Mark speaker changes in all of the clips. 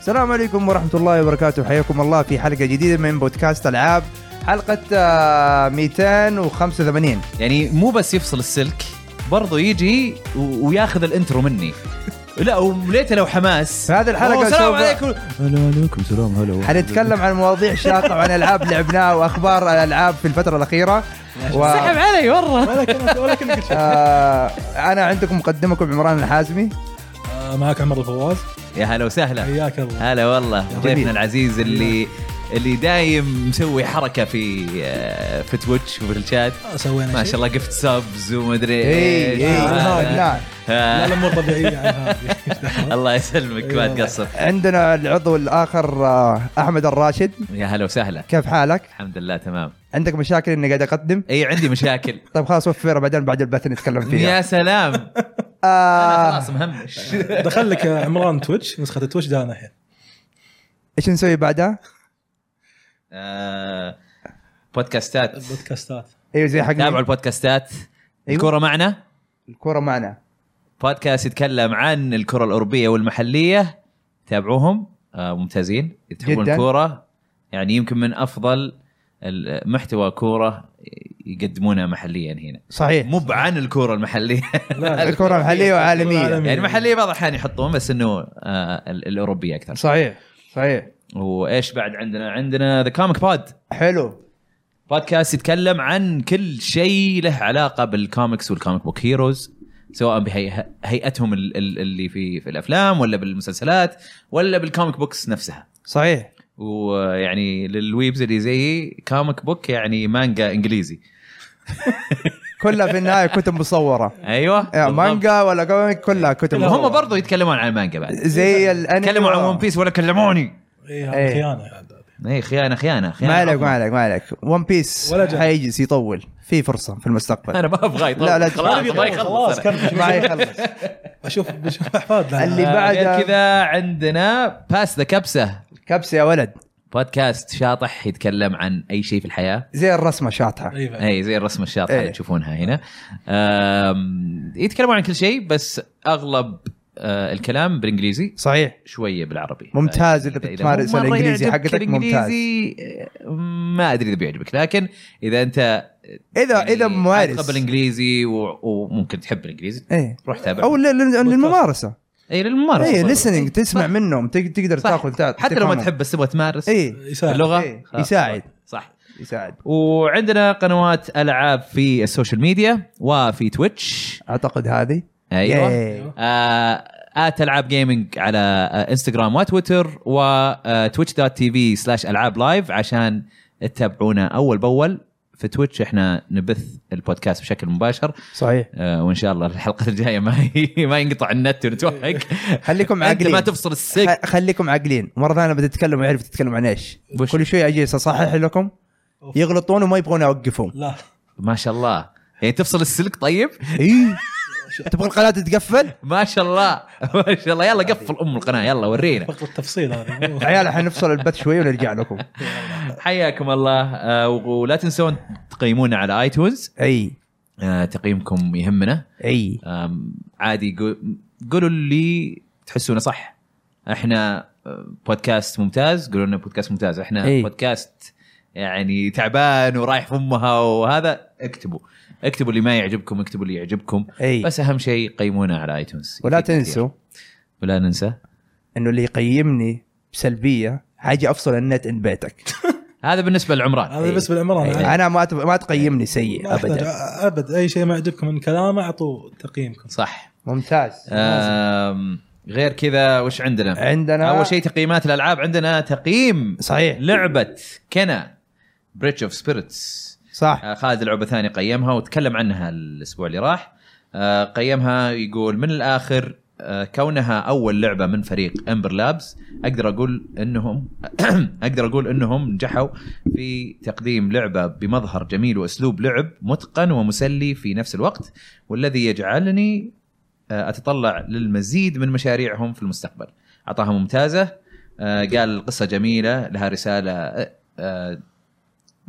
Speaker 1: السلام عليكم ورحمة الله وبركاته حياكم الله في حلقة جديدة من بودكاست ألعاب حلقة آه، 285
Speaker 2: يعني مو بس يفصل السلك برضو يجي و- وياخذ الانترو مني لا وليته لو حماس
Speaker 1: في هذه الحلقة
Speaker 2: أوه، السلام
Speaker 1: سوف-
Speaker 2: عليكم
Speaker 3: هلا عليكم سلام هلا
Speaker 1: حنتكلم عن مواضيع شاقة وعن ألعاب لعبناها وأخبار الألعاب في الفترة الأخيرة و...
Speaker 2: سحب علي مره
Speaker 3: ولكن ولكن
Speaker 1: آه أنا عندكم مقدمكم عمران الحازمي
Speaker 3: آه، معك عمر الفواز
Speaker 2: يا هلا
Speaker 1: آه.
Speaker 2: وسهلا
Speaker 3: حياك الله
Speaker 2: هلا والله
Speaker 1: جميل.
Speaker 2: ضيفنا العزيز اللي اللي دايم مسوي حركه في آه، في تويتش وفي الشات
Speaker 3: آه، سوينا
Speaker 2: ما
Speaker 3: شيء.
Speaker 2: شاء الله قفت سبز ومدري
Speaker 1: إي
Speaker 2: إيه،
Speaker 1: إي
Speaker 3: آه،
Speaker 1: لا، إيه، لا.
Speaker 3: لا الامور طبيعيه عن هذه
Speaker 2: آه، الله يسلمك ما
Speaker 3: إي
Speaker 1: إيه.
Speaker 3: والله.
Speaker 2: تقصر
Speaker 1: عندنا العضو الآخر آه أحمد الراشد
Speaker 2: يا هلا وسهلا
Speaker 1: كيف حالك؟
Speaker 2: الحمد لله تمام
Speaker 1: عندك مشاكل إني قاعد أقدم؟
Speaker 2: اي عندي مشاكل
Speaker 1: طيب خلاص وفر بعدين بعد البث نتكلم فيها
Speaker 2: يا سلام
Speaker 1: آه،
Speaker 2: أنا خلاص مهمش
Speaker 3: دخل لك آه، عمران تويتش نسخه تويتش دانا الحين
Speaker 1: ايش نسوي بعدها؟
Speaker 2: آه، بودكاستات
Speaker 3: البودكاستات
Speaker 1: ايوه زي حق
Speaker 2: تابعوا البودكاستات الكرة معنا
Speaker 1: الكوره معنا
Speaker 2: بودكاست يتكلم عن الكرة الأوروبية والمحلية تابعوهم آه، ممتازين تحبون
Speaker 1: جداً.
Speaker 2: الكورة يعني يمكن من أفضل محتوى كورة يقدمونه محليا هنا
Speaker 1: صحيح
Speaker 2: مو عن الكورة المحلية
Speaker 3: لا
Speaker 1: الكره محليه وعالميه
Speaker 3: العالمية.
Speaker 2: يعني المحلية بعض الأحيان يحطون بس إنه آه، ال- الأوروبية أكثر
Speaker 1: صحيح صحيح
Speaker 2: وإيش بعد عندنا عندنا ذا كوميك بود
Speaker 1: حلو
Speaker 2: بودكاست يتكلم عن كل شيء له علاقه بالكوميكس والكوميك بوك هيروز سواء بهيئتهم اللي في في الافلام ولا بالمسلسلات ولا بالكوميك بوكس نفسها
Speaker 1: صحيح
Speaker 2: ويعني للويبز اللي زيي كوميك بوك يعني مانجا انجليزي
Speaker 1: كلها في النهايه كتب مصوره
Speaker 2: ايوه
Speaker 1: يعني
Speaker 2: بالضبط.
Speaker 1: مانجا ولا كوميك كلها كتب
Speaker 2: وهم
Speaker 1: مصورة.
Speaker 2: برضو يتكلمون عن المانجا بعد
Speaker 1: زي الانمي
Speaker 2: تكلموا عن
Speaker 1: و-
Speaker 2: ون بيس ولا كلموني
Speaker 3: إيه، هذا
Speaker 1: إيه.
Speaker 3: خيانه هذا.
Speaker 2: اي خيانه خيانه خيانه
Speaker 1: ما عليك ما
Speaker 2: عظمى.
Speaker 1: عليك ما عليك ون بيس
Speaker 3: ولا جد.
Speaker 1: حيجلس يطول في فرصه في المستقبل
Speaker 2: انا ما ابغى يطول
Speaker 1: لا، لا،
Speaker 2: خلاص
Speaker 1: تبغى
Speaker 2: ما
Speaker 3: خلاص
Speaker 2: يخلص أنا.
Speaker 3: كمل.
Speaker 1: ما يخلص
Speaker 3: بشوف بشوف احفاد لها.
Speaker 1: اللي-
Speaker 2: آه، غير
Speaker 1: بعدها-
Speaker 2: كذا عندنا باس ذا كبسه
Speaker 1: كبسه يا ولد
Speaker 2: بودكاست شاطح يتكلم عن اي شيء في الحياه
Speaker 1: زي الرسمه شاطحه
Speaker 3: إيه بعد.
Speaker 2: اي زي الرسمه الشاطحه اللي
Speaker 1: إيه.
Speaker 2: تشوفونها هنا آم، يتكلمون عن كل شيء بس اغلب آه، الكلام بالانجليزي
Speaker 1: صحيح
Speaker 2: شويه بالعربي
Speaker 1: ممتاز إذا
Speaker 2: إذا- إذا
Speaker 1: بتمارس
Speaker 2: مو مرة
Speaker 1: الإنجليزي
Speaker 2: يعجبك
Speaker 1: حقتك
Speaker 2: الإنجليزي، آه، ما ادري اذا بيعجبك لكن اذا انت
Speaker 1: اذا
Speaker 2: يعني
Speaker 1: اذا
Speaker 2: علاقة
Speaker 1: ممارس
Speaker 2: بالانجليزي و- وممكن تحب الانجليزي
Speaker 1: ايه
Speaker 2: روح تابع إيه،
Speaker 1: او لل- لل- للممارسه
Speaker 2: اي للممارسه
Speaker 1: ايه
Speaker 2: صح.
Speaker 1: listening تسمع
Speaker 2: صح.
Speaker 1: منهم تق- تقدر
Speaker 2: صح.
Speaker 1: تاخذ تع-
Speaker 2: حتى لو ما
Speaker 1: تفهمها.
Speaker 2: تحب بس تبغى تمارس
Speaker 1: ايه
Speaker 3: يساعد.
Speaker 2: اللغه
Speaker 1: إيه،
Speaker 2: خلاص.
Speaker 1: يساعد.
Speaker 2: صح
Speaker 1: يساعد
Speaker 2: وعندنا قنوات العاب في السوشيال ميديا وفي تويتش
Speaker 1: اعتقد هذه
Speaker 2: ايوه
Speaker 1: ياي.
Speaker 2: آه، ات العاب جيمنج على آه، انستغرام وتويتر آه، وتويتش دوت تي في سلاش العاب لايف عشان تتابعونا اول باول في تويتش احنا نبث البودكاست بشكل مباشر
Speaker 1: صحيح
Speaker 2: آه، وان شاء الله الحلقه الجايه ما ما ينقطع النت ونتوهق
Speaker 1: خليكم
Speaker 2: انت ما
Speaker 1: عاقلين
Speaker 2: تفصل السلك
Speaker 1: خ- خليكم عاقلين مره ثانيه بتتكلم ويعرف تتكلم عن ايش
Speaker 2: وش؟
Speaker 1: كل شوي اجي اصحح لكم
Speaker 3: أوف.
Speaker 1: يغلطون وما يبغون اوقفهم
Speaker 3: لا
Speaker 2: ما شاء الله يعني تفصل السلك طيب
Speaker 1: اي تبغى القناه تتقفل
Speaker 2: ما شاء الله ما شاء الله يلا قفل ام القناه يلا ورينا
Speaker 3: فقط التفصيل هذا مو-
Speaker 1: عيال حنفصل البث شوي ونرجع لكم
Speaker 2: حياكم الله آه، ولا تنسون تقيمونا على ايتونز
Speaker 1: اي
Speaker 2: آه، تقييمكم يهمنا
Speaker 1: اي
Speaker 2: آم، عادي قو- قولوا اللي تحسونه صح احنا آه، بودكاست ممتاز قولوا لنا بودكاست ممتاز احنا
Speaker 1: إي.
Speaker 2: أي. بودكاست يعني تعبان ورايح في امها وهذا اكتبوا اكتبوا اللي ما يعجبكم اكتبوا اللي يعجبكم
Speaker 1: اي
Speaker 2: بس اهم شيء قيمونا على ايتونز
Speaker 1: إيه. ولا
Speaker 2: يفيد كثير.
Speaker 1: تنسوا
Speaker 2: ولا ننسى
Speaker 1: انه اللي يقيمني بسلبيه حاجي افصل النت عند بيتك
Speaker 2: هذا بالنسبه لعمران
Speaker 3: هذا
Speaker 1: إيه.
Speaker 3: بالنسبه لعمران
Speaker 1: انا ما أت- ما تقيمني سيء
Speaker 3: ما أحتاج-
Speaker 1: ابدا
Speaker 3: ابد اي شيء ما يعجبكم من كلامه اعطوا تقييمكم
Speaker 2: إيه. صح
Speaker 1: ممتاز
Speaker 2: آم، غير كذا وش عندنا؟
Speaker 1: عندنا
Speaker 2: اول شيء تقييمات الالعاب عندنا تقييم
Speaker 1: صحيح
Speaker 2: لعبه كنا بريتش اوف سبيرتس
Speaker 1: صح
Speaker 2: آه، خالد لعبه ثانيه قيمها وتكلم عنها الاسبوع اللي راح آه، قيمها يقول من الاخر آه، كونها اول لعبه من فريق امبر لابس اقدر اقول انهم اقدر اقول انهم نجحوا في تقديم لعبه بمظهر جميل واسلوب لعب متقن ومسلي في نفس الوقت والذي يجعلني آه، اتطلع للمزيد من مشاريعهم في المستقبل اعطاها ممتازه آه، قال القصه جميله لها رساله آه، آه،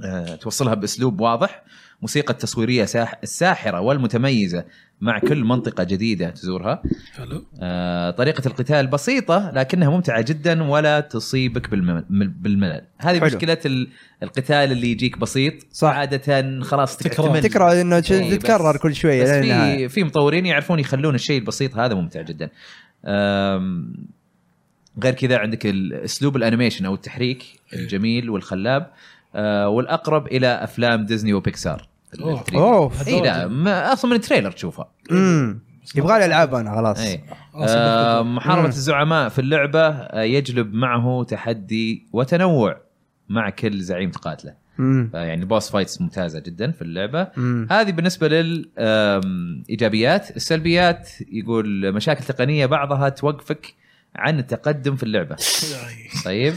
Speaker 2: آه، توصلها باسلوب واضح موسيقى التصويريه ساح- الساحره والمتميزه مع كل منطقه جديده تزورها
Speaker 3: حلو
Speaker 2: آه، طريقة القتال بسيطة لكنها ممتعة جدا ولا تصيبك بالمل- بالملل. هذه
Speaker 1: حلو.
Speaker 2: مشكلة ال- القتال اللي يجيك بسيط
Speaker 1: صح.
Speaker 2: عادة خلاص
Speaker 3: تكرار.
Speaker 2: تمل.
Speaker 1: تكره انه ش-
Speaker 2: إيه، بس-
Speaker 1: تتكرر كل شويه
Speaker 2: بس
Speaker 1: لين النهاية.
Speaker 2: في في مطورين يعرفون يخلون الشيء البسيط هذا ممتع جدا. آم، غير كذا عندك ال- اسلوب الانيميشن او التحريك الجميل والخلاب آه، والاقرب الى افلام ديزني وبيكسار.
Speaker 3: أوه.
Speaker 2: ال 3D.
Speaker 1: اوف
Speaker 2: اي لا ما- اصلا من التريلر تشوفها.
Speaker 1: امم يبغى لي العاب انا خلاص
Speaker 2: اي آه،
Speaker 3: آه
Speaker 2: محاربة
Speaker 1: مم.
Speaker 2: الزعماء في اللعبة آه، يجلب معه تحدي وتنوع مع كل زعيم تقاتله
Speaker 1: امم
Speaker 2: يعني بوس فايتس ممتازة جدا في اللعبة
Speaker 1: امم
Speaker 2: هذه بالنسبة للإيجابيات السلبيات يقول مشاكل تقنية بعضها توقفك عن التقدم في اللعبة طيب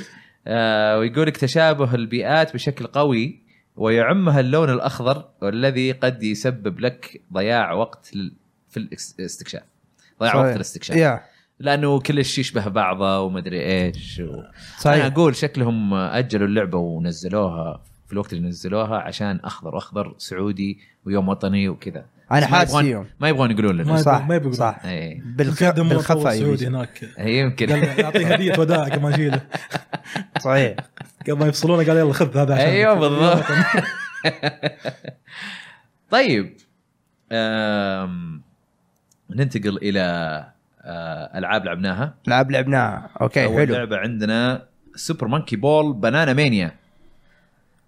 Speaker 2: آه، ويقول لك تشابه البيئات بشكل قوي ويعمها اللون الأخضر والذي قد يسبب لك ضياع وقت لل- في الاستكشاف ضياع
Speaker 1: صحيح.
Speaker 2: وقت الاستكشاف
Speaker 1: يا
Speaker 2: لانه كلش يشبه بعضه ومدري ايش و... انا
Speaker 1: صحيح
Speaker 2: اقول شكلهم اجلوا اللعبه ونزلوها في الوقت اللي نزلوها عشان اخضر اخضر سعودي ويوم وطني وكذا
Speaker 1: انا
Speaker 2: بس ما
Speaker 1: حاسس
Speaker 2: يبغون-
Speaker 1: فيهم
Speaker 2: ما يبغون يقولون لنا
Speaker 3: ما-
Speaker 1: صح
Speaker 3: يبغون- يبغون.
Speaker 1: صح
Speaker 2: اي
Speaker 1: بالخ...
Speaker 3: قدم
Speaker 1: بالخفا
Speaker 3: مطور سعودي
Speaker 1: يجي.
Speaker 3: هناك
Speaker 2: هي
Speaker 3: قال
Speaker 2: إيه، يمكن
Speaker 3: اعطيه هديه وداع قبل ما اشيله
Speaker 1: صحيح
Speaker 3: قبل ما يفصلونه قال يلا خذ هذا عشان
Speaker 2: ايوه بالضبط طيب أم... ننتقل الى آه، العاب لعبناها
Speaker 1: لعب لعبناها اوكي
Speaker 2: اول
Speaker 1: إيه، حلو
Speaker 2: لعبه عندنا سوبر مونكي بول بنانا مانيا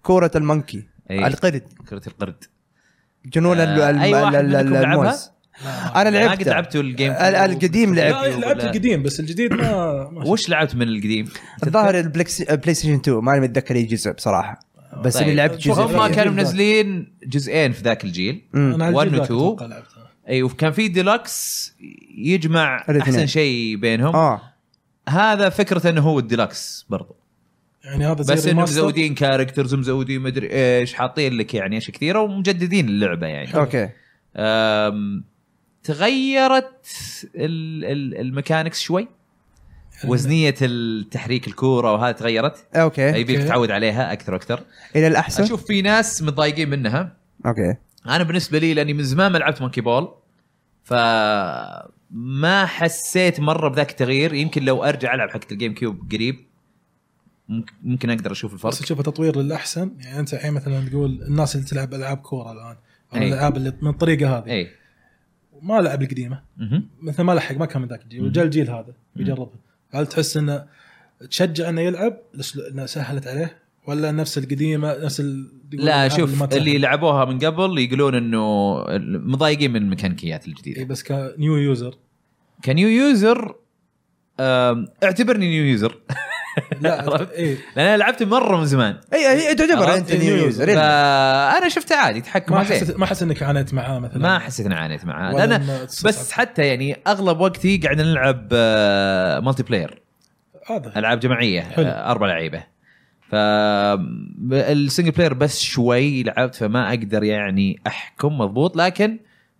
Speaker 1: كورة المونكي
Speaker 2: أي.
Speaker 1: القرد
Speaker 2: كره القرد
Speaker 1: جنون ال-
Speaker 2: إيه. آه،
Speaker 1: ال-
Speaker 2: أي واحد
Speaker 1: ال- ال-
Speaker 2: منكم لعبها؟
Speaker 1: الموز انا
Speaker 2: ما قد
Speaker 1: لعبت
Speaker 2: لعبتوا الجيم
Speaker 1: ال- القديم
Speaker 2: ولا-
Speaker 1: لعبت.
Speaker 3: لا لعبت القديم بس الجديد ما ما شفت.
Speaker 2: وش لعبت من القديم؟
Speaker 1: الظاهر البلاكس- البلاي ستيشن 2 ماني متذكر اي جزء بصراحه بس
Speaker 2: طيب.
Speaker 1: اللي لعبت جزء
Speaker 2: هم
Speaker 1: فيه.
Speaker 2: كانوا
Speaker 3: ذاك.
Speaker 2: منزلين جزئين في ذاك الجيل
Speaker 1: أمم.
Speaker 3: انا على الجيل
Speaker 2: One
Speaker 3: ذاك
Speaker 2: و two.
Speaker 3: أتوقع لعبتها.
Speaker 2: اي وكان في ديلوكس يجمع
Speaker 1: الاثنين.
Speaker 2: احسن شيء بينهم آه.
Speaker 1: اه
Speaker 2: هذا فكرة انه هو الديلوكس برضو
Speaker 3: يعني هذا زي
Speaker 2: بس انه
Speaker 3: ريماستر.
Speaker 2: مزودين كاركترز ومزودين مدري ايش حاطين لك يعني اشياء كثيرة ومجددين اللعبة يعني
Speaker 1: اوكي
Speaker 2: أم، تغيرت ال- ال- الميكانكس شوي
Speaker 3: إيه.
Speaker 2: وزنية التحريك الكورة وهذا تغيرت
Speaker 1: اوكي
Speaker 2: يبيك
Speaker 3: أوكي.
Speaker 2: تتعود عليها اكثر واكثر
Speaker 1: الى الاحسن
Speaker 2: اشوف في ناس متضايقين منها
Speaker 1: اوكي
Speaker 2: انا بالنسبه لي لاني من زمان ما لعبت مونكي بول ف ما حسيت مره بذاك التغيير يمكن لو ارجع العب حقت الجيم كيوب قريب ممكن- ممكن اقدر اشوف الفرق
Speaker 3: بس تشوفه تطوير للاحسن يعني انت الحين مثلا تقول الناس اللي تلعب العاب كوره الان او
Speaker 2: أي.
Speaker 3: الالعاب اللي من الطريقه هذه
Speaker 2: اي أيوة.
Speaker 3: ما لعب القديمه
Speaker 2: إيه. مهم.
Speaker 3: مثلا ما لحق ما كان من ذاك الجيل
Speaker 2: مم.
Speaker 3: وجا الجيل هذا
Speaker 2: مم.
Speaker 3: يجربها هل تحس انه تشجع انه يلعب لس- انه سهلت عليه ولا نفس القديمه نفس ال...
Speaker 2: لا
Speaker 3: الألعاب
Speaker 2: شوف
Speaker 3: ما تسهل؟
Speaker 2: اللي لعبوها من قبل يقولون انه مضايقين من الميكانيكيات
Speaker 3: اي
Speaker 2: الجديده
Speaker 3: إيه، بس كنيو يوزر
Speaker 2: كنيو يوزر أم، اعتبرني نيو يوزر
Speaker 3: لا إيه. اي
Speaker 2: لان انا لعبت مره من زمان
Speaker 1: اي اي تعتبر
Speaker 2: عرفت؟
Speaker 1: انت نيو يوزر إيه.
Speaker 2: فانا شفته عادي تحكم
Speaker 3: ما
Speaker 2: زين
Speaker 3: حسيت ما حسيت انك عانيت معاه مثلا
Speaker 2: ما حسيت اني عانيت معاه
Speaker 3: ولا
Speaker 2: لان
Speaker 3: إنه
Speaker 2: بس
Speaker 3: تصعب.
Speaker 2: حتى يعني اغلب وقتي قاعد نلعب آه، مالتي بلاير
Speaker 3: هذا
Speaker 2: العاب جماعيه
Speaker 3: حلو.
Speaker 2: آه، اربع لعيبه ف السنجل بلاير بس شوي لعبت فما اقدر يعني احكم مضبوط لكن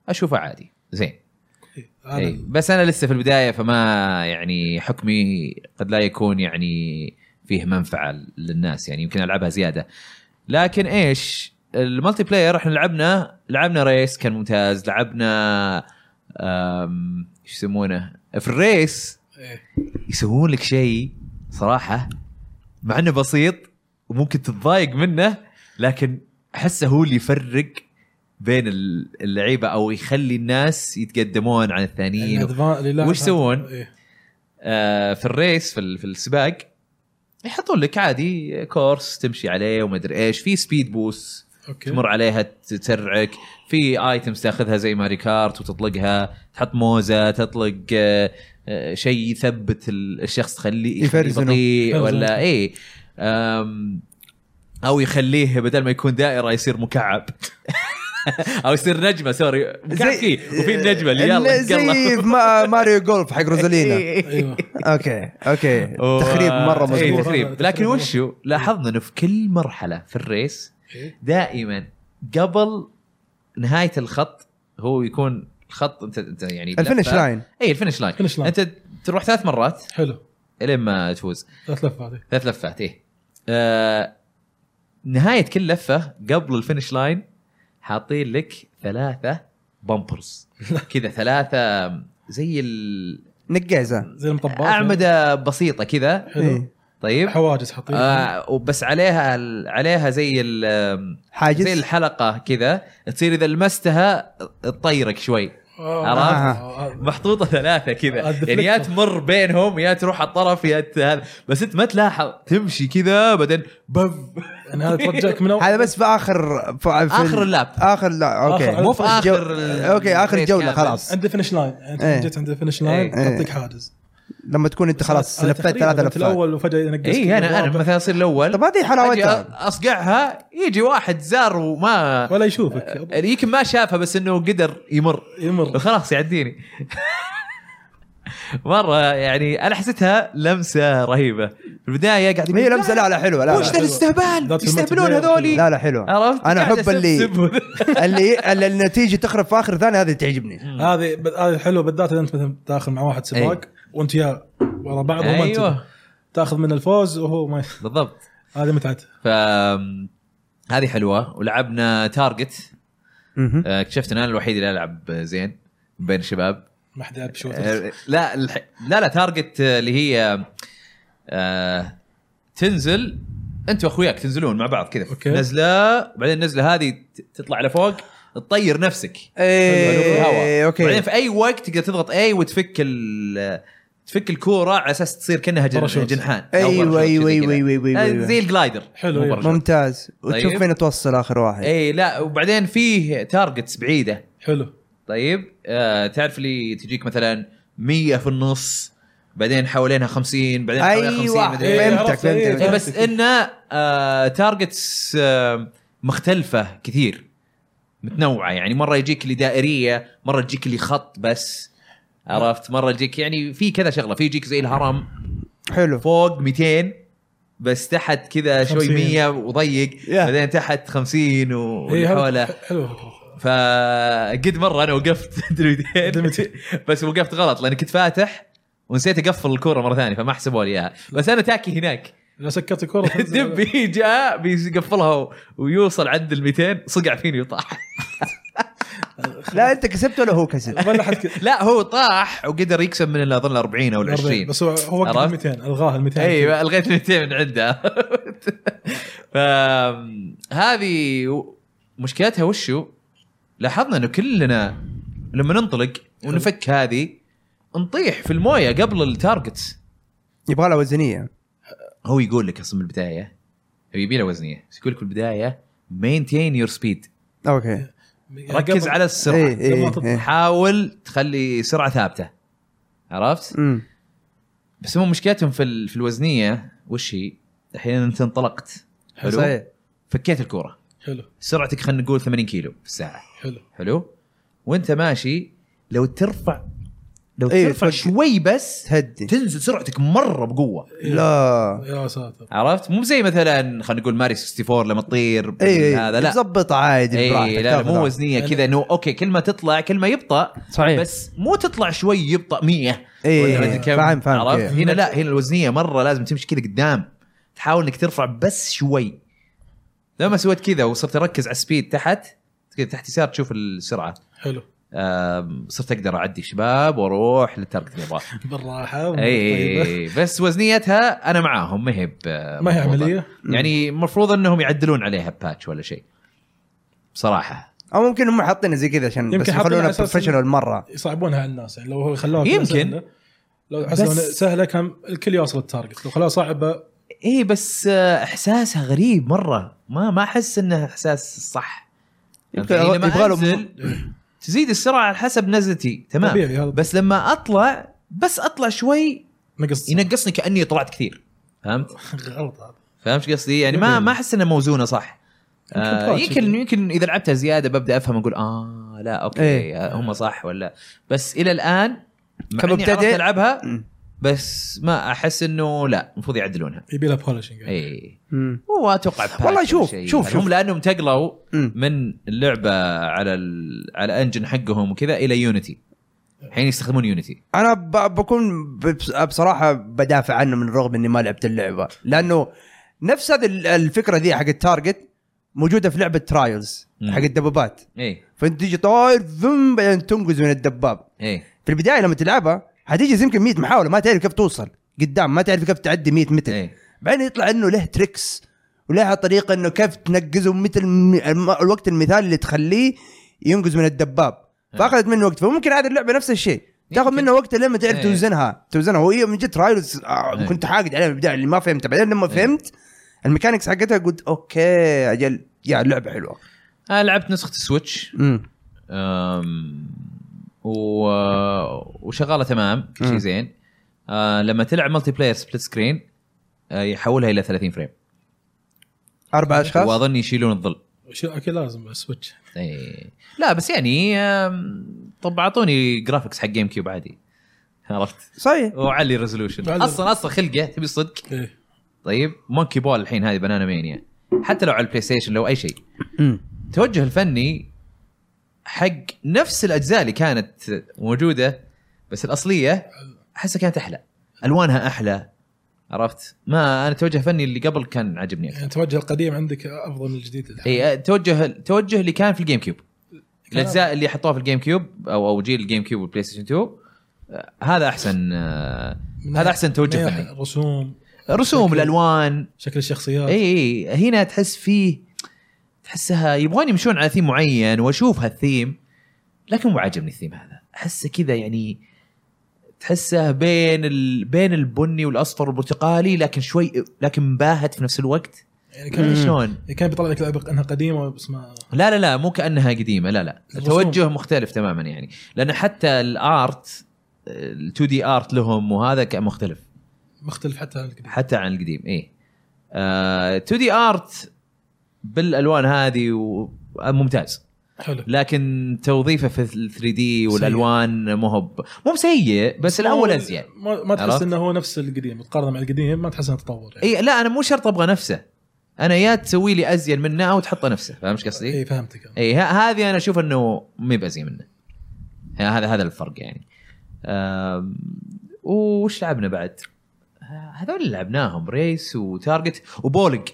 Speaker 2: اشوفه عادي زين إي.
Speaker 3: هذا
Speaker 2: إيه. بس انا لسه في البدايه فما يعني حكمي قد لا يكون يعني فيه منفعه للناس يعني يمكن العبها زياده لكن ايش الملتي بلاير احنا لعبنا لعبنا ريس كان ممتاز لعبنا أم، ايش يسمونه في الريس
Speaker 3: إيه.
Speaker 2: يسوون لك شيء صراحه مع انه بسيط وممكن تتضايق منه لكن احسه هو اللي يفرق بين ال- اللعيبه او يخلي الناس يتقدمون عن الثانيين
Speaker 3: الأدفان- يعني اللي لعب
Speaker 2: وش يسوون؟
Speaker 3: هذا- إيه.
Speaker 2: آه، في الريس في ال- في السباق يحطون لك عادي كورس تمشي عليه ومدري ايش في سبيد بوس
Speaker 3: اوكي
Speaker 2: تمر عليها تسرعك في ايتمز تاخذها زي ماري كارت وتطلقها تحط موزه تطلق آه، آه، شيء يثبت ال- الشخص تخليه يخليه
Speaker 1: يفرزنه.
Speaker 2: بطيء
Speaker 3: يفرزنه.
Speaker 2: ولا اي أم، او يخليه بدل ما يكون دائره يصير مكعب او يصير نجمه سوري مكعب فيه وفي النجمه اللي يلا
Speaker 1: آه، زي
Speaker 2: يتقلب.
Speaker 1: في إيه. ما- ماريو جولف حق روزالينا
Speaker 2: إي.
Speaker 3: ايوه
Speaker 1: اوكي اوكي
Speaker 2: و-
Speaker 1: تخريب مره
Speaker 2: إيه،
Speaker 1: مضبوط
Speaker 2: تخريب لكن وشو لاحظنا انه في كل مرحله في الريس
Speaker 3: إيه.
Speaker 2: دائما قبل نهايه الخط هو يكون الخط انت انت يعني
Speaker 1: الفينش
Speaker 2: لفة.
Speaker 1: لاين
Speaker 2: اي الفينش لاين
Speaker 3: الفينش لاين.
Speaker 2: انت تروح ثلاث مرات
Speaker 3: حلو
Speaker 2: الين ما تفوز
Speaker 3: ثلاث لفات إيه.
Speaker 2: ثلاث لفات ايه آه نهايه كل لفه قبل الفينش لاين حاطين لك ثلاثه بامبرز كذا ثلاثه زي ال-
Speaker 1: نقيزه
Speaker 3: زي المطبات
Speaker 2: اعمده بسيطه كذا
Speaker 3: حلو
Speaker 1: إيه.
Speaker 2: طيب
Speaker 3: حواجز حاطين
Speaker 2: آه وبس عليها ال- عليها زي ال-
Speaker 1: حاجز
Speaker 2: زي الحلقه كذا تصير اذا لمستها تطيرك شوي
Speaker 3: آه،
Speaker 2: عرفت؟
Speaker 3: آه، آه.
Speaker 2: محطوطه ثلاثه
Speaker 3: آه،
Speaker 2: كذا
Speaker 3: الدفلكتر.
Speaker 2: يعني يا تمر بينهم يا تروح على الطرف يا ت- هذا بس انت ما تلاحظ تمشي كذا بعدين بف
Speaker 3: يعني هذا ترجعك من اول
Speaker 1: هذا بس في اخر في في
Speaker 2: آخر اللاب.
Speaker 1: اخر لا اوكي
Speaker 3: آخر- مو في
Speaker 2: آخر
Speaker 1: جو-
Speaker 2: ال-
Speaker 1: اوكي اخر
Speaker 2: الريت
Speaker 1: جوله
Speaker 2: كامل.
Speaker 1: خلاص
Speaker 3: عند الفينش لاين يعني
Speaker 1: إيه.
Speaker 3: انت جيت عند الفينش
Speaker 2: إيه.
Speaker 3: لاين
Speaker 1: إيه.
Speaker 3: تعطيك حاجز
Speaker 1: لما تكون انت خلاص
Speaker 3: بس أنا
Speaker 1: لفيت
Speaker 3: تقريباً
Speaker 1: ثلاث
Speaker 3: كنت
Speaker 1: لفات
Speaker 3: الاول وفجاه ينقص
Speaker 2: اي انا انا مثلا اصير الاول
Speaker 1: طب هذه
Speaker 2: أجي
Speaker 1: حلاوتها
Speaker 2: اصقعها يجي واحد زار وما يعني
Speaker 3: ولا يشوفك
Speaker 2: يمكن ما شافها بس انه قدر يمر
Speaker 3: يمر
Speaker 2: خلاص يعديني مره يعني انا حسيتها لمسه رهيبه في البدايه قاعد
Speaker 1: هي لمسه لا لا حلوه لا
Speaker 2: وش ذا
Speaker 1: لا,
Speaker 2: الاستهبال
Speaker 3: ذات
Speaker 2: يستهبلون
Speaker 3: الملتي بلاير
Speaker 2: هذولي
Speaker 1: لا, لا حلوه
Speaker 2: عرفت
Speaker 1: انا
Speaker 2: قاعد أيوة.
Speaker 1: احب اللي
Speaker 2: أسبسب.
Speaker 1: اللي اللي النتيجه تخرب في اخر ثانيه هذه تعجبني
Speaker 3: هذه ب- هذه حلوه بالذات اذا انت مثلا داخل مع واحد سباق وانت يا ورا بعض وما انت
Speaker 2: ايوه
Speaker 3: تاخذ من الفوز وهو ما
Speaker 2: بالضبط
Speaker 3: هذه متعته
Speaker 2: ف هذه حلوه ولعبنا تارجت
Speaker 1: مهم.
Speaker 2: آه، اكتشفت ان انا الوحيد اللي العب زين بين الشباب
Speaker 3: ما حد يلعب شوت
Speaker 2: آه، لا الح... لا لا تارجت آه، اللي هي آه، تنزل انت واخوياك تنزلون مع بعض كذا
Speaker 3: أوكي.
Speaker 2: نزله بعدين النزله هذه ت- تطلع لفوق تطير نفسك حلو، في الهواء.
Speaker 1: ايه
Speaker 2: بعدين
Speaker 1: اوكي
Speaker 2: في اي وقت تقدر تضغط اي وتفك ال آه، تفك الكوره على اساس تصير كانها جن...
Speaker 3: باراشوت.
Speaker 2: جنحان أو باراشوت
Speaker 1: ايوه
Speaker 2: زي
Speaker 1: ايوه
Speaker 2: كذا.
Speaker 1: ايوه ايوه ايوه
Speaker 2: آه، زي
Speaker 1: أيوة.
Speaker 2: الجلايدر
Speaker 3: حلو،
Speaker 2: مو
Speaker 3: أيوة.
Speaker 2: باراشوت.
Speaker 1: ممتاز وتشوف
Speaker 2: طيب.
Speaker 1: فين توصل اخر واحد
Speaker 2: اي إيه، لا وبعدين فيه تارجتس بعيده
Speaker 3: حلو
Speaker 2: طيب آه تعرف اللي تجيك مثلا 100 في النص بعدين حوالينها 50 بعدين حوالينها 50
Speaker 1: ايوه
Speaker 2: مدري إيه.
Speaker 3: إيه.
Speaker 1: فهمتك
Speaker 3: عرفت، إيه،
Speaker 1: فهمتك
Speaker 2: إيه، بس
Speaker 3: فهمتك.
Speaker 2: انه آه تارجتس آه مختلفه كثير متنوعه يعني مره يجيك اللي دائريه مره تجيك اللي خط بس عرفت مره تجيك يعني في كذا شغله في يجيك زي الهرم
Speaker 1: حلو
Speaker 2: فوق 200 بس تحت كذا شوي
Speaker 3: 50.
Speaker 2: 100 وضيق
Speaker 1: يا.
Speaker 2: بعدين تحت 50
Speaker 3: آه. إيه،
Speaker 2: واللي
Speaker 3: هذا
Speaker 2: حوله
Speaker 3: حلو الفكرة.
Speaker 2: فقد مره انا وقفت دلوقتي
Speaker 3: دلوقتي.
Speaker 2: بس وقفت غلط لان كنت فاتح ونسيت اقفل الكوره مره ثانيه فما حسبوا لي اياها بس انا تاكي هناك
Speaker 3: اذا سكرت الكره تنزل.
Speaker 2: دبي جاء بيقفلها و- ويوصل عند ال 200 صقع فيني وطاح
Speaker 1: لا انت كسبت ولا هو كسب
Speaker 3: ظل أحد كذا.
Speaker 2: لا هو طاح وقدر يكسب من اظن 40 او 20
Speaker 3: بس هو هو وقف
Speaker 2: عرفت؟
Speaker 3: 200 الغاه ال 200
Speaker 2: ايوه الغيت 200 من عنده فهذه مشكلتها وش هو؟ لاحظنا انه كلنا لما ننطلق ونفك هذه نطيح في المويه قبل التارجت
Speaker 1: يبغى له وزنيه
Speaker 2: هو يقول لك اصلا من البدايه هو يبي له وزنيه بس يقول لك في البدايه مينتين يور سبيد
Speaker 1: اوكي
Speaker 3: يعني
Speaker 2: ركز
Speaker 3: قبل-
Speaker 2: على السرعه
Speaker 1: إيه، إيه،
Speaker 3: قبل تطلع.
Speaker 1: إيه.
Speaker 2: حاول تخلي سرعه ثابته عرفت؟
Speaker 1: امم
Speaker 2: بس هم مشكلتهم في ال- في الوزنيه وش هي؟ احيانا انت انطلقت حلو
Speaker 1: صحيح.
Speaker 2: فكيت الكوره
Speaker 3: حلو
Speaker 2: سرعتك خلينا نقول 80 كيلو في الساعه
Speaker 3: حلو
Speaker 2: حلو وانت ماشي لو ترفع لو
Speaker 1: إيه،
Speaker 2: ترفع
Speaker 1: تفك-
Speaker 2: شوي بس
Speaker 1: تهدي
Speaker 2: تنزل سرعتك مره بقوه
Speaker 1: لا
Speaker 3: يا ساتر
Speaker 2: عرفت مو زي مثلا خلينا نقول ماري 64 لما تطير
Speaker 1: اي
Speaker 2: هذا لا
Speaker 1: تظبط إيه، عادي
Speaker 2: اي
Speaker 1: براحتك،
Speaker 2: إيه، لا, لا
Speaker 1: تاخذ
Speaker 2: مو
Speaker 1: راحتك.
Speaker 2: وزنيه
Speaker 3: يعني-
Speaker 2: كذا انه اوكي كل ما تطلع كل ما يبطا
Speaker 1: صحيح.
Speaker 2: بس مو تطلع شوي يبطا 100
Speaker 1: إيه،
Speaker 2: ولا
Speaker 1: إيه،
Speaker 2: مدري كم،
Speaker 1: فاهم- فاهم
Speaker 2: عرفت
Speaker 1: كيف.
Speaker 2: هنا لا هنا الوزنيه مره لازم تمشي كذا قدام تحاول انك ترفع بس شوي لما سويت كذا وصرت اركز على السبيد تحت كذا تحت يسار تشوف السرعه
Speaker 3: حلو
Speaker 2: آم، صرت اقدر اعدي شباب واروح للتارجت اللي ابغاه
Speaker 3: بالراحه
Speaker 1: طيب.
Speaker 3: طيبة.
Speaker 2: اي إيه. بس وزنيتها انا معاهم ما هي ب-
Speaker 3: طيب. ما هي
Speaker 2: مضبوطة.
Speaker 3: عمليه
Speaker 2: يعني المفروض انهم يعدلون عليها باتش ولا شيء بصراحه
Speaker 1: او ممكن هم حاطينه زي كذا عشان بس
Speaker 3: يمكن حاطينه
Speaker 1: يخلونا
Speaker 3: على أساس
Speaker 1: بروفيشنال مره
Speaker 3: يصعبونها على الناس يعني لو هو خلوها
Speaker 2: يمكن.
Speaker 3: سهلة- لو
Speaker 2: بس-
Speaker 3: حسبوها سهله كان الكل يوصل التارجت لو خلوها صعبه
Speaker 2: اي بس آه، احساسها غريب مره ما ما احس انه احساس صح
Speaker 1: يمكن
Speaker 2: يعني لما
Speaker 1: يبغى له-
Speaker 2: أنزل، تزيد السرعه على حسب نزلتي تمام
Speaker 3: طبيعي هذا
Speaker 2: بس لما اطلع بس اطلع شوي
Speaker 3: نقص
Speaker 2: ينقصني كاني طلعت كثير فهمت
Speaker 3: غلط هذا
Speaker 2: فهمت إيش قصدي يعني ما ما احس انها موزونه صح آه
Speaker 3: يمكن
Speaker 2: يمكن يمكن اذا لعبتها زياده ببدا افهم اقول اه لا اوكي
Speaker 1: إيه.
Speaker 2: إيه. هم صح ولا بس الى الان مع اني
Speaker 1: كمبتدئ-
Speaker 2: عرفت العبها
Speaker 1: مم.
Speaker 2: بس ما احس انه لا المفروض يعدلونها إيه.
Speaker 3: يبي لها بولشنج
Speaker 2: اي
Speaker 1: مم.
Speaker 2: واتوقع باتش
Speaker 1: والله
Speaker 2: ولا
Speaker 1: شوف-
Speaker 2: شيء.
Speaker 1: شوف-
Speaker 2: يعني
Speaker 1: شوف.
Speaker 2: هم لانهم انتقلوا
Speaker 1: مم.
Speaker 2: من اللعبه على ال... على انجن حقهم وكذا الى يونيتي الحين يستخدمون يونيتي
Speaker 1: انا ب... بكون ببس- بصراحه بدافع عنه من رغم اني ما لعبت اللعبه لانه نفس هذه ال- الفكره ذي حق التارجت موجوده في لعبه ترايلز
Speaker 2: مم.
Speaker 1: حق الدبابات
Speaker 2: اي
Speaker 1: فانت تيجي طاير ذم بعدين تنقز من الدباب
Speaker 2: اي
Speaker 1: في البدايه لما تلعبها حتيجي يمكن 100 محاوله ما تعرف كيف توصل قدام ما تعرف كيف تعدي 100 متر
Speaker 2: اي
Speaker 1: بعدين يطلع انه له تريكس ولها طريقه انه كيف تنقزه مثل الم- الم- الوقت المثالي اللي تخليه ينقز من الدباب فاخذت منه وقت فممكن هذه اللعبه نفس الشيء تاخذ
Speaker 2: إيه. يمكن.
Speaker 1: منه وقت لما تعرف
Speaker 2: إيه.
Speaker 1: توزنها توزنها وهي من جد رايلز آه
Speaker 2: إيه.
Speaker 1: كنت حاقد عليها من البدايه اللي ما فهمتها بعدين لما
Speaker 2: إيه.
Speaker 1: فهمت الميكانكس حقتها قلت اوكي اجل يا لعبه حلوه
Speaker 2: انا لعبت نسخه السويتش
Speaker 1: امم
Speaker 2: أم، و... وشغاله تمام كل شيء
Speaker 1: مم.
Speaker 2: زين أه، لما تلعب ملتي بلاير سبليت سكرين أه، يحولها الى 30 فريم
Speaker 1: اربع اشخاص
Speaker 2: واظن يشيلون الظل
Speaker 3: شو اكيد لازم سويتش
Speaker 2: اي لا بس يعني أم، طب اعطوني جرافكس حق جيم كيوب عادي عرفت
Speaker 1: صحيح
Speaker 2: وعلي ريزولوشن
Speaker 3: بعدين.
Speaker 2: اصلا اصلا خلقه تبي صدق
Speaker 3: ايه
Speaker 2: طيب مونكي بول الحين هذه بنانا مانيا حتى لو على البلاي ستيشن لو اي شيء
Speaker 1: مم.
Speaker 2: التوجه الفني حق نفس الاجزاء اللي كانت موجوده بس الاصليه احسها كانت احلى الوانها احلى عرفت ما انا التوجه الفني اللي قبل كان عاجبني
Speaker 3: يعني التوجه القديم عندك افضل من الجديد الحين.
Speaker 2: اي التوجه التوجه اللي كان في الجيم كيوب
Speaker 3: كلام.
Speaker 2: الاجزاء اللي حطوها في الجيم كيوب او او جيل الجيم كيوب والبلاي ستيشن 2 آه، هذا احسن آه،
Speaker 3: من
Speaker 2: هذا
Speaker 3: ناحية-
Speaker 2: أحسن توجه
Speaker 3: من
Speaker 2: فني.
Speaker 3: ناحية الرسوم
Speaker 2: الرسوم
Speaker 3: شكل-
Speaker 2: الالوان
Speaker 3: شكل الشخصيات
Speaker 2: اي اي إيه، هنا تحس فيه تحسها يبغون يمشون على ثيم معين واشوف هالثيم لكن مو عاجبني الثيم هذا احسه كذا يعني تحسه بين ال... بين البني والاصفر والبرتقالي لكن شوي لكن مباهت في نفس الوقت
Speaker 3: يعني
Speaker 2: كان
Speaker 3: كان
Speaker 2: شلون
Speaker 3: كان بيطلع لك لعبه انها قديمه بس ما
Speaker 2: لا لا لا مو كانها قديمه لا لا
Speaker 3: الرسوم.
Speaker 2: التوجه مختلف تماما يعني لان حتى الارت ال 2 دي ارت لهم وهذا كان مختلف
Speaker 3: مختلف حتى عن القديم
Speaker 2: حتى عن القديم إيه. آه، اي 2 دي ارت بالالوان هذه و- ممتاز
Speaker 3: حلو
Speaker 2: لكن توظيفه في 3 دي والالوان مو هو ب- مو سيء بس الاول ازين
Speaker 3: ما, ما تحس
Speaker 2: عرفت؟ إيه،
Speaker 3: انه هو نفس القديم تقارنه مع القديم ما تحس انه تطور يعني.
Speaker 2: اي لا انا مو شرط ابغى نفسه انا يا تسوي لي ازين منه او تحطه نفسه فاهم ايش قصدي؟
Speaker 3: اي إيه، فهمتك أنا.
Speaker 2: اي ه- هذه انا اشوف انه ما بازي منه ه- هذا هذا الفرق يعني أم، وش لعبنا بعد؟ ه- هذول اللي لعبناهم ريس وتارجت وبولينج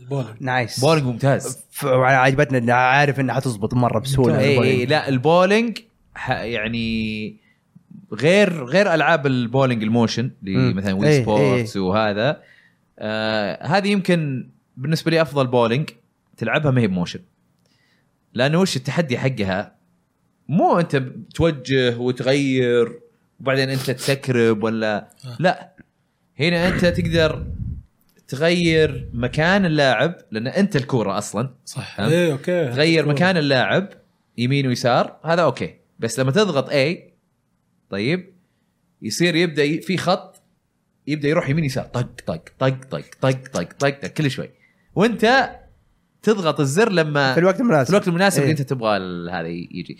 Speaker 3: البولينج
Speaker 1: نايس
Speaker 2: بولينج ممتاز
Speaker 1: ف- عجبتنا إن عارف انها حتزبط إيه، مره بسهوله
Speaker 3: ممتاز.
Speaker 2: اي اي
Speaker 1: البولينج.
Speaker 2: إيه، لا البولينج ح- يعني غير غير العاب البولينج الموشن اللي
Speaker 1: مم. إيه،
Speaker 2: مثلا
Speaker 1: إي،
Speaker 2: وي
Speaker 1: إي.
Speaker 2: سبورتس وهذا آه هذه يمكن بالنسبه لي افضل بولينج تلعبها ما هي بموشن لانه وش التحدي حقها مو انت توجه وتغير وبعدين انت تسكرب ولا
Speaker 3: آه.
Speaker 2: لا هنا انت تقدر تغير مكان اللاعب لان انت الكوره اصلا
Speaker 3: صح
Speaker 2: فهمت؟
Speaker 3: اي اوكي
Speaker 2: تغير مكان اللاعب يمين ويسار هذا اوكي بس لما تضغط اي طيب يصير يبدا ي- في خط يبدا يروح يمين يسار طق طق طق طق طق طق طق طق كل شوي وانت تضغط الزر لما
Speaker 1: في الوقت المناسب
Speaker 2: في الوقت المناسب
Speaker 1: إيه.
Speaker 2: اللي انت تبغى ال- هذا ي- يجي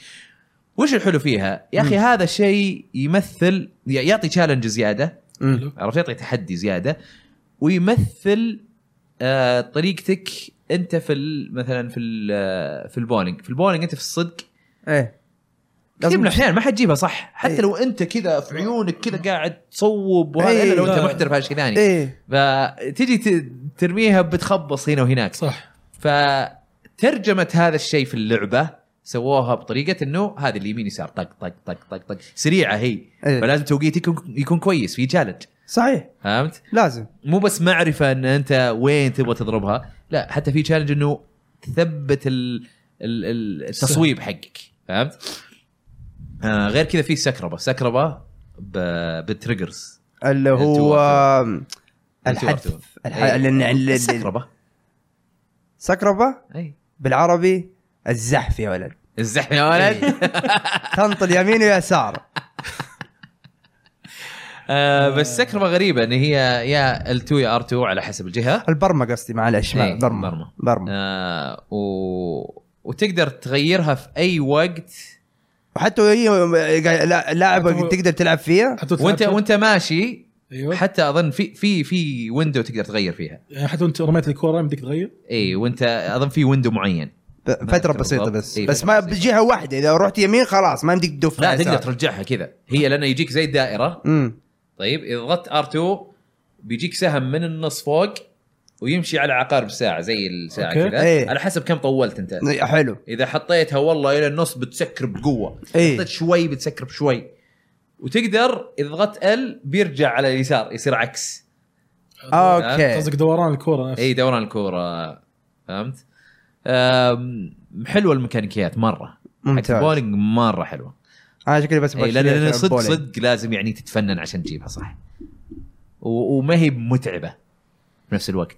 Speaker 2: وش الحلو فيها يا اخي هذا الشيء يمثل ي- يعطي تشالنج زياده
Speaker 1: مم.
Speaker 3: حلو.
Speaker 2: عرفت يعطي تحدي زياده ويمثل آه طريقتك انت في ال- مثلا في ال- آه، في البولينج في البولينج انت في الصدق
Speaker 1: ايه
Speaker 2: كثير من
Speaker 1: لازم-
Speaker 2: الاحيان ما حتجيبها صح حتى
Speaker 1: إيه.
Speaker 2: لو انت كذا في عيونك كذا قاعد تصوب وهذا الا
Speaker 1: إيه،
Speaker 2: لو انت
Speaker 3: لا.
Speaker 2: محترف هذا شيء ثاني
Speaker 1: ايه
Speaker 2: فتجي ت- ترميها بتخبص هنا وهناك
Speaker 3: صح
Speaker 2: فترجمه هذا الشيء في اللعبه سووها بطريقه انه هذه اليمين يسار طق طق طق طق طق سريعه هي
Speaker 1: إيه.
Speaker 2: فلازم توقيت يكون يكون كويس في تشالنج
Speaker 1: صحيح
Speaker 2: فهمت؟
Speaker 1: لازم
Speaker 2: مو بس معرفه ان انت وين تبغى تضربها لا حتى في تشالنج انه تثبت ال ال- ال- التصويب حقك فهمت؟ آه غير كذا في سكربه سكربه ب- بالتريجرز
Speaker 1: اللي
Speaker 2: تو
Speaker 1: هو آم،
Speaker 2: تو
Speaker 1: الحذف
Speaker 2: تو.
Speaker 1: الح-
Speaker 2: إيه.
Speaker 1: ال- ال- ال-
Speaker 2: سكربه
Speaker 1: سكربه
Speaker 2: اي
Speaker 1: بالعربي الزحف يا ولد
Speaker 2: الزحمه إيه. يا
Speaker 1: إيه.
Speaker 2: ولد
Speaker 1: تنطل يمين ويسار
Speaker 2: آه بس سكربه غريبه ان هي يا ال2 يا ار2 على حسب الجهه
Speaker 1: البرمه قصدي معلش مع
Speaker 2: إيه،
Speaker 1: برمه
Speaker 2: برمة.
Speaker 1: برمه
Speaker 2: آه و... وتقدر تغيرها في اي وقت
Speaker 1: وحتى هي لا-
Speaker 3: حتى هو-
Speaker 1: لاعبه تقدر تلعب فيها
Speaker 3: حتى
Speaker 2: وانت وانت ماشي
Speaker 1: أيوة.
Speaker 3: ايوه
Speaker 2: حتى
Speaker 3: حتى
Speaker 2: اظن في في في ويندو تقدر تغير فيها
Speaker 3: يعني حتى وانت رميت الكوره يمديك تغير
Speaker 2: اي وانت اظن في ويندو معين
Speaker 1: ب- فتره
Speaker 2: أذكر
Speaker 1: بسيطه
Speaker 2: بالضبط.
Speaker 1: بس
Speaker 2: إيه،
Speaker 1: بس
Speaker 2: فترة
Speaker 1: ما
Speaker 2: بسيطة.
Speaker 1: بجهه واحده اذا رحت يمين خلاص ما يمديك تدف
Speaker 2: لا
Speaker 1: يسار.
Speaker 2: تقدر ترجعها كذا هي
Speaker 1: نعم.
Speaker 2: لانه يجيك زي الدائره
Speaker 1: امم
Speaker 2: طيب اذا ضغطت ار2 بيجيك سهم من النص فوق ويمشي على عقارب ساعه زي الساعه
Speaker 3: أوكي.
Speaker 2: كذا
Speaker 1: إيه.
Speaker 2: على حسب كم طولت انت
Speaker 1: حلو
Speaker 2: اذا حطيتها والله الى النص بتسكر بقوه
Speaker 1: إيه.
Speaker 2: حطيت شوي بتسكر بشوي وتقدر اذا ضغطت ال بيرجع على اليسار يصير عكس
Speaker 1: اوكي
Speaker 2: إيه.
Speaker 3: قصدك دوران الكوره نفسه
Speaker 2: اي دوران الكوره فهمت؟ أم، حلوه الميكانيكيات مره حق
Speaker 1: ممتاز
Speaker 2: البولينج مره حلوه
Speaker 1: انا شكلي بس
Speaker 2: اي
Speaker 1: بشتري
Speaker 2: لان لأن
Speaker 1: عشان
Speaker 2: صدق
Speaker 1: البولينج.
Speaker 2: صدق لازم يعني تتفنن عشان تجيبها صح و- وما هي متعبه بنفس الوقت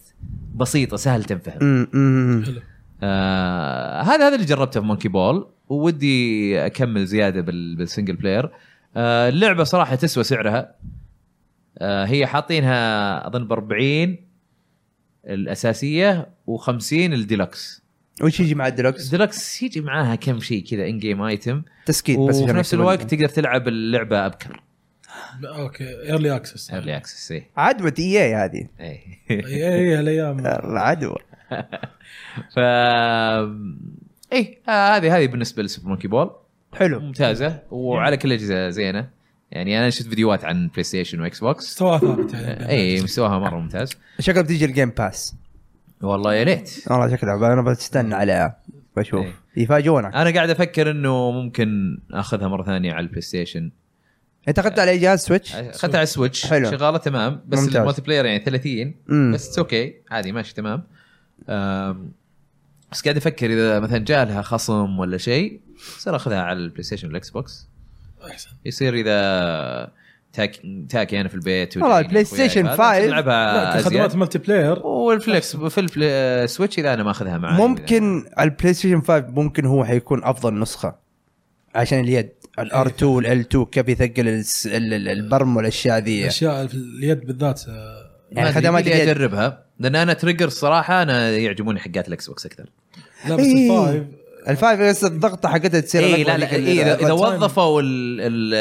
Speaker 2: بسيطه سهل تنفهم
Speaker 1: أمم، أمم.
Speaker 3: حلو
Speaker 2: آه هذا هذا اللي جربته في مونكي بول وودي اكمل زياده بال- بالسنجل بلاير آه اللعبه صراحه تسوى سعرها آه هي حاطينها اظن ب 40 الاساسيه و50 الديلكس
Speaker 1: وش يجي مع الديلوكس؟
Speaker 2: الديلكس يجي معاها كم شيء كذا ان جيم ايتم
Speaker 1: تسكيت بس
Speaker 2: وفي
Speaker 1: عشان
Speaker 2: نفس
Speaker 1: يكتبون.
Speaker 2: الوقت تقدر تلعب اللعبه ابكر
Speaker 3: اوكي ايرلي اكسس
Speaker 1: أيوه.
Speaker 2: ايرلي اكسس اي
Speaker 1: عدوة اي هذه أيوه.
Speaker 2: اي
Speaker 3: اي اي هالايام
Speaker 1: العدوى
Speaker 2: ف اي آه، هذه هذه بالنسبه لسوبر مونكي بول
Speaker 1: حلو
Speaker 2: ممتازه وعلى كل الاجهزه زينه يعني انا شفت فيديوهات عن بلاي ستيشن واكس بوكس
Speaker 3: مستوى ثابت يعني
Speaker 2: اي إيه، مستواها مره ممتاز
Speaker 1: شكلها بتيجي الجيم باس
Speaker 2: والله يا ليت
Speaker 1: والله شكلها انا بستنى عليها بشوف
Speaker 2: إيه.
Speaker 1: يفاجئونك
Speaker 2: انا قاعد افكر انه ممكن اخذها مره ثانيه على البلاي ستيشن
Speaker 1: انت اخذتها على جهاز سويتش؟
Speaker 2: اخذتها على السويتش
Speaker 1: حلو.
Speaker 2: شغاله تمام بس
Speaker 1: ممتاز.
Speaker 2: الملتي بلاير يعني 30
Speaker 1: أمم.
Speaker 2: بس اتس اوكي عادي ماشي تمام أم، بس قاعد افكر اذا مثلا جاء لها خصم ولا شيء يصير اخذها على البلاي ستيشن والاكس بوكس
Speaker 3: احسن
Speaker 2: يصير اذا تاكي تاكي انا يعني في البيت
Speaker 1: والله
Speaker 2: وجايني
Speaker 1: البلاي
Speaker 2: أخوياي وهذا،
Speaker 1: ستيشن
Speaker 2: بس
Speaker 1: 5
Speaker 2: العبها
Speaker 3: لا
Speaker 2: ازيد
Speaker 3: كخدمات ملتي بلاير
Speaker 2: والفليكس في الفل- السويتش اذا انا ماخذها معي
Speaker 1: ممكن على البلاي ستيشن 5 ممكن هو حيكون افضل نسخه عشان اليد الار
Speaker 2: إيه.
Speaker 1: 2 والال 2 كيف يثقل الس- ال- ال- البرم والاشياء ذي
Speaker 3: اشياء في اليد بالذات آه،
Speaker 1: يعني خدمات
Speaker 2: اللي
Speaker 1: اليد.
Speaker 2: اجربها لان انا تريجر الصراحه انا يعجبوني حقات الاكس بوكس اكثر
Speaker 3: لا بس
Speaker 1: إيه.
Speaker 3: الفايف
Speaker 1: الفايف بس الضغطه حقتها تصير
Speaker 2: اي
Speaker 1: أقوى
Speaker 2: لا لا
Speaker 1: لك ال-
Speaker 2: إيه اذا
Speaker 1: الرد
Speaker 2: اذا
Speaker 1: تايم.
Speaker 2: وظفوا ال- ال-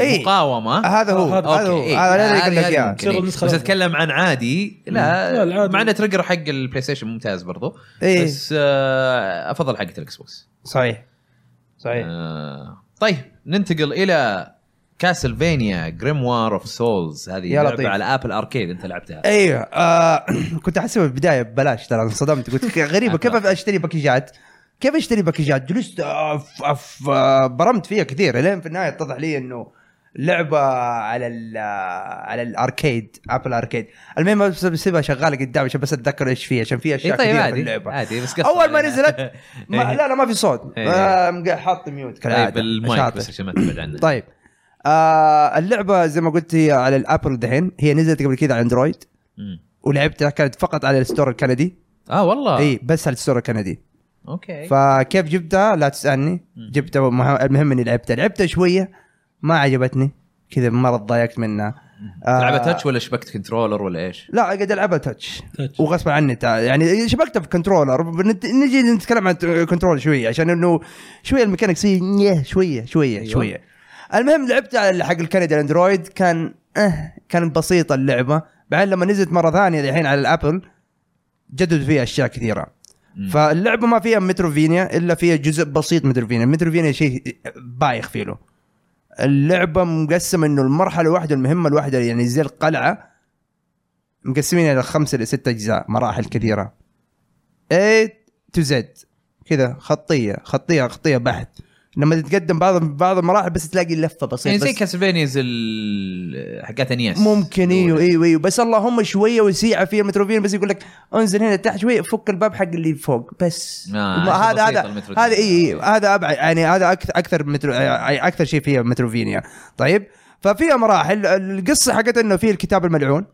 Speaker 1: إيه.
Speaker 2: المقاومه
Speaker 1: هذا هو
Speaker 3: هذا-
Speaker 1: هذا هو
Speaker 2: إيه.
Speaker 1: هذا اللي
Speaker 2: هذه-
Speaker 1: أقول لك
Speaker 2: هذه
Speaker 1: إياه.
Speaker 2: ممكن، إيه.
Speaker 3: شغل
Speaker 2: بس
Speaker 3: نسخة أفضل.
Speaker 2: اتكلم عن عادي
Speaker 3: لا،
Speaker 2: لا
Speaker 3: العادي.
Speaker 2: مع ان تريجر حق البلاي ستيشن ممتاز برضو
Speaker 1: إيه.
Speaker 2: بس آه، افضل حقه الاكس بوكس
Speaker 1: صحيح صحيح
Speaker 2: آه، طيب ننتقل الى كاسلفينيا جريموار اوف سولز هذه
Speaker 1: يا
Speaker 2: لعبه
Speaker 1: لطيف.
Speaker 2: على ابل اركيد انت لعبتها
Speaker 1: ايوه آه كنت احسبها بالبدايه ببلاش ترى انصدمت قلت غريبه كيف اشتري باكجات كيف اشتري باكجات جلست أف أف آه، برمت فيها كثير لين في النهايه اتضح لي انه لعبه على ال آه، على الاركيد ابل اركيد المهم بس بسيبها شغاله قدامي عشان بس اتذكر ايش فيها عشان فيها
Speaker 2: اي
Speaker 1: اشياء
Speaker 2: طيب
Speaker 1: كثيره في
Speaker 2: عادي
Speaker 1: اللعبه
Speaker 2: عادي بس قصر
Speaker 1: اول ما
Speaker 2: علينا.
Speaker 1: نزلت ما
Speaker 2: إيه.
Speaker 1: لا لا ما في صوت
Speaker 2: إيه.
Speaker 1: آه، مقا- حاط ميوت
Speaker 2: طيب
Speaker 1: كالعاده
Speaker 2: المايك
Speaker 1: شاطر.
Speaker 2: بس عشان ما تبعد عنه
Speaker 1: طيب آه اللعبه زي ما قلت هي على الابل دحين هي نزلت قبل كذا على اندرويد
Speaker 2: مم.
Speaker 1: ولعبتها كانت فقط على الستور الكندي
Speaker 2: اه والله
Speaker 1: اي بس على الستور الكندي
Speaker 2: اوكي
Speaker 1: فكيف جبتها لا تسالني
Speaker 2: مم.
Speaker 1: جبتها ومه- المهم اني لعبتها لعبتها شويه ما عجبتني كذا مره ضايقت منها آه،
Speaker 2: تلعبها تاتش ولا شبكه كنترولر ولا ايش؟
Speaker 1: لا قد العبها تاتش
Speaker 3: تاتش.
Speaker 1: وغصب عني تع- يعني شبكتها في كنترولر بنت- نجي نتكلم عن كنترول شويه عشان انه شويه الميكانكس هي نيه شويه شويه
Speaker 2: أيوة.
Speaker 1: أيوة. شويه المهم لعبت على حق الكندا الاندرويد كان اه كان بسيطه اللعبه بعدين لما نزلت مره ثانيه الحين على الابل جددوا فيها اشياء كثيره
Speaker 2: مم.
Speaker 1: فاللعبه ما فيها متروفينيا الا فيها جزء بسيط متروفينيا متروفينيا شيء بايخ فيه له اللعبه مقسمه انه المرحله الواحده المهمه الواحده يعني زي القلعه مقسمين الى خمسه الى ستة اجزاء مراحل كثيره A تو زد كذا خطيه خطيه خطيه بحت لما تتقدم بعض بعض المراحل بس تلاقي لفه بسيطه
Speaker 2: يعني زي
Speaker 1: بس
Speaker 2: كاسلفينيز ال- حقت E انيس
Speaker 1: ممكن ايوه ايوه ايوه بس اللهم شويه وسيعه فيها متروفين بس يقول لك انزل هنا تحت شويه فك الباب حق اللي فوق بس
Speaker 2: آه،
Speaker 1: ما
Speaker 2: عشان آه.
Speaker 1: هذا
Speaker 2: بسيطة
Speaker 1: هذا
Speaker 2: المتروفينيا.
Speaker 1: هذا اي هذا ابعد يعني هذا اكثر اكثر مترو آه، اكثر شيء فيها متروفينيا طيب ففيها مراحل القصه حقت انه في الكتاب الملعون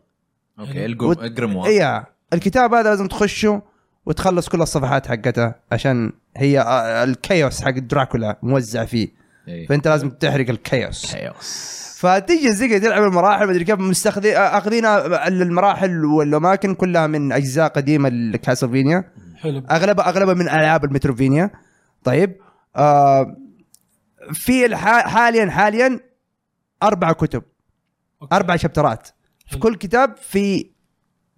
Speaker 2: اوكي
Speaker 1: وت- إيه.
Speaker 2: الجريموار
Speaker 1: اي الكتاب هذا لازم تخشه وتخلص كل الصفحات حقتها عشان هي آه، الكيوس حق دراكولا موزع فيه
Speaker 2: إيه.
Speaker 1: فانت لازم تحرق الكيوس
Speaker 2: كايوس
Speaker 1: فتجي زي كذا تلعب المراحل مدري كيف مستخدم اخذينا المراحل والاماكن كلها من اجزاء قديمه لكاسلفينيا
Speaker 3: حلو
Speaker 1: اغلبها اغلبها من العاب المتروفينيا طيب آه في الح- حاليا حاليا اربع كتب
Speaker 3: أوكي.
Speaker 1: اربع شابترات في كل كتاب في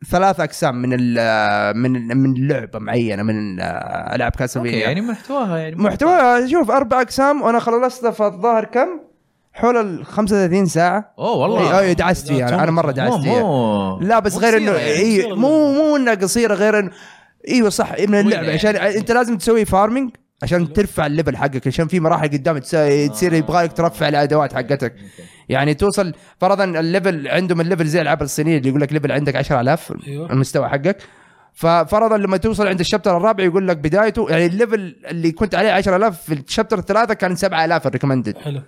Speaker 1: ثلاث اقسام من ال- من من لعبه معينه من آه، العاب
Speaker 2: اوكي
Speaker 1: كاسلفينيا
Speaker 2: يعني محتواها يعني
Speaker 1: محتوى شوف اربع اقسام وانا خلصت في الظاهر كم؟ حول ال 35 ساعه
Speaker 2: اوه
Speaker 1: والله
Speaker 2: والله
Speaker 1: اي إيه، دعست فيها انا, أنا مره دعست فيها
Speaker 2: مو
Speaker 1: إيه. لا بس
Speaker 2: مو
Speaker 1: غير
Speaker 2: قصيرة
Speaker 1: انه
Speaker 2: يعني.
Speaker 1: اي
Speaker 3: قصيرة
Speaker 1: مو مو انها قصيره غير انه ايوه صح من اللعبه
Speaker 2: يعني.
Speaker 1: عشان انت لازم تسوي فارمنج عشان ترفع الليفل حقك عشان في مراحل قدام
Speaker 2: آه.
Speaker 1: تس- تصير يبغى لك ترفع الادوات حقتك يعني توصل فرضا الليفل عندهم الليفل زي الالعاب الصينيه اللي يقول لك ليفل عندك 10000
Speaker 3: أيوه.
Speaker 1: المستوى حقك ففرضا لما توصل عند الشابتر الرابع يقول لك بدايته يعني الليفل اللي كنت عليه 10000 في الشابتر الثلاثه كان 7000 الريكومندد
Speaker 3: حلو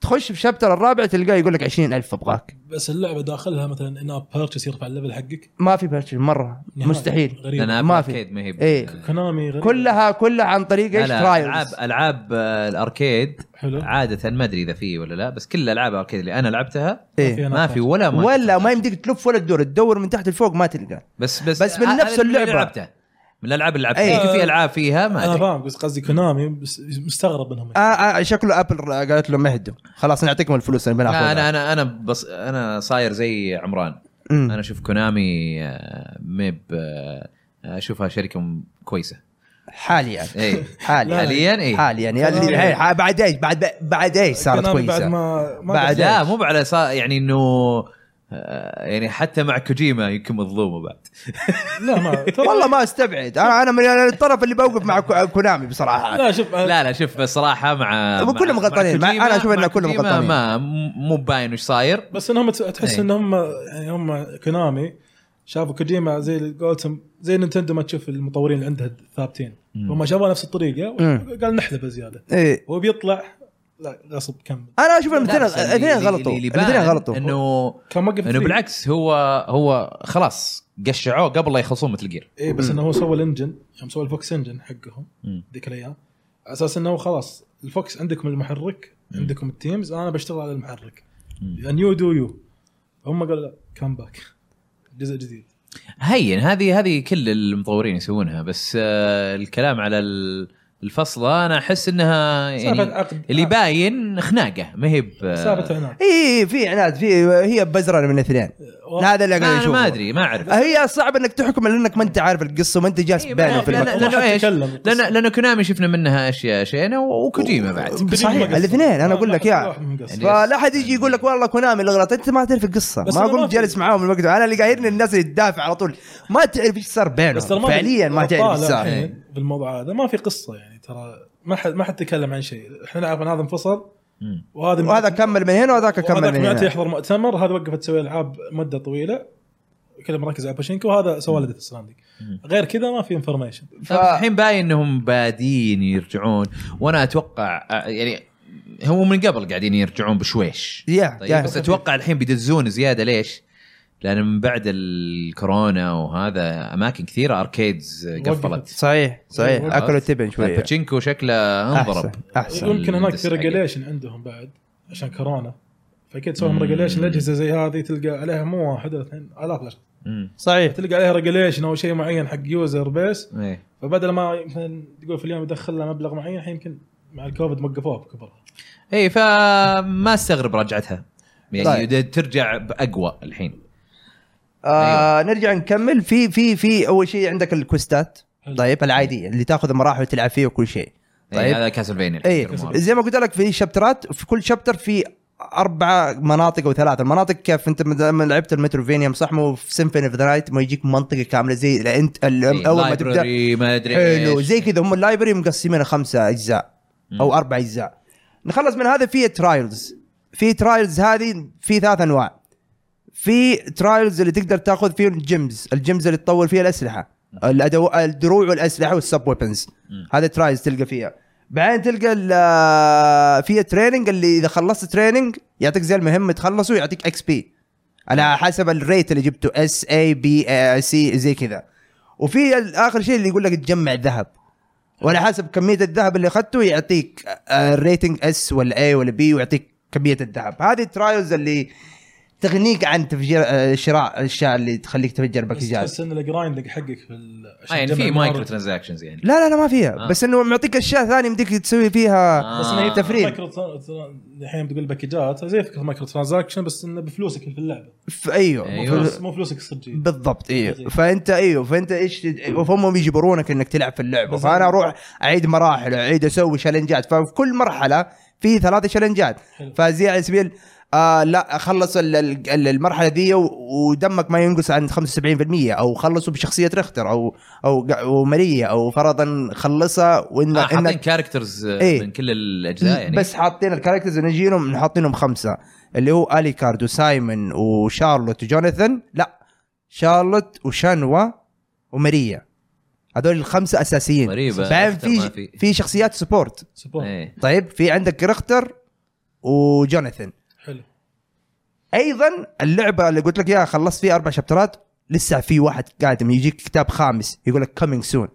Speaker 1: تخش في الشابتر الرابع تلقاه يقول لك 20000 ابغاك
Speaker 3: بس اللعبه داخلها مثلا ان اب بيرتشس يرفع الليفل حقك
Speaker 1: ما في بيرتشز مره
Speaker 3: نهائي.
Speaker 1: مستحيل
Speaker 3: غريب
Speaker 2: لان
Speaker 1: ما
Speaker 2: ما
Speaker 1: في.
Speaker 2: في ما هي ب-
Speaker 1: إيه.
Speaker 3: كونامي غريب
Speaker 1: كلها كلها عن طريق
Speaker 2: لا
Speaker 1: ايش
Speaker 2: لا، العاب
Speaker 1: ترايلز
Speaker 2: العاب آه، الاركيد
Speaker 3: حلو
Speaker 2: عاده ما ادري اذا في ولا لا بس كل العاب الاركيد اللي انا لعبتها
Speaker 1: إيه.
Speaker 3: أنا
Speaker 2: ما في ولا ما
Speaker 1: ولا ما يمديك تلف ولا تدور تدور من تحت لفوق ما تلقى
Speaker 2: بس بس
Speaker 1: بس من
Speaker 2: آه،
Speaker 1: نفس
Speaker 2: أنا اللي
Speaker 1: اللعبة.
Speaker 2: لعبتها من الالعاب اللي لعبتها
Speaker 1: إيه.
Speaker 2: يمكن في العاب فيها ما
Speaker 3: انا
Speaker 2: ادري
Speaker 3: فاهم بس قصدي كونامي بس- مستغرب يعني. منهم
Speaker 1: آه آه شكله ابل قالت له مهدوا خلاص نعطيكم الفلوس اللي
Speaker 2: لا
Speaker 1: بناخذها
Speaker 2: انا انا انا بص انا صاير زي عمران
Speaker 1: مم.
Speaker 2: انا اشوف كونامي آه، ميب آه، اشوفها شركه م- كويسه
Speaker 1: حاليا
Speaker 2: اي
Speaker 1: حاليا
Speaker 2: حاليا اي
Speaker 1: حاليا يعني اللي
Speaker 3: كلامي-
Speaker 1: الحين- بعد ايش بعد بعد ايش صارت
Speaker 3: كونامي
Speaker 1: كويسه
Speaker 3: بعد ما, ما
Speaker 1: بعد-
Speaker 2: لا مو على صا... يعني انه آه، يعني حتى مع كوجيما يمكن مظلومه بعد
Speaker 3: لا ما ترى-
Speaker 1: والله ما استبعد انا انا من الطرف اللي بوقف مع كو- كونامي بصراحه
Speaker 3: لا شوف آه،
Speaker 2: لا لا شوف بصراحه مع
Speaker 1: هم
Speaker 2: مع-
Speaker 1: كلهم
Speaker 2: مع
Speaker 1: غلطانين. مع-
Speaker 2: كوجيما-
Speaker 1: أنا أشوف إن
Speaker 2: مع
Speaker 1: كلهم
Speaker 2: كوجيما
Speaker 1: غلطانين.
Speaker 2: ما م- مو باين وش صاير
Speaker 3: بس انهم ت- تحس
Speaker 2: إيه.
Speaker 3: انهم يعني هم كونامي شافوا كوجيما زي اللي قولتهم زي نينتندو ما تشوف المطورين اللي عندها ثابتين
Speaker 2: مم.
Speaker 3: هم شافوا نفس الطريقه
Speaker 1: مم.
Speaker 3: قال نحلبه زياده
Speaker 1: إيه.
Speaker 3: هو بيطلع لا غصب كمل
Speaker 1: انا اشوف
Speaker 2: لا،
Speaker 1: الاثنين
Speaker 2: بس اللي-
Speaker 1: الاثنين
Speaker 2: اللي-
Speaker 1: غلطوا
Speaker 2: اللي يبان
Speaker 1: الاثنين غلطوا
Speaker 2: انه
Speaker 3: كان موقف
Speaker 2: انه بالعكس هو هو خلاص قشعوه قبل لا يخلصون مثل جير
Speaker 3: اي إيه، بس
Speaker 1: مم.
Speaker 3: انه هو سوى الانجن يوم سوى الفوكس انجن حقهم
Speaker 2: مم.
Speaker 3: ذيك الايام على اساس انه هو خلاص الفوكس عندكم المحرك عندكم التيمز انا بشتغل على المحرك نيو دو يو هم قالوا لا كم باك جزء جديد
Speaker 2: هين هذه هذه كل المطورين يسوونها بس آه الكلام على ال- الفصلة انا احس انها
Speaker 3: سالفه
Speaker 2: يعني
Speaker 3: عقد
Speaker 2: اللي باين خناقه ما هي ب-
Speaker 3: سالفه عناد
Speaker 1: اي إي، إيه، في عناد في هي بزرة من الاثنين هذا اللي قاعد
Speaker 2: ما, أنا
Speaker 1: اشوفه
Speaker 2: ما ادري ما اعرف
Speaker 1: هي صعب انك تحكم لانك ما انت عارف القصه وما انت جالس
Speaker 2: إيه،
Speaker 1: بينه في
Speaker 2: لا، لا،
Speaker 1: المكتب
Speaker 2: لأنه إيش؟
Speaker 3: تكلم
Speaker 2: لان لان كونامي شفنا منها اشياء شينا وكوجيما بعد
Speaker 1: صحيح، الاثنين، أنا أقول لك يا. يعني فلا احد يجي يقول لك والله كونامي اللي غلط انت ما تعرف القصه
Speaker 3: يعني بس
Speaker 1: ما
Speaker 3: أنا ما
Speaker 1: قمت
Speaker 3: في-
Speaker 1: جالس معاهم الوقت انا اللي قايلني الناس اللي تدافع على طول ما تعرف ايش صار بينهم فعليا ما تعرف ايش صار
Speaker 3: بالموضوع هذا ما في قصه يعني ترى ما حد ما حد تكلم عن شيء احنا نعرف ان هذا انفصل
Speaker 2: مم.
Speaker 3: وهذا
Speaker 1: وهذا كمل من هنا وهذاك كمل
Speaker 3: وهذاك
Speaker 1: من يعني؟
Speaker 3: معطي
Speaker 1: هنا
Speaker 3: يحضر مؤتمر هذا وقف تسوي العاب مده طويله كله مركز على باشينكو وهذا سوى له ديث ستراندنج
Speaker 2: مم.
Speaker 3: غير كذا ما في انفورميشن
Speaker 1: ف-
Speaker 2: طب الحين باين انهم بادين يرجعون وانا اتوقع آه، يعني هم من قبل قاعدين يرجعون بشويش
Speaker 1: يا
Speaker 2: طيب
Speaker 1: يا
Speaker 2: بس اتوقع الحين بيدزون زياده ليش؟ لان من بعد الكورونا وهذا اماكن كثيره اركيدز قفلت
Speaker 3: وقفت.
Speaker 1: صحيح صحيح
Speaker 3: وقفت.
Speaker 1: اكلوا التبن شويه
Speaker 2: باتشينكو شكله انضرب
Speaker 1: احسن احسن
Speaker 3: يمكن هناك في
Speaker 2: الدس-
Speaker 3: ريجليشن عندهم بعد عشان كورونا فاكيد سووا لهم
Speaker 2: مم.
Speaker 3: ريجليشن الاجهزه زي هذه تلقى عليها مو واحد ولا اثنين الاف الأشخاص.
Speaker 2: مم.
Speaker 1: صحيح
Speaker 3: تلقى عليها ريجليشن او شيء معين حق يوزر بيس
Speaker 2: إيه.
Speaker 3: فبدل ما مثلا تقول في اليوم يدخل له مبلغ معين الحين يمكن مع الكوفيد وقفوه بكبرها
Speaker 2: اي إيه، فما استغرب رجعتها يعني
Speaker 1: طيب.
Speaker 2: طيب. ترجع باقوى الحين
Speaker 1: آه نرجع نكمل في في في اول شيء عندك الكوستات
Speaker 3: حلو.
Speaker 1: طيب العاديه اللي تاخذ مراحل وتلعب فيه وكل شيء
Speaker 2: طيب إيه
Speaker 1: طيب
Speaker 2: هذا كاسلفينيا
Speaker 1: اي زي ما قلت لك في شابترات في كل شابتر في اربع مناطق او ثلاثه المناطق كيف انت لما لعبت المتروفينيا صح مو في سيمفوني اوف ذا نايت ما يجيك منطقه كامله زي لا انت ال-
Speaker 2: إيه،
Speaker 1: اول إيه، ما تبدا
Speaker 2: ما ادري
Speaker 1: حلو
Speaker 2: حلو
Speaker 1: زي كذا هم اللايبرري مقسمينها خمسه اجزاء او اربع اجزاء نخلص من هذا في ترايلز في ترايلز هذه في ثلاث انواع في ترايلز اللي تقدر تاخذ فيه الجيمز الجيمز اللي تطور فيها الاسلحه الأدو... الدروع والاسلحه والسب ويبنز
Speaker 2: مم.
Speaker 1: هذا ترايلز تلقى فيها بعدين تلقى ال- فيها تريننج اللي اذا خلصت تريننج يعطيك زي المهمه تخلصه يعطيك اكس بي على حسب الريت اللي جبته اس اي بي سي زي كذا وفي ال- اخر شيء اللي يقول لك تجمع ذهب وعلى حسب كميه الذهب اللي اخذته يعطيك آه، الريتنج اس ولا اي ولا بي ويعطيك كميه الذهب هذه الترايلز اللي تغنيك عن تفجير آه، شراء الاشياء اللي تخليك تفجر
Speaker 3: بس
Speaker 1: باكجات
Speaker 3: تحس ان الجرايندنج حقك في ال-
Speaker 2: آه
Speaker 3: عشان
Speaker 2: يعني
Speaker 3: تجمع
Speaker 2: في
Speaker 3: المهارات.
Speaker 2: مايكرو ترانزاكشنز يعني
Speaker 1: لا لا لا ما فيها
Speaker 2: آه.
Speaker 1: بس انه معطيك اشياء ثانيه يمديك تسوي فيها
Speaker 2: آه.
Speaker 3: بس انه هي
Speaker 1: تفريغ.
Speaker 3: مايكرو ترا- ترا- الحين بتقول باكجات زي فكره مايكرو ترانزاكشن بس انه بفلوسك اللي في اللعبه
Speaker 1: في ايوه,
Speaker 2: أيوة.
Speaker 3: مو فلوس- مو فلوسك الصجيه
Speaker 1: بالضبط ايوه
Speaker 3: زين.
Speaker 1: فانت ايوه فانت ايش فهم بيجبرونك انك تلعب في اللعبه
Speaker 3: بس
Speaker 1: فانا
Speaker 3: أنا-
Speaker 1: اروح اعيد مراحل اعيد اسوي شالنجات ففي كل مرحله في ثلاث تشالنجات
Speaker 3: حلو.
Speaker 1: فزي على سبيل آه لا خلص ال- ال- ال- المرحله دي و- ودمك ما ينقص عن 75% او خلصه بشخصيه رختر او او ق- وماليه او فرضا خلصها وان
Speaker 2: آه حاطين
Speaker 1: انك
Speaker 2: كاركترز
Speaker 1: إيه.
Speaker 2: من كل الاجزاء يعني
Speaker 1: بس حاطين الكاركترز اللي نجيهم حاطينهم خمسه اللي هو اليكارد وسايمون وشارلوت وجوناثان لا شارلوت وشانوا وماريا هذول الخمسه اساسيين
Speaker 2: غريبة،
Speaker 1: بعدين
Speaker 2: رختر ما
Speaker 1: في
Speaker 2: في.
Speaker 1: في شخصيات سبورت
Speaker 3: سبورت
Speaker 2: إيه.
Speaker 1: طيب في عندك رختر وجوناثان
Speaker 3: حلو
Speaker 1: ايضا اللعبه اللي قلت لك اياها خلصت فيها اربع شابترات لسه في واحد قادم يجيك كتاب خامس يقول لك كومينج سون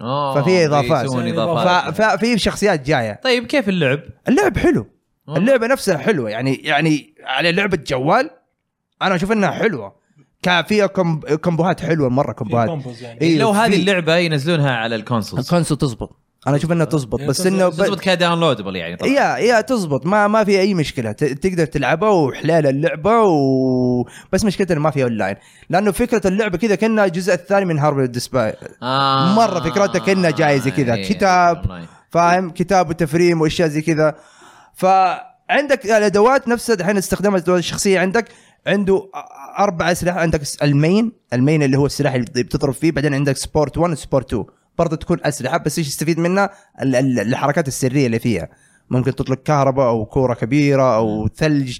Speaker 2: آه،
Speaker 1: ففي إضافات.
Speaker 2: بيسوون
Speaker 3: إضافات.
Speaker 2: اضافات
Speaker 1: ففي شخصيات جايه
Speaker 2: طيب كيف اللعب؟
Speaker 1: اللعب حلو
Speaker 2: آه.
Speaker 1: اللعبه نفسها حلوه يعني يعني على لعبه جوال انا اشوف انها حلوه كان فيها كومب- كومبوهات حلوه مره
Speaker 3: في
Speaker 1: كومبوهات
Speaker 3: كومبوز يعني
Speaker 1: إيه،
Speaker 2: لو هذه
Speaker 1: في-
Speaker 2: اللعبه ينزلونها على الكونسولز
Speaker 1: الكونسول تزبط انا اشوف انها تزبط
Speaker 3: هي
Speaker 1: بس
Speaker 3: تزبط-
Speaker 1: انه
Speaker 2: تزبط
Speaker 1: ب...
Speaker 2: كداونلودبل يعني طبعا
Speaker 1: يا يا تزبط ما ما في اي مشكله ت... تقدر تلعبها وحلال اللعبه و... بس مشكلتها إنه ما فيها اونلاين لانه فكره اللعبه كذا كانها الجزء الثاني من هاربر ديسباي
Speaker 2: آه.
Speaker 1: مرة فكرتها كأنها جايزة كذا،
Speaker 2: إيه،
Speaker 1: كتاب.
Speaker 2: أونلاين.
Speaker 1: فاهم كتاب وتفريم واشياء زي كذا فعندك الادوات نفسها دحين استخدامها الادوات الشخصيه عندك عنده أ- اربع اسلحه عندك الس- المين المين اللي هو السلاح اللي بتضرب فيه بعدين عندك سبورت 1 وسبورت 2 برضه تكون اسلحه بس ايش يستفيد منها ال- ال- الحركات السريه اللي فيها ممكن تطلق كهرباء او كوره كبيره او ثلج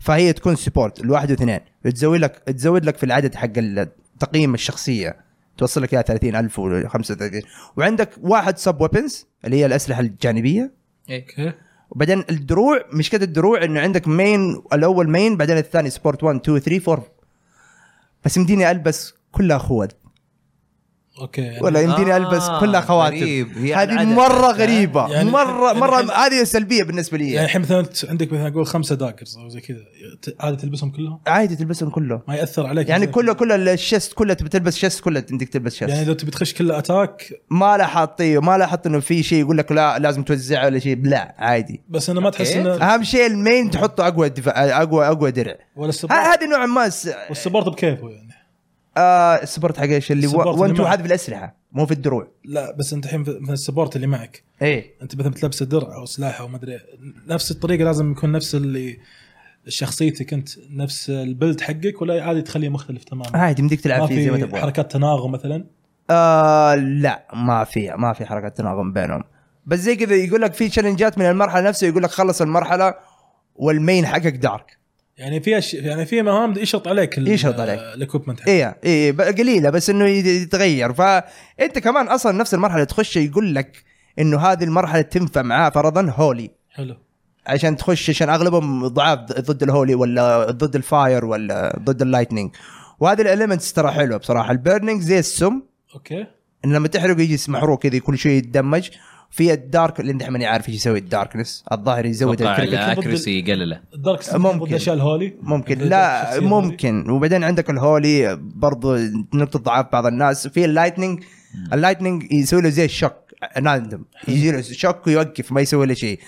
Speaker 1: فهي تكون سبورت الواحد واثنين تزود لك تزود لك في العدد حق ال- تقييم الشخصيه توصل لك اياها 30000 و 35 وعندك واحد سب ويبنز اللي هي الاسلحه الجانبيه
Speaker 3: اوكي
Speaker 1: وبعدين الدروع مشكله الدروع انه عندك مين الاول مين بعدين الثاني سبورت 1 2 3 4 بس يمديني البس كلها خوذ
Speaker 3: اوكي يعني
Speaker 1: ولا يمديني
Speaker 2: آه،
Speaker 1: آه البس كلها خواتم
Speaker 2: غريب. هي
Speaker 1: هذه
Speaker 2: العدد
Speaker 1: مره
Speaker 2: نفسها.
Speaker 1: غريبه
Speaker 3: يعني-
Speaker 1: يعني مره
Speaker 3: يعني
Speaker 1: مره
Speaker 3: الحين-
Speaker 1: هذه سلبيه بالنسبه لي
Speaker 3: يعني
Speaker 1: يعني
Speaker 3: الحين مثلا ت- عندك مثلا اقول خمسه داكرز او زي كذا ت- عادي تلبسهم كلهم
Speaker 1: عادي تلبسهم كله
Speaker 3: ما ياثر عليك
Speaker 1: يعني
Speaker 3: زي-
Speaker 1: كله كله الشست كله تبي تلبس شست كله عندك تلبس شست
Speaker 3: يعني لو تبي تخش كله اتاك
Speaker 1: ما لا حاطيه ما لا حط انه في شيء يقول لك لا لازم توزعه ولا شيء لا عادي
Speaker 3: بس انه ما
Speaker 2: أوكي.
Speaker 3: تحس انه
Speaker 1: اهم شيء المين تحطه اقوى دفاع اقوى اقوى درع
Speaker 3: ولا
Speaker 1: ه-
Speaker 3: السبورت
Speaker 1: هذه نوعا ما س-
Speaker 3: والسبورت بكيفه يعني
Speaker 1: آه السبورت حق ايش اللي
Speaker 3: السبورت اللي
Speaker 1: 1 2
Speaker 3: معك.
Speaker 1: هذا في الاسلحه مو في الدروع
Speaker 3: لا بس انت الحين مثلا السبورت اللي معك
Speaker 1: ايه
Speaker 3: انت مثلا بتلبس درع او سلاح او ما ادري نفس الطريقه لازم يكون نفس اللي شخصيتك انت نفس البلد حقك ولا عادي تخليه مختلف تماما
Speaker 1: عادي آه، مديك
Speaker 3: ما
Speaker 1: تلعب فيه زي ما
Speaker 3: في
Speaker 1: تبغى
Speaker 3: حركات تناغم مثلا
Speaker 1: آه لا ما في ما في حركات تناغم بينهم بس زي كذا يقول لك في تشالنجات من المرحله نفسها يقول لك خلص المرحله والمين حقك دارك
Speaker 3: يعني في أش... يعني في مهام يشرط عليك ال- آه،
Speaker 1: يشرط عليك.
Speaker 3: الاكوبمنت حقك
Speaker 1: ايه ايه ب- قليله بس انه يت- يتغير فانت كمان اصلا نفس المرحله تخش يقول لك انه هذه المرحله تنفع معاه فرضا هولي
Speaker 3: حلو
Speaker 1: عشان تخش عشان اغلبهم ضعاف ضد الهولي ولا ضد الفاير ولا ضد اللايتنينج وهذه الاليمنتس ترى حلوه بصراحه البيرنينج زي السم
Speaker 3: اوكي
Speaker 1: ان لما تحرق يجي محروق كذا كل شيء يتدمج في الدارك اللي دحين ماني عارف ايش يسوي الداركنس الظاهر يزود
Speaker 2: اتوقع
Speaker 1: الكريك
Speaker 2: الاكرسي يقلله
Speaker 3: الدارك سيد
Speaker 1: ممكن.
Speaker 3: ضد اشياء الهولي
Speaker 1: ممكن
Speaker 3: ضد
Speaker 1: لا
Speaker 3: الشخصية
Speaker 1: ممكن وبعدين عندك الهولي برضو نقطه ضعف بعض الناس في اللايتنينج اللايتنينج يسوي له زي الشوك راندوم يجي له شوك ويوقف ما يسوي له شيء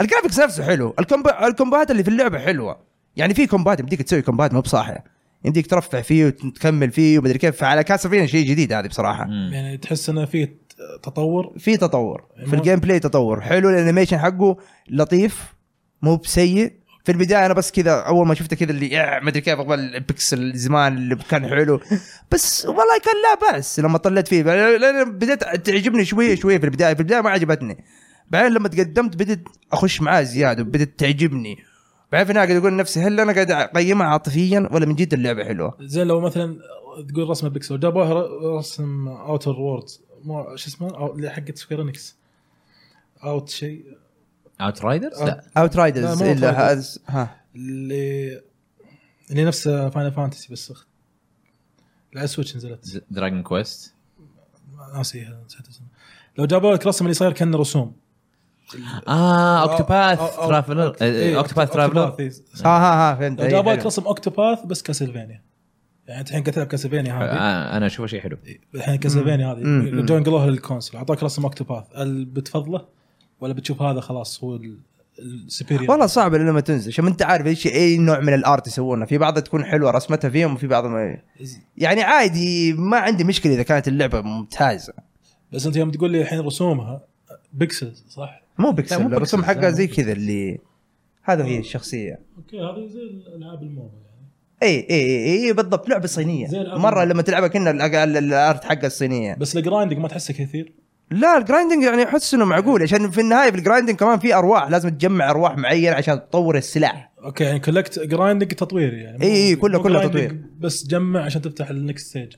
Speaker 1: الجرافكس نفسه حلو الكومبا... الكومبات اللي في اللعبه حلوه يعني في كومبات يمديك تسوي كومبات مو بصاحي يمديك ترفع فيه وتكمل فيه ومدري كيف فعلى كاسلفينيا شيء جديد هذه بصراحه
Speaker 3: هذه.
Speaker 2: مم.
Speaker 3: يعني تحس انه في تطور
Speaker 1: في تطور في
Speaker 3: مو-
Speaker 1: الجيم بلاي تطور حلو الانيميشن حقه لطيف مو بسيء في البدايه انا بس كذا اول ما شفته كذا اللي يع- ما ادري كيف اقبل البكسل زمان اللي كان حلو بس والله كان لا باس لما طلعت فيه بعدين- لأن بديت تعجبني شويه شويه في البدايه في البدايه ما عجبتني بعدين لما تقدمت بديت اخش معاه زياده بدت تعجبني بعدين في النهايه قاعد اقول لنفسي هل انا قاعد اقيمها عاطفيا ولا من جد اللعبه حلوه؟
Speaker 3: زين لو مثلا تقول رسمه بيكسل جابوها ر- رسم اوتر وورد مو شو اسمه أو- اللي حقت سكويرينكس اوت شيء
Speaker 1: آه.
Speaker 2: اوت رايدرز؟ لا
Speaker 1: اوت
Speaker 3: لا،
Speaker 1: رايدرز
Speaker 3: مو
Speaker 1: الا
Speaker 3: Outriders.
Speaker 1: هذا- ها
Speaker 3: اللي اللي نفس فاينل فانتسي بس أخ- على السويتش نزلت آه،
Speaker 2: دراجون كويست
Speaker 3: ناسيها نسيت اسمها لو جابوا لك رسم اللي صاير كانه رسوم
Speaker 2: اه اوكتوباث
Speaker 3: أو- أو-
Speaker 2: ترافلر
Speaker 3: إيه،
Speaker 2: اوكتوباث ترافلر
Speaker 3: Octopath، إيه.
Speaker 1: ها ها ها فهمت
Speaker 3: لو
Speaker 1: أي،
Speaker 3: جابوا لك
Speaker 1: حلو.
Speaker 3: رسم اوكتوباث بس كاسلفينيا يعني انت الحين قاعد تلعب كاسلفينيا هذه إيه،
Speaker 2: آه، انا اشوفه شيء حلو
Speaker 3: الحين كاسلفينيا هذه إيه،
Speaker 1: مم. مم.
Speaker 3: جو انقلوها للكونسل اعطاك رسم اوكتوباث هل بتفضله ولا بتشوف هذا خلاص هو ال- السوبيريور
Speaker 1: والله صعب إلا لما تنزل عشان ما انت عارف ايش اي نوع من الارت يسوونه في بعضها تكون حلوه رسمتها فيهم وفي بعضها ما يعني عادي ما عندي مشكله اذا كانت اللعبه ممتازه
Speaker 3: بس انت يوم تقول لي الحين رسومها بيكسلز صح؟
Speaker 1: مو
Speaker 2: لا، مو
Speaker 1: بيكسل
Speaker 2: بيكسل،
Speaker 1: الرسوم
Speaker 2: لا،
Speaker 1: حقها
Speaker 2: مو
Speaker 1: زي كذا اللي هذا هي الشخصيه
Speaker 4: اوكي هذه زي الالعاب الموبا يعني
Speaker 1: اي اي اي, اي بالضبط لعبه صينيه
Speaker 4: زي الأب.
Speaker 1: مره لما تلعبها كنا الأق- ال- الارت حقها الصينيه
Speaker 3: بس الجرايندنج ما تحسه كثير
Speaker 1: لا الجرايندنج يعني احس انه معقول عشان في النهايه في الجرايندنج كمان في ارواح لازم تجمع ارواح معينه عشان تطور السلاح
Speaker 3: اوكي يعني كولكت جرايندنج تطوير يعني مو-
Speaker 1: إي إي، كله-
Speaker 3: مو
Speaker 1: كله
Speaker 3: grinding
Speaker 1: تطوير.
Speaker 3: بس جمع عشان تفتح النكست ستيج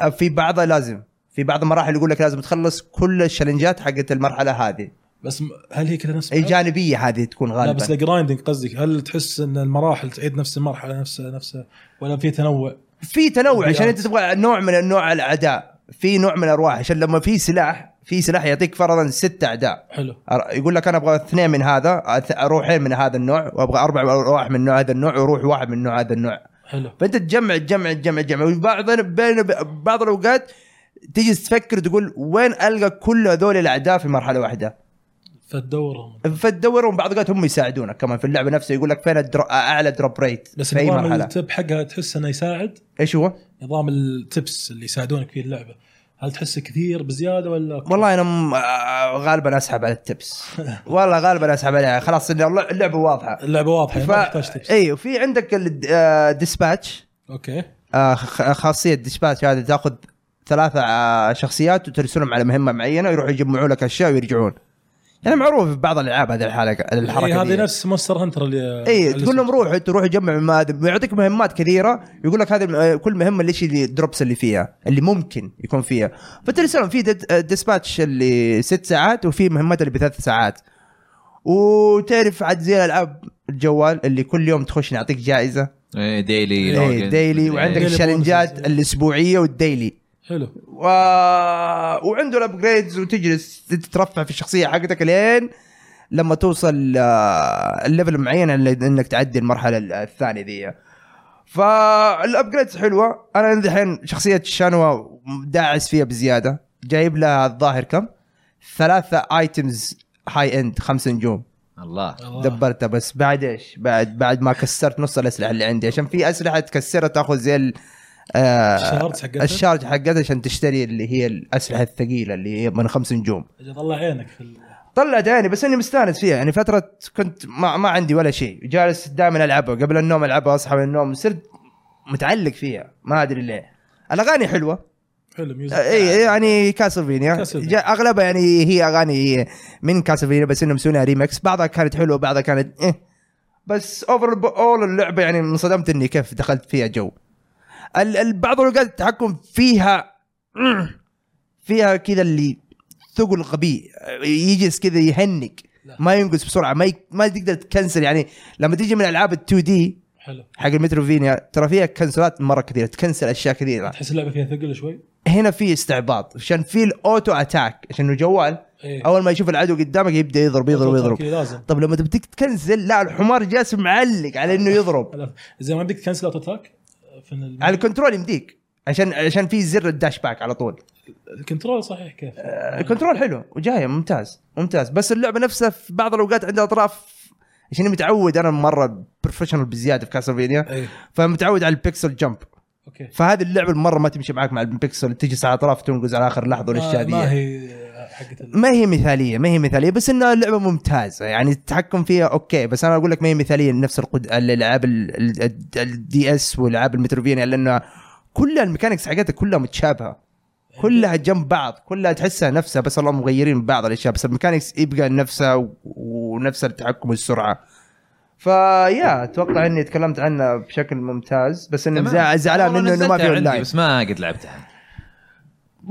Speaker 1: اه، في بعضها لازم في بعض المراحل يقول لك لازم تخلص كل الشالنجات حقت المرحله هذه
Speaker 3: بس م- هل هي كذا نفس
Speaker 1: اي جانبيه هذه تكون
Speaker 3: لا بس
Speaker 1: غالبا
Speaker 3: الجرايندنج قصدك هل تحس ان المراحل تعيد نفس المرحله نفسها نفسها ولا في تنوع؟
Speaker 1: في تنوع عشان
Speaker 3: البيئات.
Speaker 1: انت تبغى نوع من انواع الاعداء في نوع من الارواح عشان لما في سلاح في سلاح يعطيك فرضا ست اعداء
Speaker 3: حلو
Speaker 1: أر- يقول لك انا ابغى اثنين من هذا أث- روحين من هذا النوع وابغى اربع ارواح من نوع هذا النوع وروح واحد من نوع هذا النوع
Speaker 3: حلو
Speaker 1: فانت تجمع تجمع تجمع تجمع وبعض بين بعض الاوقات تجي تفكر تقول وين القى كل هذول الاعداء في مرحله واحده
Speaker 3: فتدورهم
Speaker 1: فتدورهم بعض الاوقات هم يساعدونك كمان في اللعبه نفسها يقول لك فين الدرو... اعلى دروب ريت
Speaker 3: بس
Speaker 1: في اي
Speaker 3: نظام
Speaker 1: مرحله
Speaker 3: التب حقها تحس انه يساعد
Speaker 1: ايش هو؟
Speaker 3: نظام التبس اللي يساعدونك في اللعبه هل تحسه كثير بزياده ولا
Speaker 1: والله انا م... آه، غالبا اسحب على التبس والله غالبا اسحب عليها خلاص اللع- اللعبه واضحه
Speaker 3: اللعبه واضحه
Speaker 1: ف...
Speaker 3: يعني ما تحتاج تبس
Speaker 1: اي وفي عندك الديسباتش
Speaker 3: اوكي
Speaker 1: آه، خ- خاصيه ديسباتش هذه تاخذ ثلاثة آه، شخصيات وترسلهم على مهمة معينة يروحوا يجمعوا لك أشياء ويرجعون. يعني معروف في بعض الألعاب هذه الحركة الحركة
Speaker 3: إيه هذه
Speaker 1: دي.
Speaker 3: نفس مونستر هنتر اللي
Speaker 1: اي
Speaker 3: اللي
Speaker 1: إيه، تقول لهم
Speaker 3: اسمه.
Speaker 1: روح انت روح جمع ما أدري- يعطيك مهمات كثيره يقول لك هذه آه، كل مهمه ليش اللي الدروبس اللي فيها اللي ممكن يكون فيها فترسلهم في ديد- آه، ديسباتش اللي ست ساعات وفي مهمات اللي بثلاث ساعات وتعرف عاد زي الالعاب الجوال اللي كل يوم تخش نعطيك جائزه
Speaker 2: إيه، ديلي
Speaker 1: إيه،
Speaker 2: لوجن.
Speaker 1: ديلي وعندك
Speaker 3: ديلي
Speaker 1: الشالنجات
Speaker 3: بونسز.
Speaker 1: الاسبوعيه والديلي
Speaker 3: حلو
Speaker 1: و... وعنده الابجريدز وتجلس تترفع في الشخصيه حقتك لين لما توصل آه، الليفل معين اللي انك تعدي المرحله الثانيه ذي فالابجريدز حلوه انا عندي الحين شخصيه شانوا داعس فيها بزياده جايب لها الظاهر كم ثلاثه ايتمز هاي اند خمس نجوم
Speaker 2: الله
Speaker 3: الله.
Speaker 1: دبرتها بس بعد ايش بعد بعد ما كسرت نص الاسلحه اللي عندي عشان في اسلحه تكسرها تاخذ زي ال- آه،
Speaker 3: الشارت حقتها
Speaker 1: الشارج حقتها عشان تشتري اللي هي الاسلحه الثقيله اللي هي من خمس نجوم
Speaker 3: أجل طلع عينك في ال-
Speaker 1: طلعت عيني بس اني مستانس فيها يعني فتره كنت ما, ما عندي ولا شيء جالس دائما العبها قبل النوم العبها اصحى من النوم صرت متعلق فيها ما ادري ليه الاغاني حلوه
Speaker 3: حلو ميوزك
Speaker 1: اي يعني كاسلفينيا
Speaker 3: كاسلفينيا.
Speaker 1: جا- اغلبها يعني هي اغاني من كاسلفينيا بس انهم مسوينها ريمكس بعضها كانت حلوه بعضها كانت إيه بس اوفر اول اللعبه يعني انصدمت اني كيف دخلت فيها جو ال- ال- بعض الاوقات التحكم فيها مم، فيها كذا اللي ثقل غبي يجلس كذا يهنق
Speaker 3: لا.
Speaker 1: ما ينقص بسرعه ما ي- ما تقدر تكنسل يعني لما تيجي من العاب ال 2 دي
Speaker 3: آه، حلو
Speaker 1: حق المتروفينيا ترى فيها كنسلات مره كثيره تكنسل اشياء كثيره
Speaker 3: تحس اللعبه فيها ثقل شوي
Speaker 1: هنا في استعباط عشان في الاوتو اتاك عشان إنه جوال
Speaker 3: إيه.
Speaker 1: اول ما يشوف العدو قدامك يبدا يضرب يضرب يضرب
Speaker 3: أوكي، إيه لازم
Speaker 1: طب لما تبتك تكنسل لا الحمار جالس معلق على انه يضرب
Speaker 3: لا، زي ما بدك تكنسل اوتو تاك في ال-
Speaker 1: على الكنترول يمديك عشان عشان في زر الداش باك على طول
Speaker 3: الكنترول صحيح كيف
Speaker 1: آه، الكنترول حلو وجايه ممتاز ممتاز بس اللعبه نفسها في بعض الاوقات عندها اطراف عشان متعود انا مره بروفيشنال بزياده في كاسلفينيا
Speaker 3: اي
Speaker 1: فمتعود على البيكسل جمب
Speaker 3: اوكي
Speaker 1: فهذه اللعبه المره ما تمشي معك مع البيكسل تجلس على اطراف تنقز على اخر لحظه والاشياء
Speaker 3: آه، ما,
Speaker 1: دي
Speaker 3: ما هي آه، حقت ال-
Speaker 1: ما هي مثاليه ما هي مثاليه بس انها لعبه ممتازه يعني التحكم فيها اوكي بس انا اقول لك ما هي مثاليه لنفس القد... الالعاب الدي اس والالعاب المتروفينيا لانها كلها الميكانكس حقتها كلها متشابهه
Speaker 2: يعني
Speaker 1: كلها جنب بعض كلها تحسها نفسها بس الله مغيرين بعض الاشياء بس الميكانكس يبقى نفسها و... ونفس التحكم والسرعه فيا اتوقع اني تكلمت عنها بشكل ممتاز بس اني
Speaker 2: تمام.
Speaker 1: زع- زعلان
Speaker 2: والله
Speaker 1: منه انه ما
Speaker 2: نزلتها
Speaker 1: في
Speaker 2: عندي
Speaker 1: اونلاين
Speaker 2: بس ما قد لعبتها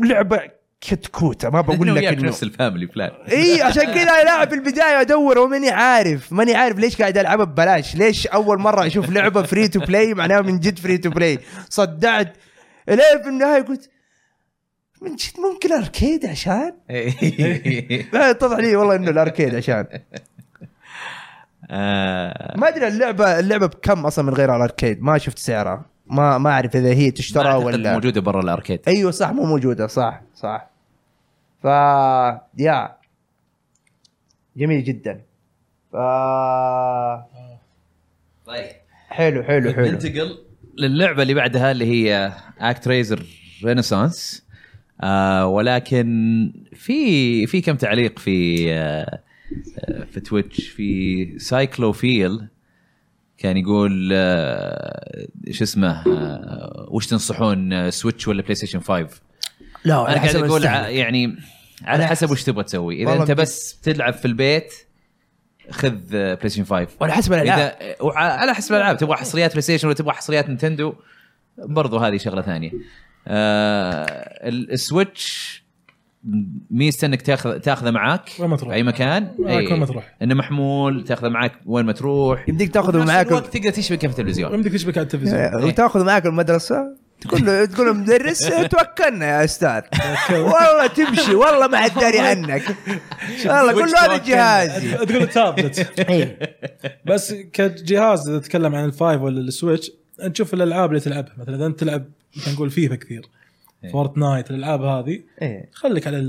Speaker 1: لعبه كتكوته ما بقول لك
Speaker 2: إنه
Speaker 1: انه
Speaker 2: نفس الفاميلي بلان
Speaker 1: اي عشان كذا لا في البدايه ادور وماني عارف ماني عارف ليش قاعد العبها ببلاش ليش اول مره اشوف لعبه فري تو بلاي معناها من جد فري تو بلاي صدعت لين في النهايه قلت من جد ممكن اركيد عشان
Speaker 2: إيه.
Speaker 1: لا اتضح لي والله انه الاركيد عشان
Speaker 2: آه،
Speaker 1: ما ادري اللعبه اللعبه بكم اصلا من غير الاركيد ما شفت سعرها ما ما اعرف اذا هي تشترى ولا
Speaker 2: موجوده برا الاركيد
Speaker 1: ايوه صح مو موجوده صح صح ف يا جميل جدا ف
Speaker 2: طيب
Speaker 1: حلو حلو حلو
Speaker 2: ننتقل للعبه اللي بعدها اللي هي اكت ريزر رينيسانس آه ولكن في في كم تعليق في آه آه، في تويتش في سايكلوفيل كان يقول آه، شو اسمه آه، وش تنصحون آه، سويتش ولا بلاي ستيشن 5
Speaker 1: لا
Speaker 2: انا قاعد اقول ع-
Speaker 1: استهلك.
Speaker 2: يعني على حسب وش تبغى تسوي اذا
Speaker 1: والله
Speaker 2: انت
Speaker 1: بجد.
Speaker 2: بس تلعب في البيت خذ آه، بلاي ستيشن 5
Speaker 1: وعلى حسب الالعاب
Speaker 2: اذا وع- على حسب الالعاب تبغى حصريات بلاي ستيشن ولا تبغى حصريات نينتندو برضو هذه شغله ثانيه آه ال- السويتش ميزته انك تاخذ تاخذه معاك
Speaker 3: وين ما
Speaker 2: في
Speaker 3: تروح
Speaker 2: اي مكان
Speaker 3: معك وين ما تروح
Speaker 2: انه محمول تاخذه معاك وين ما تروح
Speaker 1: يمديك تاخذه
Speaker 2: وفي نفس
Speaker 1: معاك
Speaker 2: الوقت تقدر تشبك في التلفزيون
Speaker 3: يمديك تشبك على التلفزيون
Speaker 1: إيه، وتاخذه معاك المدرسه تقول له تقول للمدرس توكلنا يا استاذ والله تمشي والله ما حد داري عنك والله قول له هذا
Speaker 2: توكلنا.
Speaker 1: جهازي
Speaker 3: تقول التابلت
Speaker 1: إيه.
Speaker 3: بس كجهاز اذا تتكلم عن الفايف ولا السويتش انت تشوف الالعاب اللي تلعبها مثلا اذا انت تلعب خلينا نقول فيفا كثير
Speaker 2: إيه.
Speaker 3: فورتنايت الالعاب هذه
Speaker 1: إيه.
Speaker 3: خليك على
Speaker 1: يا.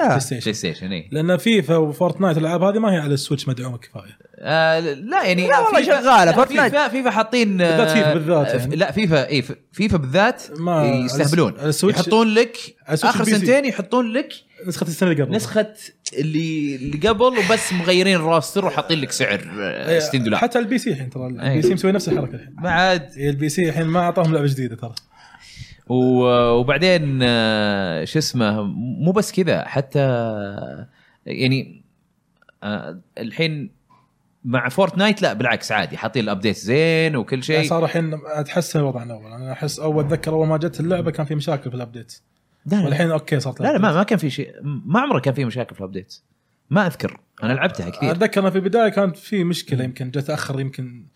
Speaker 3: البلاي ستيشن
Speaker 2: بلاي ستيشن اي
Speaker 3: لان فيفا وفورتنايت الالعاب هذه ما هي على السويتش مدعومه كفايه
Speaker 2: آه لا يعني
Speaker 1: لا والله
Speaker 2: فيفا-
Speaker 1: شغالة،
Speaker 2: لا،
Speaker 1: فورتنايت.
Speaker 2: فيفا فيفا حاطين آه،
Speaker 3: بالذات فيفا بالذات يعني.
Speaker 2: لا فيفا اي ف- فيفا بالذات
Speaker 3: ما-
Speaker 2: يستهبلون
Speaker 3: على السويتش-
Speaker 2: يحطون لك
Speaker 3: على السويتش
Speaker 2: اخر
Speaker 3: البي سي.
Speaker 2: سنتين يحطون لك
Speaker 3: نسخه السنه اللي قبل
Speaker 2: نسخه اللي اللي قبل وبس مغيرين الراستر وحاطين لك سعر آه، 60 دولار
Speaker 3: إيه. حتى البي سي الحين ترى
Speaker 2: إيه.
Speaker 3: البي سي مسوي نفس الحركه الحين
Speaker 2: ما عاد
Speaker 3: إيه، البي سي الحين ما اعطاهم لعبه جديده ترى
Speaker 2: و- وبعدين آه، شو اسمه مو بس كذا حتى آه، يعني آه، الحين مع فورتنايت لا بالعكس عادي حاطين الابديت زين وكل
Speaker 3: يعني
Speaker 2: شيء
Speaker 3: صار الحين اتحسن الوضع يعني عن اول انا احس اول اتذكر اول ما جت اللعبه كان في مشاكل في الابديت
Speaker 2: لا لا،
Speaker 3: والحين اوكي صارت
Speaker 2: لا لا ما ما كان في شيء ما عمره كان في مشاكل في الابديت ما اذكر انا لعبتها كثير
Speaker 3: اتذكر أنا في البدايه كانت في مشكله يمكن جت اخر يمكن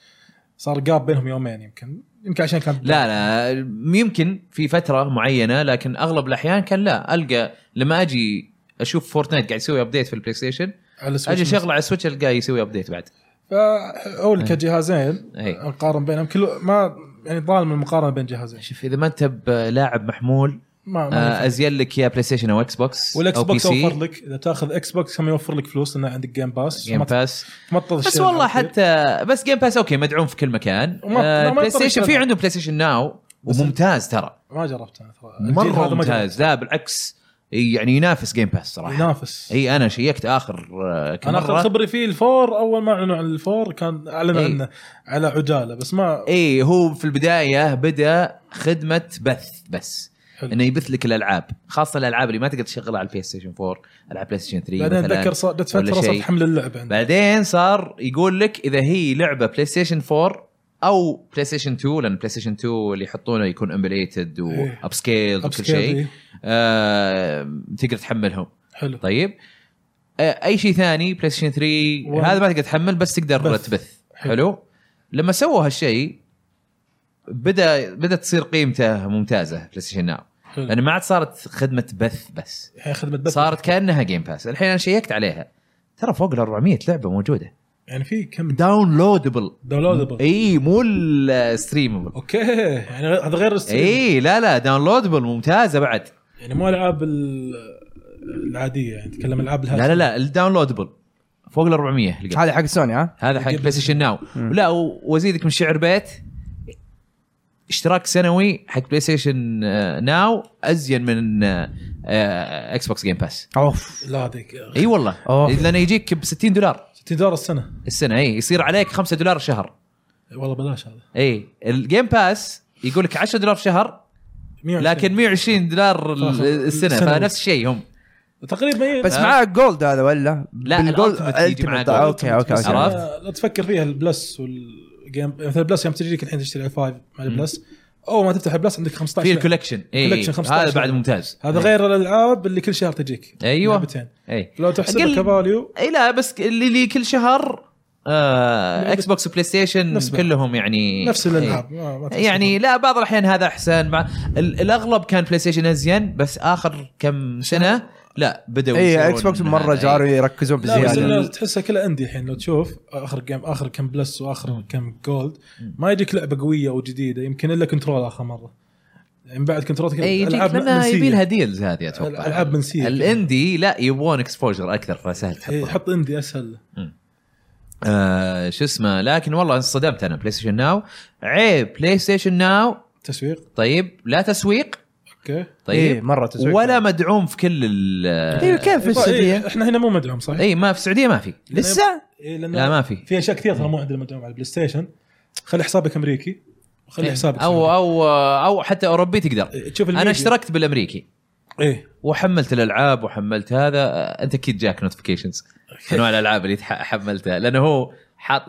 Speaker 3: صار جاب بينهم يومين يمكن يمكن عشان كان
Speaker 2: لا لا يمكن في فتره معينه لكن اغلب الاحيان كان لا القى لما اجي اشوف فورتنايت قاعد يسوي ابديت في البلاي ستيشن
Speaker 3: على السويتش
Speaker 2: اجي شغله على السويتش القاه يسوي ابديت بعد
Speaker 3: فاول كجهازين
Speaker 2: إيه.
Speaker 3: نقارن بينهم كله ما يعني ظالم المقارنه بين جهازين
Speaker 2: شوف اذا ما انت بلاعب محمول
Speaker 3: ما, ما
Speaker 2: آه، ازين لك يا بلاي ستيشن او اكس بوكس
Speaker 3: والاكس
Speaker 2: او بي
Speaker 3: بوكس اوفر
Speaker 2: سي
Speaker 3: لك اذا تاخذ اكس بوكس هم يوفر لك فلوس لانه عندك جيم باس
Speaker 2: جيم
Speaker 3: ما
Speaker 2: باس
Speaker 3: تمطط
Speaker 2: بس والله حتى بس جيم باس اوكي مدعوم في كل مكان
Speaker 3: وما-
Speaker 2: آه،
Speaker 3: ما- ما
Speaker 2: بلاي
Speaker 3: يضطر
Speaker 2: ستيشن في
Speaker 3: يشتغل.
Speaker 2: عنده بلاي ستيشن ناو
Speaker 3: بس-
Speaker 2: وممتاز ترى
Speaker 3: ما جربت انا ترى الجيل هذا ما
Speaker 2: مره
Speaker 3: جربت.
Speaker 2: ممتاز لا بالعكس يعني ينافس جيم باس صراحه
Speaker 3: ينافس
Speaker 2: اي انا شيكت اخر آه، كم
Speaker 3: انا اخر
Speaker 2: مره
Speaker 3: خبري فيه الفور اول ما اعلنوا عن الفور كان اعلنوا
Speaker 2: إيه.
Speaker 3: عنه على عجاله بس ما
Speaker 2: اي هو في البدايه بدا خدمه بث بس
Speaker 3: حلو.
Speaker 2: انه يبث لك الالعاب خاصه الالعاب اللي ما تقدر تشغلها على البلاي ستيشن 4 العاب بلاي ستيشن 3
Speaker 3: بعدين
Speaker 2: مثلا
Speaker 3: اتذكر صار- جت
Speaker 2: ولا
Speaker 3: فتره صارت
Speaker 2: شيء.
Speaker 3: حمل اللعبه عندي.
Speaker 2: بعدين صار يقول لك اذا هي لعبه بلاي ستيشن 4 او بلاي ستيشن 2 لان بلاي ستيشن 2 اللي يحطونه يكون امبليتد
Speaker 3: إيه.
Speaker 2: واب سكيل وكل
Speaker 3: Upscale
Speaker 2: شيء
Speaker 3: إيه.
Speaker 2: آه تقدر تحملهم
Speaker 3: حلو
Speaker 2: طيب آه، اي شيء ثاني بلاي ستيشن
Speaker 3: و-
Speaker 2: 3 هذا ما تقدر تحمل بس تقدر
Speaker 3: بث.
Speaker 2: تبث
Speaker 3: حلو.
Speaker 2: حلو لما سووا هالشيء بدا بدات تصير قيمته ممتازه بلاي ستيشن ناو
Speaker 3: حلو يعني
Speaker 2: لان ما عاد صارت خدمه بث بس
Speaker 3: الحين خدمه بث
Speaker 2: صارت كانها جيم باس الحين انا شيكت عليها ترى فوق ال 400 لعبه موجوده
Speaker 3: يعني في كم
Speaker 2: داونلودبل
Speaker 3: داونلودبل
Speaker 2: اي مو الستريمبل
Speaker 3: اوكي يعني غ- هذا غير الستريم
Speaker 2: اي لا لا داونلودبل ممتازه بعد
Speaker 3: يعني مو العاب ال- العاديه يعني نتكلم العاب
Speaker 2: لا
Speaker 3: الهاتف
Speaker 2: لا لا الداونلودبل فوق ال 400 اللي قبل.
Speaker 1: هذا حق سوني ها
Speaker 2: هذا حق بلاي ستيشن ناو لا و- وازيدك من شعر بيت اشتراك سنوي حق بلاي ستيشن آه، ناو ازين من آه، آه، اكس بوكس جيم باس
Speaker 1: اوف
Speaker 3: لا هذيك
Speaker 2: اي والله
Speaker 1: أوه.
Speaker 2: لانه يجيك ب 60 دولار
Speaker 3: 60 دولار السنه
Speaker 2: السنه اي يصير عليك 5 دولار الشهر
Speaker 3: والله بلاش هذا
Speaker 2: اي الجيم باس يقول لك 10 دولار في شهر
Speaker 3: 120.
Speaker 2: لكن 120 دولار
Speaker 3: فخ-
Speaker 2: السنه
Speaker 3: السنة.
Speaker 2: فنفس الشيء هم
Speaker 3: تقريبا إيه.
Speaker 1: بس
Speaker 2: لا.
Speaker 1: معاك جولد هذا ولا آه،
Speaker 2: لا،
Speaker 1: بالجولد-
Speaker 2: الألتيميت يجي
Speaker 1: Ultimate.
Speaker 2: معاه جولد.
Speaker 1: اوكي اوكي
Speaker 3: بس
Speaker 1: اوكي
Speaker 2: عرفت؟
Speaker 3: لا- لا تفكر فيها البلس والجيم مثلا البلس يوم تجيك الحين تشتري الفايف مع البلس اول ما تفتح البلس عندك 15
Speaker 2: في
Speaker 3: لعبة.
Speaker 2: الكولكشن اي
Speaker 3: طيب، Collection 15
Speaker 2: هذا بعد ممتاز
Speaker 3: هذا غير الالعاب اللي كل شهر تجيك
Speaker 2: أيوة.
Speaker 3: لعبتين
Speaker 2: اي
Speaker 3: لو تحسبها
Speaker 2: أقل-
Speaker 3: كفاليو
Speaker 2: اي لا بس اللي لي كل شهر آه اكس بوكس وبلاي ستيشن
Speaker 3: نفس بعض.
Speaker 2: كلهم يعني
Speaker 3: نفس الالعاب
Speaker 2: إيه.
Speaker 3: ما- ما تحسب.
Speaker 2: يعني لا بعض الاحيان هذا احسن مع ال- الاغلب كان بلاي ستيشن ازين بس اخر كم سنه لا بدأوا
Speaker 1: اي
Speaker 2: يصيرون
Speaker 1: اكس بوكس مره
Speaker 2: هذا، إيه.
Speaker 1: جاروا يركزون
Speaker 3: لا بس
Speaker 1: بزياده
Speaker 3: إنه تحسها كلها اندي الحين لو تشوف اخر جيم اخر كم بلس واخر كم جولد ما يجيك لعبه قويه وجديده يمكن الا كنترول اخر مره يعني بعد كنترول تك-
Speaker 2: اي إيه، يجيك لانها
Speaker 3: منسية.
Speaker 2: يبي لها ديلز هذه اتوقع
Speaker 3: الألعاب منسية.
Speaker 2: الاندي لا يبغون اكسبوجر اكثر فسهل
Speaker 3: إيه،
Speaker 2: تحطها
Speaker 3: حط اندي اسهل
Speaker 2: آه شو اسمه لكن والله انصدمت انا بلاي ستيشن ناو عيب بلاي ستيشن ناو
Speaker 3: تسويق
Speaker 2: طيب لا تسويق
Speaker 3: اوكي
Speaker 1: إيه
Speaker 2: طيب
Speaker 1: مره تسويق
Speaker 2: ولا طيب. مدعوم في كل ال
Speaker 1: ايوه كيف في
Speaker 3: إيه،
Speaker 1: السعوديه؟
Speaker 3: إيه، احنا هنا مو مدعوم صحيح؟
Speaker 2: اي ما في السعوديه ما في
Speaker 1: لسه؟
Speaker 3: إيه لان
Speaker 2: لا ما في
Speaker 3: في اشياء كثير ترى مو عندنا مدعوم على البلاي ستيشن خلي حسابك امريكي
Speaker 2: إيه،
Speaker 3: وخلي حسابك
Speaker 2: او او او حتى اوروبي تقدر
Speaker 3: سعودي. تشوف
Speaker 2: انا
Speaker 3: الميديا.
Speaker 2: اشتركت بالامريكي
Speaker 3: ايه
Speaker 2: وحملت الالعاب وحملت هذا آه، انت اكيد جاك نوتيفيكيشنز انواع الالعاب اللي تح- حملتها لانه هو حاط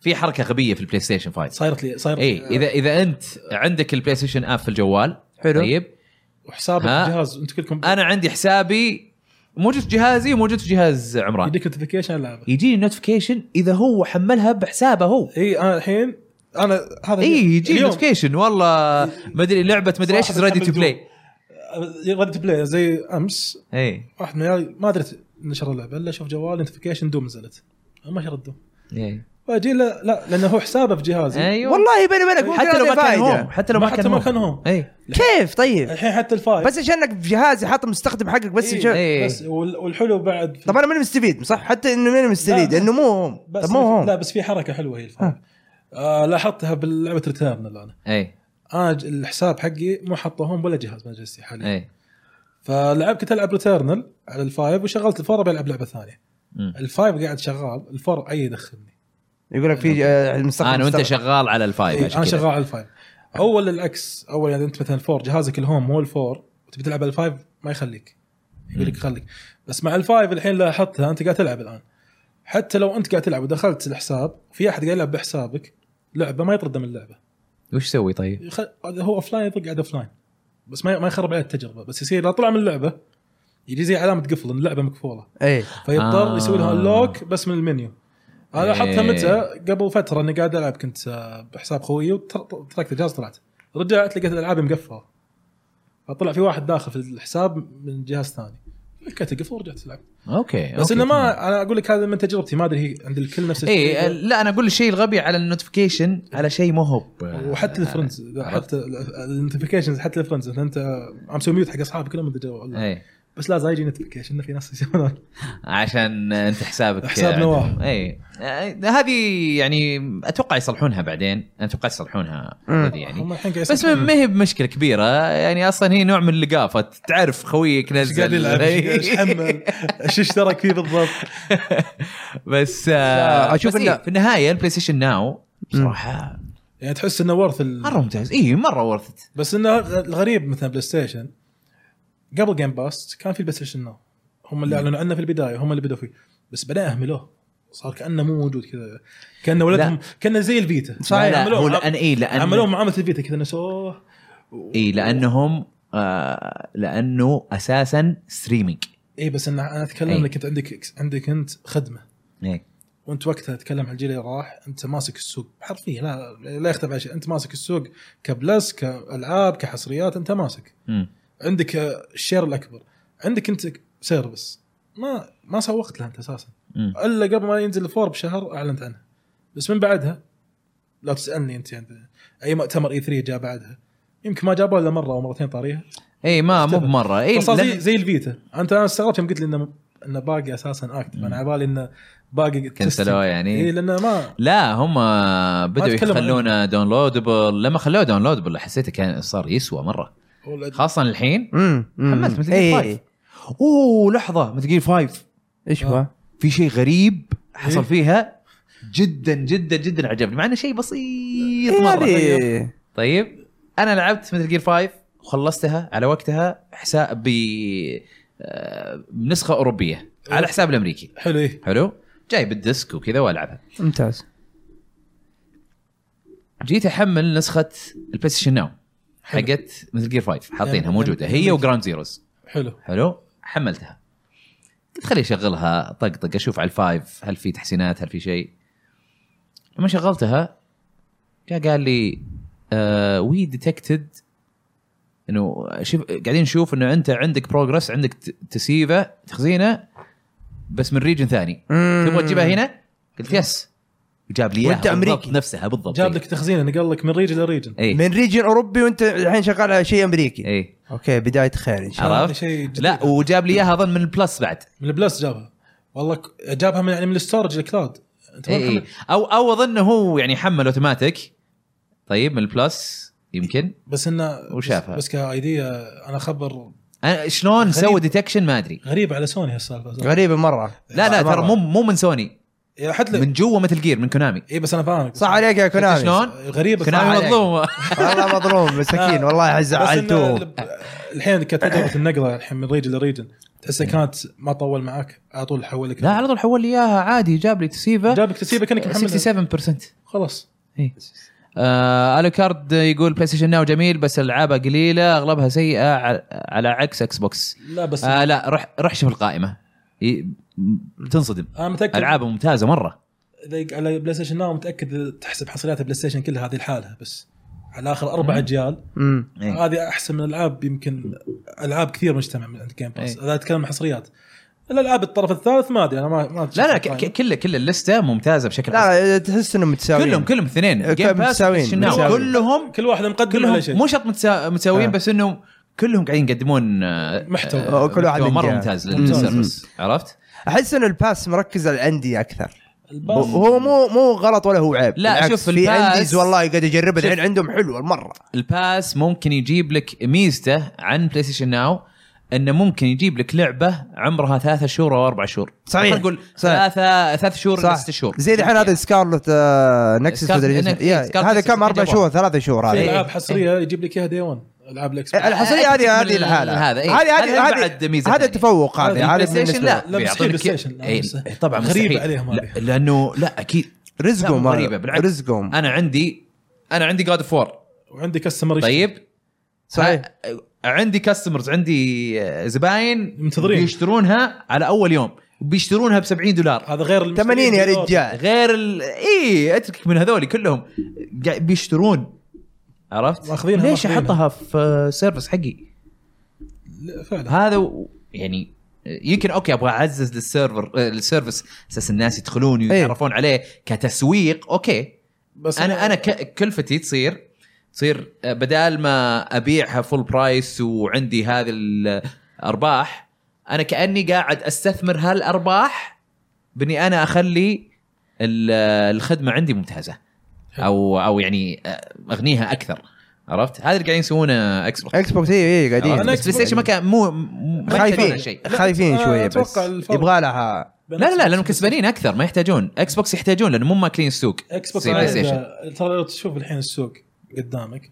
Speaker 2: في حركه غبيه في البلاي ستيشن 5
Speaker 3: صايرت لي صايرت
Speaker 2: اي اذا اذا انت عندك البلاي ستيشن اب في الجوال
Speaker 1: حلو.
Speaker 2: طيب
Speaker 3: وحسابك
Speaker 2: ها؟
Speaker 3: جهاز انت كلكم
Speaker 2: انا عندي حسابي موجود في جهازي وموجود في جهاز عمران
Speaker 3: يديك نوتيفيكيشن العابك
Speaker 2: يجيني نوتيفيكيشن اذا هو حملها بحسابه هو
Speaker 3: اي انا إيه، الحين انا هذا
Speaker 2: اي يجي
Speaker 3: اليوم
Speaker 2: نوتيفيكيشن والله مدري لعبه مدري ايش
Speaker 3: صاحب
Speaker 2: ريدي تو
Speaker 3: الحمل
Speaker 2: بلاي
Speaker 3: ردت بلاي زي امس
Speaker 2: اي
Speaker 3: واحد من عيالي ما دريت نشر اللعبه الا شوف جوالي نوتيفيكيشن دوم نزلت ما شرط دوم
Speaker 2: إي.
Speaker 3: فاجي لا لا لانه هو حسابه في جهازي
Speaker 2: ايوه
Speaker 1: والله بيني وبينك ممكن
Speaker 2: حتى لو
Speaker 1: هذه
Speaker 2: ما كان
Speaker 1: فايدة.
Speaker 2: هوم حتى لو ما
Speaker 3: حتى
Speaker 2: كان إيه.
Speaker 3: ما
Speaker 2: هوم
Speaker 3: كان هوم.
Speaker 2: اي
Speaker 1: كيف طيب؟
Speaker 3: الحين حتى الفايف
Speaker 1: بس عشانك في جهازي حاط مستخدم حقك بس
Speaker 3: إيه،
Speaker 1: عشان-
Speaker 2: إيه.
Speaker 3: بس وال- والحلو بعد في-
Speaker 1: طب انا ماني مستفيد صح حتى انه ماني مستفيد
Speaker 3: لا.
Speaker 1: انه مو هم
Speaker 3: بس
Speaker 1: طب مو
Speaker 3: لا
Speaker 1: هم
Speaker 3: بس في حركه حلوه هي الفايف آه لاحظتها بلعبه ريتيرنال انا
Speaker 2: اي
Speaker 3: انا ج- الحساب حقي مو حاطه هون ولا جهاز ما جلستي
Speaker 1: إيه.
Speaker 3: حاليا
Speaker 2: اي
Speaker 3: فلعبت كنت العب ريتيرنال على الفايف وشغلت الفور بلعب لعبه ثانيه
Speaker 2: مم.
Speaker 3: الفايف قاعد شغال الفور اي يدخلني
Speaker 1: يقول لك في آه، المستخدم
Speaker 2: انا وانت
Speaker 1: مستخدم.
Speaker 2: شغال على الفايف
Speaker 3: إيه
Speaker 2: عشان
Speaker 3: انا
Speaker 2: كذا.
Speaker 3: شغال على الفايف اول العكس اول يعني انت مثلا الفور جهازك الهوم مو الفور وتبي تلعب على الفايف ما يخليك يقول لك خليك بس مع الفايف الحين لاحظتها انت قاعد تلعب الان حتى لو انت قاعد تلعب ودخلت الحساب في احد قاعد يلعب بحسابك لعبه ما يطرده من اللعبه
Speaker 2: وش يسوي طيب؟
Speaker 3: يخ... هو اوف لاين يطق قاعد اوف لاين بس ما ما يخرب عليه التجربه بس يصير لا طلع من اللعبه يجي زي علامه قفل ان اللعبه مقفوله
Speaker 1: ايه
Speaker 3: فيضطر
Speaker 2: آه.
Speaker 3: آه. يسوي لها لوك بس من المنيو انا
Speaker 2: إيه.
Speaker 3: لاحظتها متى قبل فتره اني قاعد العب كنت آه، بحساب خويي وتركت الجهاز طلعت رجعت لقيت الالعاب مقفله فطلع في واحد داخل في الحساب من جهاز ثاني فكيت القفل ورجعت العب
Speaker 2: اوكي
Speaker 3: بس انه
Speaker 2: إيه، أوكي، تمام.
Speaker 3: ما انا اقول لك هذا من تجربتي ما ادري هي عند الكل نفس
Speaker 2: اي
Speaker 3: الشيء
Speaker 2: لا انا اقول الشيء الغبي على النوتيفيكيشن على شيء مو هو
Speaker 3: وحتى الفرندز
Speaker 2: آه، عرفت.
Speaker 3: حتى النوتيفيكيشنز حتى الفرندز انت آه، مسوي ميوت حق اصحابي كلهم انت جوا ولا.
Speaker 2: اي
Speaker 3: بس لازم يجي نوتيفيكيشن إنه في ناس يسوونها
Speaker 2: عشان انت حسابك
Speaker 3: حساب
Speaker 2: عندهم.
Speaker 3: نواف.
Speaker 2: اي آه، هذه يعني اتوقع يصلحونها بعدين أنا اتوقع يصلحونها
Speaker 1: مم.
Speaker 2: هذه يعني
Speaker 3: هم الحين قاعد
Speaker 2: بس ما ما هي بمشكله كبيره يعني اصلا هي نوع من اللقافه تعرف خويك
Speaker 3: ايش قاعد
Speaker 2: نزل إيه.
Speaker 3: يلعب ايش حمل ايش اشترك فيه بالضبط
Speaker 2: بس آه
Speaker 1: أشوف
Speaker 2: اشوف بس إيه
Speaker 1: إنه-
Speaker 2: في النهايه البلاي ستيشن ناو بصراحه
Speaker 3: يعني تحس انه ورث
Speaker 2: مره
Speaker 3: ال...
Speaker 2: ممتاز إيه، اي مره ورثت
Speaker 3: بس انه الغريب مثلا بلاي ستيشن قبل جيم باس كان في البلاي ستيشن ناو هم اللي اعلنوا عنه في البدايه هم اللي بدوا فيه بس بعدين اهملوه صار كانه مو موجود كذا كانه ولدهم كانه زي الفيتا يعني
Speaker 2: صحيح لا
Speaker 3: عملوه-
Speaker 2: هو إيه، لان اي لان
Speaker 3: عملوه معامله الفيتا كذا نسوه
Speaker 2: اي لانهم إيه، آه لانه اساسا ستريمينج
Speaker 3: اي بس انه انا اتكلم
Speaker 2: إيه.
Speaker 3: انك انت عندك عندك انت خدمه
Speaker 2: إيه.
Speaker 3: وانت وقتها تتكلم عن الجيل اللي راح انت ماسك السوق حرفيا لا لا يختلف على شيء انت ماسك السوق كبلس كالعاب كحصريات انت ماسك
Speaker 2: مم.
Speaker 3: عندك آه، الشير الاكبر عندك انت سيرفس ما ما سوقت لها انت اساسا
Speaker 2: مم.
Speaker 3: الا قبل ما ينزل الفور بشهر اعلنت عنها بس من بعدها لا تسالني انت يعني اي مؤتمر اي 3 جاء بعدها يمكن ما جابوه الا مره او مرتين طاريها
Speaker 2: اي إيه، ما مو
Speaker 3: اختفت.
Speaker 2: بمره اي
Speaker 3: فصار زي,
Speaker 2: لأن-
Speaker 3: زي الفيتا انت انا استغربت يوم قلت لي انه انه باقي اساسا اكتف انا على بالي انه باقي
Speaker 2: كنسلوه يعني
Speaker 3: اي لانه ما
Speaker 2: لا هم بدوا
Speaker 3: أتكلم عنه.
Speaker 2: يخلونه داونلودبل لما خلوه داونلودبل حسيته كان صار يسوى مره خاصه الحين
Speaker 1: امم أمم.
Speaker 2: حملت مثل
Speaker 1: إيه.
Speaker 2: جير 5 اوه لحظه مثل جير 5
Speaker 1: ايش هو؟
Speaker 2: في شيء غريب حصل
Speaker 3: إيه.
Speaker 2: فيها جدا جدا جدا عجبني مع انه شيء بسيط
Speaker 1: إيه
Speaker 2: مره
Speaker 1: هذه
Speaker 2: طيب انا لعبت مثل جير 5 وخلصتها على وقتها حساب ب آه، بنسخه اوروبيه على حساب الامريكي
Speaker 3: حلو ايه
Speaker 2: حلو جايب الديسك وكذا والعبها
Speaker 1: ممتاز
Speaker 2: جيت احمل نسخه البلاي ستيشن ناو حقت مثل جير 5 حاطينها
Speaker 3: يعني-
Speaker 2: موجوده
Speaker 3: يعني-
Speaker 2: هي وجراوند زيروز
Speaker 3: حلو
Speaker 2: حلو حملتها قلت خليني اشغلها طقطق اشوف على الفايف هل في تحسينات هل في شيء لما شغلتها جاء قال لي آه، وي ديتكتد انه شوف قاعدين نشوف انه انت عندك بروجرس عندك ت- تسييفه تخزينه بس من ريجن ثاني
Speaker 1: مم.
Speaker 2: تبغى تجيبها هنا؟ قلت يس جاب لي
Speaker 1: وأنت
Speaker 2: اياها بالضبط
Speaker 1: أمريكي.
Speaker 2: نفسها بالضبط إيه،
Speaker 3: جاب لك تخزينه نقل لك من ريجن لريجن
Speaker 2: اي
Speaker 1: من ريجن اوروبي وانت الحين شغال على شيء امريكي
Speaker 2: اي
Speaker 1: اوكي بدايه خير ان شاء الله
Speaker 2: إيه، عرفت؟
Speaker 3: شيء جديد.
Speaker 2: لا وجاب لي اياها اظن من البلس بعد
Speaker 3: من البلس جابها والله ك- جابها من يعني من الستورج الكلاود انت ما
Speaker 2: اي اي
Speaker 3: تحمل-
Speaker 2: او او اظن هو يعني حمل اوتوماتيك طيب من البلس يمكن
Speaker 3: بس انه
Speaker 2: وشافها.
Speaker 3: بس, بس كايديا انا اخبر
Speaker 2: أنا شلون سوى ديتكشن ما ادري
Speaker 3: غريب على سوني هالسالفه
Speaker 1: غريبه مره
Speaker 2: لا لا ترى مو مو من سوني
Speaker 3: يعني حتى
Speaker 2: من جوا مثل جير من كونامي
Speaker 3: اي إيه، بس انا فاهمك
Speaker 1: صح عليك يا كونامي
Speaker 2: شلون؟
Speaker 3: غريبه
Speaker 2: كونامي
Speaker 1: عليك.
Speaker 2: مظلومه
Speaker 1: والله مظلوم مساكين والله
Speaker 3: آه. بس إنه
Speaker 1: زعلتوه
Speaker 3: ال- الحين كتجربه النقله الحين من ريجن لريجن تحسها كانت ما طول معاك على طول حولك
Speaker 2: لا على طول حول لي اياها عادي جاب لي آه، تسيفه
Speaker 3: جابك تسيبه كانك محمد
Speaker 2: 67%
Speaker 3: خلاص
Speaker 2: إيه. آه الوكارد يقول بلاي ستيشن ناو جميل بس العابها قليله اغلبها سيئه ع- على عكس اكس بوكس
Speaker 3: لا بس
Speaker 2: آه لا روح روح شوف القائمه ي- م- تنصدم
Speaker 3: انا متاكد
Speaker 2: العابها ممتازه مره
Speaker 3: إذا على بلاي ستيشن ناو متاكد تحسب حصريات بلاي ستيشن كلها هذه لحالها بس على اخر اربع
Speaker 2: مم.
Speaker 3: اجيال
Speaker 1: أمم.
Speaker 2: إيه.
Speaker 3: هذه احسن من العاب يمكن العاب كثير مجتمع من عند جيم باس
Speaker 2: إيه.
Speaker 3: هذا اتكلم عن حصريات الالعاب الطرف الثالث ما ادري انا ما ما
Speaker 2: لا لا ك- ك- كل كل اللسته ممتازه بشكل عام
Speaker 1: لا لا، تحس انهم متساويين
Speaker 2: كلهم كلهم
Speaker 1: آه،
Speaker 2: اثنين جيم
Speaker 1: كم
Speaker 2: باس
Speaker 1: متساويين،
Speaker 2: وبلايستيشن ناو.
Speaker 1: متساويين.
Speaker 2: كلهم
Speaker 3: كل واحد مقدم
Speaker 2: كلهم
Speaker 3: على شيء
Speaker 2: مو شرط متسا- متساويين
Speaker 1: آه.
Speaker 2: بس انهم كلهم قاعدين يقدمون آه،
Speaker 3: محتوى.
Speaker 2: آه،
Speaker 1: آه، كل واحد
Speaker 2: محتوى مره
Speaker 1: عنده.
Speaker 2: ممتاز
Speaker 1: ممتاز.
Speaker 2: للسيرفس عرفت؟
Speaker 1: احس ان الباس مركز على الانديه اكثر
Speaker 3: الباص
Speaker 1: هو مو مو غلط ولا هو عيب
Speaker 2: لا،
Speaker 1: بالعكس،
Speaker 2: شوف
Speaker 1: في
Speaker 2: الباس-
Speaker 1: انديز والله قاعد يجربها
Speaker 2: شوف.
Speaker 1: الحين عندهم حلوه مره
Speaker 2: الباس ممكن يجيب لك ميزته عن بلاي ستيشن ناو انه ممكن يجيب لك لعبه عمرها ثلاثة شهور او اربع شهور
Speaker 1: صحيح.
Speaker 2: خلينا نقول
Speaker 1: صحيح.
Speaker 2: ثلاثة ثلاث شهور إلى ست شهور
Speaker 1: زي الحين هذا سكارلت آه، نكسس
Speaker 2: سكارلت-
Speaker 1: مدري إيش.
Speaker 2: نك-
Speaker 1: يا،
Speaker 2: سكارلت
Speaker 1: هذا
Speaker 2: نكسس
Speaker 1: كم اربع
Speaker 2: جابوها.
Speaker 1: شهور ثلاث شهور
Speaker 3: في
Speaker 1: هذا
Speaker 3: العاب حصريه
Speaker 2: إيه.
Speaker 3: يجيب لك اياها دي 1 العاب الاكس بوكس
Speaker 1: الحصريه هذه هذه
Speaker 2: أكتب
Speaker 1: لحالها
Speaker 2: هذا، إيه.
Speaker 1: هذه
Speaker 2: هذه
Speaker 1: هذه
Speaker 2: بعد ميزة
Speaker 1: هذه هذا
Speaker 2: ثانية.
Speaker 1: التفوق هذا
Speaker 2: البلاي
Speaker 1: هذا
Speaker 2: ستيشن
Speaker 1: بالنسبة
Speaker 2: لا
Speaker 1: له.
Speaker 3: لا، بس
Speaker 2: بيعطونك-
Speaker 3: بلاي ستيشن، لا،
Speaker 2: إيه،
Speaker 3: بس-
Speaker 2: إيه، طبعا
Speaker 3: غريبة
Speaker 2: مستحيل.
Speaker 3: عليهم
Speaker 2: لا،
Speaker 3: هذه.
Speaker 2: لانه لا اكيد
Speaker 1: رزقهم
Speaker 2: لا، غريبة،
Speaker 1: هذا.
Speaker 2: بالعكس.
Speaker 1: رزقهم
Speaker 2: انا عندي انا عندي جاد اوف وور
Speaker 3: وعندي كاستمر
Speaker 2: طيب
Speaker 1: صحيح.
Speaker 2: ه- عندي كاستمرز عندي آه، زباين
Speaker 3: منتظرين.
Speaker 2: بيشترونها على اول يوم بيشترونها ب 70 دولار
Speaker 3: هذا غير المشترين
Speaker 1: 80 يا
Speaker 3: بالدولار.
Speaker 1: رجال
Speaker 2: غير ال... اي اتركك من هذول كلهم قاعد بيشترون عرفت؟
Speaker 3: ماخذينها-
Speaker 2: ليش
Speaker 3: ماخذينها.
Speaker 2: احطها في سيرفس حقي؟
Speaker 3: لا، فعلا
Speaker 2: هذا و- يعني يمكن اوكي ابغى اعزز للسيرفر آه، السيرفس اساس الناس يدخلون
Speaker 3: إيه.
Speaker 2: ويتعرفون عليه كتسويق اوكي
Speaker 3: بس
Speaker 2: انا انا ك- كلفتي تصير تصير آه، بدال ما ابيعها فول برايس وعندي هذه الارباح انا كاني قاعد استثمر هالارباح باني انا اخلي ال- آه، الخدمه عندي ممتازه او او يعني آه، اغنيها اكثر عرفت هذا اللي قاعدين يسوونه اكس بوكس
Speaker 1: اكس بوكس اي اي
Speaker 2: عرفت؟
Speaker 1: إيه، قاعدين
Speaker 3: آه، أنا
Speaker 2: بس بلاي ستيشن ما كان مو ما يحتاجون
Speaker 1: خايفين
Speaker 2: هالشيء.
Speaker 1: خايفين
Speaker 3: أنا
Speaker 1: شويه بس
Speaker 3: أتوقع الفرق.
Speaker 1: يبغى لها
Speaker 3: بين
Speaker 2: لا لا
Speaker 3: Xbox
Speaker 2: لا لانهم كسبانين اكثر ما يحتاجون اكس بوكس يحتاجون لانه مو ماكلين السوق
Speaker 3: اكس بوكس
Speaker 2: زي بلاي
Speaker 3: عادة-
Speaker 2: ستيشن
Speaker 3: ترى لو تشوف الحين السوق قدامك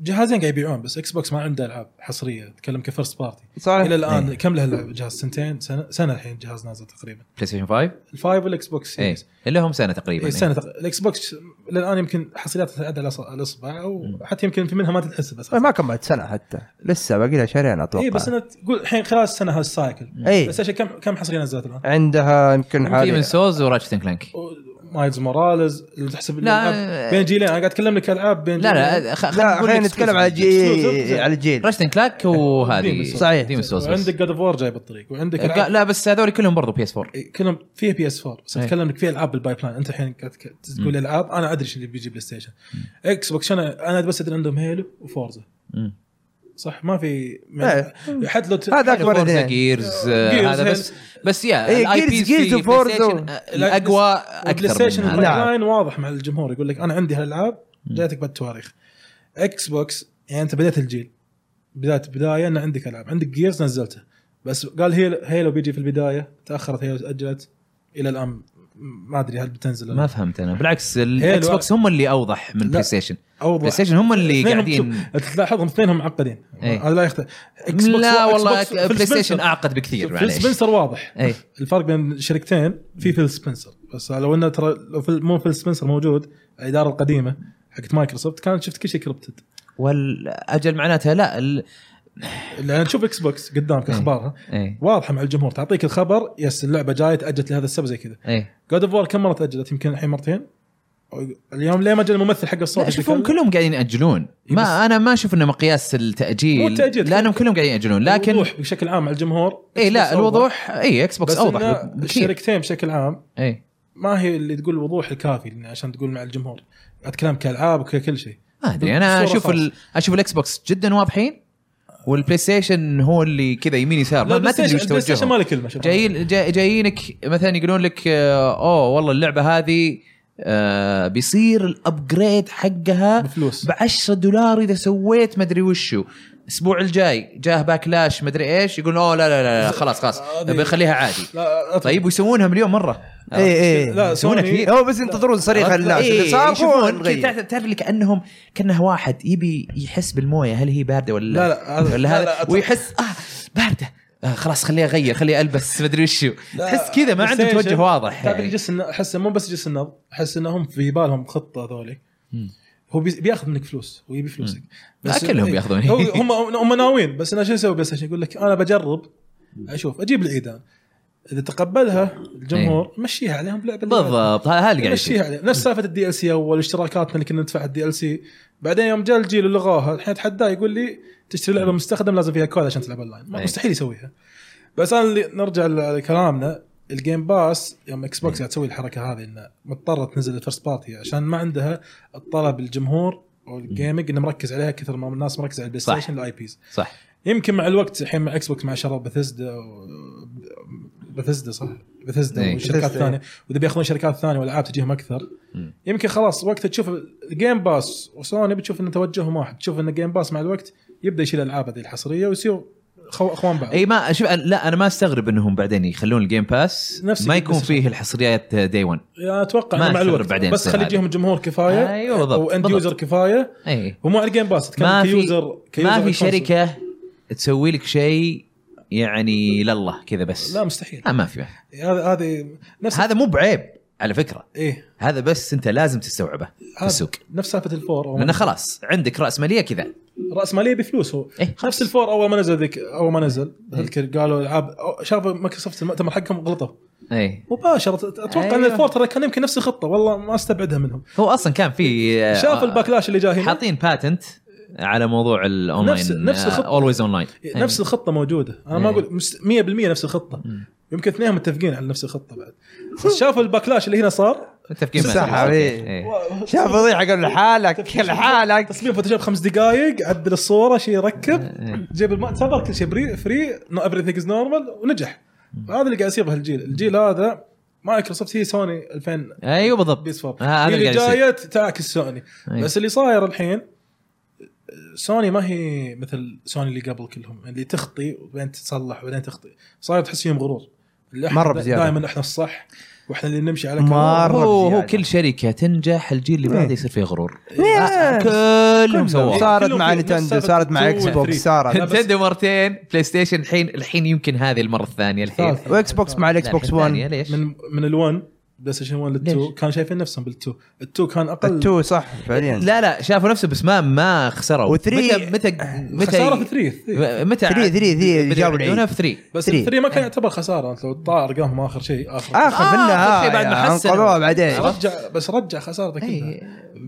Speaker 3: جهازين قاعد يبيعون بس اكس بوكس ما عنده العاب حصريه اتكلم كفرست بارتي
Speaker 1: صحيح
Speaker 2: آه.
Speaker 3: الى
Speaker 1: إيه.
Speaker 3: الان
Speaker 2: إيه.
Speaker 3: كم له العاب جهاز سنتين سنه سنه الحين الجهاز نازل تقريبا
Speaker 2: بلاي ستيشن 5
Speaker 3: الفايف والاكس بوكس
Speaker 2: اي
Speaker 3: سيريس
Speaker 2: اللي إيه. هم سنه تقريبا
Speaker 3: إيه
Speaker 2: إيه.
Speaker 3: سنه تق- الاكس بوكس الى الان يمكن حصريات تتعدى على الأص- الاصبع وحتى يمكن في منها ما تتحسب
Speaker 2: إيه،
Speaker 3: اساسا
Speaker 1: طيب، ما كملت سنه حتى لسه باقي لها شهرين اتوقع
Speaker 3: اي إيه، بس انا تقول الحين خلاص سنه هالسايكل
Speaker 1: إيه.
Speaker 3: بس عشان كم كم حصريه نزلت الان؟
Speaker 2: آه.
Speaker 1: عندها يمكن
Speaker 2: في من
Speaker 1: حاليا
Speaker 2: سوز وراتشت أند كلانك
Speaker 3: مايلز موراليز اللي تحسب
Speaker 2: لا، آه.
Speaker 3: الألعاب بين جيلين انا قاعد اتكلم لك العاب بين
Speaker 2: لا
Speaker 3: جيلين.
Speaker 2: لا خ-
Speaker 1: لا خلينا نتكلم على
Speaker 3: Exclusive.
Speaker 1: جي على الجيل
Speaker 2: راشت كلاك وهذه
Speaker 3: Demon's Souls.
Speaker 1: صحيح.
Speaker 2: ديمون سوز
Speaker 3: وعندك جاد اوف وور جاي بالطريق وعندك ألعاب-
Speaker 2: لا بس هذول كلهم برضو بي اس 4
Speaker 3: إيه، كلهم فيها بي اس 4 بس
Speaker 2: إيه.
Speaker 3: اتكلم لك في العاب بالباي بلاين انت الحين قاعد تك- تقول العاب انا ادري شنو اللي بيجي بلاي ستيشن اكس بوكس انا انا بس ادري عندهم هيلو وفورزا صح ما في ما- حتى لو ت-
Speaker 1: هذا
Speaker 3: حتى لو
Speaker 1: أكبر
Speaker 2: فورزا
Speaker 1: اثنين.
Speaker 2: جيرز
Speaker 3: Gears
Speaker 2: آه، هذا بس بس يا
Speaker 1: إيه،
Speaker 2: الآي
Speaker 1: Gears-
Speaker 2: بيز
Speaker 1: Gears
Speaker 2: في
Speaker 1: وForza.
Speaker 2: بلاي ستيشن، آه،
Speaker 3: لا،
Speaker 2: الاقوى
Speaker 3: بلاي
Speaker 2: اكثر
Speaker 3: ستيشن
Speaker 2: من
Speaker 3: الباي
Speaker 2: هذا.
Speaker 1: لا.
Speaker 3: لاين واضح مع الجمهور يقول لك انا عندي هالالعاب جاتك بالتواريخ اكس بوكس يعني انت بديت الجيل بدايه بدايه ان عندك العاب عندك جيرز نزلتها بس قال هيلو, هيلو بيجي في البدايه تاخرت هيلو تاجلت الى الان ما ادري هل بتنزل ولا
Speaker 2: ما
Speaker 3: لا.
Speaker 2: فهمت انا بالعكس
Speaker 3: هيلو.
Speaker 2: الاكس بوكس هم اللي اوضح من
Speaker 3: لا.
Speaker 2: بلاي ستيشن
Speaker 3: اوضح
Speaker 2: بلاي ستيشن هم اللي
Speaker 3: اثنينهم
Speaker 2: قاعدين
Speaker 3: شوف، تلاحظهم اثنينهم معقدين
Speaker 2: إيه.
Speaker 3: هذا لا يختلف
Speaker 2: لا والله بلاي ستيشن اعقد بكثير
Speaker 3: فيل
Speaker 2: معليش
Speaker 3: سبنسر واضح
Speaker 2: إيه.
Speaker 3: الفرق بين الشركتين في فيل سبنسر بس لو انه ترى لو فيل مو فيل سبنسر موجود الاداره القديمه حقت مايكروسوفت كانت شفت كل شيء كربتد
Speaker 2: والاجل معناتها لا ال...
Speaker 3: لان تشوف اكس بوكس قدامك اخبارها
Speaker 2: ايه
Speaker 3: واضحه مع الجمهور تعطيك الخبر يس اللعبه جايه تاجلت لهذا السبب زي كذا
Speaker 2: ايه
Speaker 3: جود اوف وور كم مره تاجلت يمكن الحين مرتين أو- اليوم ليه ما جاء الممثل حق الصوت
Speaker 2: لا شوفهم
Speaker 3: يتكلم؟
Speaker 2: كلهم قاعدين ياجلون
Speaker 3: إيه، بس-
Speaker 2: ما انا ما اشوف انه مقياس
Speaker 3: مو
Speaker 2: التاجيل
Speaker 3: التأجيل.
Speaker 2: لانهم كلهم قاعدين ياجلون لكن
Speaker 3: الوضوح بشكل عام على الجمهور
Speaker 2: اي
Speaker 3: Xbox
Speaker 2: لا
Speaker 3: أوضح.
Speaker 2: الوضوح إيه، اي اكس بوكس
Speaker 3: بس
Speaker 2: اوضح
Speaker 3: اوضح
Speaker 2: بكثير
Speaker 3: الشركتين بشكل عام
Speaker 2: اي
Speaker 3: ما هي اللي تقول الوضوح الكافي لنا عشان تقول مع الجمهور اتكلم كالعاب وككل شيء
Speaker 2: ما ادري انا
Speaker 3: بصورة
Speaker 2: اشوف
Speaker 3: خاصة.
Speaker 2: ال... اشوف الاكس بوكس جدا واضحين والبلاي ستيشن هو اللي كذا يمين يسار ما, ما
Speaker 3: البلاي
Speaker 2: تدري
Speaker 3: ستيشن-
Speaker 2: وش
Speaker 3: البلاي ستيشن
Speaker 2: توجههم
Speaker 3: ما له كلمه شوف.
Speaker 2: آه، جايين جا- جايينك مثلا يقولون لك آه، اوه والله اللعبه هذه آه بيصير الابجريد حقها
Speaker 3: بفلوس
Speaker 2: ب 10 دولار اذا سويت مدري وشو الاسبوع الجاي جاه باكلاش مدري ايش يقول اوه لا لا لا, لا خلاص خلاص بنخليها عادي
Speaker 3: آه، لا أطلع.
Speaker 2: طيب ويسوونها مليون مره
Speaker 1: اي اي
Speaker 3: لا
Speaker 2: يسوونها
Speaker 3: سوني-
Speaker 2: كثير
Speaker 1: إيه، هو بس ينتظرون صريخ الناس اللي
Speaker 2: إيه
Speaker 1: صار هو
Speaker 2: يشوفون
Speaker 1: نغير.
Speaker 2: كي- تعرف تعرف اللي كانهم كانه واحد يبي يحس بالمويه هل هي بارده ولا
Speaker 3: لا لا هذا-
Speaker 2: ولا
Speaker 3: لا،
Speaker 2: هذا
Speaker 3: لا، أتوقع.
Speaker 2: ويحس اه بارده آه خلاص خليه اغير خليه البس مدري وشو
Speaker 3: لا،
Speaker 2: تحس كذا ما عنده
Speaker 3: PlayStation.
Speaker 2: توجه واضح
Speaker 3: تعرف
Speaker 2: يعني.
Speaker 3: جس الن- احس مو بس جس النبض احس انهم في بالهم خطه ذولي
Speaker 2: مم.
Speaker 3: هو بي- بياخذ منك فلوس هو يبي فلوسك
Speaker 2: لا، كلهم
Speaker 3: إيه،
Speaker 2: بياخذون.
Speaker 3: هو هم هم ناويين بس انا شو اسوي بس عشان يقول لك انا بجرب اشوف اجيب العيدان اذا تقبلها الجمهور مشيها عليهم بلعبه اللي بعدها.
Speaker 2: إيه. بالضبط ه- هذا اللي قاعد يصير.
Speaker 3: مشيها عليهم يعني. نفس سالفه الدي ال سي اول اشتراكاتنا اللي كنا ندفع الدي ال سي بعدين يوم جاء الجيل ولغوها الحين اتحداه يقول لي تشتري لعبه مستخدم لازم فيها كود عشان تلعب اونلاين
Speaker 2: أي.
Speaker 3: مستحيل يسويها بس انا اللي نرجع ل- لكلامنا الجيم باس يوم اكس بوكس قاعد تسوي الحركه هذه انه مضطره تنزل الفيرست بارتي عشان ما عندها الطلب الجمهور او الجيمنج انه مركز عليها كثر ما الناس مركزه على البلاي
Speaker 2: صح.
Speaker 3: ستيشن الاي بيز
Speaker 2: صح
Speaker 3: يمكن مع الوقت الحين مع اكس بوكس مع شراء بثزدا و... بثزدا صح؟ بثزدا
Speaker 2: إيه.
Speaker 3: والشركات
Speaker 1: بثزدا.
Speaker 3: الثانيه واذا بياخذون شركات ثانيه والعاب تجيهم اكثر
Speaker 2: مم.
Speaker 3: يمكن خلاص وقتها تشوف الجيم باس وسوني بتشوف ان توجههم واحد تشوف ان الجيم باس مع الوقت يبدا يشيل الالعاب هذه الحصريه ويصير خو... اخوان بعض
Speaker 2: اي ما شوف أنا- لا انا ما استغرب انهم بعدين يخلون الجيم باس ما
Speaker 3: نفس الجيم
Speaker 2: يكون
Speaker 3: باس.
Speaker 2: فيه الحصريات دي 1
Speaker 3: يعني اتوقع
Speaker 2: ما
Speaker 3: إنه مع
Speaker 2: أستغرب
Speaker 3: الوقت
Speaker 2: بعدين
Speaker 3: بس
Speaker 2: تصير
Speaker 3: خلي
Speaker 2: هذه.
Speaker 3: يجيهم جمهور كفايه
Speaker 2: أيوة، بالضبط،
Speaker 3: واند
Speaker 2: بالضبط.
Speaker 3: يوزر كفايه
Speaker 2: اي
Speaker 3: ومو على الجيم باس
Speaker 2: ما
Speaker 3: تتكلم
Speaker 2: في-
Speaker 3: كيوزر كيوزر
Speaker 2: ما في
Speaker 3: الكونسول.
Speaker 2: شركه تسوي لك شيء يعني لله كذا بس
Speaker 3: لا مستحيل
Speaker 2: لا ما في
Speaker 3: هذا هذه نفس
Speaker 2: هذا مو بعيب على فكره
Speaker 3: ايه
Speaker 2: هذا بس انت لازم تستوعبه في
Speaker 3: هذا.
Speaker 2: السوق
Speaker 3: نفس سالفه الفور أو
Speaker 2: لانه خلاص عندك راس ماليه كذا
Speaker 3: راس ماليه بفلوس هو
Speaker 2: إيه، خلاص.
Speaker 3: نفس الفور اول ما نزل ذيك اول ما نزل اذكر قالوا العاب أو- شافوا مايكروسوفت المؤتمر حقهم غلطوا
Speaker 2: اي
Speaker 3: مباشره اتوقع ان
Speaker 2: أيوه.
Speaker 3: الفور ترى كان يمكن نفس الخطه والله ما استبعدها منهم
Speaker 2: هو اصلا كان في آه،
Speaker 3: شاف الباكلاش اللي جاي هنا
Speaker 2: حاطين باتنت على موضوع آه، الاونلاين
Speaker 3: نفس- نفس الخطة.
Speaker 2: اولويز اونلاين
Speaker 3: إيه، نفس الخطه موجوده انا ما
Speaker 2: أيوه.
Speaker 3: اقول مست- 100% نفس الخطه
Speaker 2: إيه. مم.
Speaker 3: يمكن اثنين متفقين على نفس الخطه بعد بس شافوا الباكلاش اللي هنا صار
Speaker 2: التفكير ما-
Speaker 1: صح، إيه.
Speaker 2: إيه.
Speaker 1: شاف فضيحه قال لحالك لحالك
Speaker 3: تصميم فوتوشوب خمس دقائق عدل الصوره شيء ركب
Speaker 2: إيه.
Speaker 3: جيب المؤتمر كل شيء بري- فري نو ايفري ثينج از نورمال ونجح هذا اللي قاعد يصير بهالجيل الجيل هذا مايكروسوفت هي سوني 2000
Speaker 2: ايوه بالضبط
Speaker 3: بيس 4
Speaker 2: آه، هذا
Speaker 3: هي
Speaker 2: اللي
Speaker 3: اللي
Speaker 2: قاعد يصير.
Speaker 3: جايه تعاكس سوني
Speaker 2: أيوة.
Speaker 3: بس اللي صاير الحين سوني ما هي مثل سوني اللي قبل كلهم اللي تخطي وبعدين تصلح وبعدين تخطي صاير تحس فيهم غرور اللي
Speaker 1: مرة بزيادة.
Speaker 3: دائما احنا الصح واحنا اللي نمشي على
Speaker 1: مرة.
Speaker 2: هو هو
Speaker 1: زيادة.
Speaker 2: كل شركه تنجح الجيل اللي بعده
Speaker 1: يعني. إيه.
Speaker 2: يصير فيه غرور آه،
Speaker 1: إيه.
Speaker 2: كلهم
Speaker 3: كلهم.
Speaker 2: سووه
Speaker 1: صارت مع
Speaker 3: كلهم في-
Speaker 1: نتندو
Speaker 3: صارت
Speaker 1: صارت مع
Speaker 3: two
Speaker 1: اكس
Speaker 3: and
Speaker 1: بوكس
Speaker 3: three.
Speaker 1: صارت
Speaker 2: نتندو مرتين بلاي ستيشن الحين الحين يمكن هذه المره الثانيه الحين
Speaker 3: الثالثة.
Speaker 1: واكس إيه. بوكس مع الاكس
Speaker 2: إيه. لا،
Speaker 1: بوكس
Speaker 2: الحين
Speaker 1: 1
Speaker 2: الثانية، ليش؟
Speaker 3: من من ال1 بلاي ستيشن 1 لل2
Speaker 2: ليش؟
Speaker 3: كانوا شايفين نفسهم بال2 ال2 كان اقل
Speaker 1: التو صح فعليا
Speaker 2: لا لا شافوا نفسه بس ما ما خسروا
Speaker 1: وثري-
Speaker 2: متى متى
Speaker 3: خساره في
Speaker 2: متى متى
Speaker 3: 3
Speaker 2: متى
Speaker 1: ثري- ثري- ثري جابوا العيد.
Speaker 2: بدأوا في 3
Speaker 3: بس
Speaker 1: three.
Speaker 3: 3 ما كان يعتبر خساره انت لو تطالع ارقامهم اخر شيء اخر
Speaker 1: اخر
Speaker 2: آه، آخر
Speaker 1: منها
Speaker 2: شيء بعد ما
Speaker 1: آه،
Speaker 2: حسنوا.
Speaker 1: انقذوها بعدين
Speaker 3: رجع بس رجع خسارته كلها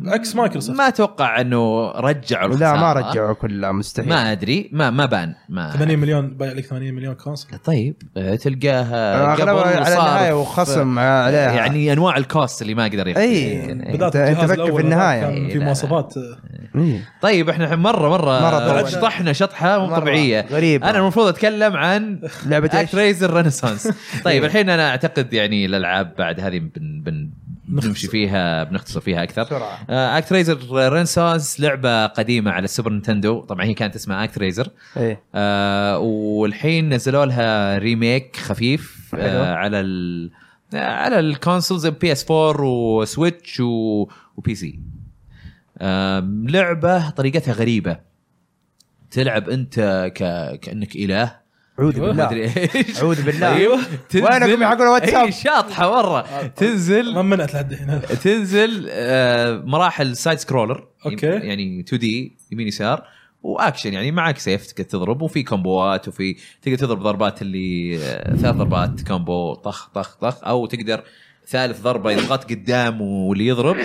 Speaker 3: عكس مايكروسوفت
Speaker 2: ما اتوقع انه رجعوا
Speaker 1: لا
Speaker 2: الخسارة.
Speaker 1: ما رجعوا كلها مستحيل
Speaker 2: ما ادري ما ما بان ما
Speaker 3: 80 مليون بايع لك 80 مليون كونسل
Speaker 2: طيب آه، تلقاها قبل
Speaker 1: اغلبها على
Speaker 2: صار
Speaker 1: النهايه
Speaker 2: في-
Speaker 1: وخصم عليها يعني
Speaker 2: يعني انواع الكوست اللي ما اقدر يغطيها.
Speaker 1: أي.
Speaker 2: يعني-
Speaker 1: بدأ- أنت- أنت
Speaker 3: الجهاز
Speaker 1: فكر في
Speaker 3: الأول
Speaker 1: النهاية.
Speaker 3: كان
Speaker 2: إيه،
Speaker 3: في
Speaker 2: لا،
Speaker 3: مواصفات آه،
Speaker 1: إيه.
Speaker 2: طيب احنا الحين مره مره,
Speaker 1: مرة
Speaker 2: مرة شطحنا شطحه مو
Speaker 1: مرة طيب.
Speaker 2: طبيعيه
Speaker 1: غريبة.
Speaker 2: انا المفروض اتكلم عن
Speaker 1: لعبه ايش؟
Speaker 2: اكت ريزر رينيسانس طيب الحين انا اعتقد يعني الالعاب بعد هذه بن بن بنمشي فيها بنختصر فيها آه، اكثر
Speaker 1: بسرعه
Speaker 2: اكت ريزر رينيسانس لعبه قديمه على السوبر نينتندو طبعا هي كانت اسمها اكت ريزر
Speaker 1: ايه
Speaker 2: آه والحين نزلوا لها ريميك خفيف
Speaker 1: حلو.
Speaker 2: آه على ال آه، على الكونسولز بي اس 4 وسويتش و... وبي سي آه لعبه طريقتها غريبه تلعب انت ك... كانك اله
Speaker 1: اعوذ
Speaker 2: ما
Speaker 1: بالله
Speaker 2: ادري ايش
Speaker 1: اعوذ أيوه. بالله
Speaker 2: ايوه
Speaker 1: وينكم يا حقون الواتساب؟ آه.
Speaker 2: اي شاطحه مره
Speaker 3: ما
Speaker 2: تنزل
Speaker 3: منعت لحد هنا
Speaker 2: تنزل آه مراحل سايد سكرولر
Speaker 3: أوكي.
Speaker 2: يعني 2 دي يمين يسار واكشن يعني معك سيف تقدر تضرب وفي كومبوات وفي تقدر تضرب ضربات اللي آه، ثلاث ضربات كومبو طخ طخ طخ او تقدر ثالث ضربه يضغط قدام واللي يضرب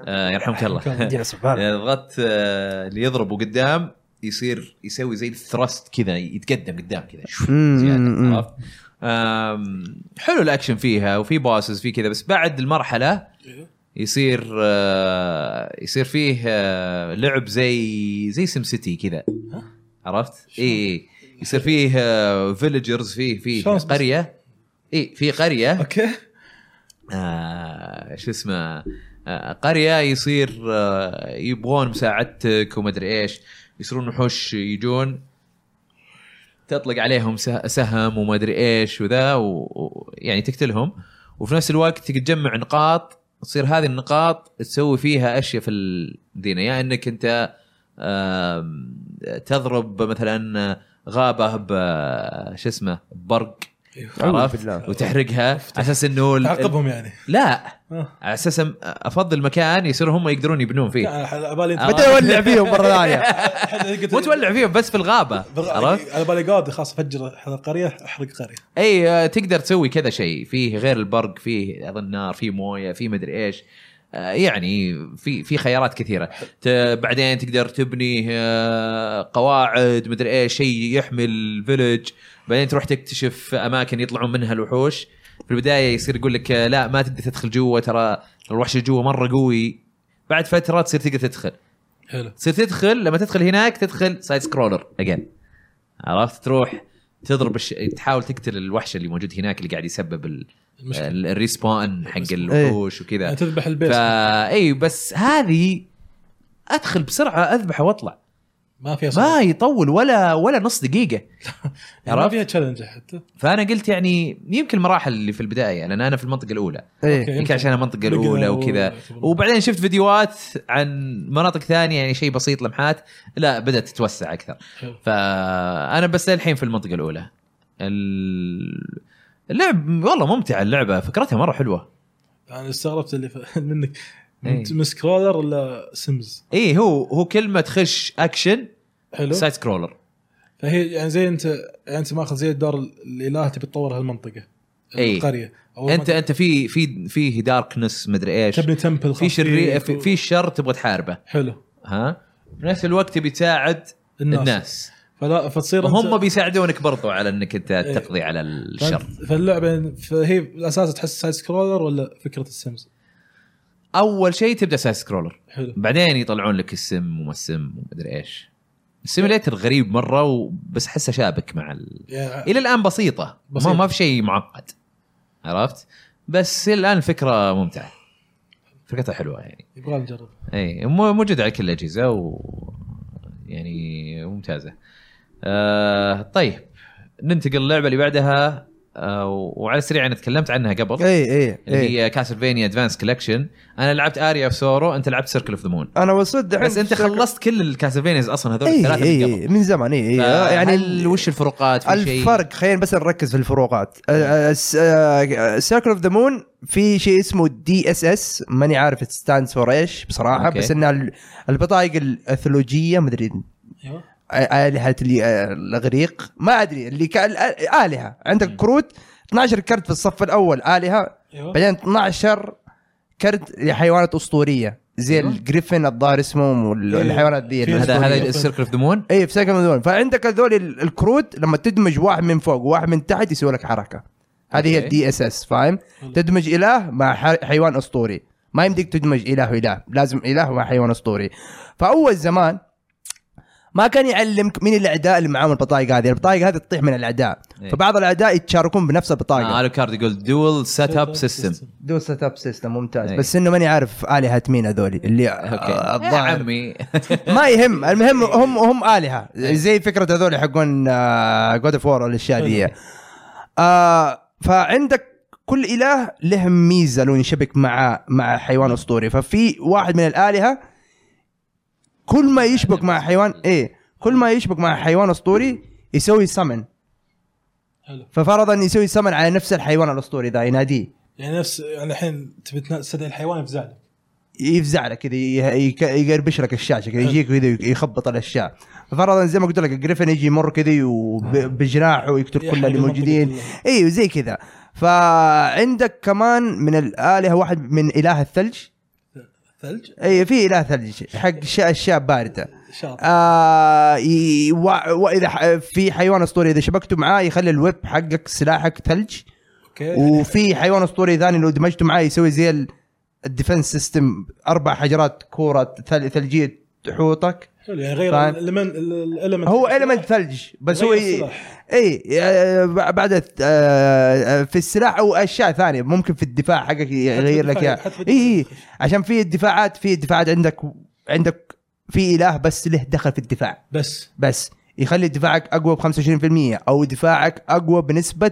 Speaker 2: آه يرحمك الله
Speaker 1: عندي عصفان
Speaker 2: يعني ضغط آه، اللي يضربه قدام يصير يسوي زي الثرست كذا يتقدم قدام كذا شو
Speaker 1: مم، مم،
Speaker 2: زياده
Speaker 1: مم.
Speaker 2: عرفت؟ آم، حلو الاكشن فيها وفي باسز في كذا بس بعد المرحله
Speaker 3: إيه.
Speaker 2: يصير آه، يصير فيه آه، لعب زي زي سم سيتي كذا عرفت؟ اي يصير آه، فيه إيه، فيلجرز فيه فيه
Speaker 3: شلون بس-
Speaker 2: قريه اي في قريه
Speaker 3: اوكي
Speaker 2: آه شو اسمه آه قريه يصير آه يبغون مساعدتك ومدري ايش يصيرون وحوش يجون تطلق عليهم سه- سهم ومدري ايش وذا و- و- يعني تقتلهم وفي نفس الوقت تجمع نقاط تصير هذه النقاط تسوي فيها اشياء في المدينه يا يعني انك انت آم، تضرب مثلا غابه ب شو اسمه برق
Speaker 1: أيوه. أعوذ
Speaker 2: عرفت
Speaker 1: بالله.
Speaker 2: وتحرقها على اساس انه ال-
Speaker 3: تعقبهم يعني
Speaker 2: لا
Speaker 3: آه.
Speaker 2: على اساس أم- افضل مكان يصير هم يقدرون يبنون فيه
Speaker 3: لا، على بالي
Speaker 2: آه.
Speaker 3: انت
Speaker 1: متى يولع فيهم مره ثانيه
Speaker 2: مو تولع فيهم بس في الغابه
Speaker 3: بغ-
Speaker 2: عرفت؟
Speaker 3: على بالي قاضي خلاص فجر هذا القريه احرق قريه
Speaker 2: اي آه، تقدر تسوي كذا شيء فيه غير البرق فيه اظن نار فيه مويه فيه مدري ايش آه، يعني في في خيارات كثيره ت- بعدين تقدر تبني آه، قواعد مدري ايش شيء يحمي الفيلج بعدين تروح تكتشف اماكن يطلعون منها الوحوش في البدايه يصير يقول لك آه، لا ما تقدر تدخل جوا ترى الوحش اللي جوا مره قوي بعد فتره تصير تقدر تدخل
Speaker 3: حلو
Speaker 2: تصير تدخل لما تدخل هناك تدخل سايد سكرولر اجين عرفت تروح تضرب الش... تحاول تقتل الوحش اللي موجود هناك اللي قاعد يسبب ال...
Speaker 3: المشكله
Speaker 2: ال- الريسبون حق
Speaker 3: المشكلة.
Speaker 2: الوحوش
Speaker 3: يعني
Speaker 2: وكذا
Speaker 3: تذبح البيت
Speaker 2: فا اي بس هذه ادخل بسرعه اذبحه واطلع
Speaker 3: ما فيها
Speaker 2: ما
Speaker 3: صعوبة.
Speaker 2: يطول ولا ولا نص دقيقه
Speaker 3: يعني ما
Speaker 2: عرفت؟
Speaker 3: فيها تشالنج حتى
Speaker 2: فانا قلت يعني يمكن المراحل اللي في البدايه لان انا في المنطقه الاولى
Speaker 1: ايه
Speaker 2: يمكن عشان المنطقه الاولى
Speaker 3: بقنا
Speaker 2: وكذا
Speaker 3: و-
Speaker 2: وبعدين شفت فيديوهات عن مناطق ثانيه يعني شيء بسيط لمحات لا بدات تتوسع اكثر
Speaker 3: حلو.
Speaker 2: فانا بس الحين في المنطقه الاولى ال- اللعب والله ممتعه اللعبه فكرتها مره حلوه
Speaker 3: انا يعني استغربت اللي ف- منك
Speaker 2: إيه.
Speaker 3: انت من سكرولر ولا سيمز
Speaker 2: اي إيه، هو هو كلمه خش اكشن
Speaker 3: حلو
Speaker 2: سايد سكرولر
Speaker 3: فهي يعني زي انت يعني انت ماخذ زي الدار الاله تبي تطور هالمنطقه
Speaker 2: إيه.
Speaker 3: القريه او
Speaker 2: انت
Speaker 3: المنطقة.
Speaker 2: انت في في فيه داركنس مدري ايش
Speaker 3: تبني
Speaker 2: في
Speaker 3: تمبل خفيف
Speaker 2: شر
Speaker 3: و-
Speaker 2: في- في شر تبغى تحاربه
Speaker 3: حلو
Speaker 2: ها في نفس الوقت بتساعد
Speaker 3: الناس, الناس.
Speaker 2: الناس
Speaker 3: فلا فتصير انت-
Speaker 2: هم بيساعدونك برضو على انك انت
Speaker 3: إيه.
Speaker 2: تقضي على الشر
Speaker 3: فأنت- فاللعبه فهي بالاساس تحس سايد سكرولر ولا فكره السيمز
Speaker 2: اول شيء تبدا سايد سكرولر
Speaker 3: حلو
Speaker 2: بعدين يطلعون لك السم وما السم ومدري ايش السيميليتر غريب مره و- بس حسه شابك مع ال...
Speaker 3: يعني
Speaker 2: الى الان بسيطه ما,
Speaker 3: بسيطة.
Speaker 2: ما في شيء معقد عرفت بس الى الان الفكره ممتعه فكرتها حلوه يعني
Speaker 3: يبغى نجرب
Speaker 2: اي مو- موجوده على كل الاجهزه و يعني ممتازه آه طيب ننتقل للعبه اللي بعدها آه وعلى السريع انا تكلمت عنها قبل
Speaker 1: ايه ايه
Speaker 2: اللي
Speaker 1: ايه
Speaker 2: هي كاسلفينيا ادفانس كولكشن انا لعبت اريا اوف سورو انت لعبت سيركل اوف ذا مون
Speaker 1: انا وصلت دحين
Speaker 2: بس انت خلصت كل الكاسلفينياز اصلا هذول
Speaker 1: اي
Speaker 2: الثلاثه
Speaker 1: اي
Speaker 2: من قبل
Speaker 1: إي، إيه، من زمان اي اي
Speaker 2: فهل-
Speaker 1: يعني
Speaker 2: وش الفروقات في شيء؟
Speaker 1: الفرق خلينا بس نركز في الفروقات أه، سيركل اوف ذا مون في شيء اسمه دي اس اس ماني عارف ستاندز فور ايش بصراحه
Speaker 2: أوكي.
Speaker 1: بس انها ال- البطايق الاثولوجيه مدري
Speaker 3: ايوه
Speaker 1: آلهة اللي- آه، الإغريق ما أدري اللي كان آلهة
Speaker 2: مم.
Speaker 1: عندك كروت 12 كرت في الصف الأول آلهة
Speaker 3: ايوه
Speaker 1: بعدين 12 كرت لحيوانات أسطورية زي
Speaker 2: أيوة.
Speaker 1: الجريفن الظاهر اسمهم
Speaker 3: إيه.
Speaker 1: والحيوانات دي
Speaker 3: في
Speaker 2: هذا
Speaker 1: الأسطورية.
Speaker 2: هذا السيركل اوف ذا مون
Speaker 1: اي في سكن ذول فعندك هذول ال- الكروت لما تدمج واحد من فوق وواحد من تحت يسوي لك حركه هذه هي
Speaker 2: أوكي.
Speaker 1: الدي اس اس فاهم
Speaker 3: حلو.
Speaker 1: تدمج اله مع ح- حيوان اسطوري ما يمديك تدمج اله واله لازم اله مع حيوان اسطوري فاول زمان ما كان يعلمك مين الاعداء اللي معاهم البطايق هذه البطايق هذه تطيح من الاعداء
Speaker 2: إيه.
Speaker 1: فبعض الاعداء يتشاركون بنفس البطاقه
Speaker 2: الو كارد يقول دول سيت اب سيستم
Speaker 1: دو سيت اب سيستم ممتاز
Speaker 2: إيه.
Speaker 1: بس انه ماني عارف الهه مين هذول اللي
Speaker 2: اوكي
Speaker 1: آه،
Speaker 2: يا
Speaker 1: الظاهر
Speaker 2: إيه، عمي
Speaker 1: ما يهم المهم هم هم الهه زي فكره هذول حقون آه، جود اوف وور والاشياء دي آه، فعندك كل اله له ميزه لو ينشبك مع مع حيوان اسطوري ففي واحد من الالهه كل ما يشبك مع حيوان ايه كل ما يشبك مع حيوان اسطوري يسوي سمن
Speaker 3: حلو
Speaker 1: ففرضا يسوي سمن على نفس الحيوان الاسطوري ذا يناديه
Speaker 3: يعني نفس يعني الحين تبي تستدعي الحيوان يفزع لك
Speaker 1: يفزع لك كذا ي- يك- يقربش لك الشاشه كذا يجيك كذا يخبط الاشياء فرضا زي ما قلت لك الجريفن يجي يمر كذا وب- بجناحه ويقتل كل
Speaker 3: آه. يحرق
Speaker 1: اللي
Speaker 3: المنطقة
Speaker 1: موجودين
Speaker 3: كلها.
Speaker 1: ايوه زي كذا فعندك كمان من الالهه واحد من اله الثلج
Speaker 3: ثلج
Speaker 1: اي في اله ثلج حق ش- اشياء بارده
Speaker 3: شاطر
Speaker 1: آه ي- و- واذا ح- في حيوان اسطوري اذا شبكته معاه يخلي الويب حقك سلاحك ثلج
Speaker 3: اوكي
Speaker 1: وفي حيوان اسطوري ثاني لو دمجته معاه يسوي زي الديفنس سيستم اربع حجرات كوره ثل- ثلجيه حوطك
Speaker 3: حلو يعني غير
Speaker 1: فاهم.
Speaker 3: الالمنت الالمنت
Speaker 1: طيب. هو المنت ثلج بس هو إيه، ي- اي آه، بعد الت- آه، آه، في السلاح او اشياء ثانيه ممكن في الدفاع حقك يغير لك إيه، اياها اي اي عشان في الدفاعات في دفاعات عندك عندك في اله بس له دخل في الدفاع
Speaker 3: بس
Speaker 1: بس يخلي دفاعك اقوى ب 25% او دفاعك اقوى بنسبه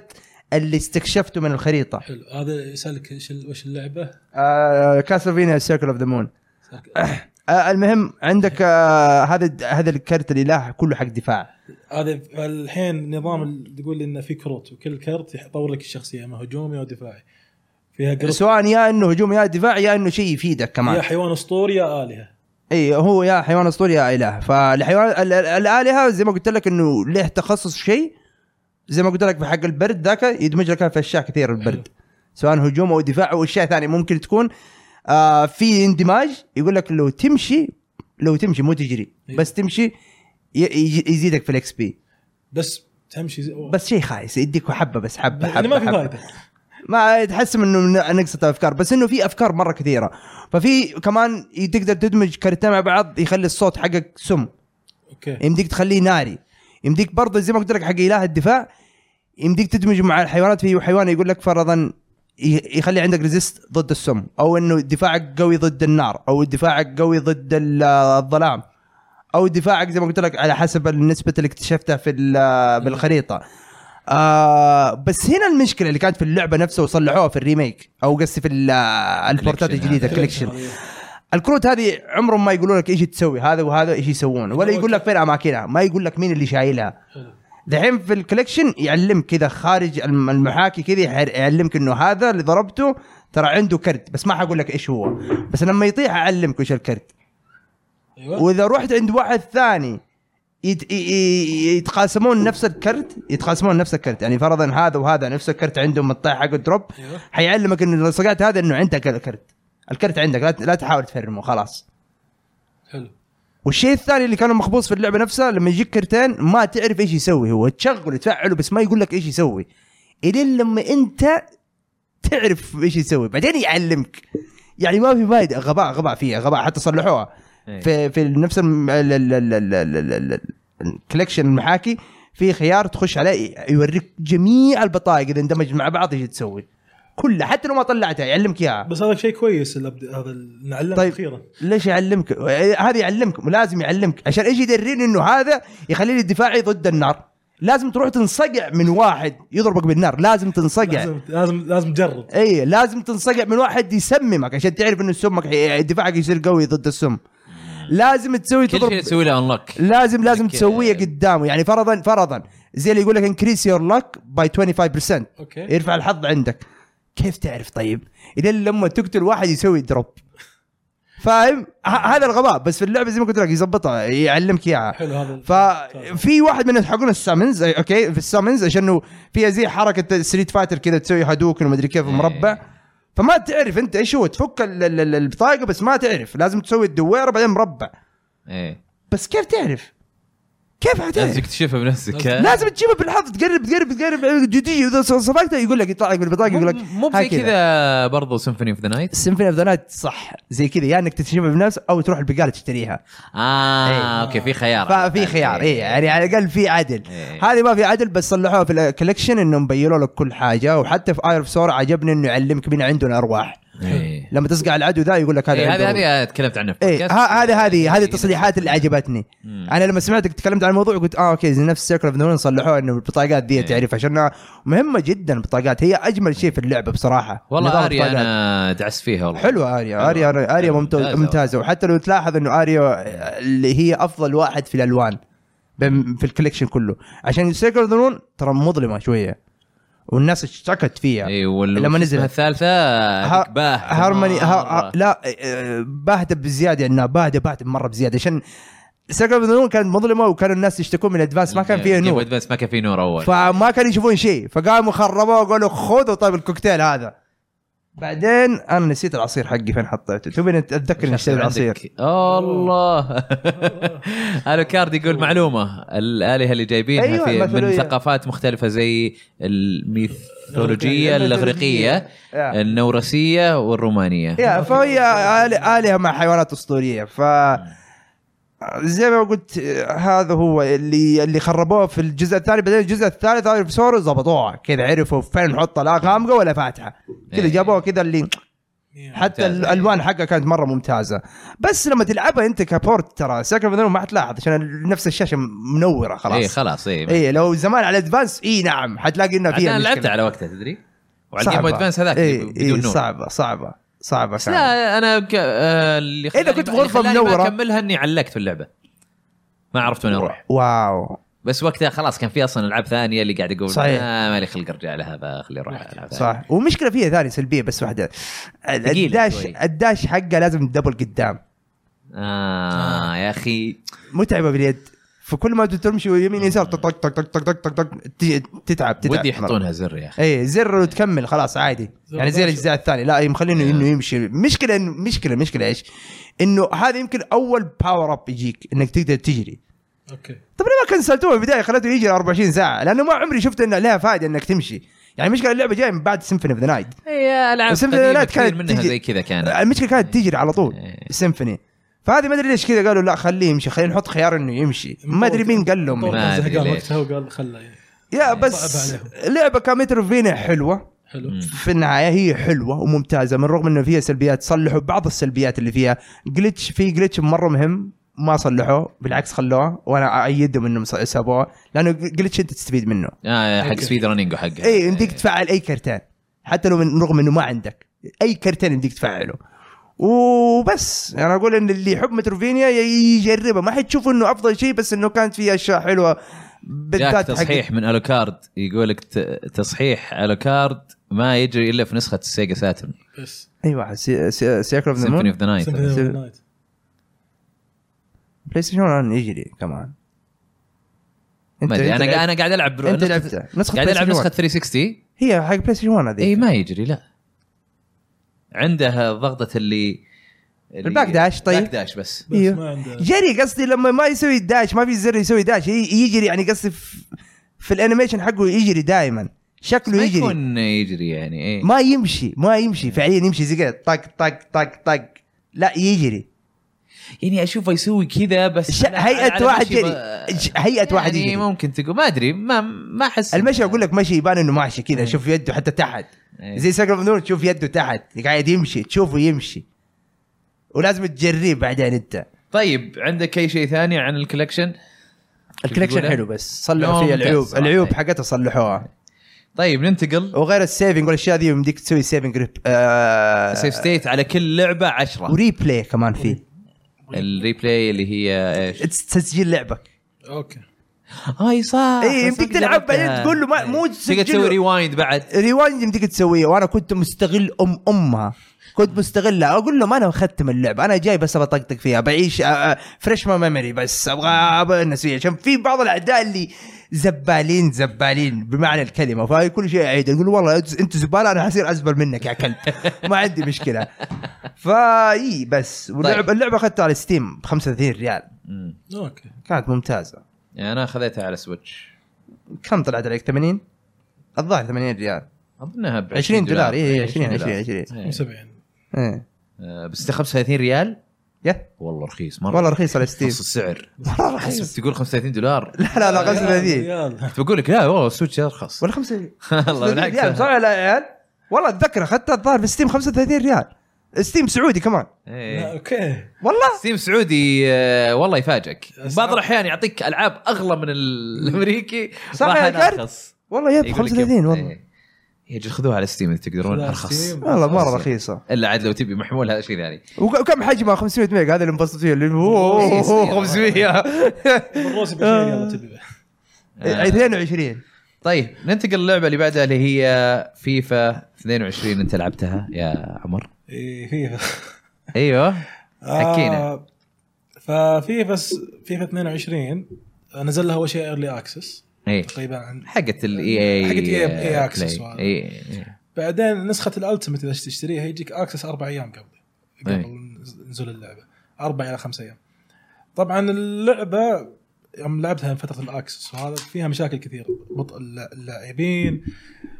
Speaker 1: اللي استكشفته من الخريطه
Speaker 3: حلو هذا يسالك ايش ال- وش اللعبه؟
Speaker 1: آه كاسلفينيا سيركل اوف ذا مون
Speaker 3: يسألك-
Speaker 1: آه المهم عندك آه هذا الد- هذا الكرت الاله كله حق دفاع
Speaker 3: هذا الحين نظام ال- تقول لي انه في كروت وكل كرت يطور لك الشخصيه اما هجومي او دفاعي فيها كروت
Speaker 1: سواء يا انه هجوم يا دفاع يا انه شيء يفيدك كمان
Speaker 3: يا حيوان اسطوري يا الهه
Speaker 1: اي هو يا حيوان اسطوري يا اله فالحيوان ال- ال- الالهه زي ما قلت لك انه له تخصص شيء زي ما قلت لك في حق البرد ذاك يدمج لك في اشياء كثير البرد سواء هجوم او دفاع او اشياء ثانيه ممكن تكون آه في اندماج يقول لك لو تمشي لو تمشي مو تجري
Speaker 3: أيوة.
Speaker 1: بس تمشي ي- يج- يزيدك في الاكس بي
Speaker 3: بس تمشي زي-
Speaker 1: بس شيء خايس يديك حبه بس حبه
Speaker 3: يعني
Speaker 1: حبه
Speaker 3: ما في
Speaker 1: حبة.
Speaker 3: فائده
Speaker 1: ما تحس انه من- نقصت افكار بس انه في افكار مره كثيره ففي كمان تقدر تدمج كرتين مع بعض يخلي الصوت حقك سم
Speaker 3: اوكي
Speaker 1: يمديك تخليه ناري يمديك برضه زي ما قلت لك حق اله الدفاع يمديك تدمج مع الحيوانات في حيوان يقول لك فرضا ي- يخلي عندك ريزيست ضد السم او انه دفاعك قوي ضد النار او دفاعك قوي ضد ال- الظلام او دفاعك زي ما قلت لك على حسب النسبه اللي اكتشفتها في ال- بالخريطه آه بس هنا المشكله اللي كانت في اللعبه نفسها وصلحوها في الريميك او قصدي في ال- البورتات
Speaker 2: Collection
Speaker 1: الجديده
Speaker 2: هذا.
Speaker 1: كوليكشن الكروت هذه عمرهم ما يقولوا لك ايش تسوي هذا وهذا ايش يسوون ولا
Speaker 3: هو
Speaker 1: يقول لك فين اماكنها ما يقول لك مين اللي شايلها دحين في الكوليكشن يعلمك كذا خارج الم- المحاكي كذا يح- يعلمك انه هذا اللي ضربته ترى عنده كرت بس ما حقول لك ايش هو بس لما يطيح اعلمك ايش الكرت
Speaker 3: ايوه
Speaker 1: واذا رحت عند واحد ثاني يت... ي- ي- يتقاسمون نفس الكرت يتقاسمون نفس الكرت يعني فرضا هذا وهذا نفس الكرت عندهم الطيح حق الدروب
Speaker 3: ايوه
Speaker 1: حيعلمك انه لو صقعت هذا انه عندك الكرت الكرت عندك لا, ت- لا تحاول تفرمه خلاص
Speaker 3: حلو
Speaker 1: والشيء الثاني اللي كان مخبوص في اللعبه نفسها لما يجيك كرتين ما تعرف ايش يسوي هو تشغله تفعله بس ما يقول لك ايش يسوي الين لما انت تعرف ايش يسوي بعدين يعلمك يعني ما في فايده غباء غباء فيها غباء حتى صلحوها
Speaker 2: إيه.
Speaker 1: في في نفس الم- ال- ال- ال- ال- ال- ال- ال- الكوليكشن المحاكي في خيار تخش عليه يوريك جميع البطايق اذا اندمج مع بعض ايش تسوي كلها حتى لو ما طلعتها يعلمك اياها
Speaker 3: بس هذا شيء كويس الأبد- هذا ال- نعلمك
Speaker 1: طيب.
Speaker 3: اخيرا
Speaker 1: ليش يعلمك؟ هذا يعلمك لازم يعلمك عشان ايش يدريني انه هذا يخلي لي دفاعي ضد النار لازم تروح تنصقع من واحد يضربك بالنار لازم تنصقع
Speaker 3: لازم لازم لازم تجرب
Speaker 1: اي لازم تنصقع من واحد يسممك عشان تعرف انه سمك حي- دفاعك يصير قوي ضد السم لازم تسوي
Speaker 2: كل شيء
Speaker 1: تضرب
Speaker 2: تسوي له انلوك
Speaker 1: لازم لازم
Speaker 2: لك-
Speaker 1: تسويه قدامه يعني فرضا فرضا زي اللي يقول لك انكريس يور لك باي 25%
Speaker 3: اوكي
Speaker 1: إيه؟ يرفع الحظ عندك كيف تعرف طيب الين لما تقتل واحد يسوي دروب فاهم ه- هذا الغباء بس في اللعبه زي ما قلت لك يظبطها يعلمك اياها
Speaker 3: حلو هذا ممتاز.
Speaker 1: ففي واحد من حقون السامنز أي- اوكي في السامنز عشان إنه فيها زي حركه ستريت فايتر كذا تسوي هادوكن ومدري كيف مربع فما تعرف انت ايش هو تفك ال- ال- ال- البطاقه بس ما تعرف لازم تسوي الدويره بعدين مربع
Speaker 2: ايه
Speaker 1: بس كيف تعرف؟ كيف
Speaker 2: لازم
Speaker 1: حتعرف؟
Speaker 2: تكتشفها بنفسك ها؟
Speaker 1: لازم تجيبها بالحظ تقرب تقرب تقرب جدي اذا صفقتها يقول لك يطلع لك بالبطاقه يقول لك
Speaker 2: مو- مو زي
Speaker 1: هكذا.
Speaker 2: كذا برضو سيمفوني اوف ذا نايت
Speaker 1: سيمفوني اوف ذا نايت صح زي كذا يا يعني انك تكتشفها بنفسك او تروح البقاله تشتريها إيه.
Speaker 2: اه اوكي في خيار
Speaker 1: ففي خيار اي يعني على الاقل في عدل
Speaker 2: إيه.
Speaker 1: هذه ما في عدل بس صلحوها في الكوليكشن انهم بينوا لك كل حاجه وحتى في اير سورا عجبني انه يعلمك مين عنده الارواح
Speaker 2: إيه.
Speaker 1: لما تصقع العدو ذا يقول لك هذا
Speaker 2: إيه،
Speaker 1: عنده
Speaker 2: هذه هذه تكلمت عنها في
Speaker 1: ايه
Speaker 2: البودكاست.
Speaker 1: ه- هذه هذه هذه
Speaker 2: إيه.
Speaker 1: التصريحات اللي عجبتني
Speaker 2: مم.
Speaker 1: انا لما سمعتك تكلمت عن الموضوع قلت اه اوكي زي نفس سيركل اوف نون صلحوها انه البطاقات
Speaker 2: إيه.
Speaker 1: دي تعرف عشان مهمه جدا البطاقات هي اجمل شيء في اللعبه بصراحه نظام
Speaker 2: والله اريا
Speaker 1: البطاقات.
Speaker 2: انا دعست فيها والله
Speaker 1: حلوه اريا
Speaker 2: حلوة.
Speaker 1: اريا اريا, آريا
Speaker 2: حلوة،
Speaker 1: ممتازه, ممتازة. وحتى لو تلاحظ انه اريا اللي هي افضل واحد في الالوان بم- في الكوليكشن كله عشان سيكر ذنون ترى مظلمه شويه والناس اشتكت فيها
Speaker 2: اي وال...
Speaker 1: لما
Speaker 2: شو
Speaker 1: نزلت.
Speaker 2: اسمها الثالثه
Speaker 1: ها-
Speaker 2: هذيك باهته
Speaker 1: هارموني ها
Speaker 2: مرة.
Speaker 1: ها لا آه، باهته بزياده انها باهته باهته مره بزياده عشان سيكر ذنون كانت مظلمه وكانوا الناس يشتكون من الادفانس ما كان فيها
Speaker 2: Game
Speaker 1: نور
Speaker 2: Advance ما كان فيه نور اول
Speaker 1: فما كانوا يشوفون شيء فقاموا خربوه وقالوا خذوا طيب الكوكتيل هذا بعدين انا نسيت العصير حقي فين حطيته تبي اتذكر اني اشتري العصير
Speaker 2: عندك- الله الو كارد يقول معلومه الالهه اللي جايبينها
Speaker 1: أيوة،
Speaker 2: أيوة في من
Speaker 1: الميثولوجية.
Speaker 2: ثقافات مختلفه زي الميثولوجيه الاغريقيه
Speaker 1: يا. إيه،
Speaker 2: النورسيه والرومانيه
Speaker 1: يا فهي آل- آلهة مع حيوانات أسطورية ف زي ما قلت آه، هذا هو اللي اللي خربوه في الجزء الثاني بعدين الجزء الثالث هذا في سورو ظبطوها كذا عرفوا فين نحط لا غامقه ولا فاتحه كذا
Speaker 2: إيه.
Speaker 1: جابوها كذا اللي حتى
Speaker 2: ممتاز.
Speaker 1: الالوان حقها كانت مره ممتازه بس لما تلعبها انت كبورت ترى ساكر ما حتلاحظ عشان نفس الشاشه منوره خلاص
Speaker 2: اي إيه، خلاص اي
Speaker 1: ايه لو زمان على ادفانس اي نعم حتلاقي انه فيها
Speaker 2: انا
Speaker 1: مشكلة.
Speaker 2: لعبت على وقتها تدري وعلى
Speaker 1: صعبة.
Speaker 2: الجيم بوي ادفانس هذاك
Speaker 1: إيه
Speaker 2: بدون
Speaker 1: إيه
Speaker 2: نور
Speaker 1: صعبه صعبه صعبه
Speaker 2: بس
Speaker 1: فعلا
Speaker 2: لا انا ك... آه، اللي
Speaker 1: إذا
Speaker 2: خلاني-
Speaker 1: كنت في
Speaker 2: اللي
Speaker 1: غرفة
Speaker 2: خلاني ما
Speaker 1: منورة.
Speaker 2: اكملها اني علقت في اللعبه ما عرفت وين اروح
Speaker 1: واو
Speaker 2: بس وقتها خلاص كان في اصلا العاب ثانيه اللي قاعد اقول
Speaker 1: صحيح.
Speaker 2: آه مالي خلق ارجع لها فخلي اروح العب ثانية.
Speaker 1: صح ومشكله فيها ثانيه سلبيه بس واحده
Speaker 2: ثقيلة
Speaker 1: الداش
Speaker 2: شوي.
Speaker 1: الداش حقه لازم دبل قدام
Speaker 2: اه يا اخي
Speaker 1: متعبه باليد فكل ما تمشي يمين يسار طق طق طق طق طق طق طق ت- تتعب تتعب
Speaker 2: ودي يحطونها زر يا اخي
Speaker 1: اي زر وتكمل خلاص عادي
Speaker 3: زر
Speaker 1: يعني زي
Speaker 3: داش.
Speaker 1: الاجزاء الثانيه لا مخلينه
Speaker 2: Yeah.
Speaker 1: انه يمشي مشكله إنه- مشكله مشكله ايش؟ انه هذا يمكن اول باور اب يجيك انك تقدر تجري
Speaker 3: اوكي
Speaker 1: طب ليه ما كنسلتوه في البدايه خلته يجري 24 ساعه لانه ما عمري شفت انه لها فائده انك تمشي يعني مشكله اللعبه جايه من بعد سيمفوني اوف ذا نايت
Speaker 2: هي العاب
Speaker 1: بس
Speaker 2: قديمه
Speaker 1: الإعلانات
Speaker 2: كثير
Speaker 1: كانت
Speaker 2: منها
Speaker 1: تجي-
Speaker 2: زي كذا كانت
Speaker 1: المشكله كانت تجري على طول
Speaker 2: إيه.
Speaker 1: سيمفوني فهذه ما ادري ليش كذا قالوا لا خليه يمشي خلينا نحط خيار انه يمشي ما ادري مين قال لهم
Speaker 3: طور
Speaker 1: إنه.
Speaker 2: ما
Speaker 3: كان
Speaker 2: أدري
Speaker 3: زهقان
Speaker 2: ليش.
Speaker 3: وقتها وقال خله يعني.
Speaker 1: يا
Speaker 3: صعب
Speaker 1: بس
Speaker 3: عليهم.
Speaker 1: لعبه كمتروفينيا حلوه
Speaker 3: حلو
Speaker 2: مم.
Speaker 1: في النهايه هي حلوه وممتازه من رغم انه فيها سلبيات صلحوا بعض السلبيات اللي فيها جلتش في جلتش مره مهم ما صلحوه بالعكس خلوه وانا ايدهم انهم ص- سابوه لانه جلتش انت تستفيد منه
Speaker 2: اه حق
Speaker 3: أوكي.
Speaker 2: سبيد رننج وحقها
Speaker 1: اي إيه، يمديك تفعل اي كرتان حتى لو من رغم انه ما عندك اي كرتان يمديك تفعله وبس انا اقول ان اللي يحب متروفينيا ي- يجربها ما حتشوف انه افضل شيء بس انه كانت فيه اشياء حلوه
Speaker 2: جاك
Speaker 1: بالذات حق-
Speaker 2: تصحيح من الوكارد يقول لك ت- تصحيح الوكارد ما يجري الا في نسخه السيجا ساترن
Speaker 3: بس
Speaker 1: ايوه سي... سي... سيكل اوف ذا
Speaker 2: سيمفوني
Speaker 1: مون
Speaker 2: اوف ذا نايت
Speaker 3: سيمفوني أوف ذا
Speaker 1: يصير-
Speaker 3: نايت.
Speaker 1: بلاي ستيشن 1 يجري كمان
Speaker 2: ما ادري
Speaker 1: لعبت-
Speaker 2: انا انا قاعد العب برو-
Speaker 1: انت
Speaker 2: نسخة-
Speaker 1: لعبتها نسخه
Speaker 2: قاعد
Speaker 1: بلاي
Speaker 2: العب
Speaker 1: ستيشن
Speaker 2: نسخه
Speaker 1: 1.
Speaker 2: 360
Speaker 1: هي حق بلاي ستيشن 1 هذه
Speaker 2: اي إيه، ما يجري لا عنده ضغطه اللي اللي-
Speaker 1: الباك داش، طيب.
Speaker 2: باك داش بس
Speaker 3: بس
Speaker 1: إيوه.
Speaker 3: ما عنده
Speaker 1: جري قصدي لما ما يسوي داش ما في زر يسوي داش ي- يجري يعني قصدي في, في الانيميشن حقه يجري دائما شكله
Speaker 2: ما
Speaker 1: يجري
Speaker 2: يكون يجري يعني اي
Speaker 1: ما يمشي ما يمشي فعليا يمشي زي كذا طق طق طق طق لا يجري
Speaker 2: يعني اشوفه يسوي كذا بس
Speaker 1: ش...
Speaker 2: على- على-
Speaker 1: هيئه
Speaker 2: على
Speaker 1: واحد
Speaker 2: مشي
Speaker 1: جري
Speaker 2: ما-
Speaker 1: ج- هيئه
Speaker 2: يعني
Speaker 1: واحد يجري
Speaker 2: ممكن تقول ما ادري ما ما احس
Speaker 1: المشي اقول لك مشي يبان انه ماشي كذا
Speaker 2: إيه.
Speaker 1: شوف يده حتى تحت
Speaker 2: إيه.
Speaker 1: زي سكر نور تشوف يده تحت قاعد يمشي تشوفه يمشي ولازم تجريه بعدين انت
Speaker 2: طيب عندك اي شيء ثاني عن الكولكشن؟ إيه؟
Speaker 1: الكوليكشن
Speaker 2: تقوله؟
Speaker 1: حلو بس
Speaker 2: لا،
Speaker 1: صلحوا فيها
Speaker 2: ممتاز
Speaker 1: العيوب
Speaker 2: صراحة.
Speaker 1: العيوب حقتها صلحوها
Speaker 2: طيب ننتقل
Speaker 1: وغير السيفنج والاشياء ذي يمديك تسوي سيفنج ريب آه
Speaker 2: سيف ستيت على كل لعبه 10
Speaker 1: وريبلاي كمان فيه
Speaker 2: الريبلاي اللي هي ايش؟
Speaker 1: تسجيل لعبك
Speaker 3: اوكي
Speaker 2: اي صح
Speaker 1: إيه، يمديك
Speaker 2: صدق
Speaker 1: تلعب بعدين
Speaker 2: لعبتها.
Speaker 1: تقول له ما- مو
Speaker 2: تقدر
Speaker 1: تسجله.
Speaker 2: تسوي ريوايند بعد
Speaker 1: ريوايند يمديك تسويه وانا كنت مستغل ام امها كنت مستغلها اقول لهم انا مختم اللعبه انا جاي بس ابى اطقطق فيها بعيش فريش ما ميموري بس ابغى ابغى نسويه عشان في بعض الاعداء اللي زبالين زبالين بمعنى الكلمه فكل شيء اعيد اقول والله أنت- انت زباله انا حصير ازبل منك يا كلب ما عندي مشكله فاي بس واللعب
Speaker 2: طيب.
Speaker 1: اللعبه اخذتها على ستيم ب 35 ريال
Speaker 2: مم.
Speaker 3: اوكي
Speaker 1: كانت ممتازه
Speaker 2: يعني انا اخذتها على سويتش
Speaker 1: كم طلعت عليك 80 الظاهر 80 ريال
Speaker 2: اظنها ب
Speaker 1: 20 دولار اي
Speaker 2: إيه،
Speaker 1: 20 20
Speaker 2: دولار.
Speaker 1: 20
Speaker 2: إيه.
Speaker 3: 75
Speaker 1: إيه.
Speaker 2: آه، بس 35 ريال
Speaker 1: يه
Speaker 2: والله رخيص مره
Speaker 1: والله رخيص على ستيم
Speaker 2: نص السعر
Speaker 1: مره رخيص
Speaker 2: بس تقول 35 دولار
Speaker 1: لا لا لا غزل هذه
Speaker 3: ريال
Speaker 2: كنت بقول لك لا والله السويتش ارخص
Speaker 1: ولا 35
Speaker 2: والله
Speaker 1: ريال صح
Speaker 2: بالعكس
Speaker 1: ولا لا يا عيال؟ والله اتذكر اخذتها الظاهر في ستيم 35 ريال ستيم سعودي كمان
Speaker 2: إيه.
Speaker 3: لا، اوكي
Speaker 1: والله
Speaker 2: ستيم سعودي آه، والله يفاجئك
Speaker 3: أسعار.
Speaker 2: بعض الاحيان يعطيك العاب اغلى من ال- الامريكي
Speaker 1: صح
Speaker 2: راح
Speaker 1: يا
Speaker 2: أنا
Speaker 1: جد؟
Speaker 2: ارخص
Speaker 1: والله يب
Speaker 2: يقول لك
Speaker 1: 35
Speaker 2: يب-
Speaker 1: والله
Speaker 2: إيه. يا جد خذوها على ستيم اذا تقدرون
Speaker 3: خذوها على
Speaker 2: ارخص
Speaker 3: ستيم.
Speaker 1: والله مره رخيصه
Speaker 2: الا عاد لو تبي محمول هذا يعني. شيء ثاني
Speaker 1: وك- وكم حجمها 500 ميجا هذا اللي انبسطت فيه اللي أوه،
Speaker 2: إيه، صغيرة.
Speaker 1: 500
Speaker 3: بالروسي بشيء يلا تبي
Speaker 1: إيه،
Speaker 2: آه.
Speaker 1: 22
Speaker 2: طيب ننتقل للعبه اللي بعدها اللي هي فيفا 22 انت لعبتها يا عمر
Speaker 3: اي إيه، فيفا
Speaker 2: ايوه
Speaker 3: آه،
Speaker 2: حكينا.
Speaker 3: ففيفا س- فيفا 22 نزل لها اول شيء ايرلي اكسس
Speaker 2: ايه
Speaker 3: تقريبا عن
Speaker 2: حقت إيه الاي اي
Speaker 3: حقت إيه EA
Speaker 2: إيه.
Speaker 3: Access وهذا.
Speaker 2: اي
Speaker 3: بعدين نسخه الالتيميت اذا تشتريها يجيك اكسس اربع ايام قبل
Speaker 2: إيه.
Speaker 3: قبل نزول اللعبه اربع الى خمس ايام طبعا اللعبه يوم لعبتها فتره الاكسس وهذا فيها مشاكل كثير بطء الل- اللاعبين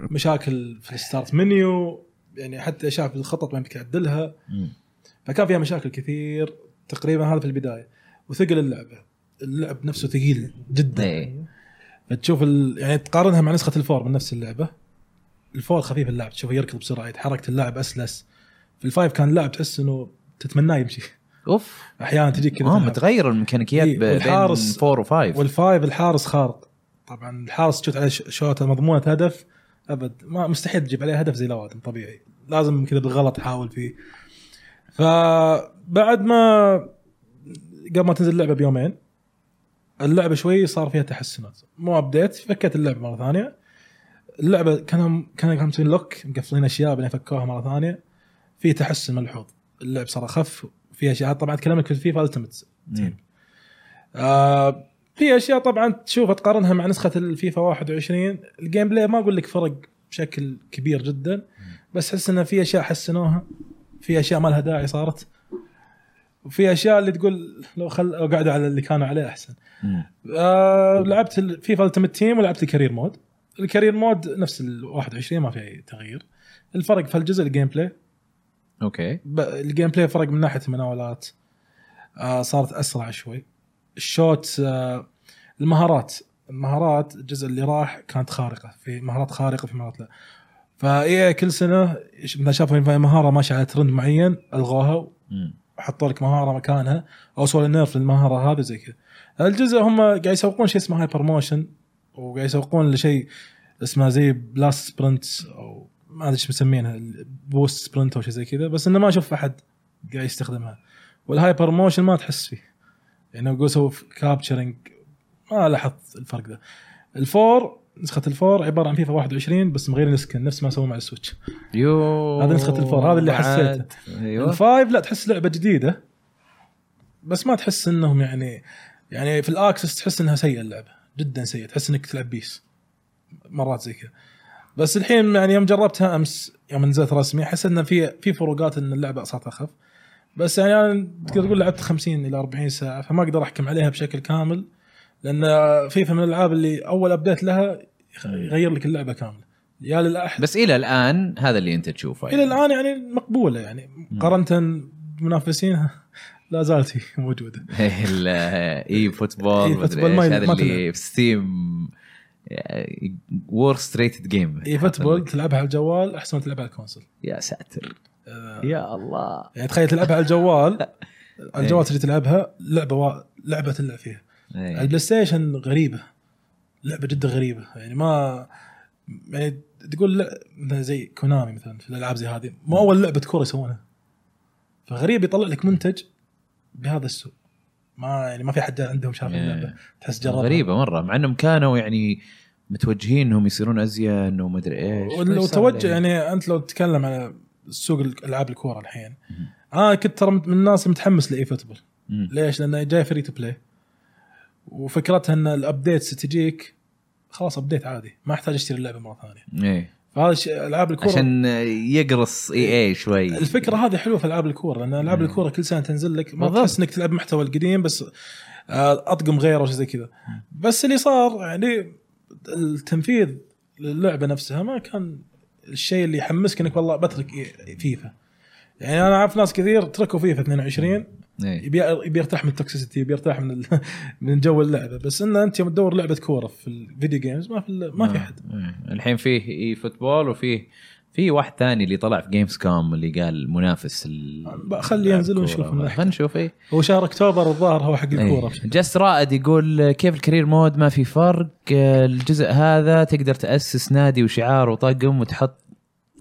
Speaker 3: مشاكل في الستارت منيو يعني حتى شاف الخطط ما يمديك تعدلها فكان فيها مشاكل كثير تقريبا هذا في البدايه وثقل اللعبه اللعب نفسه ثقيل جدا
Speaker 2: إيه.
Speaker 3: فتشوف ال... يعني تقارنها مع نسخه الفور من نفس اللعبه الفور خفيف اللاعب تشوفه يركض بسرعه حركه اللاعب اسلس في الفايف كان اللاعب تحس انه تتمناه يمشي
Speaker 2: اوف
Speaker 3: احيانا تجيك كذا
Speaker 2: اه
Speaker 3: تلعب.
Speaker 2: متغير الميكانيكيات
Speaker 3: إيه،
Speaker 2: ب- بين
Speaker 3: والحارس-
Speaker 2: 4 و5
Speaker 3: والفايف الحارس خارق طبعا الحارس شفت عليه ش- شوطه مضمونه هدف ابد ما مستحيل تجيب عليه هدف زي لوادم طبيعي لازم كذا بالغلط تحاول فيه فبعد ما قبل ما تنزل اللعبه بيومين اللعبه شوي صار فيها تحسنات مو ابديت فكيت اللعبه مره ثانيه اللعبه كانوا كانوا مسوين لوك مقفلين اشياء بعدين فكوها مره ثانيه في تحسن ملحوظ اللعب صار اخف في اشياء طبعا تكلمنا كنت فيفا التمت
Speaker 2: مم.
Speaker 3: إيه. آه، في اشياء طبعا تشوفها تقارنها مع نسخه الفيفا 21 الجيم بلاي ما اقول لك فرق بشكل كبير جدا بس احس ان في اشياء حسنوها في اشياء ما لها داعي صارت وفي اشياء اللي تقول لو خل لو قعدوا على اللي كانوا عليه احسن
Speaker 2: مم.
Speaker 3: آه لعبت الفيفا التيمت تيم ولعبت الكارير مود الكارير مود نفس ال 21 ما في اي تغيير الفرق في الجزء الجيم بلاي
Speaker 2: اوكي
Speaker 3: ب- الجيم بلاي فرق من ناحيه المناولات آه صارت اسرع شوي الشوت آه المهارات المهارات الجزء اللي راح كانت خارقه في مهارات خارقه في مهارات لا فاي كل سنه يش- مثلا شافوا إن في مهاره ماشيه على ترند معين الغوها
Speaker 2: مم.
Speaker 3: وحطوا لك مهاره مكانها او سووا نيرف للمهاره هذه زي كذا الجزء هم قاعد يسوقون شيء اسمه هايبر موشن وقاعد يسوقون لشيء اسمه زي بلاست سبرنت او ما ادري ايش مسمينها بوست سبرنت او شيء زي كذا بس انه ما اشوف احد قاعد يستخدمها والهايبر موشن ما تحس فيه يعني لو سووا كابتشرنج ما لاحظت الفرق ده الفور نسخة الفور عبارة عن فيفا 21 بس مغير السكن نفس ما سووا مع السويتش
Speaker 2: يو
Speaker 3: هذه نسخة الفور، هذا اللي
Speaker 2: بعد. ايوه
Speaker 3: الفايف يعني لا تحس لعبة جديدة بس ما تحس انهم يعني يعني في الاكسس تحس انها سيئة اللعبة جدا سيئة تحس انك تلعب بيس مرات زي كذا بس الحين يعني يوم جربتها امس يوم نزلت رسمي حسيت ان في في فروقات ان اللعبة صارت اخف بس يعني انا تقدر تقول لعبت 50 الى 40 ساعة فما اقدر احكم عليها بشكل كامل لان فيفا من الالعاب اللي اول ابديت لها يخ- يغير لك اللعبة كاملة يا للأحد
Speaker 2: بس الى الان هذا اللي انت تشوفه
Speaker 3: الى الان يعني مقبوله يعني مقارنه بمنافسينها لا زالت هي موجوده
Speaker 2: ال- اي فوتبول
Speaker 3: إي
Speaker 2: ما ادري
Speaker 3: فوتبول
Speaker 2: ايش
Speaker 3: ما-
Speaker 2: هذا
Speaker 3: ما
Speaker 2: اللي في
Speaker 3: تلعب.
Speaker 2: ستيم وورست ريتد جيم
Speaker 3: اي إيه، فوتبول تلعبها على الجوال احسن ما تلعبها على الكونسل
Speaker 2: يا ساتر
Speaker 3: آه،
Speaker 2: يا الله
Speaker 3: يعني تخيل تلعبها على الجوال على
Speaker 2: إيه.
Speaker 3: الجوال تجي تلعبها لعبه وا... لعبه تلعب فيها
Speaker 2: إيه.
Speaker 3: على البلاي ستيشن غريبه لعبه جدا غريبه يعني ما يعني تقول لا مثلا زي كونامي مثلا في الالعاب زي هذه مو اول لعبه كوره يسوونها فغريب يطلع لك منتج بهذا السوء ما يعني ما في حد عندهم شاف
Speaker 2: إيه.
Speaker 3: اللعبه تحس جربها
Speaker 2: غريبه مره مع انهم كانوا يعني متوجهين انهم يصيرون ازين ومدري ايش
Speaker 3: وال- والتوجه يعني انت لو تتكلم على سوق ال- العاب الكوره الحين انا كنت ترى من الناس متحمس لاي فوتبول
Speaker 2: مم.
Speaker 3: ليش؟ لانه جاي فري تو بلاي وفكرتها ان الابديتس تجيك خلاص ابديت عادي ما احتاج اشتري اللعبه مره ثانيه
Speaker 2: ايه
Speaker 3: فهذا الشيء العاب الكوره
Speaker 2: عشان يقرص اي اي شوي
Speaker 3: الفكره هذه حلوه في العاب الكوره لان العاب
Speaker 2: مم.
Speaker 3: الكوره كل سنه تنزل لك ما
Speaker 2: بالضبط.
Speaker 3: تحس انك تلعب محتوى القديم بس آه، اطقم غيره وشي زي كذا بس اللي صار يعني التنفيذ للعبه نفسها ما كان الشيء اللي يحمسك انك والله بترك إي- فيفا يعني انا اعرف ناس كثير تركوا فيفا 22
Speaker 2: إيه.
Speaker 3: يبي يبي يرتاح من التوكسيسيتي يبي يرتاح من ال- من جو اللعبه بس ان انت يوم تدور لعبه كوره في الفيديو جيمز ما في ال- ما في
Speaker 2: آه،
Speaker 3: حد
Speaker 2: آه. الحين فيه اي فوتبول وفيه في واحد ثاني اللي طلع في جيمز كوم اللي قال منافس ال...
Speaker 3: خليه ينزل
Speaker 2: الكورة.
Speaker 3: ونشوف من
Speaker 2: خلينا نشوف ايه
Speaker 3: هو شهر اكتوبر الظاهر هو حق الكوره
Speaker 2: إيه. جس رائد يقول كيف الكارير مود ما في فرق آه، الجزء هذا تقدر تاسس نادي وشعار وطقم وتحط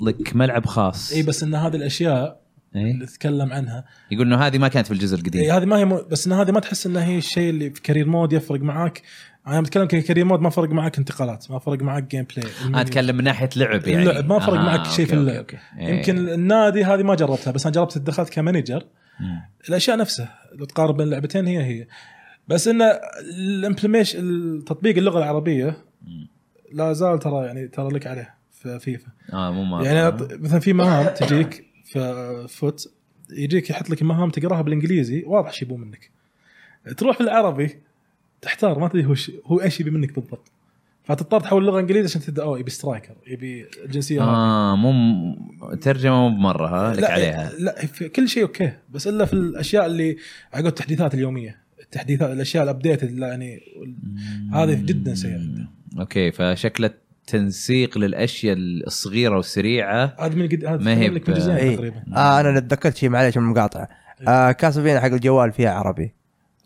Speaker 2: لك ملعب خاص
Speaker 3: اي إيه، بس ان هذه الاشياء
Speaker 2: إيه.
Speaker 3: اللي تتكلم عنها
Speaker 2: يقول انه هذه ما كانت في الجزء القديم
Speaker 3: إيه هذه ما هي مو... بس ان هذه ما تحس انها هي الشيء اللي في كارير مود يفرق معاك انا بتكلم ككارير مود ما فرق معاك انتقالات ما فرق معاك جيم بلاي
Speaker 2: انا اتكلم من ناحيه لعب يعني
Speaker 3: اللعب، ما فرق
Speaker 2: آه،
Speaker 3: معك شيء
Speaker 2: أوكي،
Speaker 3: في اللعب.
Speaker 2: أوكي، أوكي. إيه.
Speaker 3: يمكن النادي هذه ما جربتها بس انا جربت دخلت كمانجر
Speaker 2: مم.
Speaker 3: الاشياء نفسها لو تقارب بين اللعبتين هي هي بس ان الامبلميشن تطبيق اللغه العربيه
Speaker 2: مم.
Speaker 3: لا زال ترى يعني ترى لك عليه في فيفا
Speaker 2: اه مو ما
Speaker 3: يعني أط- مثلا في مهام تجيك في فوت يجيك يحط لك مهام تقراها بالانجليزي واضح ايش يبون منك تروح في العربي تحتار ما تدري هو ش... هو ايش يبي منك بالضبط فتضطر تحول لغه انجليزيه عشان تبدا اوه يبي سترايكر يبي جنسيه
Speaker 2: اه مو م- ترجمه مو بمره ها لك
Speaker 3: لا
Speaker 2: عليها
Speaker 3: لا في كل شيء اوكي بس الا في الاشياء اللي عقب التحديثات اليوميه التحديثات الاشياء الابديت اللي يعني هذه جدا سيئة عنده.
Speaker 2: اوكي فشكله تنسيق للاشياء الصغيره والسريعه
Speaker 3: هذا من قد هذا
Speaker 2: ما هي
Speaker 3: من
Speaker 2: ب-
Speaker 3: جزئين
Speaker 1: إيه.
Speaker 3: تقريبا
Speaker 1: آه انا تذكرت شيء معليش من المقاطعه آه كاسلفينيا حق الجوال فيها عربي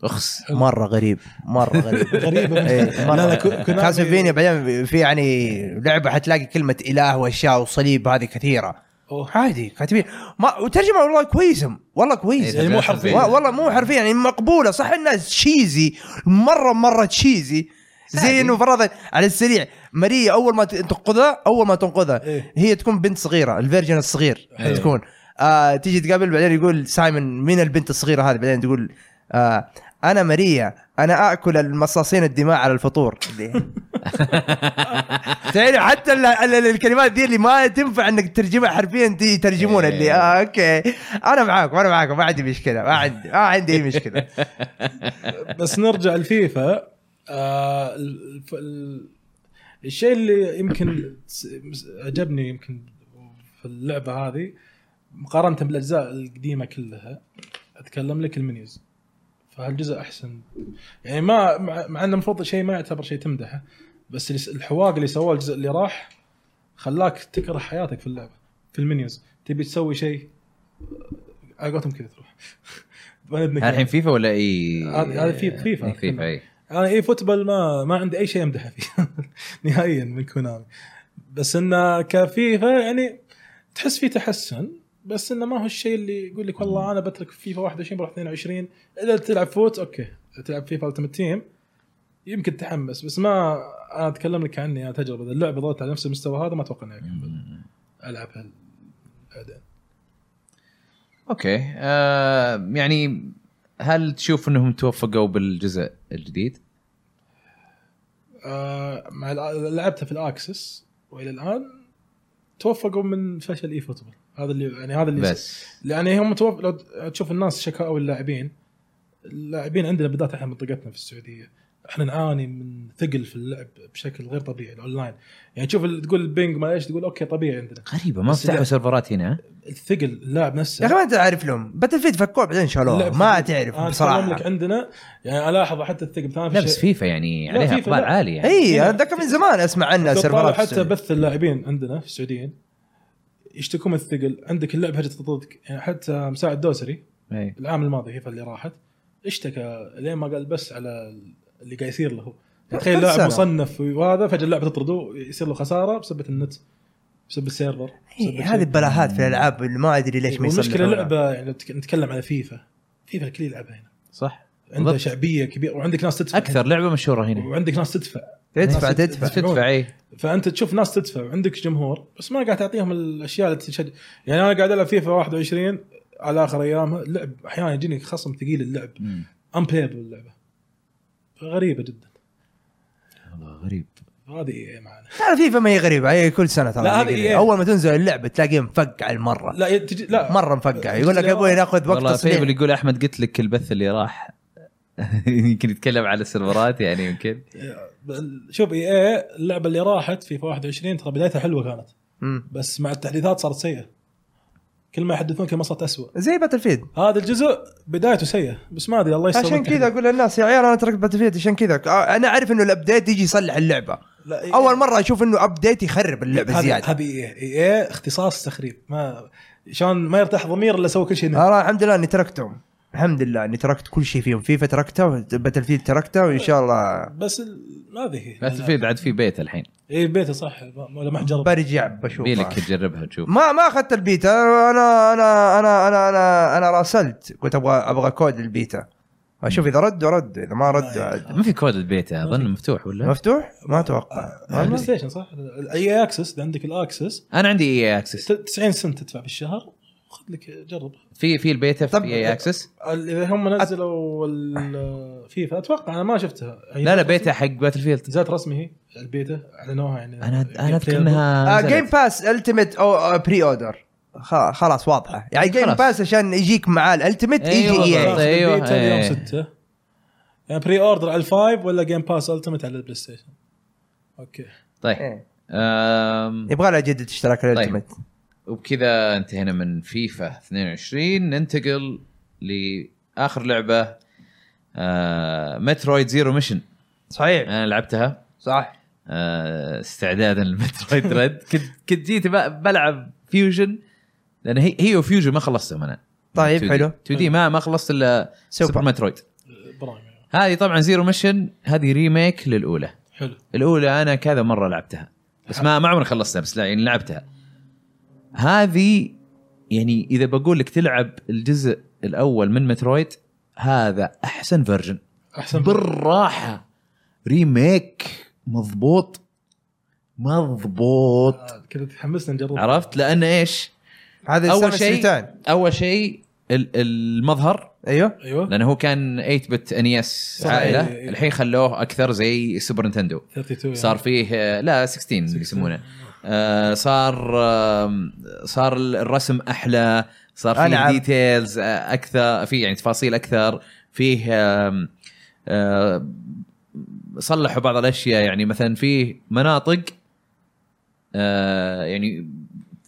Speaker 2: اخس
Speaker 1: مره غريب مره غريب
Speaker 3: غريبه
Speaker 1: إيه، مرة.
Speaker 3: لا لا كو- كونامي-
Speaker 1: كاسلفينيا بعدين في يعني لعبه حتلاقي كلمه اله واشياء وصليب هذه كثيره
Speaker 3: أوه.
Speaker 1: عادي كاتبين ما وترجمه والله كويسه والله كويسه
Speaker 3: يعني مو حرفيا.
Speaker 1: و- والله مو حرفيا يعني مقبوله صح انها تشيزي مره مره تشيزي
Speaker 2: عادي.
Speaker 1: زي انه فرضا على السريع ماريا اول ما ت- تنقذها اول ما تنقذها
Speaker 3: إيه.
Speaker 1: هي تكون بنت صغيره الفيرجن الصغير
Speaker 2: أيوه.
Speaker 1: تكون آه تيجي تقابل بعدين يقول سايمون مين البنت الصغيره هذه بعدين تقول آه انا ماريا انا اكل المصاصين الدماء على الفطور تعرف حتى ال- ال- الكلمات دي اللي ما تنفع انك تترجمها حرفيا دي يترجمونها اللي آه اوكي انا معاكم انا معاكم ما عندي مشكله ما عندي ما عندي اي مشكله
Speaker 3: بس نرجع الفيفا آه ال- الف- ال- الشيء اللي يمكن س- مس- عجبني يمكن في اللعبه هذه مقارنه بالاجزاء القديمه كلها اتكلم لك المنيوز فهالجزء احسن يعني ما مع, مع انه المفروض شيء ما يعتبر شيء تمدحه بس الس- الحواق اللي سواه الجزء اللي راح خلاك تكره حياتك في اللعبه في المنيوز تبي تسوي شيء على قولتهم كذا تروح ما ندني كذا.
Speaker 2: الحين فيفا ولا اي
Speaker 3: هذا- هذا في- فيفا.
Speaker 2: إي فيفا اي
Speaker 3: انا اي إيه فوتبول ما ما عندي اي شيء امدحه فيه نهائيا من كونامي بس انه كفيفا يعني تحس فيه تحسن بس انه ما هو الشيء اللي يقول لك والله انا بترك فيفا 21 بروح 22 اذا تلعب فوت اوكي تلعب فيفا التيمت تيم يمكن تحمس بس ما انا اتكلم لك عني انا تجربه اذا اللعبه ظلت على نفس المستوى هذا ما اتوقع اني أكمل العبها ابدا
Speaker 2: اوكي آه يعني هل تشوف انهم توفقوا بالجزء الجديد؟
Speaker 3: آه مع الع- لعبتها في الاكسس والى الان توفقوا من فشل اي فوتبول هذا اللي يعني هذا اللي
Speaker 2: بس
Speaker 3: يعني هم توف... لو تشوف الناس شكاوى اللاعبين اللاعبين عندنا بالذات احنا منطقتنا في السعوديه احنا نعاني من ثقل في اللعب بشكل غير طبيعي الاونلاين يعني تشوف ال- تقول البينج ما ايش تقول اوكي طبيعي عندنا
Speaker 2: غريبة ما
Speaker 3: بس
Speaker 2: فتحوا
Speaker 3: لا.
Speaker 2: سيرفرات هنا
Speaker 3: الثقل اللاعب نفسه
Speaker 1: يا اخي ما انت عارف لهم باتل فيد فكوه بعدين شالوه
Speaker 3: اللعب
Speaker 1: ما
Speaker 3: ثقيل.
Speaker 1: تعرف
Speaker 3: أنا أتكلم
Speaker 1: بصراحه
Speaker 3: لك عندنا يعني الاحظ حتى الثقل ثاني
Speaker 2: لا بس فيفا يعني
Speaker 3: لا،
Speaker 2: عليها
Speaker 3: فيفا
Speaker 2: اقبال
Speaker 3: لا.
Speaker 2: عالي يعني
Speaker 1: اي انا اتذكر إيه، من زمان اسمع عنها
Speaker 3: سيرفرات
Speaker 1: سيرفرات
Speaker 3: حتى
Speaker 1: بس
Speaker 3: بث اللاعبين عندنا في السعوديين يشتكون من الثقل عندك اللعبه هجت ضدك يعني حتى مساعد دوسري
Speaker 2: إي.
Speaker 3: العام الماضي هي اللي راحت اشتكى لين ما قال بس على اللي قاعد يصير له تخيل
Speaker 1: كل
Speaker 3: لاعب
Speaker 1: سنة.
Speaker 3: مصنف وهذا فجاه اللعبه تطرده يصير له خساره بسبب النت بسبب السيرفر بسبب
Speaker 1: إيه، هذه
Speaker 3: شيء.
Speaker 1: بلاهات في الالعاب اللي ما ادري ليش ما
Speaker 3: والمشكله
Speaker 1: يصلحونها.
Speaker 3: لعبه يعني تك- نتكلم على فيفا فيفا الكل يلعبها هنا
Speaker 2: صح
Speaker 3: عندها
Speaker 2: بالضبط.
Speaker 3: شعبيه كبيره وعندك ناس تدفع
Speaker 2: اكثر لعبة مشهورة هنا
Speaker 3: وعندك ناس تدفع
Speaker 1: تدفع
Speaker 3: ناس-
Speaker 1: تدفع
Speaker 2: تدفع إيه. اي
Speaker 3: فانت تشوف ناس تدفع وعندك جمهور بس ما قاعد تعطيهم الاشياء اللي تشجع يعني انا قاعد العب فيفا 21 على اخر ايامها اللعب احيانا يجيني خصم ثقيل اللعب امبلايبل اللعبه غريبه جدا
Speaker 2: والله غريب
Speaker 3: هذه إيه معنا
Speaker 1: ترى فيفا ما هي غريبه هي كل سنه ترى
Speaker 3: لا، هذه إيه.
Speaker 1: اول ما تنزل اللعبه تلاقيه مفقع المره
Speaker 3: لا ي- تجي لا
Speaker 1: مره مفقع يقول لك يا ابوي ناخذ وقت
Speaker 2: والله فيبل
Speaker 1: تصنيع
Speaker 2: يقول احمد قلت لك البث اللي راح يمكن يتكلم على السيرفرات يعني يمكن
Speaker 3: شوف اي اي اللعبه اللي راحت فيفا 21 ترى بدايتها حلوه كانت
Speaker 1: مم.
Speaker 3: بس مع التحديثات صارت سيئه كل ما يحدثون كل ما صارت اسوء
Speaker 1: زي باتل فيد
Speaker 3: هذا الجزء بدايته سيئه بس ما ادري الله يستر
Speaker 1: عشان كذا اقول للناس يا عيال انا تركت باتل فيد عشان كذا آه، انا اعرف انه الابديت يجي يصلح اللعبه
Speaker 3: لا، إيه.
Speaker 1: اول مره اشوف انه ابديت يخرب اللعبه
Speaker 3: هذه-
Speaker 1: زياده
Speaker 3: هذه اي اي اختصاص تخريب ما شلون ما يرتاح ضمير الا سوى كل شيء
Speaker 2: آه.
Speaker 3: نت.
Speaker 1: انا الحمد لله اني تركتهم الحمد لله اني تركت كل شيء فيهم فيفا تركتها باتل فيد تركتها وان شاء الله
Speaker 3: بس ال- هذه هي
Speaker 2: باتل فيلد عاد في بيت الحين
Speaker 3: اي بيته صح ما- ولا ما حجرب
Speaker 1: برجع بشوفها
Speaker 2: بيلك تجربها تشوف
Speaker 1: ما ما اخذت البيتا انا انا انا انا انا, أنا راسلت قلت ابغى ابغى كود البيتا اشوف اذا ردوا ردوا اذا ما ردوا عاد.
Speaker 2: ما في كود البيت اظن مفتوح ولا
Speaker 1: مفتوح؟ ما اتوقع
Speaker 3: بلاي ستيشن آه، صح؟ اي اكسس اذا عندك الاكسس
Speaker 2: انا عندي اي اكسس
Speaker 3: ت- 90 سنت تدفع بالشهر خذ لك جرب
Speaker 2: في في البيتا في
Speaker 1: طب-
Speaker 2: اي اكسس
Speaker 3: ال- اذا هم نزلوا ال- فيفا اتوقع انا ما شفتها هي
Speaker 1: إيه،
Speaker 2: لا لا بيتا حق باتل فيلد
Speaker 3: نزلت رسمي هي البيتا اعلنوها يعني
Speaker 2: انا انا اذكر انها
Speaker 1: آه
Speaker 2: نزلت.
Speaker 1: جيم باس التيمت او بري اوردر آه، خلاص واضحه يعني جيم
Speaker 2: خلاص.
Speaker 1: باس عشان يجيك معاه الالتيميت
Speaker 2: أيوة
Speaker 1: يجي
Speaker 2: بالضبط.
Speaker 1: اي
Speaker 2: أيوة،
Speaker 3: ايوه اليوم
Speaker 2: إيه.
Speaker 3: 6 يعني بري اوردر على الفايف ولا جيم باس التمت على البلاي ستيشن اوكي
Speaker 1: إيه.
Speaker 2: طيب آم،
Speaker 1: يبغى له اجدد اشتراك
Speaker 2: طيب.
Speaker 1: الالتيميت
Speaker 2: وبكذا انتهينا من فيفا 22 ننتقل لاخر لعبه آه مترويد زيرو ميشن
Speaker 1: صحيح
Speaker 2: انا لعبتها
Speaker 1: صح
Speaker 2: آه استعدادا لمترويد ريد كنت كنت جيت ب- بلعب فيوجن لان هي هي وفيوجن ما خلصتهم انا
Speaker 1: طيب،
Speaker 2: 2D.
Speaker 1: حلو.
Speaker 2: 2 دي ما ما خلصت الا سوبر
Speaker 1: سوبر
Speaker 2: مترويد
Speaker 3: برايم يعني.
Speaker 2: هذه طبعا زيرو ميشن هذه ريميك للاولى
Speaker 3: حلو
Speaker 2: الاولى انا كذا مره لعبتها بس ما ما عمري خلصتها بس لا يعني لعبتها هذه يعني اذا بقول لك تلعب الجزء الاول من مترويد هذا احسن فيرجن
Speaker 3: احسن
Speaker 2: بالراحه ريميك مضبوط مضبوط
Speaker 3: كذا تحمسنا نجرب
Speaker 2: عرفت لان ايش
Speaker 1: هذا
Speaker 2: أول
Speaker 1: أول
Speaker 2: شيء-
Speaker 1: شيء
Speaker 2: اول شيء ال- المظهر
Speaker 1: ايوه
Speaker 3: ايوه
Speaker 2: لانه هو كان 8 بت انيس
Speaker 3: صحيح.
Speaker 2: عائله
Speaker 3: إيه، إيه.
Speaker 2: E الحين خلوه اكثر زي سوبر نينتندو
Speaker 3: 32
Speaker 2: صار فيه آه، لا 16
Speaker 3: يعني.
Speaker 2: يسمونه آه، صار آم، صار الرسم احلى صار فيه
Speaker 1: ألعب.
Speaker 2: ديتيلز آه، اكثر فيه يعني تفاصيل اكثر فيه آم، آه، صلحوا بعض الاشياء يعني مثلا فيه مناطق آه، يعني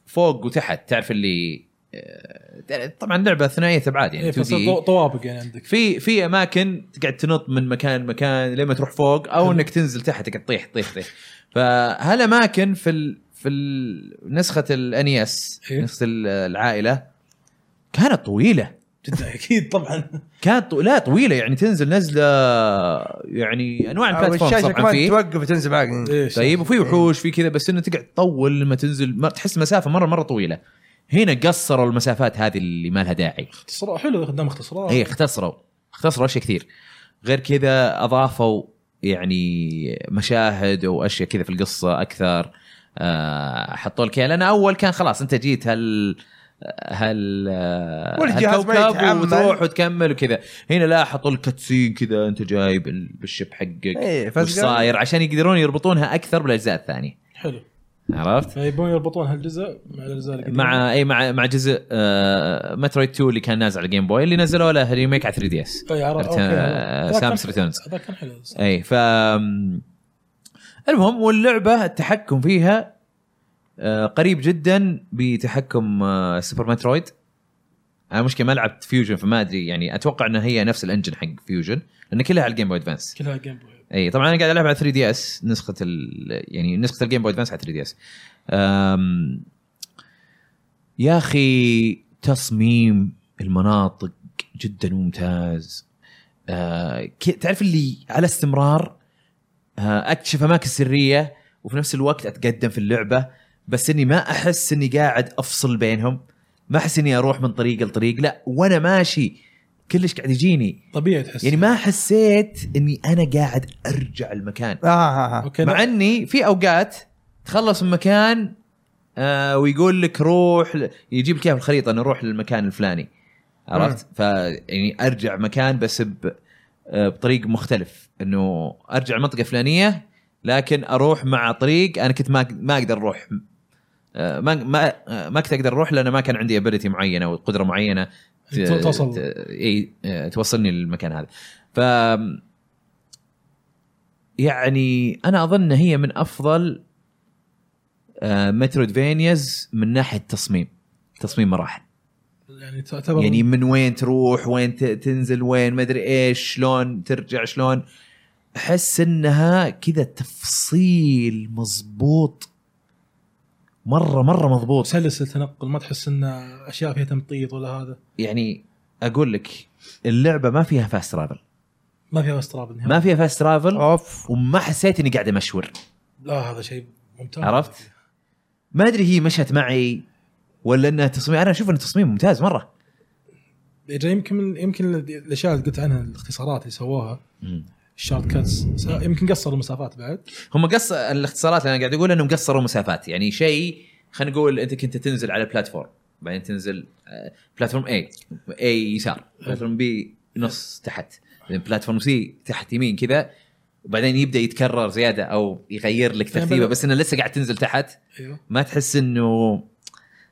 Speaker 2: فوق وتحت تعرف اللي آه، طبعا لعبه ثنائيه ابعاد يعني
Speaker 3: إيه،
Speaker 2: 2D.
Speaker 3: بس طو- طوابق يعني عندك
Speaker 2: في في اماكن تقعد تنط من مكان لمكان لما تروح فوق او انك تنزل تحت تقعد تطيح تطيح تطيح فهالاماكن في ال... في ال- نسخه الانيس
Speaker 3: إيه.
Speaker 2: نسخه ال- العائله كانت طويله
Speaker 3: جدا اكيد طبعا
Speaker 2: كانت طو... لا طويله يعني تنزل نزله يعني انواع البلاتفورم
Speaker 1: الشاشه
Speaker 2: طبعا
Speaker 1: كمان
Speaker 2: فيه
Speaker 1: توقف وتنزل معك
Speaker 3: إيه،
Speaker 2: طيب وفي وحوش في كذا بس انه تقعد تطول لما تنزل ما تحس مسافه مره مره طويله هنا قصروا المسافات هذه اللي ما لها داعي
Speaker 3: إيه، اختصار حلو خدام اختصار
Speaker 2: اي إيه، اختصروا اختصروا اشياء كثير غير كذا اضافوا يعني مشاهد واشياء كذا في القصه اكثر آه حطوا لك إياها، لان اول كان خلاص انت جيت هال هل
Speaker 1: والجهاز ما يتعمل.
Speaker 2: وتروح وتكمل وكذا هنا لا حطوا لك كاتسين كذا انت جايب ال- بالشب حقك
Speaker 1: ايه
Speaker 2: وش
Speaker 1: فزقة.
Speaker 2: صاير عشان يقدرون يربطونها اكثر بالاجزاء الثانيه
Speaker 3: حلو
Speaker 2: عرفت
Speaker 3: فيبون يربطون هالجزء مع الاجزاء
Speaker 1: إيه.
Speaker 3: القديمة.
Speaker 2: مع اي مع مع جزء آه مترويد 2 اللي كان نازل على الجيم بوي اللي نزلوا له ريميك على 3 دي اس
Speaker 3: اي إيه، عرفت
Speaker 2: رت-
Speaker 3: أوكي،
Speaker 2: آه،
Speaker 3: هذا- هذا
Speaker 2: سامس
Speaker 3: كان-
Speaker 2: ريتيرنز.
Speaker 3: هذا كان حلو
Speaker 2: اي ف المهم واللعبه التحكم فيها آه، قريب جدا بتحكم آه، سوبر مترويد انا مشكله ما لعبت فيوجن فما ادري يعني اتوقع انها هي نفس الانجن حق فيوجن لان كلها على الجيم بوي ادفانس
Speaker 3: كلها جيم بوي
Speaker 2: اي طبعا انا إيه، قاعد العب على 3 دي اس نسخه ال... يعني نسخه الجيم بوي ادفانس على 3 دي اس أم... يا اخي تصميم المناطق جدا ممتاز أه... كي- تعرف اللي على استمرار أه... اكتشف اماكن سريه وفي نفس الوقت اتقدم في اللعبه بس اني ما احس اني قاعد افصل بينهم ما احس اني اروح من طريق لطريق لا وانا ماشي كلش قاعد يجيني
Speaker 3: طبيعي تحس
Speaker 2: يعني ما حسيت اني انا قاعد ارجع المكان
Speaker 1: اه اه اه
Speaker 3: اوكي
Speaker 2: مع
Speaker 3: لا،
Speaker 2: اني في اوقات تخلص من مكان آه ويقول لك روح ل- يجيب لك إياها في الخريطه انه روح للمكان الفلاني عرفت؟ ف يعني ارجع مكان بس ب... آه، بطريق مختلف انه ارجع منطقه فلانيه لكن اروح مع طريق انا كنت ما ما اقدر اروح آه، ما ما آه، ما كنت اقدر اروح لان ما كان عندي ابيلتي معينه او قدره معينه
Speaker 3: يعني توصل.
Speaker 2: اي آه، توصلني للمكان هذا ف يعني انا اظن هي من افضل مترودفينياز من ناحيه تصميم تصميم مراحل
Speaker 3: يعني تعتبر
Speaker 2: يعني من وين تروح وين ت- تنزل وين ما ادري ايش شلون ترجع شلون احس انها كذا تفصيل مضبوط مره مره مضبوط
Speaker 3: مسلس التنقل ما تحس ان اشياء فيها تمطيط ولا هذا
Speaker 2: يعني اقول لك اللعبه ما فيها فاست ترافل
Speaker 3: ما فيها استراب النهائي
Speaker 2: ما فيها فاست ترافل
Speaker 1: اوف
Speaker 2: وما حسيت اني قاعد امشور
Speaker 3: لا هذا شيء ممتاز
Speaker 2: عرفت؟ ما ادري هي مشت معي ولا انها تصميم انا اشوف ان التصميم ممتاز مره
Speaker 3: إذا يمكن من يمكن الاشياء اللي قلت عنها الاختصارات اللي سووها الشارت كاتس يمكن قصروا المسافات بعد
Speaker 2: هم قص الاختصارات اللي انا قاعد اقول انهم قصروا مسافات يعني شيء خلينا نقول انت كنت تنزل على بلاتفورم بعدين تنزل آه، بلاتفورم اي اي يسار بلاتفورم بي نص تحت بعدين بلاتفورم سي تحت يمين كذا وبعدين يبدا يتكرر زياده او يغير لك
Speaker 3: يعني
Speaker 2: ترتيبه
Speaker 3: بدأ-
Speaker 2: بس انه لسه قاعد تنزل تحت
Speaker 3: ايوه
Speaker 2: ما تحس انه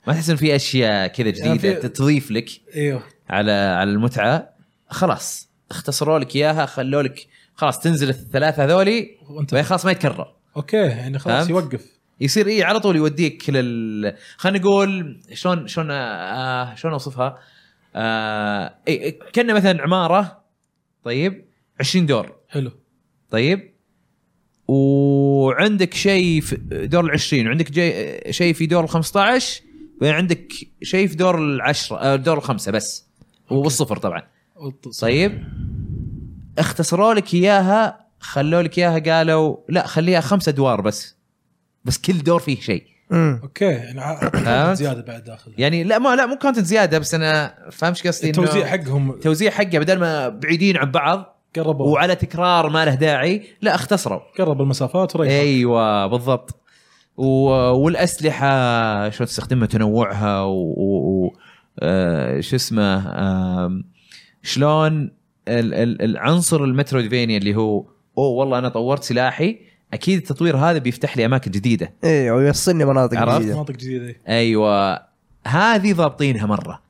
Speaker 2: ما تحس انه في اشياء كذا
Speaker 3: يعني في-
Speaker 2: جديده تضيف لك
Speaker 3: ايوه
Speaker 2: على على المتعه خلاص اختصروا لك اياها خلوا لك خلاص تنزل الثلاثه هذولي
Speaker 3: وانت
Speaker 2: بعدين خلاص ما يتكرر
Speaker 3: اوكي يعني خلاص
Speaker 2: فهمت؟
Speaker 3: يوقف
Speaker 2: يصير ايه على طول يوديك لل خلينا نقول شلون شلون آه شلون اوصفها؟ آه إيه كنا مثلا عماره طيب 20 دور
Speaker 3: حلو
Speaker 2: طيب وعندك شيء في دور ال 20 وعندك جي... شيء في دور ال 15 وبعدين عندك شيء في دور العشرة آه، دور الخمسة بس والصفر طبعا
Speaker 3: والط-
Speaker 2: طيب اختصروا لك اياها خلوا لك اياها قالوا لا خليها خمسة ادوار بس بس كل دور فيه شيء
Speaker 1: مم.
Speaker 3: اوكي يعني ع-
Speaker 2: فهمت؟
Speaker 3: زياده بعد داخل
Speaker 2: يعني لا ما لا مو كانت زياده بس انا فاهم ايش قصدي إنه
Speaker 3: التوزيع حقهم
Speaker 2: توزيع حقه بدل ما بعيدين عن بعض
Speaker 3: قربوا
Speaker 2: وعلى تكرار ما له داعي لا اختصروا
Speaker 3: قربوا المسافات وريح
Speaker 2: ايوه بالضبط و... والاسلحه شلون تستخدمها تنوعها و, و... و... آه... شو اسمه آم، شلون ال... ال... العنصر المترويدفينيا اللي هو اوه والله انا طورت سلاحي اكيد التطوير هذا بيفتح لي اماكن جديده
Speaker 1: ايه ويوصلني مناطق
Speaker 2: عرفت؟
Speaker 1: جديده
Speaker 3: مناطق جديده
Speaker 2: ايوه هذه ضابطينها مره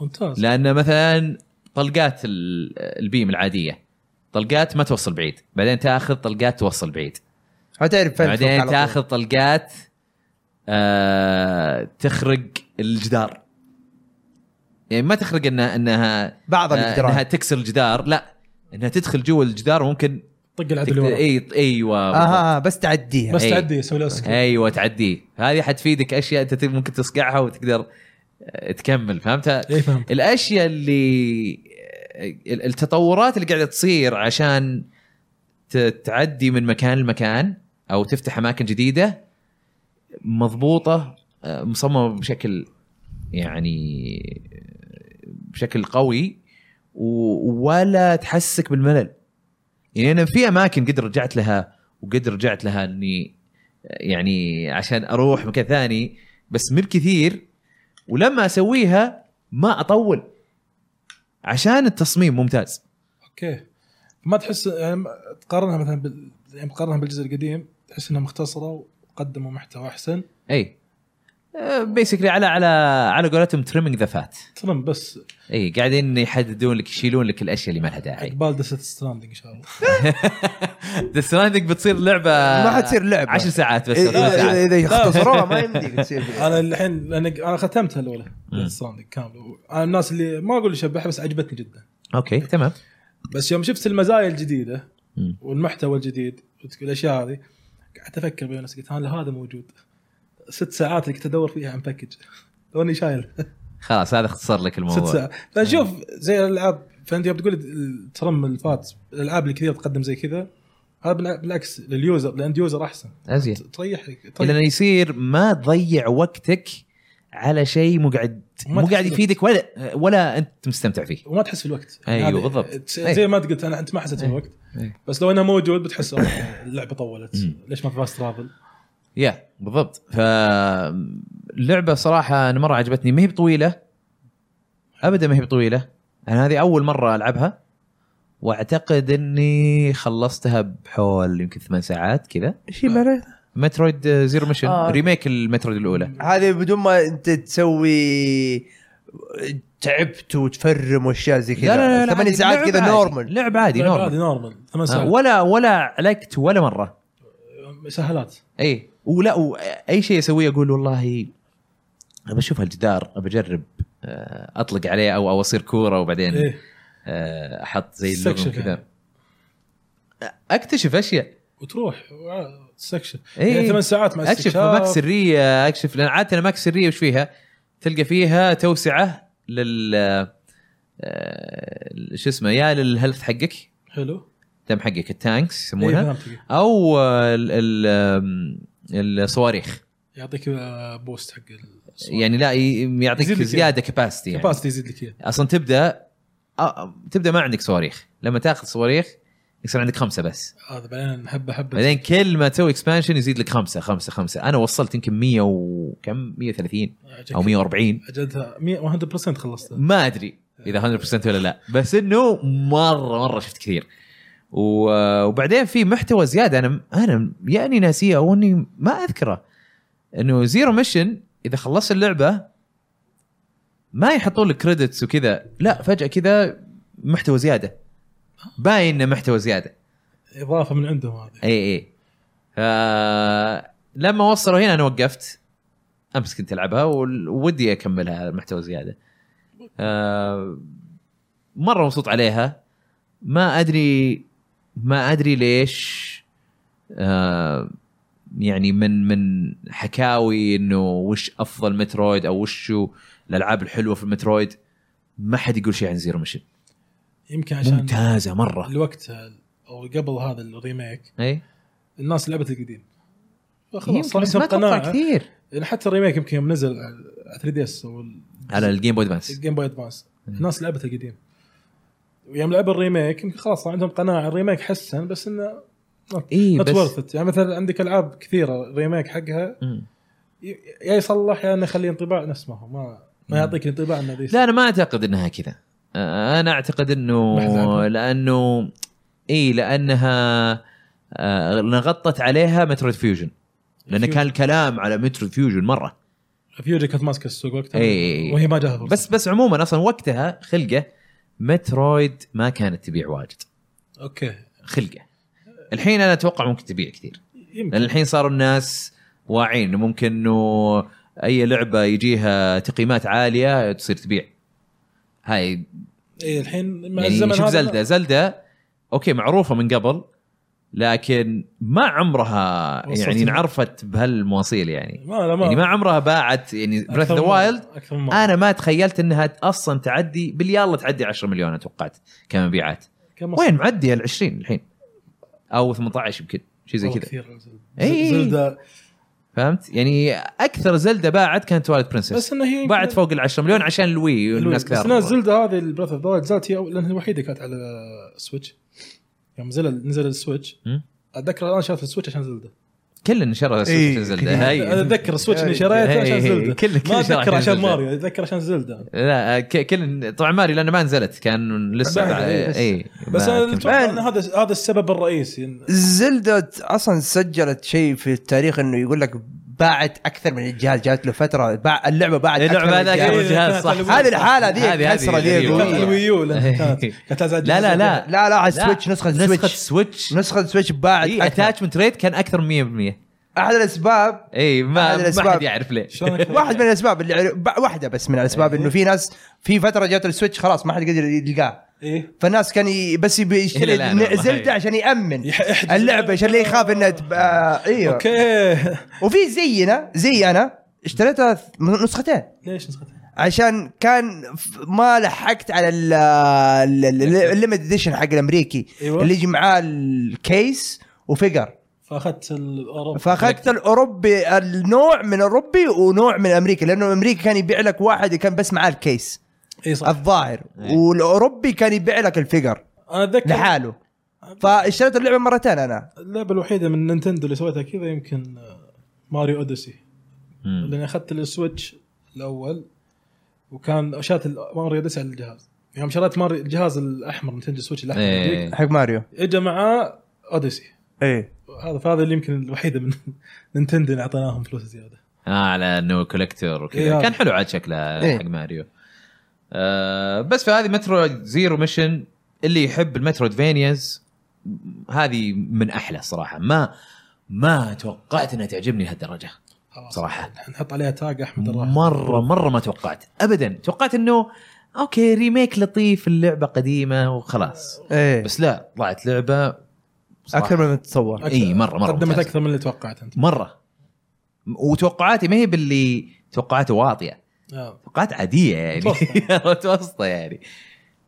Speaker 3: ممتاز
Speaker 2: لان مثلا طلقات ال- البيم العاديه طلقات ما توصل بعيد بعدين تاخذ طلقات توصل بعيد
Speaker 1: حتعرف فين تفك
Speaker 2: بعدين
Speaker 1: على طول.
Speaker 2: تاخذ طلقات آه تخرق الجدار يعني ما تخرق انها انها
Speaker 1: بعض
Speaker 2: آه انها
Speaker 1: الجدران
Speaker 2: تكسر الجدار لا انها تدخل جوا الجدار وممكن
Speaker 3: طق العدل
Speaker 2: تكت...
Speaker 3: اللي ورا
Speaker 2: اي ايوه بالضبط.
Speaker 1: اها آه، بس تعديها
Speaker 3: بس
Speaker 2: أي.
Speaker 3: تعدي يسوي له سكيب
Speaker 2: ايوه تعديه هذه حتفيدك اشياء انت ت- ممكن تصقعها وتقدر آه، تكمل فهمتها؟
Speaker 3: اي فهمت
Speaker 2: الاشياء اللي ال- التطورات اللي قاعده تصير عشان ت- تعدي من مكان لمكان او تفتح اماكن جديده مضبوطه آه، مصممه بشكل يعني آه، بشكل قوي و- ولا تحسك بالملل يعني انا في اماكن قد رجعت لها وقد رجعت لها اني يعني عشان اروح مكان ثاني بس مب كثير ولما اسويها ما اطول عشان التصميم ممتاز
Speaker 3: اوكي ما تحس يعني ما- تقارنها مثلا بال... يعني تقارنها بالجزء القديم تحس انها مختصره وقدموا محتوى احسن
Speaker 2: اي بيسكلي آه، على على على قولتهم تريمينج ذا فات
Speaker 3: ترم بس
Speaker 2: اي قاعدين يحددون لك يشيلون لك الاشياء اللي ما لها داعي
Speaker 3: عقبال دست ستراندنج ان شاء الله
Speaker 2: ذا ستراندنج بتصير لعبه
Speaker 1: ما حتصير لعبه
Speaker 2: 10 ساعات بس
Speaker 1: إيه،
Speaker 2: أو ثلاث
Speaker 1: إذا-
Speaker 2: ساعات
Speaker 1: اذا اختصروها ما يمديك تصير فيها.
Speaker 3: انا الحين انا انا ختمتها الاولى
Speaker 2: مم.
Speaker 3: ستراندنج كامل انا الناس اللي ما اقول شبحها بس عجبتني جدا
Speaker 2: اوكي تمام
Speaker 3: بس يوم شفت المزايا الجديده
Speaker 2: مم.
Speaker 3: والمحتوى الجديد والاشياء هذه قعدت افكر بين نفسي قلت هل هذا موجود ست ساعات اللي كنت ادور فيها عن باكج لو اني شايل
Speaker 2: خلاص هذا اختصر لك
Speaker 3: ست
Speaker 2: الموضوع
Speaker 3: ساعات فشوف
Speaker 2: إيه.
Speaker 3: زي الالعاب فانت يوم تقول الترم الفات الالعاب اللي كثير تقدم زي كذا هذا بالع- بالعكس لليوزر الاند يوزر احسن
Speaker 2: ازين
Speaker 3: تريح
Speaker 2: لانه يصير ما تضيع وقتك على شيء مو قاعد
Speaker 3: وما
Speaker 2: مو قاعد
Speaker 3: تحس-
Speaker 2: يفيدك ولا ولا انت مستمتع فيه
Speaker 3: وما تحس في الوقت
Speaker 2: أيوه،
Speaker 3: هذه-
Speaker 2: بالضبط.
Speaker 3: ت-
Speaker 2: أيوه.
Speaker 3: زي ما أنت قلت انا انت ما حسيت في
Speaker 2: أيوه.
Speaker 3: الوقت
Speaker 2: أيوه.
Speaker 3: بس لو انه موجود بتحس أوه، اللعبه طولت
Speaker 2: مم.
Speaker 3: ليش ما في فاست ترافل
Speaker 2: يا بالضبط فاللعبه صراحه انا مره عجبتني ما هي بطويله ابدا ما هي بطويله انا هذه اول مره العبها واعتقد اني خلصتها بحول يمكن ثمان ساعات كذا
Speaker 1: شيء معناه
Speaker 2: مترويد زيرو ميشن
Speaker 1: آه.
Speaker 2: آه. ريميك المترويد الاولى
Speaker 1: هذه بدون ما انت تسوي تعبت وتفرم واشياء زي كذا ثمانية
Speaker 2: عادي،
Speaker 1: ساعات
Speaker 2: لعب
Speaker 1: كذا
Speaker 2: عادي.
Speaker 1: نورمال
Speaker 2: لعب عادي
Speaker 3: عادي
Speaker 2: نورمال
Speaker 3: نورمال ثمان
Speaker 2: آه،
Speaker 3: ساعات
Speaker 2: ولا ولا علقت ولا مره
Speaker 3: سهلات
Speaker 2: اي ولا و- اي شيء اسويه اقول والله ابى اشوف هالجدار ابى اجرب آه، اطلق عليه او او اصير كوره وبعدين
Speaker 3: ايه
Speaker 2: آه، احط زي اللغم
Speaker 3: استكشف
Speaker 2: كذا
Speaker 3: يعني.
Speaker 2: يعني. اكتشف اشياء
Speaker 3: وتروح تستكشف
Speaker 2: إيه.
Speaker 3: يعني ثمان ساعات مع
Speaker 2: اكشف
Speaker 3: استكشاف.
Speaker 2: اماكن سريه اكشف لان عاده الاماكن السريه وش فيها؟ تلقى فيها توسعه لل آه، شو اسمه يا للهيلث حقك
Speaker 3: حلو
Speaker 2: دم حقك التانكس
Speaker 3: إيه،
Speaker 2: يسمونها
Speaker 3: فهمتك.
Speaker 2: او آه، ال- ال- آم، الصواريخ
Speaker 3: يعطيك آه، بوست حق الصوت.
Speaker 2: يعني لا ي- يعطيك
Speaker 3: يزيد لك
Speaker 2: زياده كباستي يعني
Speaker 3: كباسيتي يزيد لك اياه
Speaker 2: اصلا تبدا آه، تبدا ما عندك صواريخ لما تاخذ صواريخ يصير عندك خمسه بس
Speaker 3: هذا بعدين حبه حبه
Speaker 2: بعدين كل ما تسوي اكسبانشن يزيد لك خمسه خمسه خمسه انا وصلت يمكن 100 وكم 130 او 140
Speaker 3: اجلتها 100% خلصتها
Speaker 2: ما ادري اذا 100% ولا لا بس انه مره مره شفت كثير و- وبعدين في محتوى زياده انا انا يعني ناسيه او اني ما اذكره انه زيرو ميشن اذا خلصت اللعبه ما يحطون لك كريدتس وكذا لا فجاه كذا محتوى زياده باين انه محتوى زياده
Speaker 3: اضافه من عندهم هذه
Speaker 2: اي اي آه إيه، لما وصلوا هنا انا وقفت امس كنت العبها وال- وودي اكملها محتوى زياده آه مره مبسوط عليها ما ادري ما ادري ليش آه يعني من من حكاوي انه وش افضل مترويد او وش شو الالعاب الحلوه في المترويد ما حد يقول شيء عن زيرو ميشن
Speaker 3: يمكن عشان
Speaker 2: ممتازه مره
Speaker 3: الوقت او قبل هذا الريميك
Speaker 2: اي
Speaker 3: الناس لعبت القديم فخلاص
Speaker 2: إيه؟ يمكن
Speaker 3: صار
Speaker 2: بس ما
Speaker 3: عندهم
Speaker 2: توقع
Speaker 3: قناعه
Speaker 2: كثير
Speaker 3: يعني حتى الريميك يمكن يوم نزل على 3 دي اس او ال-
Speaker 2: على الجيم بوي ادفانس
Speaker 3: الجيم بوي ادفانس
Speaker 2: مم.
Speaker 3: الناس لعبت القديم ويوم لعبوا الريميك يمكن خلاص صار عندهم قناعه الريميك حسن بس انه
Speaker 2: اي
Speaker 3: نوت
Speaker 2: إيه، بس
Speaker 3: ورث ات يعني مثلا عندك العاب كثيره الريميك حقها
Speaker 2: مم.
Speaker 3: ي- يا يصلح يا انه يخلي انطباع نفس ما هو ما
Speaker 2: مم.
Speaker 3: ما يعطيك الانطباع انه ذي
Speaker 2: لا انا ما اعتقد انها كذا آه، انا اعتقد انه
Speaker 3: ما حد لعبها؟
Speaker 2: لانه اي لانها آه، غطت عليها مترويد فيوجن لان
Speaker 3: فيوجن.
Speaker 2: كان الكلام على مترويد فيوجن مره
Speaker 3: فيوجي كانت ماسكه السوق وقتها
Speaker 2: إي.
Speaker 3: وهي ما جاها فرصه
Speaker 2: إيه، بس بس عموما اصلا وقتها خلقه مترويد ما كانت تبيع واجد
Speaker 3: اوكي
Speaker 2: خلقه الحين انا اتوقع ممكن تبيع كثير لان
Speaker 3: يمكن
Speaker 2: الحين صاروا الناس واعين إنه ممكن انه اي لعبه يجيها تقييمات عاليه تصير تبيع هاي
Speaker 3: اي إيه، الحين مع
Speaker 2: يعني
Speaker 3: الزمن
Speaker 2: شوف
Speaker 3: هذا
Speaker 2: زلدة زلدة اوكي معروفة من قبل لكن ما عمرها
Speaker 3: وصلت
Speaker 2: يعني
Speaker 3: لها.
Speaker 2: انعرفت بهالمواصيل يعني
Speaker 3: ما لا ما
Speaker 2: يعني ما عمرها باعت يعني بريث ذا
Speaker 3: أكثر من-
Speaker 2: وايلد
Speaker 3: اكثر من
Speaker 2: انا ما تخيلت انها اصلا تعدي باليلا تعدي 10 مليون اتوقعت كمبيعات وين معدي ال 20 الحين او 18 يمكن شيء زي كذا إيه،
Speaker 3: كثير
Speaker 2: إي.
Speaker 3: اي زلده
Speaker 2: فهمت يعني اكثر زلدة باعت كانت وايلد برنسس
Speaker 3: بس انه هي
Speaker 2: باعت فوق ال 10 مليون عشان الوي والناس
Speaker 3: الناس
Speaker 2: كثار
Speaker 3: بس انها زلده هذه البريث اوف ذا زالت هي أول- لانها الوحيده كانت على سويتش يوم نزل نزل السويتش
Speaker 2: مم.
Speaker 3: اتذكر الان شريت السويتش عشان زلده
Speaker 2: كلنا شرى
Speaker 1: إيه،
Speaker 2: زلدة هاي
Speaker 3: انا اتذكر السويتش اني شريته عشان زلده ما اتذكر عشان ماريو اتذكر عشان زلده
Speaker 2: لا ك- كل طبعا ماري لانه ما نزلت كان لسه
Speaker 3: بعد،
Speaker 2: اي
Speaker 1: بس-
Speaker 2: إيه
Speaker 3: بس
Speaker 2: ما
Speaker 3: انا
Speaker 2: كنت-
Speaker 3: اتوقع ان هذا هذا السبب الرئيسي إن-
Speaker 1: زلدة اصلا سجلت شيء في التاريخ انه يقول لك باعت اكثر من الجهاز جات له فتره باع اللعبه باعت
Speaker 2: اللعبة
Speaker 1: أكثر من
Speaker 2: هذاك
Speaker 1: الجهاز.
Speaker 3: إيه،
Speaker 2: الجهاز
Speaker 3: كانت
Speaker 2: صح
Speaker 3: على الوي.
Speaker 1: هذه الحالة ذي
Speaker 2: هذه- هذه
Speaker 1: الكسرة ذي
Speaker 2: الوي.
Speaker 3: كانت
Speaker 1: قوية.
Speaker 3: على الويو لأنها كانت كانت على
Speaker 2: إيه. لا لا لا
Speaker 1: لا لا على السويتش نسخه
Speaker 2: نسخة إيه،
Speaker 1: سويتش
Speaker 2: سويتش
Speaker 1: نسخه سويتش باعت أكثر.
Speaker 2: الاتاتشمنت ريت كان اكثر من 100%
Speaker 1: احد الاسباب
Speaker 2: اي
Speaker 1: هذا
Speaker 2: ما ما
Speaker 1: الأسباب.
Speaker 2: حد يعرف ليش
Speaker 3: شلون أكثر؟
Speaker 1: واحد من الاسباب اللي عرف- ب- واحده بس من الاسباب
Speaker 2: إيه.
Speaker 1: انه في ناس في فتره جات السويتش خلاص ما حد قدر يلقاه
Speaker 3: ايه
Speaker 1: فالناس كان ي- بس يبي
Speaker 2: إلى
Speaker 1: يشتري
Speaker 2: الآن والله.
Speaker 1: زلده عشان يامن
Speaker 3: يح- يحجز.
Speaker 1: اللعبه عشان لا يخاف انها تب... آه، ايوه
Speaker 3: اوكي
Speaker 1: وفي زينا زي انا اشتريتها ث- نسختين
Speaker 3: ليش نسختها؟
Speaker 1: عشان كان ف- ما لحقت على
Speaker 2: إيه.
Speaker 1: الليمت اديشن حق الامريكي
Speaker 2: إيوه.
Speaker 3: أيوة.
Speaker 1: اللي يجي معاه الكيس وفيجر
Speaker 3: فاخذت الاوروبا
Speaker 1: فاخذت الاوروبي النوع من الاوروبي ونوع من امريكا لانه امريكا كان يبيع لك واحد كان بس معاه الكيس
Speaker 3: اي صح
Speaker 1: الظاهر
Speaker 2: إيه.
Speaker 1: والاوروبي كان يبيع لك الفيجر
Speaker 3: انا اتذكر
Speaker 1: لحاله فاشتريت اللعبه مرتين انا
Speaker 3: اللعبه الوحيده من نينتندو اللي سويتها كذا يمكن آه، ماريو اوديسي
Speaker 2: مم.
Speaker 3: لاني اخذت السويتش الاول وكان شات ال- ماريو اوديسي على الجهاز يوم شريت ماريو الجهاز الاحمر نينتندو سويتش الاحمر
Speaker 2: إيه.
Speaker 3: ذيك،
Speaker 1: حق ماريو
Speaker 3: اجى معاه اوديسي
Speaker 1: ايه
Speaker 3: هذا فهذا اللي يمكن الوحيده من نينتندو اللي اعطيناهم فلوس زياده
Speaker 2: اه على انه كولكتور
Speaker 3: إيه،
Speaker 2: وكذا
Speaker 3: هذا.
Speaker 2: كان حلو عاد شكلها
Speaker 1: إيه.
Speaker 2: حق ماريو آه بس فهذه مترو زيرو ميشن اللي يحب المترودفينياز هذه من احلى صراحه ما ما توقعت انها تعجبني لهالدرجه
Speaker 3: خلاص.
Speaker 2: صراحة.
Speaker 3: نحط عليها تاج احمد الراحل
Speaker 2: مره مره ما توقعت ابدا توقعت انه اوكي ريميك لطيف اللعبه قديمه وخلاص
Speaker 1: ايه
Speaker 2: بس لا طلعت لعبه صراحة
Speaker 1: اكثر من تتصور
Speaker 3: أكثر-
Speaker 2: إي، مرة- مرة
Speaker 3: قدمت
Speaker 2: ممتاز.
Speaker 3: اكثر من اللي توقعت انت
Speaker 2: مره وتوقعاتي ما هي باللي توقعاتي واطيه
Speaker 3: آه.
Speaker 2: توقعات عاديه يعني
Speaker 3: متوسطة.
Speaker 2: متوسطه يعني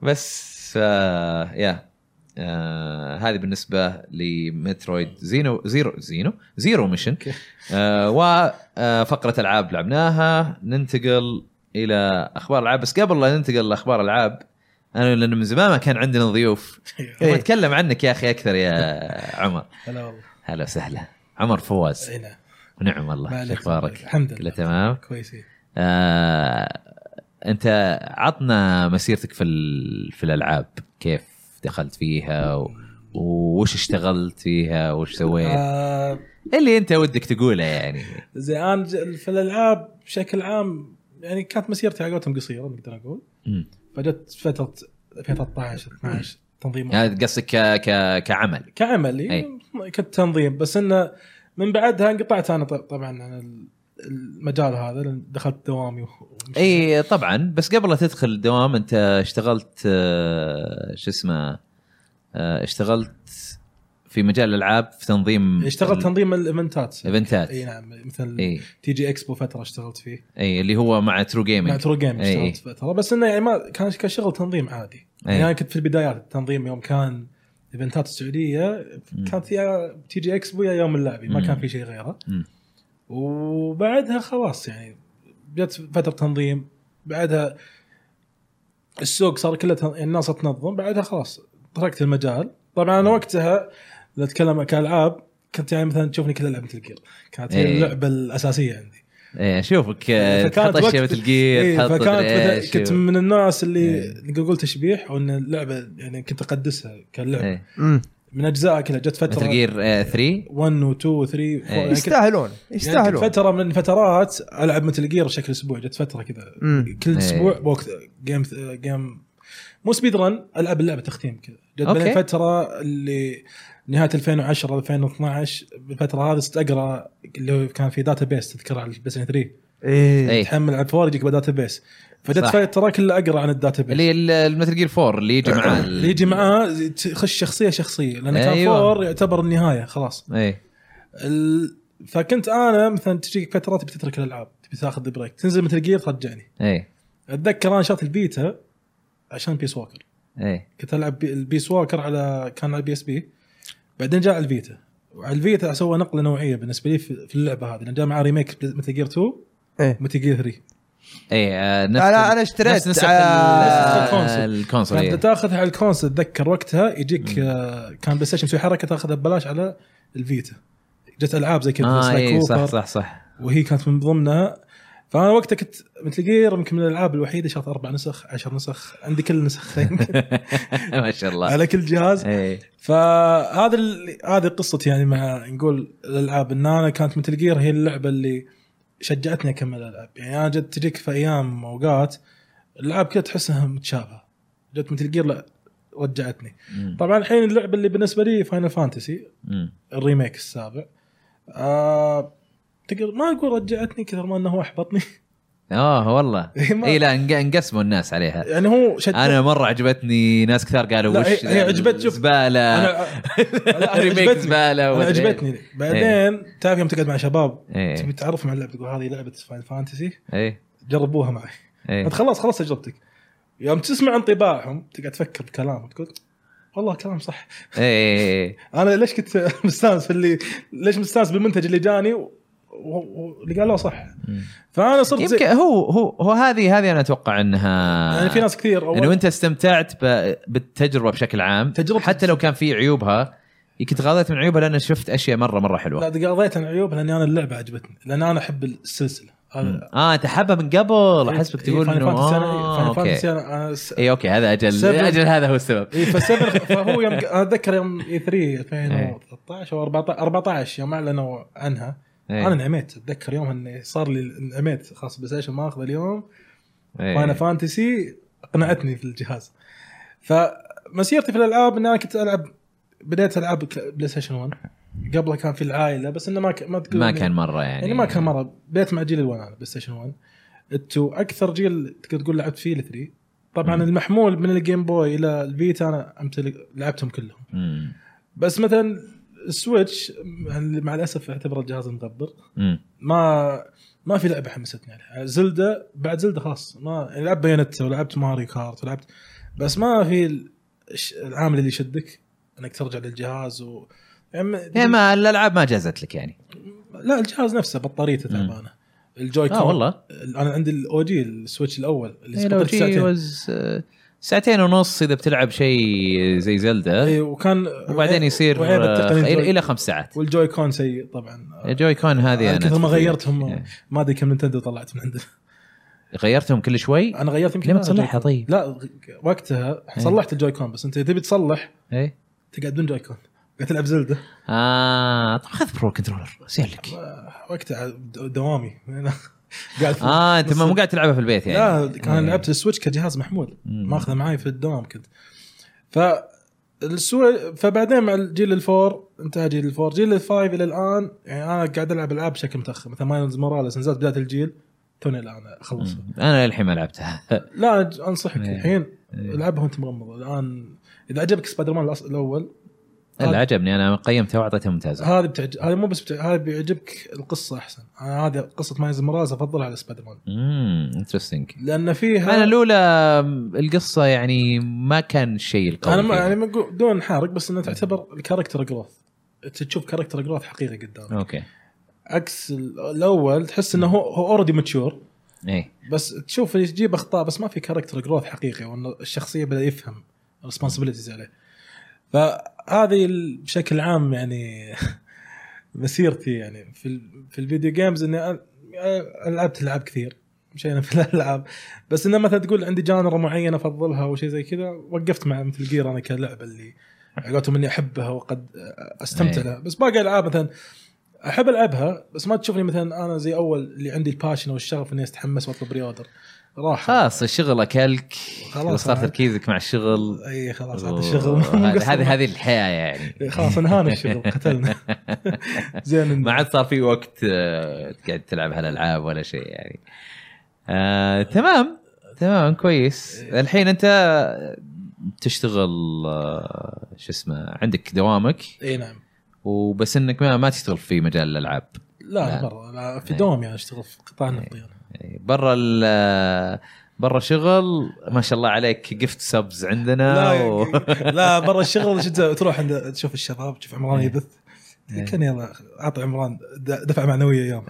Speaker 2: بس آه يا آه هذه بالنسبه لمترويد زينو زيرو زينو زيرو ميشن
Speaker 3: أوكي.
Speaker 2: آه وفقره العاب لعبناها ننتقل الى اخبار العاب بس قبل لا ننتقل لاخبار العاب انا لانه من زمان ما كان عندنا ضيوف
Speaker 1: إيه.
Speaker 2: بتكلم عنك يا اخي اكثر يا عمر
Speaker 3: هلا والله
Speaker 2: هلا وسهلا عمر فواز
Speaker 3: اي نعم
Speaker 2: ونعم
Speaker 3: ما
Speaker 2: والله شو
Speaker 3: عليك.
Speaker 2: اخبارك؟
Speaker 3: الحمد
Speaker 2: كله
Speaker 3: لله
Speaker 2: تمام؟
Speaker 3: كويسين
Speaker 2: آه، انت عطنا مسيرتك في ال- في الالعاب كيف دخلت فيها و... وش اشتغلت فيها وش سويت
Speaker 3: آه،
Speaker 2: اللي انت ودك تقوله يعني
Speaker 3: زي انا ج- في الالعاب بشكل عام يعني كانت مسيرتي على قولتهم قصيره نقدر نقول
Speaker 2: مم.
Speaker 3: فجت فتره 2013 12 تنظيم
Speaker 2: هذا قصدك ك... ك... كعمل
Speaker 3: كعملي
Speaker 2: إيه.
Speaker 3: كنت تنظيم بس انه من بعدها انقطعت انا ط- طبعا عن ال- المجال هذا لأن دخلت دوامي و- ومشيت.
Speaker 2: اي طبعا بس قبل لا تدخل الدوام انت اشتغلت آه، شو اسمه آه، اشتغلت في مجال الالعاب في تنظيم
Speaker 3: اشتغلت تنظيم الايفنتات
Speaker 2: الايفنتات
Speaker 3: اي نعم مثل
Speaker 2: اي
Speaker 3: تي جي اكسبو فتره اشتغلت فيه
Speaker 2: اي اللي هو مع ترو
Speaker 3: مع
Speaker 2: جيمنج
Speaker 3: ترو جيم
Speaker 2: إي.
Speaker 3: اشتغلت فتره بس انه يعني ما كان كشغل تنظيم عادي
Speaker 2: إيه.
Speaker 3: يعني انا كنت في البدايات التنظيم يوم كان ايفنتات السعوديه كانت يا تي جي اكسبو يا يوم اللاعبين ما
Speaker 2: مم.
Speaker 3: كان في شيء غيره
Speaker 2: مم.
Speaker 3: وبعدها خلاص يعني جت فتره تنظيم بعدها السوق صار كله تن... يعني الناس تنظم بعدها خلاص تركت المجال طبعا انا وقتها إذا اتكلم كالعاب كنت يعني مثلا تشوفني كل العب مثل جير كانت هي
Speaker 2: إيه.
Speaker 3: اللعبه الاساسيه عندي
Speaker 2: اي اشوفك آه،
Speaker 3: إيه، فكانت
Speaker 2: تحط اشياء
Speaker 3: وقت-
Speaker 2: مثل جير
Speaker 3: إيه
Speaker 2: تحط
Speaker 3: فكانت
Speaker 2: مدري
Speaker 3: مثلا
Speaker 2: إيش
Speaker 3: كنت
Speaker 2: و-
Speaker 3: من الناس اللي
Speaker 2: إيه.
Speaker 3: اللي اقول تشبيح وان اللعبه يعني كنت اقدسها كلعبه
Speaker 2: إيه.
Speaker 1: مم.
Speaker 3: من اجزائها كلها جت فتره
Speaker 2: مثل آه، إيه. جير 3
Speaker 3: 1 و 2 و 3 4 يعني كنت-
Speaker 1: يستاهلون
Speaker 3: يعني
Speaker 1: يستاهلون
Speaker 3: كنت فتره من الفترات العب مثل جير شكل اسبوع جت فتره كذا
Speaker 1: مم.
Speaker 3: كل
Speaker 2: إيه.
Speaker 3: اسبوع وقت جيم جيم مو سبيد رن العب اللعبه تختيم كذا جت
Speaker 2: أوكي.
Speaker 3: بين فتره اللي نهايه 2010 2012 بالفتره هذه استقرا اللي هو كان في داتا بيس تذكر على البلاي 3
Speaker 1: إيه.
Speaker 2: إيه.
Speaker 3: تحمل على فور يجيك داتا بيس فجت
Speaker 2: صح.
Speaker 3: فتره كلها اقرا عن الداتا بيس
Speaker 2: اللي ال- مثل جير 4 اللي يجي مع ال-
Speaker 3: اللي يجي معاه تخش شخصيه شخصيه لان كان
Speaker 2: أيوة.
Speaker 3: فور يعتبر النهايه خلاص
Speaker 2: ايه
Speaker 3: ال... فكنت انا مثلا تجيك فترات بتترك الالعاب تبي تاخذ بريك تنزل مثل جير ترجعني
Speaker 2: ايه
Speaker 3: اتذكر انا شريت البيتا عشان بيس ووكر
Speaker 2: ايه
Speaker 3: كنت العب بي- البيس ووكر على كان على البي اس بي بعدين جاء الفيتا وعلى الفيتا سوى نقله نوعيه بالنسبه لي في في اللعبه هذه لان جاء معاه ريميك مثل جير 2
Speaker 1: إيه.
Speaker 3: ومثل جير 3
Speaker 2: ايه آه، نفس
Speaker 1: أنا-
Speaker 2: ال-
Speaker 1: أنا اشتريت
Speaker 2: نفس نسخة
Speaker 1: على-
Speaker 2: ال-
Speaker 3: نسخة الكونسول.
Speaker 2: الكونسول
Speaker 3: كانت
Speaker 2: إيه.
Speaker 3: تاخذها على الكونس اتذكر وقتها يجيك آه، كان بلاي ستيشن مسوي حركه تاخذها ببلاش على الفيتا جت العاب زي كذا
Speaker 2: اه
Speaker 3: مثل
Speaker 2: ايه صح
Speaker 3: كوبر،
Speaker 2: صح صح
Speaker 3: وهي كانت من ضمنها فانا وقتها كنت مثل جير يمكن من الالعاب الوحيده شريت اربع نسخ عشر نسخ عندي كل نسخ
Speaker 2: ما شاء الله
Speaker 3: على كل جهاز
Speaker 2: ايه
Speaker 3: فهذا ال... هذه قصتي يعني مع نقول الالعاب ان انا كانت مثل جير هي اللعبه اللي شجعتني اكمل العاب يعني انا جد تجيك في ايام اوقات الالعاب كذا تحسها متشابهه جت مثل جير لا رجعتني
Speaker 2: مم.
Speaker 3: طبعا الحين اللعبه اللي بالنسبه لي فاينل فانتسي
Speaker 2: مم.
Speaker 3: الريميك السابع آه... تقدر ما اقول رجعتني كثر ما انه هو احبطني
Speaker 2: اه والله
Speaker 3: ما-
Speaker 2: اي لا انق- انقسموا الناس عليها
Speaker 3: يعني هو شد
Speaker 2: انا مره عجبتني ناس كثار قالوا
Speaker 3: لا،
Speaker 2: وش
Speaker 3: هي- هي عجبت- شوف،
Speaker 2: زباله
Speaker 3: انا أنا
Speaker 2: ريميك
Speaker 3: عجبتني.
Speaker 2: زباله
Speaker 3: انا
Speaker 2: ومدري إيه.
Speaker 3: عجبتني بعدين تعرف يوم تقعد مع شباب تبي
Speaker 2: ايه
Speaker 3: تعرف مع اللعبه تقول هذه لعبه فاين فانتسي
Speaker 2: ايه
Speaker 3: جربوها معي
Speaker 2: ايه
Speaker 3: انت خلاص خلاص تجربتك يوم تسمع انطباعهم تقعد تفكر بكلامهم تقول والله كلام صح
Speaker 2: ايه
Speaker 3: انا ليش كنت مستانس في اللي ليش مستانس بالمنتج اللي جاني و- و- واللي قالوه صح
Speaker 2: مم.
Speaker 3: فانا صرت زي
Speaker 2: يمكن هو هو هو هذه هذه انا اتوقع انها
Speaker 3: يعني في ناس كثير
Speaker 2: انه
Speaker 3: اول
Speaker 2: انت استمتعت ب- بالتجربه بشكل عام
Speaker 3: تجربة-
Speaker 2: حتى لو كان في عيوبها كنت غاضيت من عيوبها لان شفت اشياء مره مره
Speaker 3: لا
Speaker 2: حلوه
Speaker 3: قضيت عن عيوب لاني انا اللعبه عجبتني لان انا احب السلسله
Speaker 2: مم.
Speaker 3: هذا
Speaker 2: اه انت حابه من
Speaker 3: إيه،
Speaker 2: قبل احسبك تقول انه آه،
Speaker 3: فاينل فانتسي
Speaker 2: اوكي
Speaker 3: انا س-
Speaker 2: اي اوكي هذا اجل
Speaker 3: سبب.
Speaker 2: اجل هذا هو السبب
Speaker 3: اي فالسبب فهو يوم انا اتذكر يوم E اي
Speaker 2: إيه.
Speaker 3: 3 2013 او 14 14 يوم اعلنوا عنها
Speaker 2: إيه.
Speaker 3: انا انعميت اتذكر يوم اني صار لي انعميت خلاص بلاي ستيشن ما اخذه اليوم
Speaker 2: إيه.
Speaker 3: فانا فانتسي اقنعتني في الجهاز فمسيرتي في الالعاب ان انا كنت العب بديت العب ك- بلاي ستيشن 1 قبلها كان في العائله بس انه ما ك... ما تقول
Speaker 2: ما
Speaker 3: إني-
Speaker 2: كان مره يعني
Speaker 3: يعني ما كان مره بديت مع جيل الوان انا بلاي ستيشن 1 التو اكثر جيل تقدر تقول لعبت فيه الثري طبعا
Speaker 2: مم.
Speaker 3: المحمول من الجيم بوي الى الفيتا انا امتلك لعبتهم كلهم
Speaker 2: مم.
Speaker 3: بس مثلا السويتش م- مع الاسف اعتبره الجهاز المغبر
Speaker 2: مم.
Speaker 3: ما ما في لعبه حمستني عليها زلدة بعد زلدة خلاص ما يعني لعبت بايونيتا ولعبت ماري كارت ولعبت بس ما في ال- الش- العامل اللي يشدك انك ترجع للجهاز و يعني
Speaker 2: يعني ما الالعاب ما جازت لك يعني
Speaker 3: لا الجهاز نفسه بطاريته
Speaker 2: مم.
Speaker 3: تعبانه الجوي
Speaker 2: اه
Speaker 3: كون
Speaker 2: والله
Speaker 3: انا عندي الاو جي السويتش الاول اللي
Speaker 2: إيه، لو
Speaker 3: سبقت
Speaker 2: جي
Speaker 3: ساعتين
Speaker 2: وز ساعتين ونص اذا بتلعب شيء زي زلدة
Speaker 3: اي وكان
Speaker 2: وبعدين يصير
Speaker 3: وعيب
Speaker 2: آه،
Speaker 3: التقنية
Speaker 2: الى
Speaker 3: الجوي-
Speaker 2: إلى خمس ساعات
Speaker 3: والجوي كون سيء طبعا
Speaker 2: الجوي كون هذه
Speaker 3: أنا
Speaker 2: انا
Speaker 3: كثر
Speaker 2: تقريباً.
Speaker 3: ما غيرتهم.
Speaker 2: إيه.
Speaker 3: ما ادري كم نتندو طلعت من عندنا
Speaker 2: غيرتهم كل شوي
Speaker 3: انا غيرت يمكن
Speaker 2: ليه ما
Speaker 3: أنا الجوي
Speaker 2: تصلحها
Speaker 3: كون.
Speaker 2: طيب؟
Speaker 3: لا غ- وقتها
Speaker 2: إيه.
Speaker 3: صلحت الجوي كون بس انت إذا تبي تصلح
Speaker 2: ايه
Speaker 3: تقعد بدون جوي كون قاعد تلعب زلده
Speaker 2: اه طب خذ برو كنترولر زين لك
Speaker 3: و- "آه، وقتها د- دوامي أنا قاعد في-
Speaker 2: اه انت ما مو
Speaker 3: بس-
Speaker 2: قاعد تلعبها في البيت يعني
Speaker 3: لا كان
Speaker 2: إيه.
Speaker 3: لعبت السويتش كجهاز محمول
Speaker 2: مم.
Speaker 3: ماخذه معي في الدوام كنت ف السو... فبعدين مع الجيل الفور انتهى جيل الفور جيل الفايف الى الان يعني انا قاعد العب العاب بشكل متاخر مثلا مايلز موراليس نزلت بدايه الجيل توني الان اخلصها
Speaker 2: مم. انا للحين ما لعبتها
Speaker 3: لا أج- انصحك
Speaker 2: إيه.
Speaker 3: الحين
Speaker 2: إيه.
Speaker 3: العبها وانت مغمض الان اذا عجبك سبايدر مان الأص- الاول طيب.
Speaker 2: لا عجبني انا قيمته واعطيته ممتازه
Speaker 3: هذه بتعج... هذه مو بس بتع... هذه بيعجبك القصه احسن انا هذه قصه مايز مراز افضلها على سبايدر مان
Speaker 2: امم انترستنج
Speaker 3: لان فيها
Speaker 2: انا الاولى القصه يعني ما كان الشيء القوي
Speaker 3: انا ما يعني
Speaker 2: فيها.
Speaker 3: ما أقول- بدون حارق بس انها تعتبر الكاركتر جروث انت تشوف كاركتر جروث حقيقي قدامك
Speaker 2: اوكي
Speaker 3: عكس ال- الاول تحس انه هو هو اوريدي ماتشور
Speaker 2: ايه
Speaker 3: بس تشوف يجيب اخطاء بس ما في كاركتر جروث حقيقي وانه الشخصيه بدا يفهم ريسبونسبيلتيز عليه فهذه ال- بشكل عام يعني مسيرتي يعني في ال- في الفيديو جيمز اني أ- لعبت العاب كثير مشينا في الالعاب بس انه مثلا تقول عندي جانرا معينه افضلها او شيء زي كذا وقفت مع مثل جير انا كلعبه اللي على قولتهم اني احبها وقد استمتع
Speaker 2: أي.
Speaker 3: لها بس باقي العاب مثلا احب العبها بس ما تشوفني مثلا انا زي اول اللي عندي الباشن والشغف اني استحمس واطلب ري اوردر راح
Speaker 2: خلاص الشغل اكلك
Speaker 3: خلاص،
Speaker 2: صار
Speaker 3: أنا-
Speaker 2: تركيزك مع الشغل
Speaker 3: اي خلاص هذا الشغل
Speaker 2: وهذا- هذه هذه الحياه يعني
Speaker 3: خلاص انهانا الشغل قتلنا زين
Speaker 2: ما عاد صار في وقت آه، قاعد تلعب هالالعاب ولا شيء يعني آه، تمام تمام كويس الحين انت تشتغل آه، شو اسمه عندك دوامك
Speaker 3: اي نعم
Speaker 2: وبس انك ما, ما تشتغل في مجال الالعاب
Speaker 3: لا
Speaker 2: لا.
Speaker 3: برا لا، في
Speaker 2: إيه.
Speaker 3: دوام يعني اشتغل في قطاع النفطي أنا.
Speaker 2: يعني برا ال- آه، برا شغل ما شاء الله عليك جفت سبز عندنا
Speaker 3: لا يعني
Speaker 2: و...
Speaker 3: لا برا الشغل شو تسوي؟ تروح عند تشوف الشباب تشوف عمران
Speaker 2: إيه.
Speaker 3: يبث
Speaker 2: إيه.
Speaker 3: كان يلا اعطي عمران د- دفعه معنويه ايام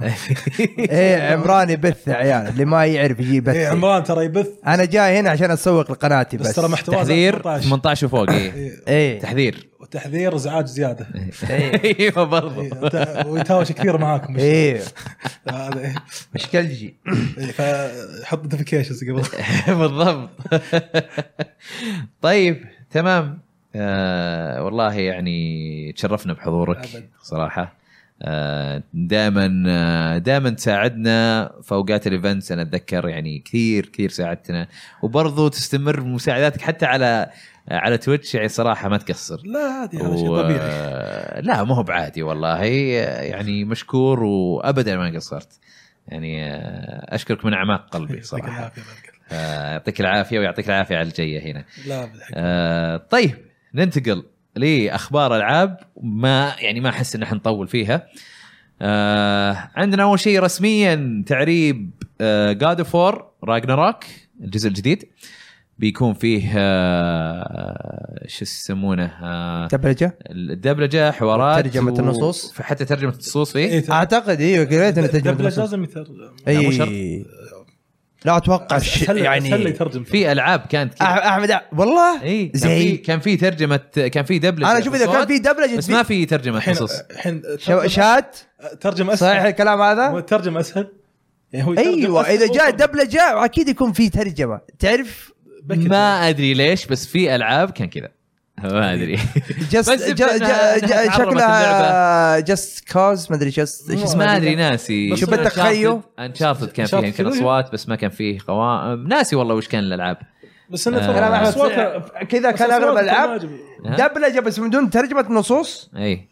Speaker 1: ايه عمران يبث يا عيال اللي ما يعرف يجيب بث
Speaker 3: اي عمران ترى يبث
Speaker 1: انا جاي هنا عشان اسوق لقناتي بس,
Speaker 3: إيه، بس ترى محتوى
Speaker 2: تحذير 18 وفوق إيه.
Speaker 1: ايه
Speaker 2: تحذير
Speaker 3: وتحذير ازعاج زياده
Speaker 2: ايوه برضه
Speaker 3: إيه، ت- ويتهاوش كثير معاكم
Speaker 1: ايه
Speaker 3: هذا إيه.
Speaker 1: مشكلجي
Speaker 3: إيه، فحط نوتيفيكيشنز قبل
Speaker 2: بالضبط طيب تمام آه والله يعني تشرفنا بحضورك
Speaker 3: أبد.
Speaker 2: صراحه آه دائما آه دائما تساعدنا في اوقات الايفنتس انا اتذكر يعني كثير كثير ساعدتنا وبرضو تستمر مساعداتك حتى على على تويتش يعني صراحه ما تقصر
Speaker 3: لا هذه هذا شيء
Speaker 2: و... آه،
Speaker 3: طبيعي
Speaker 2: لا ما هو بعادي والله يعني مشكور وابدا ما قصرت يعني آه، اشكرك من اعماق قلبي
Speaker 3: يعطيك
Speaker 2: صراحه
Speaker 3: العافية بارك الله.
Speaker 2: آه، يعطيك العافيه ويعطيك العافيه على الجيه هنا
Speaker 3: لا بالحق
Speaker 2: آه، طيب ننتقل لاخبار العاب ما يعني ما احس ان احنا نطول فيها آه، عندنا اول شيء رسميا تعريب آه، جاد اوف وور راجناروك الجزء الجديد بيكون فيه آه، شو يسمونه آه،
Speaker 1: تبلجه
Speaker 2: الدبلجه حوارات
Speaker 1: ترجمة النصوص.
Speaker 2: حتى ترجمه النصوص فيه
Speaker 3: إيه، ترى-
Speaker 1: اعتقد ايوه قريت انه
Speaker 3: دبلج
Speaker 1: تجربه
Speaker 3: لازم يتر
Speaker 2: لا، مو شرط.
Speaker 1: اي لا اتوقع الش-
Speaker 3: سلة- سلة
Speaker 1: إيه، يعني
Speaker 3: يترجم فيه
Speaker 2: في العاب كانت
Speaker 1: أح-
Speaker 2: كذا
Speaker 1: احمد أ- والله
Speaker 2: اي
Speaker 1: زي-
Speaker 2: زي كان في ترجمه كان في دبلجه
Speaker 1: انا اشوف اذا كان
Speaker 2: بالصوت.
Speaker 1: في دبلجه
Speaker 2: بس
Speaker 1: في-
Speaker 2: ما في ترجمه
Speaker 3: الحين
Speaker 2: قصص
Speaker 3: الحين
Speaker 1: شو-
Speaker 3: ترجم-
Speaker 1: شات
Speaker 3: ترجم
Speaker 1: صحيح
Speaker 3: اسهل
Speaker 1: الكلام
Speaker 3: هو
Speaker 1: هذا
Speaker 3: الترجم اسهل يعني هو يترجم
Speaker 1: ايوه
Speaker 3: أسهل
Speaker 1: اذا جاء
Speaker 3: وأفضل.
Speaker 1: دبلجه اكيد يكون في ترجمه تعرف
Speaker 3: بكت.
Speaker 2: ما ادري ليش بس في العاب كان كذا ما ادري
Speaker 1: جست
Speaker 2: بس
Speaker 1: جا- جا-
Speaker 2: إنها- إنها
Speaker 1: جا-
Speaker 2: تعربت
Speaker 1: شكلها جاست كوز ما ادري جاست ايش
Speaker 3: مو-
Speaker 1: اسمها
Speaker 2: ما ادري ناسي
Speaker 1: شو بدك خيو؟
Speaker 2: انشارتد كان فيه
Speaker 3: Uncharted
Speaker 2: يمكن
Speaker 3: شنو هي؟
Speaker 2: اصوات بس ما كان فيه قوائم ناسي والله وش كان الالعاب
Speaker 3: بس انه
Speaker 2: آه.
Speaker 3: ترى
Speaker 1: كلام احمد
Speaker 3: أصواتها-
Speaker 1: صحيح. كذا
Speaker 3: بس
Speaker 1: كان اغلب
Speaker 3: أصواتها
Speaker 1: الالعاب
Speaker 3: ترجم.
Speaker 2: ها؟
Speaker 1: دبلجه بس من دون ترجمه نصوص
Speaker 2: اي
Speaker 3: إيه.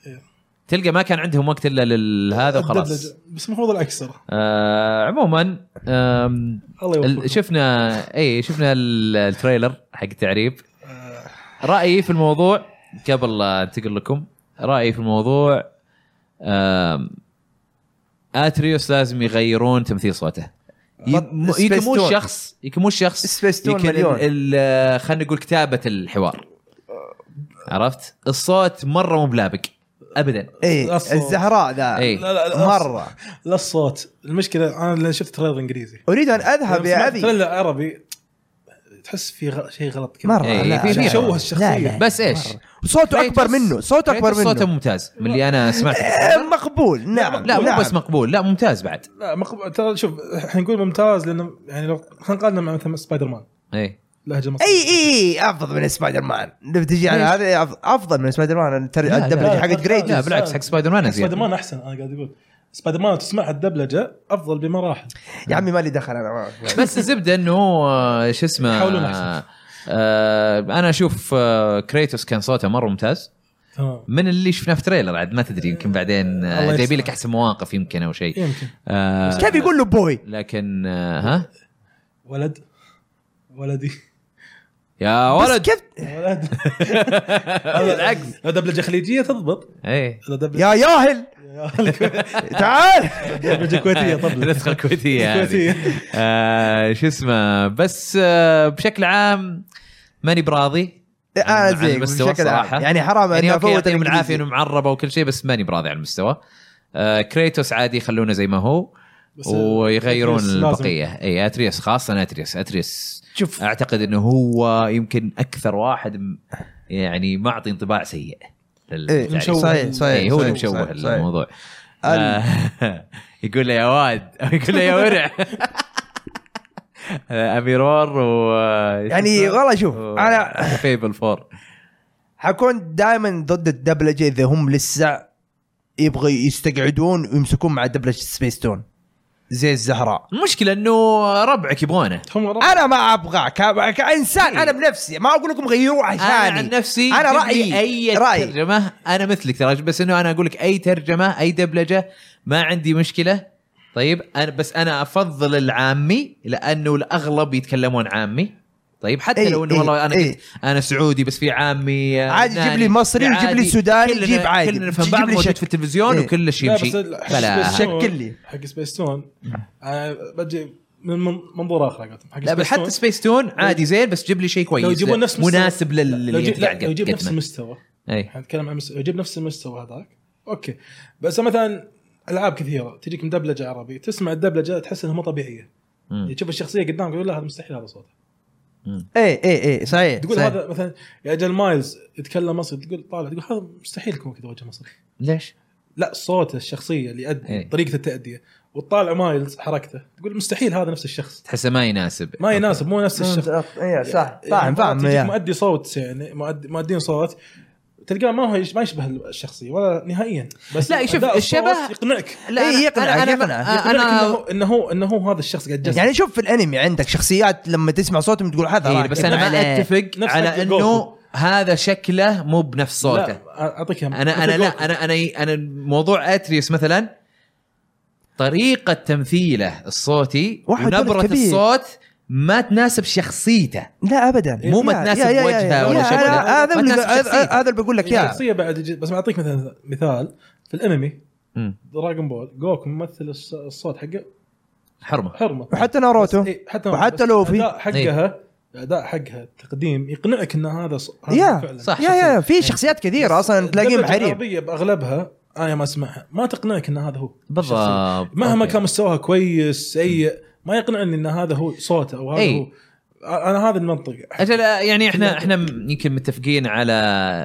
Speaker 2: تلقى ما كان عندهم وقت الا لهذا وخلاص
Speaker 3: الدبلجة. بس المفروض العكس ترى
Speaker 2: آه عموما آم،
Speaker 3: الله
Speaker 2: ال-
Speaker 3: يوفقك
Speaker 2: شفنا اي شفنا ال- التريلر حق التعريب
Speaker 3: آه،
Speaker 2: رايي في الموضوع قبل لا انتقل لكم رايي في الموضوع آم، اتريوس لازم يغيرون تمثيل صوته ي-
Speaker 1: بط-
Speaker 2: م- يمكن مو
Speaker 1: سبيستون.
Speaker 2: الشخص يمكن مو الشخص
Speaker 1: سبيستون
Speaker 2: يمكن
Speaker 1: مليون.
Speaker 2: ال- ال- خلينا نقول كتابه الحوار عرفت الصوت مره مو بلابق ابدا
Speaker 1: ايه
Speaker 3: الصوت.
Speaker 1: الزهراء ذا
Speaker 2: إيه.
Speaker 3: لا، لا، لا،
Speaker 1: مره
Speaker 3: لا الصوت المشكله انا اللي شفت تريلر انجليزي
Speaker 1: اريد ان اذهب يا ابي
Speaker 3: تريلر عربي تحس في غ... شيء غلط كذا يعني
Speaker 1: مره
Speaker 2: إيه،
Speaker 1: لا
Speaker 2: في- في
Speaker 1: لا.
Speaker 3: شوه
Speaker 1: لا،
Speaker 3: الشخصيه
Speaker 1: لا.
Speaker 2: بس ايش؟
Speaker 1: مرة. صوته اكبر منه صوته اكبر
Speaker 2: كريتوس صوته
Speaker 1: منه
Speaker 2: ممتاز من اللي انا سمعته
Speaker 1: إيه، مقبول نعم
Speaker 2: لا مو
Speaker 1: نعم.
Speaker 2: بس مقبول لا ممتاز بعد
Speaker 3: لا مقب... ترى شوف احنا نقول ممتاز لانه يعني لو خلينا نقارنه مع مثلا سبايدر مان
Speaker 2: اي
Speaker 3: لهجه مصريه
Speaker 1: اي اي إي، افضل من سبايدر مان لو تجي على
Speaker 2: ليش؟
Speaker 1: هذا أف- افضل من سبايدر مان التر-
Speaker 2: لا، لا،
Speaker 1: الدبلجه
Speaker 3: لا،
Speaker 1: حقت
Speaker 3: لا،
Speaker 1: جريت
Speaker 2: لا بالعكس حق سبايدر مان أزين.
Speaker 3: سبايدر مان احسن انا قاعد اقول سبايدر مان تسمعها الدبلجه افضل بمراحل
Speaker 1: يا عمي مالي دخل انا ما
Speaker 2: بس الزبده انه آه، شو اسمه
Speaker 3: يحاولون أحسن.
Speaker 2: آه، انا اشوف آه، كريتوس كان صوته مره ممتاز
Speaker 3: تمام
Speaker 2: من اللي شفناه في تريلر عاد ما تدري يمكن بعدين
Speaker 3: الله
Speaker 2: آه،
Speaker 3: يستر.
Speaker 2: جايبين لك احسن مواقف يمكن او شيء
Speaker 3: يمكن
Speaker 2: آه،
Speaker 1: كيف يقول له بوي
Speaker 2: لكن آه، ها
Speaker 3: ولد ولدي
Speaker 2: يا
Speaker 1: بس
Speaker 2: ولد
Speaker 1: كيف
Speaker 3: ولد
Speaker 2: هذا العكس
Speaker 3: لو دبلجه خليجيه تضبط
Speaker 2: اي
Speaker 3: لو
Speaker 1: يا
Speaker 3: دبلجه
Speaker 1: ياهل تعال
Speaker 3: دبلجه كويتيه تضبط
Speaker 2: النسخه الكويتيه هذه
Speaker 3: كويتيه
Speaker 2: آه، شو اسمه بس آه، بشكل عام ماني براضي
Speaker 1: انا
Speaker 2: عن
Speaker 1: زيك
Speaker 2: المستوى
Speaker 1: بشكل عام
Speaker 2: صراحة.
Speaker 1: يعني حرام
Speaker 2: يعني
Speaker 1: انه
Speaker 2: اوكي
Speaker 1: افوت
Speaker 2: يعطيهم العافيه
Speaker 1: الإنجليزي.
Speaker 2: انه معربه وكل شيء بس ماني براضي على المستوى آه، كريتوس عادي يخلونه زي ما هو
Speaker 1: آه،
Speaker 3: بس-
Speaker 2: ويغيرون
Speaker 3: أتريس لازم.
Speaker 2: البقيه اي اتريس خاصه اتريس اتريس
Speaker 1: شوف
Speaker 2: اعتقد انه هو يمكن اكثر واحد م- يعني معطي انطباع سيء لل-
Speaker 1: إيه،
Speaker 2: للتعريف.
Speaker 3: مشوه.
Speaker 1: صحيح صحيح
Speaker 2: إيه، يعني هو اللي
Speaker 1: صحيح،
Speaker 2: مشوه
Speaker 1: صحيح، صحيح.
Speaker 2: الموضوع
Speaker 1: ال-
Speaker 2: آه، يقول له يا واد أو يقول له يا ورع آه، اميرور و آه،
Speaker 1: يعني والله شوف انا
Speaker 2: فيبل فور
Speaker 1: حكون دائما ضد الدبلجه اذا هم لسه يبغى يستقعدون ويمسكون مع دبلجه سبيس تون زي الزهراء
Speaker 2: المشكله انه ربعك يبغونه
Speaker 3: هم رب-
Speaker 1: انا ما ابغى ك- كانسان انا بنفسي ما اقول لكم غيروه
Speaker 2: انا إيه. عن
Speaker 1: عشاني
Speaker 2: نفسي
Speaker 1: أنا
Speaker 2: جيب لي
Speaker 1: رأيي-
Speaker 2: اي
Speaker 1: رأيي.
Speaker 2: ترجمه انا مثلك ترى بس انه انا اقول لك اي ترجمه اي دبلجه ما عندي مشكله طيب انا بس انا افضل العامي لانه الاغلب يتكلمون عامي طيب حتى
Speaker 1: إيه،
Speaker 2: لو انه
Speaker 1: إيه،
Speaker 2: والله انا
Speaker 1: إيه.
Speaker 2: كنت انا سعودي بس في عامي آه،
Speaker 1: عادي
Speaker 2: لبناني،
Speaker 1: جيب لي مصري
Speaker 2: عادي،
Speaker 1: وجيب لي سوداني،
Speaker 2: كلنا-
Speaker 1: جيب عادي.
Speaker 2: كلنا نفهم
Speaker 1: جيب
Speaker 2: بعض
Speaker 1: لي
Speaker 2: موجود
Speaker 1: شيء.
Speaker 2: في التلفزيون
Speaker 1: إيه.
Speaker 2: وكل شيء
Speaker 3: لا،
Speaker 2: يمشي
Speaker 3: بس ال-
Speaker 2: فلا
Speaker 3: بس شكل-
Speaker 1: شكل لي
Speaker 3: حق سبيس تون أنا بجي من من- منظور اخر على قولتهم. حق
Speaker 2: لا بس حتى سبيس تون عادي زين بس جيب لي شيء كويس
Speaker 3: لو يجيبون نفس مستوى-
Speaker 2: مناسب لل-
Speaker 3: لو
Speaker 2: للي
Speaker 3: يجيب-
Speaker 2: أنت
Speaker 3: لا،
Speaker 2: قاعد
Speaker 3: لو يجيب نفس
Speaker 2: تقدمه.
Speaker 3: المستوى
Speaker 2: إيه.
Speaker 3: احنا نتكلم عن مس... يجيب نفس المستوى هذاك اوكي بس مثلا العاب كثيره تجيك مدبلجه عربي تسمع الدبلجه تحس انها مو طبيعيه
Speaker 2: مم.
Speaker 3: يعني تشوف الشخصيه قدامك تقول لا هذا مستحيل هذا صوته
Speaker 1: اي اي اي إيه، صحيح
Speaker 3: تقول
Speaker 1: صحيح.
Speaker 3: هذا مثلا يا اجل مايلز يتكلم مصري تقول طالع تقول هذا مستحيل يكون كذا وجه مصري
Speaker 2: ليش؟
Speaker 3: لا صوته الشخصيه اللي يؤدي
Speaker 2: إيه.
Speaker 3: طريقه التاديه وتطالع مايلز حركته تقول مستحيل هذا نفس الشخص
Speaker 2: تحسه ما يناسب
Speaker 3: ما يناسب مو نفس الشخص
Speaker 2: إيه،
Speaker 1: اي صح
Speaker 3: إيه،
Speaker 1: فاهم فاهم
Speaker 3: تجيك
Speaker 1: يا.
Speaker 3: مؤدي صوت يعني مؤدي مؤدين صوت تلقاه ما هو ما يشبه الشخصيه ولا نهائيا بس
Speaker 2: لا، شوف،
Speaker 3: أداء الصوت
Speaker 2: الشبه-
Speaker 3: يقنعك
Speaker 1: إيه،
Speaker 2: أنا-
Speaker 1: يقنعك،
Speaker 2: أنا- آه. أنا-
Speaker 1: يقنعك،
Speaker 2: أنا-
Speaker 3: يقنعك انه
Speaker 2: انا
Speaker 3: هو انه هو, إنه هو هذا الشخص قاعد جسد
Speaker 1: يعني شوف في الانمي عندك شخصيات لما تسمع صوتهم تقول هذا
Speaker 2: إيه
Speaker 1: راكب
Speaker 2: بس انا
Speaker 1: عليه.
Speaker 2: ما اتفق
Speaker 3: نفس حق
Speaker 2: على انه
Speaker 3: جوكو.
Speaker 2: هذا شكله مو بنفس صوته
Speaker 3: لا اعطيك إياه.
Speaker 2: انا انا
Speaker 3: مثل
Speaker 2: لا
Speaker 3: جوكو.
Speaker 2: انا انا انا موضوع اتريوس مثلا طريقه تمثيله الصوتي
Speaker 1: واحد
Speaker 2: ونبره
Speaker 1: ولد كبير.
Speaker 2: الصوت ما تناسب شخصيته
Speaker 1: لا ابدا
Speaker 2: إيه، مو
Speaker 1: لا،
Speaker 2: متناسب
Speaker 1: يا- يا- يا-
Speaker 2: وجهها
Speaker 1: يا-
Speaker 2: ولا
Speaker 1: يا-
Speaker 2: شكلها. إيه.
Speaker 1: أنا- هذا
Speaker 2: ما
Speaker 1: اللي-
Speaker 2: تناسب شخصيته.
Speaker 1: هذا اللي بقول لك اياه
Speaker 3: الشخصيه بعد يجي- بس بعطيك مثلا مثال في الانمي
Speaker 2: مم.
Speaker 3: دراغون بول جوكو ممثل الص- الصوت حقه
Speaker 2: حرمه
Speaker 3: حرمه
Speaker 1: وحتى ناروتو
Speaker 3: بس- إيه، حتى
Speaker 1: وحتى
Speaker 3: بس
Speaker 1: لوفي.
Speaker 3: الاداء
Speaker 2: إيه.
Speaker 3: حقها الاداء حقها التقديم يقنعك ان هذا ص- هذا
Speaker 1: يا،
Speaker 3: فعلاً.
Speaker 2: صح
Speaker 1: يا يا في
Speaker 2: إيه.
Speaker 1: شخصيات كثيره اصلا تلاقيهم
Speaker 3: الدبلجة
Speaker 1: حريم
Speaker 3: العربيه باغلبها انا ما اسمعها ما تقنعك ان هذا هو الشخصية.
Speaker 2: بالضبط
Speaker 3: مهما
Speaker 2: أوكي.
Speaker 3: كان مستواها كويس سيء ما يقنعني ان هذا هو صوته او هذا
Speaker 2: إي.
Speaker 3: هو انا هذا المنطق
Speaker 2: اجل يعني احنا احنا م- يمكن متفقين على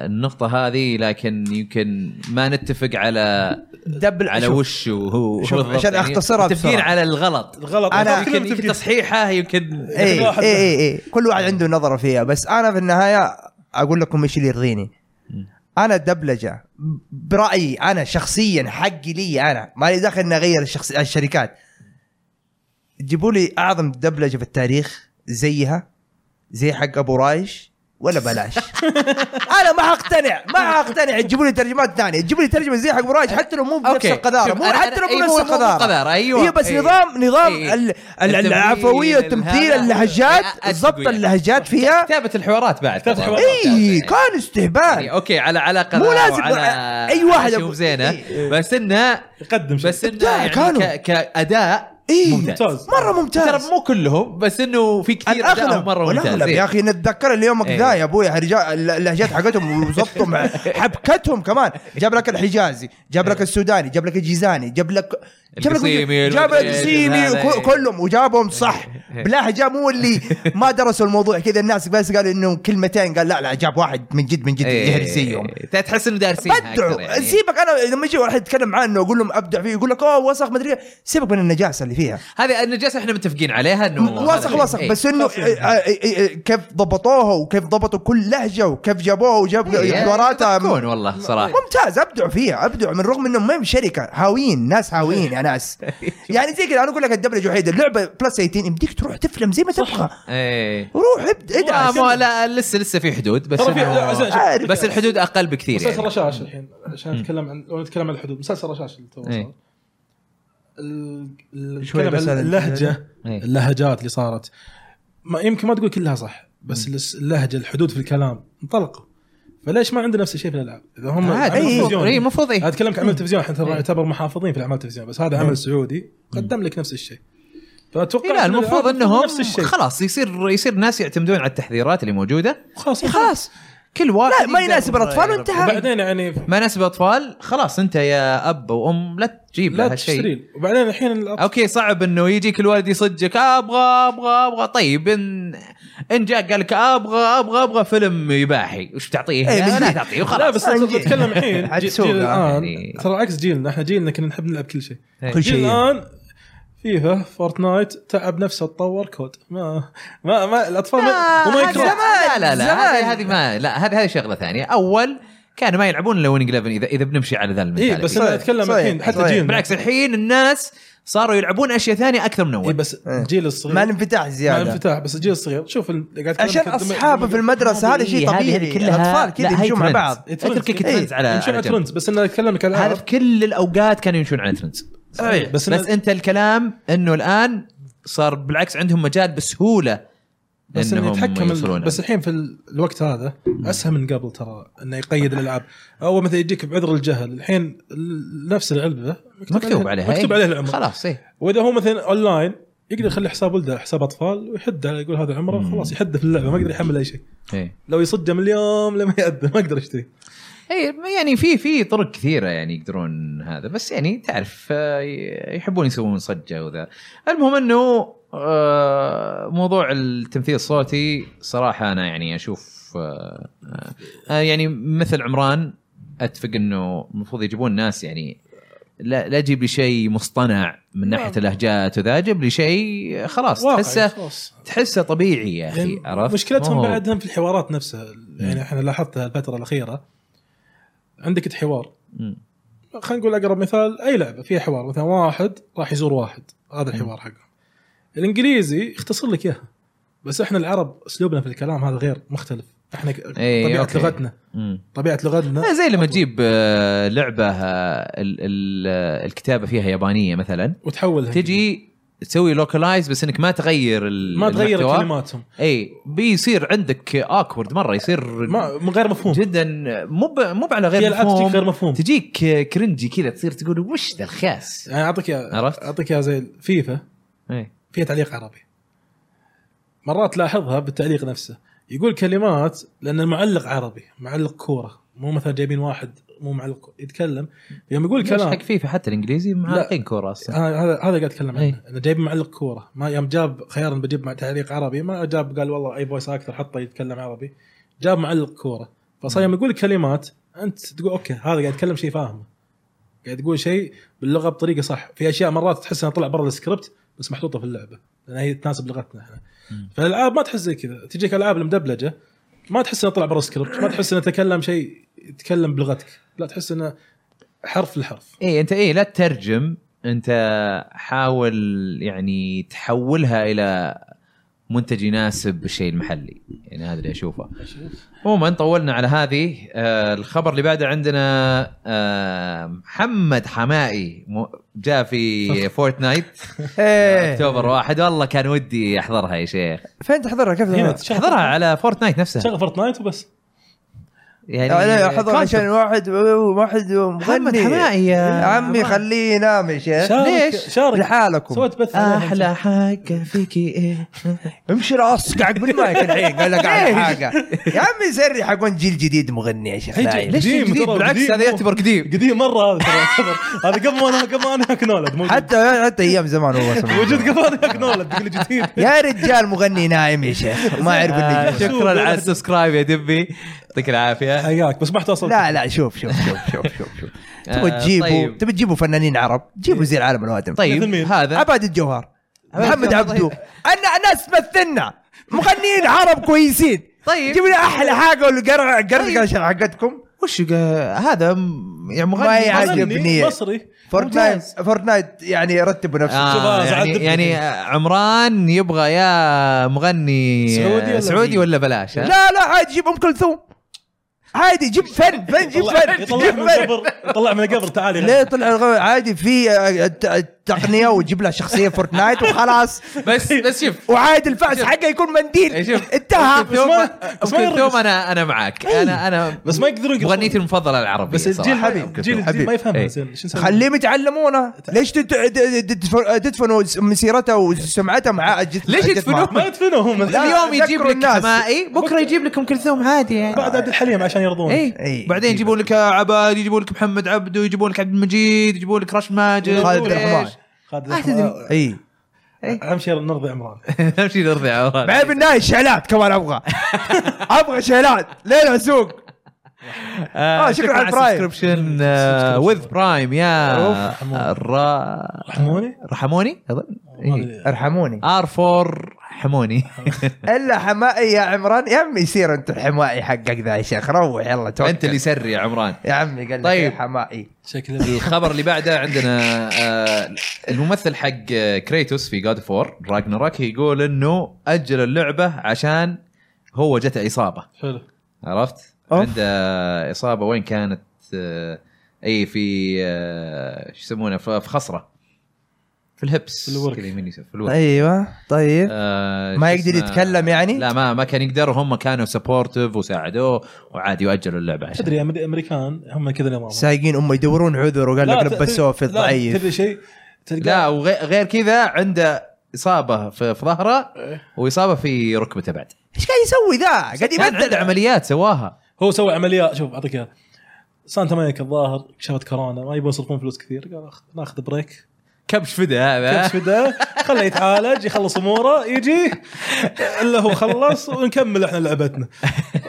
Speaker 2: النقطه هذه لكن يمكن ما نتفق على
Speaker 1: دبل
Speaker 2: على
Speaker 1: شوف.
Speaker 2: وش هو- هو
Speaker 1: شوف،
Speaker 2: بالضبط يعني
Speaker 1: عشان أختصرها
Speaker 2: متفقين
Speaker 1: بسرعة.
Speaker 2: على الغلط
Speaker 3: الغلط
Speaker 1: أنا- إيه.
Speaker 3: أعتقد
Speaker 2: يمكن
Speaker 3: إنه
Speaker 2: يمكن
Speaker 3: تفكير.
Speaker 2: تصحيحه يمكن
Speaker 1: اي
Speaker 3: واحد
Speaker 1: اي اي اي كل واحد عنده نظره فيها بس انا في النهايه اقول لكم ايش اللي يرضيني انا الدبلجه برايي انا شخصيا حقي لي انا مالي دخل اني اغير الشخص الشركات جيبوا لي اعظم دبلجه في التاريخ زيها زي حق ابو رايش ولا بلاش انا ما حقتنع ما حقتنع تجيبوا لي ترجمات ثانيه تجيبوا لي ترجمه زي حق ابو رايش حتى لو مو بنفس
Speaker 2: أوكي.
Speaker 1: القذاره
Speaker 2: شوف،
Speaker 1: مو
Speaker 2: أنا-
Speaker 1: حتى لو
Speaker 2: أنا- إيه،
Speaker 1: مو
Speaker 2: مو-
Speaker 1: نفس
Speaker 2: مو
Speaker 1: القذاره
Speaker 2: قذارة، أيوة،
Speaker 1: هي بس
Speaker 2: إيه.
Speaker 1: نظام نظام
Speaker 2: إيه.
Speaker 1: ال- ال-
Speaker 2: التمثيل،
Speaker 1: العفويه
Speaker 2: هذا.
Speaker 1: التمثيل اللهجات
Speaker 2: أ- أتفق
Speaker 1: ضبط
Speaker 2: وياك.
Speaker 1: اللهجات فيها
Speaker 2: كتابه الحوارات بعد
Speaker 3: كتابة الحوارات.
Speaker 1: اي
Speaker 2: يعني-
Speaker 1: كان
Speaker 2: يعني
Speaker 1: استهبال
Speaker 2: اوكي على على قذارة
Speaker 1: مو لازم
Speaker 2: وعلى
Speaker 1: أي واحد
Speaker 2: شوف
Speaker 1: أبو-
Speaker 2: زينه
Speaker 1: إيه.
Speaker 2: بس انه
Speaker 3: يقدم شيء
Speaker 2: بس انه
Speaker 1: إبداع
Speaker 2: يعني
Speaker 1: كانوا.
Speaker 2: ك- كاداء
Speaker 1: اي
Speaker 3: ممتاز.
Speaker 1: مره
Speaker 2: ترى
Speaker 1: إيه، ممتاز
Speaker 2: مو كلهم بس انه في كثير ادائهم
Speaker 1: الاغلب
Speaker 2: مره ممتاز
Speaker 1: والأغلب
Speaker 2: إيه.
Speaker 1: يا اخي نتذكر اليوم
Speaker 2: إيه.
Speaker 1: ذا يا ابوي رجال اللهجات حقتهم وظبطهم حبكتهم كمان جاب لك الحجازي جاب
Speaker 2: إيه.
Speaker 1: لك السوداني جاب لك الجيزاني جاب لك جاب لك
Speaker 2: القصيمي،
Speaker 1: جاب
Speaker 2: المدري إيش،
Speaker 1: القسيمي
Speaker 2: هذا، إيه.
Speaker 1: وك- كلهم وجابهم صح بلهجه مو اللي ما درسوا الموضوع كذا الناس بس قالوا انه كلمتين قال لا لا جاب واحد من جد من جد يهرسيهم
Speaker 2: إيه. تحس انه دارسين
Speaker 1: بدعوا
Speaker 2: يعني.
Speaker 1: سيبك انا لما يجي واحد يتكلم عنه اقول لهم ابدع فيه يقول لك اوه وسخ مدري إيه. سيبك من النجاسه اللي فيها
Speaker 2: هذه النجاسه احنا متفقين عليها انه
Speaker 1: وسخ
Speaker 2: هذا-
Speaker 1: وسخ
Speaker 2: إيه.
Speaker 1: بس انه آه، آه، آه، كيف ضبطوها وكيف ضبطوا كل لهجه وكيف جابوها وجاب
Speaker 2: إيه،
Speaker 1: حواراتها
Speaker 2: يضحكون والله صراحه
Speaker 1: ممتاز ابدعوا فيها ابدعوا من رغم انهم ما هم شركه هاويين ناس هاويين يا ناس
Speaker 2: أيوة.
Speaker 1: يعني زي كذا انا اقول لك الدبلجه وحيد اللعبه بلس 18 يمديك تروح تفلم زي ما تبغى
Speaker 2: ايه
Speaker 1: روح ابدا
Speaker 2: لا
Speaker 1: ادعس
Speaker 2: مو لا لسه لسه في حدود بس
Speaker 3: ترى في-
Speaker 2: إنه-
Speaker 3: لا، عزيز، شوف.
Speaker 1: عارف.
Speaker 2: بس الحدود اقل بكثير
Speaker 3: مسلسل
Speaker 2: يعني.
Speaker 3: رشاش الحين عشان نتكلم عن لو نتكلم عن الحدود مسلسل رشاش اللي تو
Speaker 2: إيه.
Speaker 3: صار ال- ال-
Speaker 1: شوي
Speaker 3: نتكلم
Speaker 1: بس
Speaker 3: عن
Speaker 1: هذا-
Speaker 3: اللهجه
Speaker 2: إيه.
Speaker 3: اللهجات اللي صارت ما يمكن ما تقول كلها صح بس الس- اللهجه الحدود في الكلام انطلقوا فليش ما عندنا نفس الشيء في الالعاب؟ اذا هم
Speaker 2: عادي إيه،
Speaker 3: عمل
Speaker 2: المفروض
Speaker 3: تلفزيوني.
Speaker 2: اي المفروض
Speaker 3: انا
Speaker 2: اي
Speaker 3: اتكلم كعمل تلفزيون احنا
Speaker 2: إيه.
Speaker 3: ترى يعتبر محافظين في الاعمال التلفزيون بس هذا
Speaker 1: إيه.
Speaker 3: عمل سعودي قدم لك نفس الشيء فاتوقع
Speaker 2: إيه، لا
Speaker 3: إن
Speaker 2: المفروض
Speaker 3: الألعاب
Speaker 2: انهم
Speaker 3: نفس الشيء
Speaker 2: خلاص يصير يصير ناس يعتمدون على التحذيرات اللي موجوده
Speaker 3: خلاص
Speaker 2: إيه، خلاص كل واحد
Speaker 1: لا، ما
Speaker 2: يقدر
Speaker 1: يناسب الأطفال
Speaker 2: يعرف.
Speaker 1: وانتهى.
Speaker 3: وبعدين يعني
Speaker 2: ما يناسب الاطفال خلاص انت يا اب وام لا تجيب
Speaker 3: لا
Speaker 2: له هالشيء
Speaker 3: تشتري وبعدين الحين الأطفال-
Speaker 2: اوكي صعب انه يجيك الوالد يصجك ابغى ابغى ابغى طيب ان ان جاك قال لك ابغى ابغى ابغى فيلم اباحي وش تعطيه؟
Speaker 1: إيه، من
Speaker 2: لا
Speaker 1: جد.
Speaker 2: تعطيه
Speaker 3: لا
Speaker 2: وخلاص
Speaker 3: بس أنت تتكلم الحين
Speaker 1: عاد
Speaker 3: جي-
Speaker 1: سوق،
Speaker 3: جيل
Speaker 1: آه،
Speaker 2: يعني.
Speaker 3: الان ترى عكس جيلنا احنا جيلنا كنا نحب نلعب كل شيء
Speaker 1: كل
Speaker 3: جيل
Speaker 1: شيء
Speaker 3: الان فيفا فورتنايت تعب نفسه تطور كود ما ما, ما الاطفال ما
Speaker 2: آه،
Speaker 3: وما
Speaker 2: هذا-
Speaker 3: يكره
Speaker 2: لا لا لا
Speaker 1: زمان.
Speaker 2: هذه- هذه ما لا هذه هذه شغله ثانيه اول كانوا ما يلعبون الا وينج 11 اذا اذا بنمشي على ذا إيه.
Speaker 3: اي إيه، بس انا
Speaker 1: صحيح،
Speaker 3: اتكلم
Speaker 1: صحيح،
Speaker 3: الحين حتى
Speaker 1: صحيح.
Speaker 3: جيلنا
Speaker 2: بالعكس الحين الناس صاروا يلعبون اشياء ثانيه اكثر من
Speaker 3: اي
Speaker 2: اول
Speaker 3: بس
Speaker 1: إيه.
Speaker 3: الجيل
Speaker 1: مع
Speaker 3: الصغير
Speaker 1: الانفتاح
Speaker 3: مع
Speaker 1: زياده
Speaker 3: الانفتاح بس الجيل الصغير شوف ال- قاعد أتكلم
Speaker 1: عشان
Speaker 3: كدم-
Speaker 1: اصحابه في المدرسه هذا شيء
Speaker 2: هذه- هذه
Speaker 1: طبيعي
Speaker 2: كلها-
Speaker 1: الاطفال كذا
Speaker 2: لا، هي
Speaker 1: يمشون مع
Speaker 2: trends.
Speaker 1: بعض
Speaker 3: إيه، trends.
Speaker 2: اتركك
Speaker 3: إيه،
Speaker 2: trends على-
Speaker 3: يمشون
Speaker 2: على جنب.
Speaker 3: على ترندز بس انا اتكلم
Speaker 2: هذا
Speaker 3: كالعاب
Speaker 2: في كل الاوقات كانوا يمشون على ترندز
Speaker 3: صحيح.
Speaker 2: بس,
Speaker 3: إيه، بس
Speaker 2: بس
Speaker 3: أنا-
Speaker 2: انت الكلام انه الان صار بالعكس عندهم مجال بسهوله
Speaker 3: بس انه
Speaker 2: إنهم
Speaker 3: يتحكم ال-
Speaker 2: يوصلون.
Speaker 3: بس الحين في ال- الوقت هذا اسهل من قبل ترى انه يقيد الالعاب اول مثلا يجيك بعذر الجهل الحين ال- نفس العلبه
Speaker 2: مكتوب عليها
Speaker 3: مكتوب
Speaker 2: إيه.
Speaker 3: عليها العمر
Speaker 2: خلاص ايه
Speaker 3: واذا هو مثلا اونلاين يقدر يخلي حساب ولده حساب اطفال ويحد على يقول هذا عمره
Speaker 2: مم.
Speaker 3: خلاص يحد في اللعبه ما يقدر يحمل اي شيء
Speaker 2: ايه
Speaker 3: لو يصده من اليوم لما ياذن ما اقدر اشتري
Speaker 2: إيه، يعني في في طرق كثيره يعني يقدرون هذا بس يعني تعرف آه، يحبون يسوون صجه وذا المهم انه آه، موضوع التمثيل الصوتي صراحه انا يعني اشوف آه، آه، يعني مثل عمران اتفق انه المفروض يجيبون ناس يعني لا لا تجيب لي شيء مصطنع من
Speaker 3: لا.
Speaker 2: ناحيه اللهجات وذا جيب لي شيء خلاص
Speaker 3: واقعي،
Speaker 2: تحسه
Speaker 3: خلاص
Speaker 2: تحسه طبيعي يا اخي
Speaker 3: يعني
Speaker 2: عرفت
Speaker 3: مشكلتهم
Speaker 2: ما هو-
Speaker 3: بعدهم في الحوارات نفسها يعني احنا لاحظتها الفتره الاخيره عندك الحوار
Speaker 2: مم.
Speaker 3: خلينا نقول اقرب مثال اي لعبه فيها حوار مثلا واحد راح يزور واحد هذا الحوار حقهم الانجليزي يختصر لك اياها بس احنا العرب اسلوبنا في الكلام هذا غير مختلف احنا ك-
Speaker 2: إيه،
Speaker 3: طبيعه
Speaker 2: أوكي.
Speaker 3: لغتنا
Speaker 2: مم.
Speaker 3: طبيعه لغتنا
Speaker 2: زي لما تجيب آه، لعبه آه، ال- ال- آه، الكتابه فيها يابانيه مثلا
Speaker 3: أيوة. وتحولها
Speaker 2: تجي تسوي لوكلايز بس انك ما تغير ال-
Speaker 3: ما تغير
Speaker 2: المحتوى.
Speaker 3: كلماتهم
Speaker 2: اي بيصير عندك اوكورد مره يصير
Speaker 3: ما من غير مفهوم
Speaker 2: جدا مو ب- مو على
Speaker 3: في
Speaker 2: غير
Speaker 3: العاب تجيك
Speaker 2: مفهوم
Speaker 3: غير مفهوم
Speaker 2: تجيك كرنجي كذا تصير تقول وش ذا الخاس
Speaker 3: يعني اعطيك يا
Speaker 2: عرفت؟
Speaker 3: اعطيك يا زي فيفا
Speaker 2: إيه.
Speaker 3: فيها تعليق عربي مرات لاحظها بالتعليق نفسه يقول كلمات لان المعلق عربي معلق كوره مو مثلا جايبين واحد مو معلق كورة، يتكلم يوم يقول
Speaker 2: ليش حق
Speaker 3: كلام
Speaker 2: فيفا حتى الانجليزي معلقين كوره اصلا
Speaker 3: هذا هذا هذا قاعد اتكلم
Speaker 2: أي.
Speaker 3: عنه انه جايب معلق كوره ما يوم جاب خيارا بجيب مع تعليق عربي ما جاب قال والله اي فويس اكثر حطه يتكلم عربي جاب معلق كوره فصار يوم يقول كلمات انت تقول اوكي هذا قاعد يتكلم شيء فاهمه قاعد يقول شيء باللغه بطريقه صح في اشياء مرات تحس انها طلع برا السكريبت بس محطوطه في اللعبه لان هي تناسب لغتنا احنا
Speaker 2: مم.
Speaker 3: فالالعاب ما تحس زي كذا تجيك العاب المدبلجه ما تحس انه طلع برا السكريبت ما تحس انه تكلم شيء يتكلم بلغتك لا تحس انه حرف لحرف
Speaker 2: اي انت اي إيه، لا تترجم انت حاول يعني تحولها الى منتج يناسب الشيء المحلي يعني هذا اللي اشوفه عموما طولنا على هذه آه الخبر اللي بعده عندنا آه محمد حمائي مو- جاء في فورتنايت
Speaker 1: إيه.
Speaker 2: اكتوبر واحد والله كان ودي احضرها يا شيخ
Speaker 1: فين تحضرها كيف
Speaker 3: هنا
Speaker 1: تحضرها؟
Speaker 3: تشغل-
Speaker 2: احضرها على فورتنايت نفسها
Speaker 3: شغل فورتنايت وبس
Speaker 2: يعني
Speaker 1: انا احضر عشان واحد واحد
Speaker 2: محمد
Speaker 1: مغني
Speaker 2: حمائي يا
Speaker 1: عمي
Speaker 2: عمران.
Speaker 1: خليه ينام يا شيخ
Speaker 3: شارك
Speaker 2: ليش؟
Speaker 3: شارك
Speaker 1: لحالكم
Speaker 3: سويت بث
Speaker 1: آه،
Speaker 3: عليها.
Speaker 2: احلى حاجه فيكي ايه
Speaker 1: امشي راسك قاعد بالمايك الحين قال لك على حاجه يا عمي سري حقون جيل جديد مغني يا شيخ لا
Speaker 2: ليش
Speaker 3: قديم
Speaker 2: جديد
Speaker 3: ترى،
Speaker 2: بالعكس
Speaker 3: قديم
Speaker 2: هذا
Speaker 3: هو.
Speaker 2: يعتبر قديم
Speaker 3: قديم مره هذا ترى يعتبر. هذا قبل ما انا قبل ما انا كنولد موجود
Speaker 1: حتى حتى ايام زمان هو أصلاً.
Speaker 3: موجود قبل ما انا كنولد تقول لي جديد
Speaker 1: يا رجال مغني نايم يا شيخ ما يعرف
Speaker 2: آه،
Speaker 1: اللي
Speaker 3: شوف.
Speaker 1: جوا.
Speaker 2: شكرا على السبسكرايب يا دبي يعطيك العافيه
Speaker 3: حياك بس ما احتاصل
Speaker 1: لا لا شوف شوف شوف شوف شوف شوف تبغى
Speaker 2: آه،
Speaker 1: تجيبوا
Speaker 2: طيب.
Speaker 1: تبي تجيبوا فنانين عرب جيبوا زي العالم الوادم
Speaker 2: طيب
Speaker 3: مثل مين؟
Speaker 2: هذا
Speaker 1: عباد الجوهر
Speaker 2: عباد
Speaker 1: محمد
Speaker 2: الجوهر
Speaker 1: عبدو
Speaker 2: طيب.
Speaker 1: انا ناس تمثلنا مغنيين عرب كويسين
Speaker 2: طيب.
Speaker 1: جيبوا لي احلى حاجه والقرع
Speaker 2: طيب.
Speaker 1: قرقشه حقتكم
Speaker 2: وش قا- هذا م- يعني
Speaker 1: ما
Speaker 2: مغني
Speaker 1: يعجب.
Speaker 2: مغني.
Speaker 1: عجبني.
Speaker 3: مصري
Speaker 1: فورتنايت
Speaker 2: ممتاز.
Speaker 1: فورتنايت يعني رتبوا نفسكم
Speaker 2: آه
Speaker 3: شوف، زعل
Speaker 2: يعني,
Speaker 3: دبي.
Speaker 2: يعني عمران يبغى يا مغني آه،
Speaker 3: سعودي ولا
Speaker 2: سعودي
Speaker 3: مين؟
Speaker 2: ولا بلاش ها؟
Speaker 1: لا لا عادي جيب ام كلثوم عادي جيب فن فن جيب
Speaker 3: يطلع
Speaker 1: فن
Speaker 3: يطلع
Speaker 1: جيب
Speaker 3: من
Speaker 1: فن
Speaker 3: القبر يطلع من القبر تعالي
Speaker 1: ليه طلع الغ- عادي في آه، الت- التقنيه وتجيب لها شخصيه فورتنايت وخلاص
Speaker 2: بس بس شوف إيه،
Speaker 1: وعائد الفاس حقه يكون منديل
Speaker 2: شوف
Speaker 1: انتهى
Speaker 2: أوكي، ثوم-
Speaker 3: بس ما
Speaker 2: أوكي،
Speaker 3: يرقص.
Speaker 2: ثوم انا انا معاك انا انا
Speaker 3: بس ما يقدرون يقصون.
Speaker 2: غنيتي المفضله العربيه
Speaker 3: بس
Speaker 2: صراحة.
Speaker 3: الجيل
Speaker 1: حبيبي.
Speaker 3: الجيل الجديد
Speaker 1: حبيبي.
Speaker 3: ما يفهمها
Speaker 2: إيه.
Speaker 3: زين شو نسوي؟
Speaker 1: خليهم يتعلمونه ليش تت- تت- تدف- تدفنوا مسيرته وسمعته مع الجث-
Speaker 2: ليش
Speaker 1: الجث
Speaker 2: يدفنوه؟
Speaker 1: معه؟
Speaker 3: آه، ما يدفنوا هم
Speaker 1: لا،
Speaker 2: اليوم يجيب
Speaker 1: ذكروا
Speaker 2: لك
Speaker 1: الناس.
Speaker 2: حمائي بكره يجيب لك ام كلثوم عادي يعني
Speaker 3: بعد عبد الحليم عشان يرضون
Speaker 2: اي
Speaker 1: إيه.
Speaker 2: بعدين يجيبون لك عباد يجيبون لك محمد عبده يجيبون لك عبد المجيد يجيبون لك رش ماجد
Speaker 1: خالد الرحمن.
Speaker 3: خالد
Speaker 2: ما
Speaker 3: الرحمن.
Speaker 2: تدري.
Speaker 1: اي
Speaker 3: اهم شيء نرضي عمران
Speaker 2: اهم شيء نرضي عمران
Speaker 1: بعدين بالنهايه شعلات كمان ابغى ابغى شعلات لين اسوق آه، شكراً على البرايم.
Speaker 2: سبسكربشن وذ برايم آه، يا
Speaker 3: أوف.
Speaker 2: الرا-
Speaker 3: رحموني
Speaker 2: رحموني اظن
Speaker 3: إيه.
Speaker 1: ارحموني
Speaker 2: ار 4 حموني
Speaker 1: الا حمائي يا عمران يا عمي يصير انت الحمائي حقك ذا يا شيخ روح يلا توكل
Speaker 2: انت اللي سري يا عمران
Speaker 1: يا عمي قال لك
Speaker 2: طيب.
Speaker 1: يا حمائي
Speaker 3: شكله
Speaker 2: الخبر اللي بعده عندنا آه، الممثل حق آه، كريتوس في جاد فور راجنروك يقول انه اجل اللعبه عشان هو جته اصابه
Speaker 3: حلو
Speaker 2: عرفت؟
Speaker 1: أوف.
Speaker 2: عنده اصابه وين كانت؟ آه، اي في آه، شو يسمونه ف- في خصره في الهبس
Speaker 3: في الورك.
Speaker 2: كذا يمين يسار، في الورك
Speaker 1: ايوه طيب
Speaker 2: آه،
Speaker 1: ما
Speaker 2: شو
Speaker 1: يقدر
Speaker 2: اسمه؟
Speaker 1: يتكلم يعني؟
Speaker 2: أيوة. لا ما ما كان يقدر وهم كانوا سبورتيف وساعدوه وعادي واجلوا اللعبه عشان
Speaker 3: تدري أمر- الامريكان هم كذا نظام
Speaker 1: سايقين امه يدورون عذر وقال
Speaker 3: لا،
Speaker 1: لك
Speaker 3: ت-
Speaker 1: لبسوه في
Speaker 3: لا،
Speaker 1: الضعيف
Speaker 3: تدري شيء تلقى
Speaker 2: لا وغير كذا عنده اصابه في في ظهره
Speaker 3: إيه.
Speaker 2: واصابه في ركبته بعد
Speaker 1: ايش قاعد يسوي ذا؟ قاعد
Speaker 2: كان عنده
Speaker 1: يبدل
Speaker 2: عمليات سواها
Speaker 3: هو سوى عمليه شوف اعطيك اياها سانتا مانيك الظاهر كشفت كورونا ما يبون يصرفون فلوس كثير قال أخ- ناخذ بريك
Speaker 2: كبش فدا هذا
Speaker 3: كبس بدا خله يتعالج يخلص اموره يجي الا هو خلص ونكمل احنا لعبتنا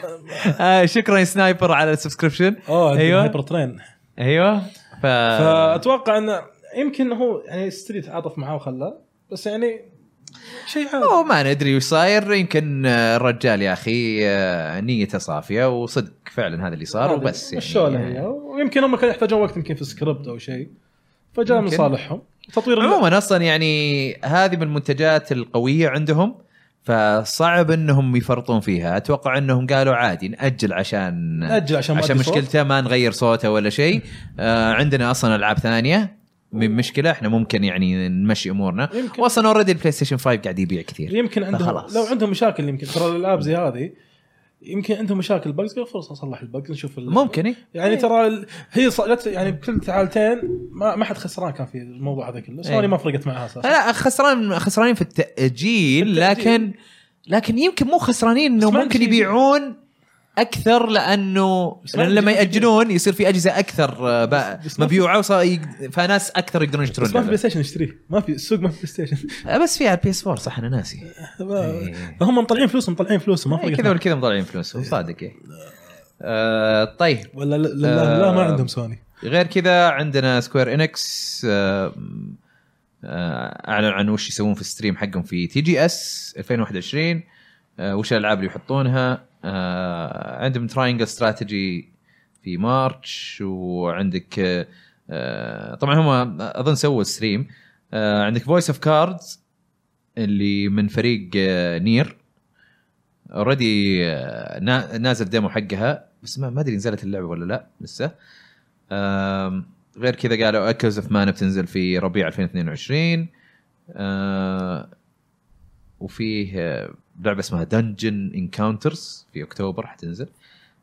Speaker 2: آه شكرا سنايبر على السبسكريبشن
Speaker 3: اوه
Speaker 2: أيوة.
Speaker 3: ايوه هايبر ترين
Speaker 2: ايوه ف... آه.
Speaker 3: فاتوقع انه يمكن هو يعني استدي تعاطف معاه وخلاه بس يعني شيء عادي
Speaker 2: أو ما ندري وش صاير يمكن آه، الرجال يا اخي آه، نيته صافيه وصدق فعلا هذا اللي صار
Speaker 3: عادي.
Speaker 2: وبس يعني
Speaker 3: الشغله هي ويمكن هم كانوا يحتاجون وقت يمكن في السكريبت او شيء فجاء من
Speaker 2: يمكن.
Speaker 3: صالحهم تطوير اللعبة.
Speaker 2: عموما اصلا يعني هذه من المنتجات القويه عندهم فصعب انهم يفرطون فيها اتوقع انهم قالوا عادي ناجل عشان
Speaker 3: نأجل عشان ما
Speaker 2: نعم. عشان
Speaker 3: أدي صوت.
Speaker 2: مشكلته ما نغير صوته ولا شيء آه عندنا اصلا العاب ثانيه من مشكله احنا ممكن يعني نمشي امورنا
Speaker 3: يمكن.
Speaker 2: واصلا اوريدي البلاي ستيشن 5 قاعد يبيع كثير
Speaker 3: يمكن عندهم
Speaker 2: فخلاص.
Speaker 3: لو عندهم مشاكل يمكن ترى الالعاب زي هذه يمكن عندهم مشاكل بجز قبل فرصه نصلح البجز نشوف ال-
Speaker 2: ممكن إيه؟
Speaker 3: يعني ترى ال- هي صارت يعني بكل تعالتين ما, ما حد خسران كان في الموضوع هذا كله سوني
Speaker 2: إيه.
Speaker 3: ما فرقت معها اساسا
Speaker 2: لا خسران خسرانين في التأجيل
Speaker 3: في التأجيل.
Speaker 2: لكن لكن يمكن مو خسرانين انه
Speaker 3: بس
Speaker 2: ممكن
Speaker 3: ما عندك شيء
Speaker 2: يبيعون اكثر لانه
Speaker 3: بس ما
Speaker 2: لأن لما
Speaker 3: عندك شيء
Speaker 2: ياجلون يصير في اجهزه اكثر آه، بقى
Speaker 3: بس- بس ما في-
Speaker 2: مبيوعه وصار يق- فناس اكثر يقدرون يشترون
Speaker 3: بس ما في
Speaker 2: لعبة.
Speaker 3: بلاي ستيشن اشتريه ما في السوق ما في بلاي ستيشن
Speaker 2: آه، بس في على البي اس 4 صح انا ناسي إيه.
Speaker 3: هم مطلعين فلوسهم مطلعين فلوسهم ما
Speaker 2: آه،
Speaker 3: فرقت
Speaker 2: كذا ولا
Speaker 3: معهم.
Speaker 2: كذا مطلعين فلوسهم صادق إيه. آه طيب
Speaker 3: ولا لا, لا, لا ما
Speaker 2: آه.
Speaker 3: عندهم سوني
Speaker 2: غير كذا عندنا سكوير انكس اعلن آه، عن وش يسوون في الستريم حقهم في تي جي اس 2021 آه، وش الالعاب اللي يحطونها آه، عندهم تراينجل استراتيجي في مارتش وعندك آه، آه، طبعا هم اظن سووا ستريم آه، عندك فويس اوف كاردز اللي من فريق آه، نير اوريدي آه، نازل ديمو حقها بس ما ما ادري نزلت اللعبه ولا لا لسه آم، غير كذا قالوا اكوز اوف مانا بتنزل في ربيع 2022 آه، وفيه آه، لعبه اسمها دنجن انكاونترز في اكتوبر حتنزل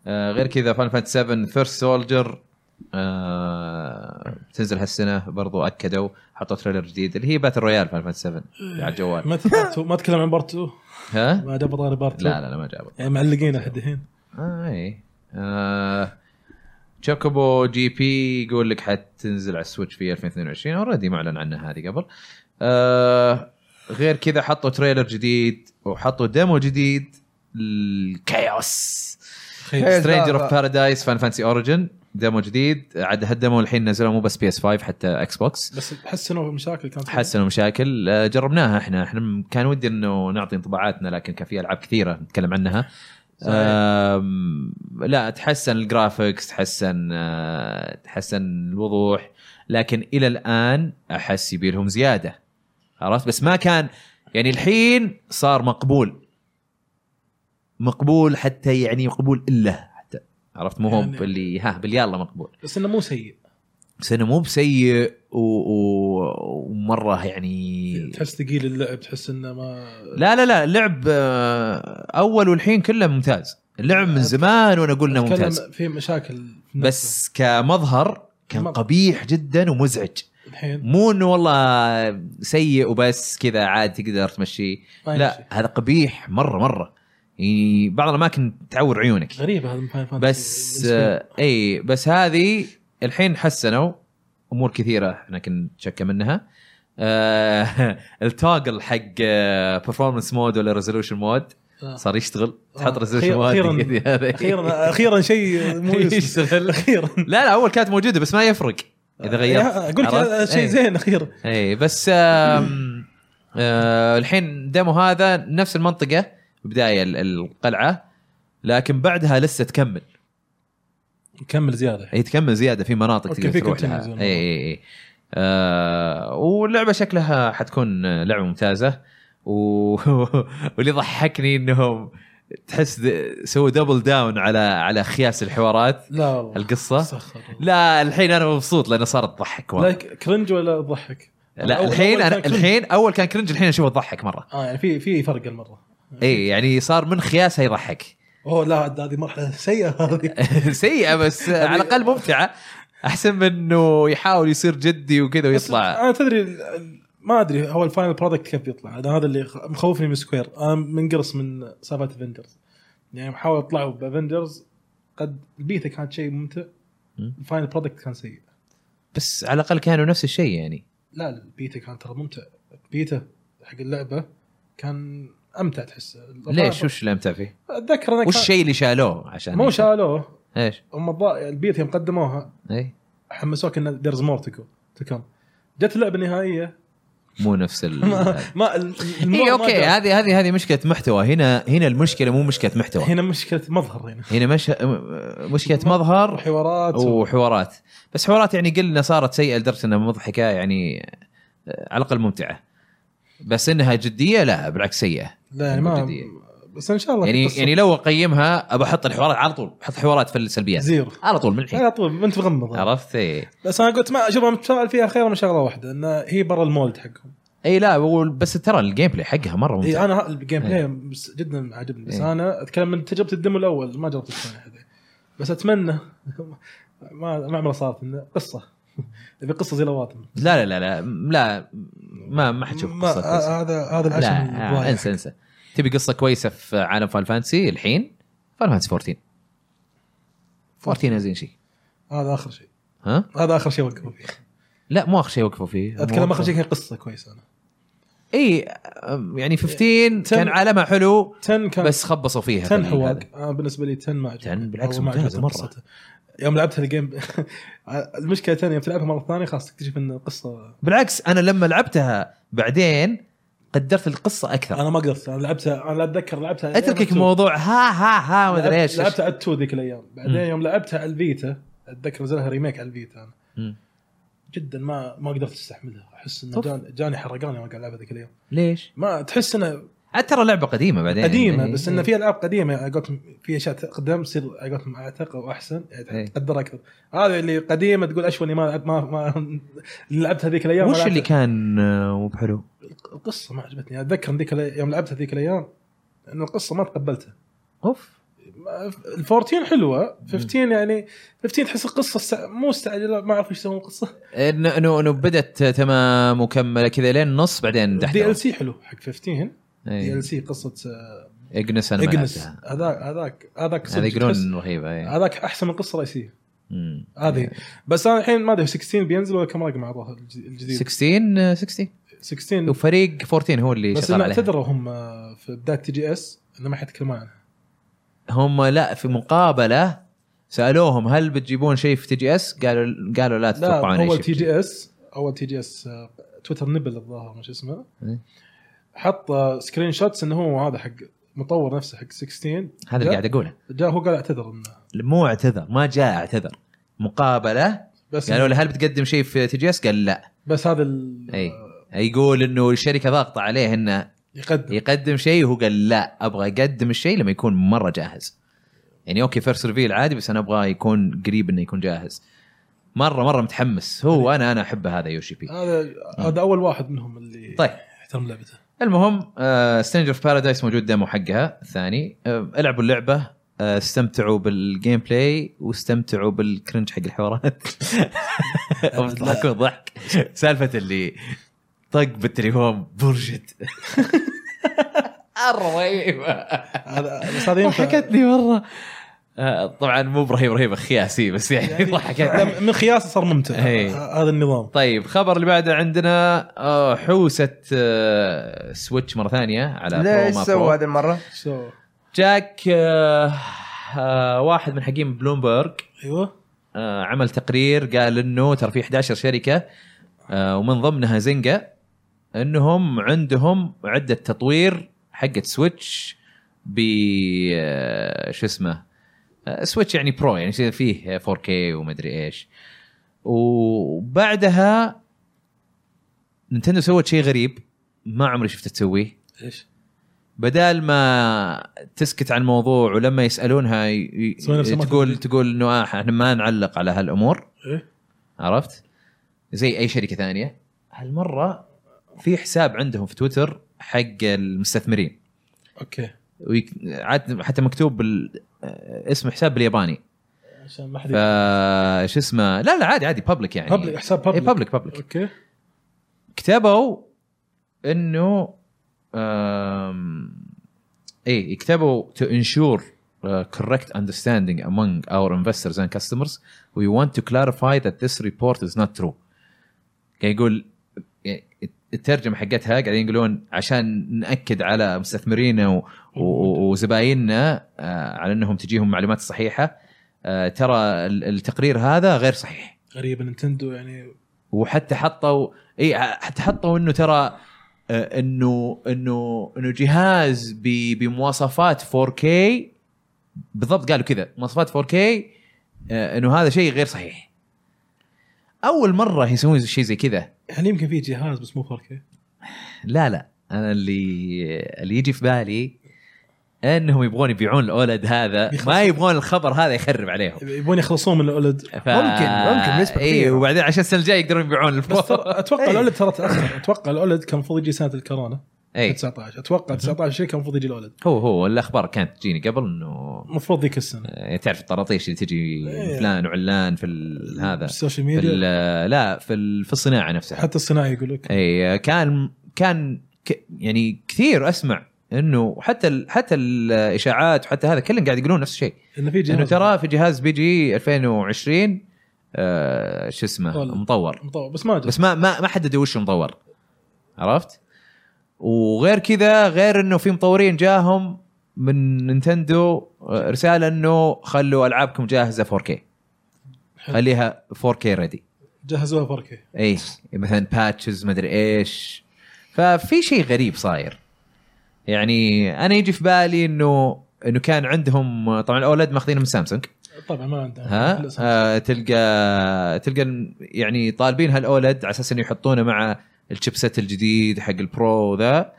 Speaker 2: آه، غير كذا فان فانت 7 فيرست سولجر آه، بتنزل هالسنه برضو اكدوا حطوا تريلر جديد اللي هي باتل رويال فان فانت 7 اللي على الجوال
Speaker 3: ما تبارت- ما تكلم عن بارت 2
Speaker 2: ها؟
Speaker 3: ما دام طاري بارت 2
Speaker 2: لا لا لا ما جابوا
Speaker 3: يعني معلقين لحد الحين
Speaker 2: آه، اي آه تشوكوبو جي بي يقول لك حتنزل على السويتش في 2022 اوريدي معلن عنها هذه قبل آه غير كذا حطوا تريلر جديد وحطوا ديمو جديد الكايوس
Speaker 1: Chaos
Speaker 2: سترينجر
Speaker 1: Lava.
Speaker 2: اوف بارادايس فان فانسي اوريجن ديمو جديد عاد هالديمو الحين نزلوه مو بس بي اس 5 حتى اكس بوكس
Speaker 3: بس احس انه مشاكل كانت
Speaker 2: حسنوا مشاكل آه، جربناها احنا احنا م- كان ودي انه نعطي انطباعاتنا لكن كان في العاب كثيره نتكلم عنها
Speaker 3: صحيح.
Speaker 2: آم، لا تحسن الجرافيكس تحسن آه، تحسن الوضوح لكن الى الان احس يبي لهم زياده عرفت بس ما كان يعني الحين صار مقبول مقبول حتى يعني مقبول الا حتى عرفت مو هو
Speaker 3: يعني-
Speaker 2: اللي ها باليلا مقبول
Speaker 3: بس انه مو سيء
Speaker 2: بس انه مو بسيء و- و- ومره يعني
Speaker 3: تحس ثقيل اللعب تحس انه ما
Speaker 2: لا لا لا اللعب آه، اول والحين كله ممتاز اللعب من زمان وانا اقول انه
Speaker 3: أتكلم
Speaker 2: ممتاز
Speaker 3: في مشاكل في نفسه.
Speaker 2: بس كمظهر كان
Speaker 3: مظهر.
Speaker 2: قبيح جدا ومزعج
Speaker 3: الحين
Speaker 2: مو انه والله سيء وبس كذا عادي تقدر تمشيه
Speaker 3: ما
Speaker 2: لا
Speaker 3: يمشي.
Speaker 2: هذا قبيح مره مره يعني بعض الاماكن تعور عيونك
Speaker 3: غريبه هذا من Final Fantasy
Speaker 2: بس
Speaker 3: بالنسبة لي.
Speaker 2: آه، اي بس هذه الحين حسنوا امور كثيره احنا كنا نتشكى منها آه التوغل حق برفورمانس مود ولا ريزولوشن مود
Speaker 3: آه.
Speaker 2: صار يشتغل
Speaker 3: آه.
Speaker 2: تحط ريزولوشن
Speaker 3: أخيراً-
Speaker 2: مود
Speaker 3: أخيراً-
Speaker 2: إيه.
Speaker 3: اخيرا اخيرا شيء مو يوسف.
Speaker 2: يشتغل
Speaker 3: اخيرا
Speaker 2: لا لا اول كانت موجوده بس ما يفرق اذا غيرت
Speaker 3: آه، يا- اقول لك
Speaker 2: عرفت؟
Speaker 3: هذا شيء
Speaker 2: إيه.
Speaker 3: زين اخيرا
Speaker 2: اي بس آم، آه الحين ديمو هذا نفس المنطقه بدايه ال- القلعه لكن بعدها لسه تكمل
Speaker 3: نكمل زياده
Speaker 2: هي إيه، تكمل زياده في مناطق
Speaker 3: أوكي،
Speaker 2: تقدر
Speaker 3: في
Speaker 2: تروح لها
Speaker 3: continues.
Speaker 2: اي اي اي إيه. آه واللعبه شكلها حتكون لعبه ممتازه و... واللي ضحكني انهم تحس د- سووا دبل داون على على خياس الحوارات
Speaker 3: لا والله
Speaker 2: القصه
Speaker 3: استغفر الله.
Speaker 2: لا الحين انا مبسوط لانه صارت تضحك
Speaker 3: لا
Speaker 2: والله.
Speaker 3: ك- كرنج ولا ضحك
Speaker 2: لا
Speaker 3: أول-
Speaker 2: الحين
Speaker 3: أول
Speaker 2: انا
Speaker 3: كان كرنج.
Speaker 2: الحين اول كان كرنج الحين اشوفه ضحك مره
Speaker 3: اه يعني في في فرق المره
Speaker 2: اي يعني صار من خياسها يضحك
Speaker 3: اوه لا عاد هذه مرحله سيئه هذه
Speaker 2: سيئه بس
Speaker 3: يعني
Speaker 2: على الاقل ممتعه احسن من انه يحاول يصير جدي وكذا
Speaker 3: بس
Speaker 2: ويطلع
Speaker 3: انا تدري ال- ال- ما ادري هو الفاينل برودكت كيف بيطلع انا هذا اللي خ- مخوفني من سكوير انا منقرص من سالفه افنجرز يعني محاول اطلعوا بافنجرز قد البيتا كانت شيء ممتع
Speaker 2: مم.
Speaker 3: الفاينل برودكت كان سيء
Speaker 2: بس على الاقل كانوا نفس الشيء يعني
Speaker 3: لا البيتا كان ترى ممتع البيتا حق اللعبه كان امتع تحس
Speaker 2: ليش وش اللي امتع فيه؟
Speaker 3: اتذكر انا
Speaker 2: وش يعني؟
Speaker 3: كان
Speaker 2: الشيء اللي شالوه عشان
Speaker 3: مو شالوه
Speaker 2: ايش؟
Speaker 3: هم الضا- البيتا يوم قدموها
Speaker 2: اي
Speaker 3: حمسوك ان ديرز مور تو كم جت اللعبه النهائيه
Speaker 2: مو نفس ال
Speaker 3: ما
Speaker 2: اي
Speaker 3: اي
Speaker 2: اوكي هذه هذه هذه مشكله محتوى هنا هنا المشكله مو مشكله محتوى
Speaker 3: هنا مشكله مظهر هنا
Speaker 2: هنا مش... مشكله مظهر
Speaker 3: وحوارات و...
Speaker 2: وحوارات بس حوارات يعني قلنا صارت سيئه لدرجه انها مضحكه يعني آه، على الاقل ممتعه بس انها جديه لا بالعكس سيئه
Speaker 3: لا يعني ما
Speaker 2: جدية.
Speaker 3: طيب، بس ان شاء الله في
Speaker 2: يعني
Speaker 3: قصة.
Speaker 2: يعني لو اقيمها ابى احط الحوارات على طول احط حوارات في السلبيات
Speaker 3: زيرو
Speaker 2: على طول من الحين
Speaker 3: على طول انت مغمض
Speaker 2: يعني. إيه. عرفت إيه. اي
Speaker 3: بس انا قلت ما شوف انا متفائل فيها خير من شغله واحده ان هي برا المولد حقهم
Speaker 2: اي لا هو- بس ترى الجيم بلاي حقها مره ممتع
Speaker 3: اي انا ه- الجيم بلاي بس جدا عاجبني بس
Speaker 2: إيه.
Speaker 3: انا اتكلم من تجربه الدمو الاول ما جربت الثاني هذا بس اتمنى ما ما عمره صارت انه قصه ابي قصه زي لواتم
Speaker 2: لا لا لا لا لا ما ما حتشوف
Speaker 3: ما-
Speaker 2: قصه كويسه
Speaker 3: آه، هذا هذا العشم
Speaker 2: لا آه،
Speaker 3: الضايع.
Speaker 2: انسى انسى تبي قصه كويسه في عالم فان فانسي الحين فان فانسي 14 14 زين شيء
Speaker 3: هذا اخر شيء
Speaker 2: ها
Speaker 3: هذا اخر شيء وقفوا فيه
Speaker 2: لا مو اخر شيء وقفوا فيه
Speaker 3: اتكلم اخر شيء كان قصه كويسه انا
Speaker 2: اي أم، يعني 15 كان
Speaker 3: تم-
Speaker 2: عالمها حلو
Speaker 3: 10 كان
Speaker 2: بس خبصوا فيها
Speaker 3: 10
Speaker 2: في هذا.
Speaker 3: حواق انا بالنسبه آه، لي 10 ما عجبني
Speaker 2: 10 بالعكس
Speaker 3: والله ما
Speaker 2: ممتازة
Speaker 3: عجبتني
Speaker 2: مرة.
Speaker 3: قصته. يوم لعبتها الجيم المشكله ثانيه آه، يوم تلعبها مره ثانيه خلاص تكتشف ان القصه
Speaker 2: بالعكس انا لما لعبتها بعدين قدرت القصه اكثر
Speaker 3: انا ما قدرت انا لعبتها انا لا اتذكر لعبتها
Speaker 2: اتركك
Speaker 3: أيام
Speaker 2: موضوع ها ها ها ما
Speaker 3: لعبت-
Speaker 2: ادري ايش
Speaker 3: لعبتها على 2 ذيك الايام بعدين
Speaker 2: مم.
Speaker 3: يوم لعبتها على الفيتا اتذكر نزلها ريميك على الفيتا انا
Speaker 2: مم.
Speaker 3: جدا ما ما قدرت استحملها احس انه
Speaker 2: أوف.
Speaker 3: جان- جاني حرقان يوم قاعد العبها ذيك الايام
Speaker 2: ليش؟
Speaker 3: ما تحس انه
Speaker 2: عاد ترى لعبه قديمه بعدين
Speaker 3: قديمه
Speaker 2: يعني-
Speaker 3: بس انه في العاب قديمه على قولتهم في اشياء تقدم تصير على قولتهم اعتق او احسن يعني
Speaker 2: إيه.
Speaker 3: تقدر اكثر هذا اللي قديمه تقول اشوى اني ما لعبت ما, ما لعبتها ذيك الايام ما
Speaker 2: وش اللي
Speaker 3: لعبتها.
Speaker 2: كان آه، مو بحلو؟
Speaker 3: القصه ما عجبتني اتذكر إن ذيك الأي- يوم لعبتها ذيك الايام ان القصه ما تقبلتها
Speaker 2: اوف
Speaker 3: ما- ال 14 حلوه 15 يعني 15 تحس القصه الس- مو مستعجله ما اعرف ايش يسوون القصه
Speaker 2: انه انه إنه بدت تمام وكمله كذا لين النص بعدين إيه.
Speaker 3: دي ال سي حلو حق 15 دي ال
Speaker 2: دي
Speaker 3: سي قصه آه،
Speaker 2: اجنس انا ما
Speaker 3: اجنس
Speaker 2: لعبتها
Speaker 3: هذاك هذاك هذاك
Speaker 2: هذه
Speaker 3: صدق تحس-
Speaker 2: يقولون رهيبه إيه.
Speaker 3: هذاك احسن من القصه الرئيسيه
Speaker 2: مم.
Speaker 3: هذه بس انا الحين ما ادري 16 بينزل ولا كم رقم عطوه الج- الجديد
Speaker 2: 16 آه، 16
Speaker 3: 16
Speaker 2: وفريق 14 هو اللي
Speaker 3: بس
Speaker 2: شغال
Speaker 3: انه
Speaker 2: عليها
Speaker 3: اعتذروا هم آه، في بدايه تي جي اس انه ما حيتكلمون عنها
Speaker 2: هم لا في مقابله سالوهم هل بتجيبون شيء في تي جي اس؟ قالوا قالوا لا تتوقعون
Speaker 3: لا
Speaker 2: اي
Speaker 3: اول
Speaker 2: شيء
Speaker 3: تي جي اس اول تي جي اس تويتر آه، نبل الظاهر مش اسمه
Speaker 2: إيه.
Speaker 3: حط آه، سكرين شوتس انه هو هذا حق مطور نفسه حق 16
Speaker 2: هذا اللي قاعد اقوله
Speaker 3: جاء هو قال اعتذر انه
Speaker 2: مو اعتذر ما جاء اعتذر مقابله
Speaker 3: بس
Speaker 2: قالوا له هل بتقدم شيء في تي جي اس؟ قال لا
Speaker 3: بس هذا ال-
Speaker 2: اي يقول انه الشركه ضاغطه عليه انه
Speaker 3: يقدم
Speaker 2: يقدم شيء وهو قال لا ابغى اقدم الشيء لما يكون مره جاهز يعني اوكي فيرست ريفيل عادي بس انا ابغى يكون قريب انه يكون جاهز مره مره متحمس هو انا انا احب هذا يوشي بي
Speaker 3: هذا هذا اول واحد منهم اللي
Speaker 2: طيب
Speaker 3: احترم لعبته
Speaker 2: المهم آه، سترينجر اوف بارادايس موجود ديمو حقها الثاني آه، العبوا اللعبه آه، استمتعوا بالجيم بلاي واستمتعوا بالكرنج حق الحوارات اضحك ضحك سالفه اللي طق بالتليفون برجت رهيبه
Speaker 3: هذا بس هذا ينفع
Speaker 2: ضحكتني مره آه، طبعا مو برهيب رهيب خياسي بس يعني ضحكتني
Speaker 3: يعني من خياسه صار ممتع
Speaker 2: إي.
Speaker 3: هذا النظام
Speaker 2: طيب خبر اللي بعده عندنا آه، حوسه آه، سويتش مره ثانيه على برو ما
Speaker 1: ليش
Speaker 2: برو.
Speaker 1: سووا هذه المره؟
Speaker 3: شو
Speaker 2: جاك آه، آه، واحد من حقين بلومبرج
Speaker 3: ايوه
Speaker 2: آه، عمل تقرير قال انه ترى في 11 شركه آه، ومن ضمنها زنجا انهم عندهم عده تطوير حقه سويتش ب آه، شو اسمه آه، سويتش يعني برو يعني شي فيه 4K ومدري ايش وبعدها نينتندو سوت شيء غريب ما عمري شفته تسويه
Speaker 3: ايش؟
Speaker 2: بدال ما تسكت عن الموضوع ولما يسالونها ي- ي-
Speaker 3: تسوي نفس ما
Speaker 2: تقول
Speaker 3: تدري.
Speaker 2: تقول انه آه، احنا ما نعلق على هالامور
Speaker 3: ايه
Speaker 2: عرفت؟ زي اي شركه ثانيه هالمره في حساب عندهم في تويتر حق المستثمرين
Speaker 3: اوكي
Speaker 2: ويك- عاد حتى مكتوب بال... آه، اسم حساب بالياباني
Speaker 3: عشان ما
Speaker 2: ف
Speaker 3: حد
Speaker 2: شو اسمه لا لا عادي عادي بابليك يعني
Speaker 3: بابليك حساب
Speaker 2: اي بابليك
Speaker 3: بابليك
Speaker 2: بابليك
Speaker 3: اوكي
Speaker 2: كتبوا انه آم، ايه كتبوا to ensure uh, correct understanding among our investors and customers we want to clarify that this report is not true قاعد يقول الترجمه حقتها قاعدين يقولون عشان ناكد على مستثمرينا و- و- وزبايننا آه، على انهم تجيهم معلومات صحيحه آه، ترى ال- التقرير هذا غير صحيح
Speaker 3: غريبه نينتندو يعني
Speaker 2: وحتى حطوا اي حتى حطوا انه ترى آه، انه انه انه جهاز ب- بمواصفات 4K بالضبط قالوا كذا مواصفات 4K آه، انه هذا شيء غير صحيح اول مره يسوون شيء زي كذا
Speaker 3: يعني يمكن في جهاز بس مو 4K
Speaker 2: لا لا انا اللي اللي يجي في بالي انهم يبغون يبيعون الاولد هذا ما يبغون الخبر هذا يخرب عليهم
Speaker 3: يبون يخلصون من الاولد
Speaker 2: ف...
Speaker 1: ممكن- ممكن بنسبة
Speaker 2: اي
Speaker 1: كبيرة.
Speaker 2: وبعدين عشان السنه الجايه يقدرون يبيعون
Speaker 3: بس
Speaker 2: الفور
Speaker 3: ترى اتوقع الاولد ترى تاخر اتوقع الاولد كان المفروض يجي سنه الكورونا
Speaker 2: اي
Speaker 3: 19 اتوقع 19 شيء كان المفروض يجي الاولد
Speaker 2: هو هو الاخبار كانت تجيني قبل انه
Speaker 3: المفروض ذيك السنه
Speaker 2: آه، تعرف الطراطيش اللي تجي
Speaker 3: إيه.
Speaker 2: فلان وعلان في ال- إيه، هذا في
Speaker 3: السوشيال ميديا
Speaker 2: ال- لا في ال- في الصناعه نفسها
Speaker 3: حتى الصناعي يقول لك
Speaker 2: اي آه، كان كان ك يعني كثير اسمع انه حتى ال حتى الاشاعات وحتى هذا كلهم قاعد يقولون نفس الشيء
Speaker 3: انه في جهاز
Speaker 2: انه ترى في جهاز بيجي 2020 آه شو اسمه
Speaker 3: طول.
Speaker 2: مطور
Speaker 3: مطور بس ما جاء
Speaker 2: بس ما ما ما حددوا وش مطور عرفت؟ وغير كذا غير انه في مطورين جاهم من نينتندو آه، رساله انه خلوا العابكم جاهزه 4K
Speaker 3: حلو.
Speaker 2: خليها 4K ريدي
Speaker 3: جهزوها 4K
Speaker 2: اي مثلا باتشز مدري ايش ففي شيء غريب صاير يعني انا يجي في بالي انه انه كان عندهم طبعا الاولاد ماخذينه من سامسونج
Speaker 3: طبعا ما عنده
Speaker 2: ها آه تلقى تلقى الم- يعني طالبين هالاولد على اساس انه يحطونه مع الشيبسات الجديد حق البرو وذا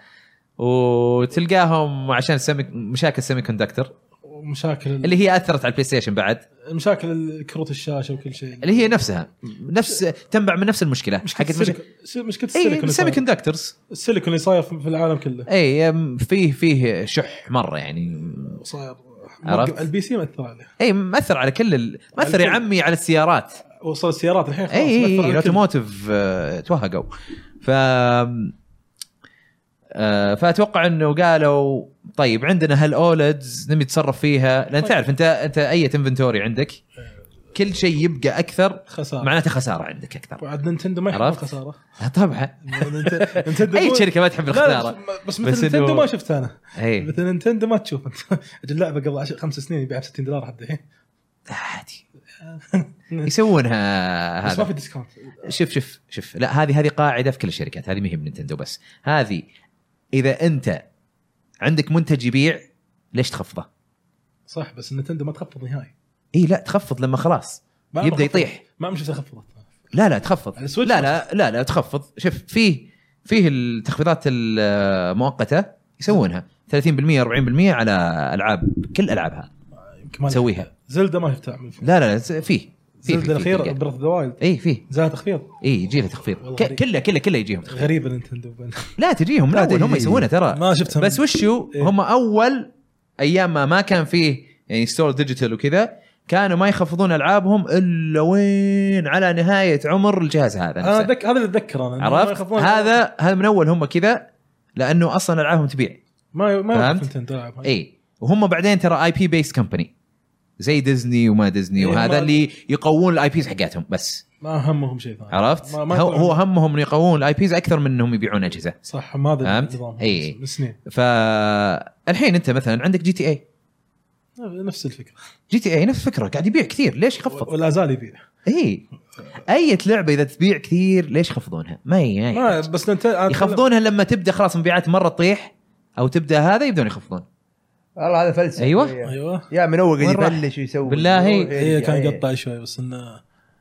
Speaker 2: وتلقاهم عشان السمي مشاكل السيمي كوندكتر
Speaker 3: ومشاكل
Speaker 2: اللي هي اثرت على البلاي ستيشن بعد
Speaker 3: مشاكل كروت الشاشه وكل شيء
Speaker 2: اللي هي نفسها نفس تنبع من نفس المشكله
Speaker 3: مشكله
Speaker 2: مشكله
Speaker 3: السيليكون س- مشكله
Speaker 2: اي
Speaker 3: السيليكون اللي
Speaker 2: السيمي
Speaker 3: صاير-
Speaker 2: كوندكترز
Speaker 3: السيليكون اللي صاير في في العالم كله
Speaker 2: اي أم، إيه، فيه فيه شح مره يعني
Speaker 3: صاير
Speaker 2: عرفت؟
Speaker 3: البي سي مأثر عليه
Speaker 2: اي مأثر على كل ال... مأثر يا
Speaker 3: الكل.
Speaker 2: عمي على السيارات
Speaker 3: وصل السيارات الحين خلاص
Speaker 2: اي
Speaker 3: مأثر
Speaker 2: اي
Speaker 3: على الكل.
Speaker 2: الاوتوموتيف آه، توهقوا ف آه، فاتوقع انه قالوا طيب عندنا هالاولدز نبي نتصرف فيها لان
Speaker 3: طيب.
Speaker 2: تعرف انت انت اي انفنتوري عندك كل شيء يبقى اكثر
Speaker 3: خساره
Speaker 2: معناته خساره عندك اكثر
Speaker 3: وعاد نينتندو ما يحب
Speaker 2: عرفت؟
Speaker 3: الخساره
Speaker 2: طبعا
Speaker 3: نينت- نينتندو
Speaker 2: اي
Speaker 3: مو-
Speaker 2: شركه ما تحب
Speaker 3: لا،
Speaker 2: الخساره
Speaker 3: لا،
Speaker 2: بس
Speaker 3: بس مثل نينتندو
Speaker 2: إنه- إيه.
Speaker 3: ما شفت انا
Speaker 2: اي
Speaker 3: مثل نينتندو ما تشوف انت أجل اللعبه قبل عشر- خمس سنين يبيعها ب 60 دولار حتى الحين
Speaker 2: عادي يسوونها
Speaker 3: بس ما في
Speaker 2: هذا
Speaker 3: ديسكاونت
Speaker 2: شوف شوف شوف لا هذه هذه قاعده في كل الشركات هذه ما هي من نينتندو بس هذه اذا انت عندك منتج يبيع ليش تخفضه؟
Speaker 3: صح بس نينتندو ما تخفض نهائي
Speaker 2: اي لا تخفض لما خلاص
Speaker 3: ما
Speaker 2: يبدأ
Speaker 3: خفضت.
Speaker 2: يطيح.
Speaker 3: ما عمري شفتها خفضت
Speaker 2: لا لا تخفض
Speaker 3: على
Speaker 2: لا
Speaker 3: السويتش
Speaker 2: لا لا لا تخفض شوف فيه فيه التخفيضات المؤقته يسوونها 30% 40% على العاب كل العابها
Speaker 3: يمكن ما
Speaker 2: تسويها
Speaker 3: زلدا ما شفتها من
Speaker 2: لا لا لا، فيه في-
Speaker 3: السلسله
Speaker 2: في- في-
Speaker 3: الاخيره بريث ذا وايلد
Speaker 2: اي في
Speaker 3: زاد تخفيض
Speaker 2: اي يجيها تخفيض
Speaker 3: والله
Speaker 2: ك-
Speaker 3: غريب.
Speaker 2: كله كله كله يجيهم تخفيض
Speaker 3: غريبه نينتندو
Speaker 2: لا تجيهم من
Speaker 1: لا
Speaker 2: اول هم
Speaker 1: تجي.
Speaker 2: يسوونها ترى
Speaker 3: ما شفتهم
Speaker 2: بس وشو
Speaker 3: إيه.
Speaker 2: هم اول ايام ما ما كان فيه يعني ستور ديجيتال وكذا كانوا ما يخفضون العابهم الا وين على نهايه عمر الجهاز هذا
Speaker 3: انا
Speaker 2: نفسه.
Speaker 3: أتذكر هذا اللي اتذكره انا إنهم ما
Speaker 2: عرفت
Speaker 3: يخافون-
Speaker 2: هذا هذا من اول هم كذا لانه اصلا العابهم تبيع
Speaker 3: ما ما
Speaker 2: فهمت؟ إيه.
Speaker 3: يوقف نينتندو يلعب هذا.
Speaker 2: اي وهم بعدين ترى اي بي بيس كمباني زي ديزني وما ديزني
Speaker 3: إيه،
Speaker 2: وهذا
Speaker 3: هم-
Speaker 2: اللي يقوون الاي بيز حقتهم بس
Speaker 3: ما همهم شيء ثاني
Speaker 2: عرفت؟
Speaker 3: ما- ما
Speaker 2: هو,
Speaker 3: يطلع-
Speaker 2: هو همهم انه يقوون الاي بيز اكثر من انهم يبيعون اجهزه
Speaker 3: صح ما ادري
Speaker 2: فهمت؟ إيه.
Speaker 3: النظام
Speaker 2: إي.
Speaker 3: من سنين
Speaker 2: فالحين انت مثلا عندك جي تي اي
Speaker 3: نفس الفكره
Speaker 2: جي تي اي نفس الفكره قاعد يبيع كثير ليش يخفض؟ إيه.
Speaker 3: ولا زال يبيع
Speaker 2: اي اي لعبه اذا تبيع كثير ليش يخفضونها؟ ما هي ما
Speaker 3: ما
Speaker 2: يحتاج.
Speaker 3: بس نينتندو
Speaker 2: يخفضونها لما تبدا خلاص مبيعات مره تطيح او تبدا هذا يبدون يخفضون
Speaker 1: والله هذا فلسفه
Speaker 2: أيوة.
Speaker 3: ايوه
Speaker 1: يا من اول قاعد
Speaker 2: وين راح؟
Speaker 1: يبلش ويسوي
Speaker 2: بالله.
Speaker 1: يروح
Speaker 3: هي
Speaker 1: يرجع.
Speaker 3: كان
Speaker 1: إيه.
Speaker 3: يقطع شوي بس انه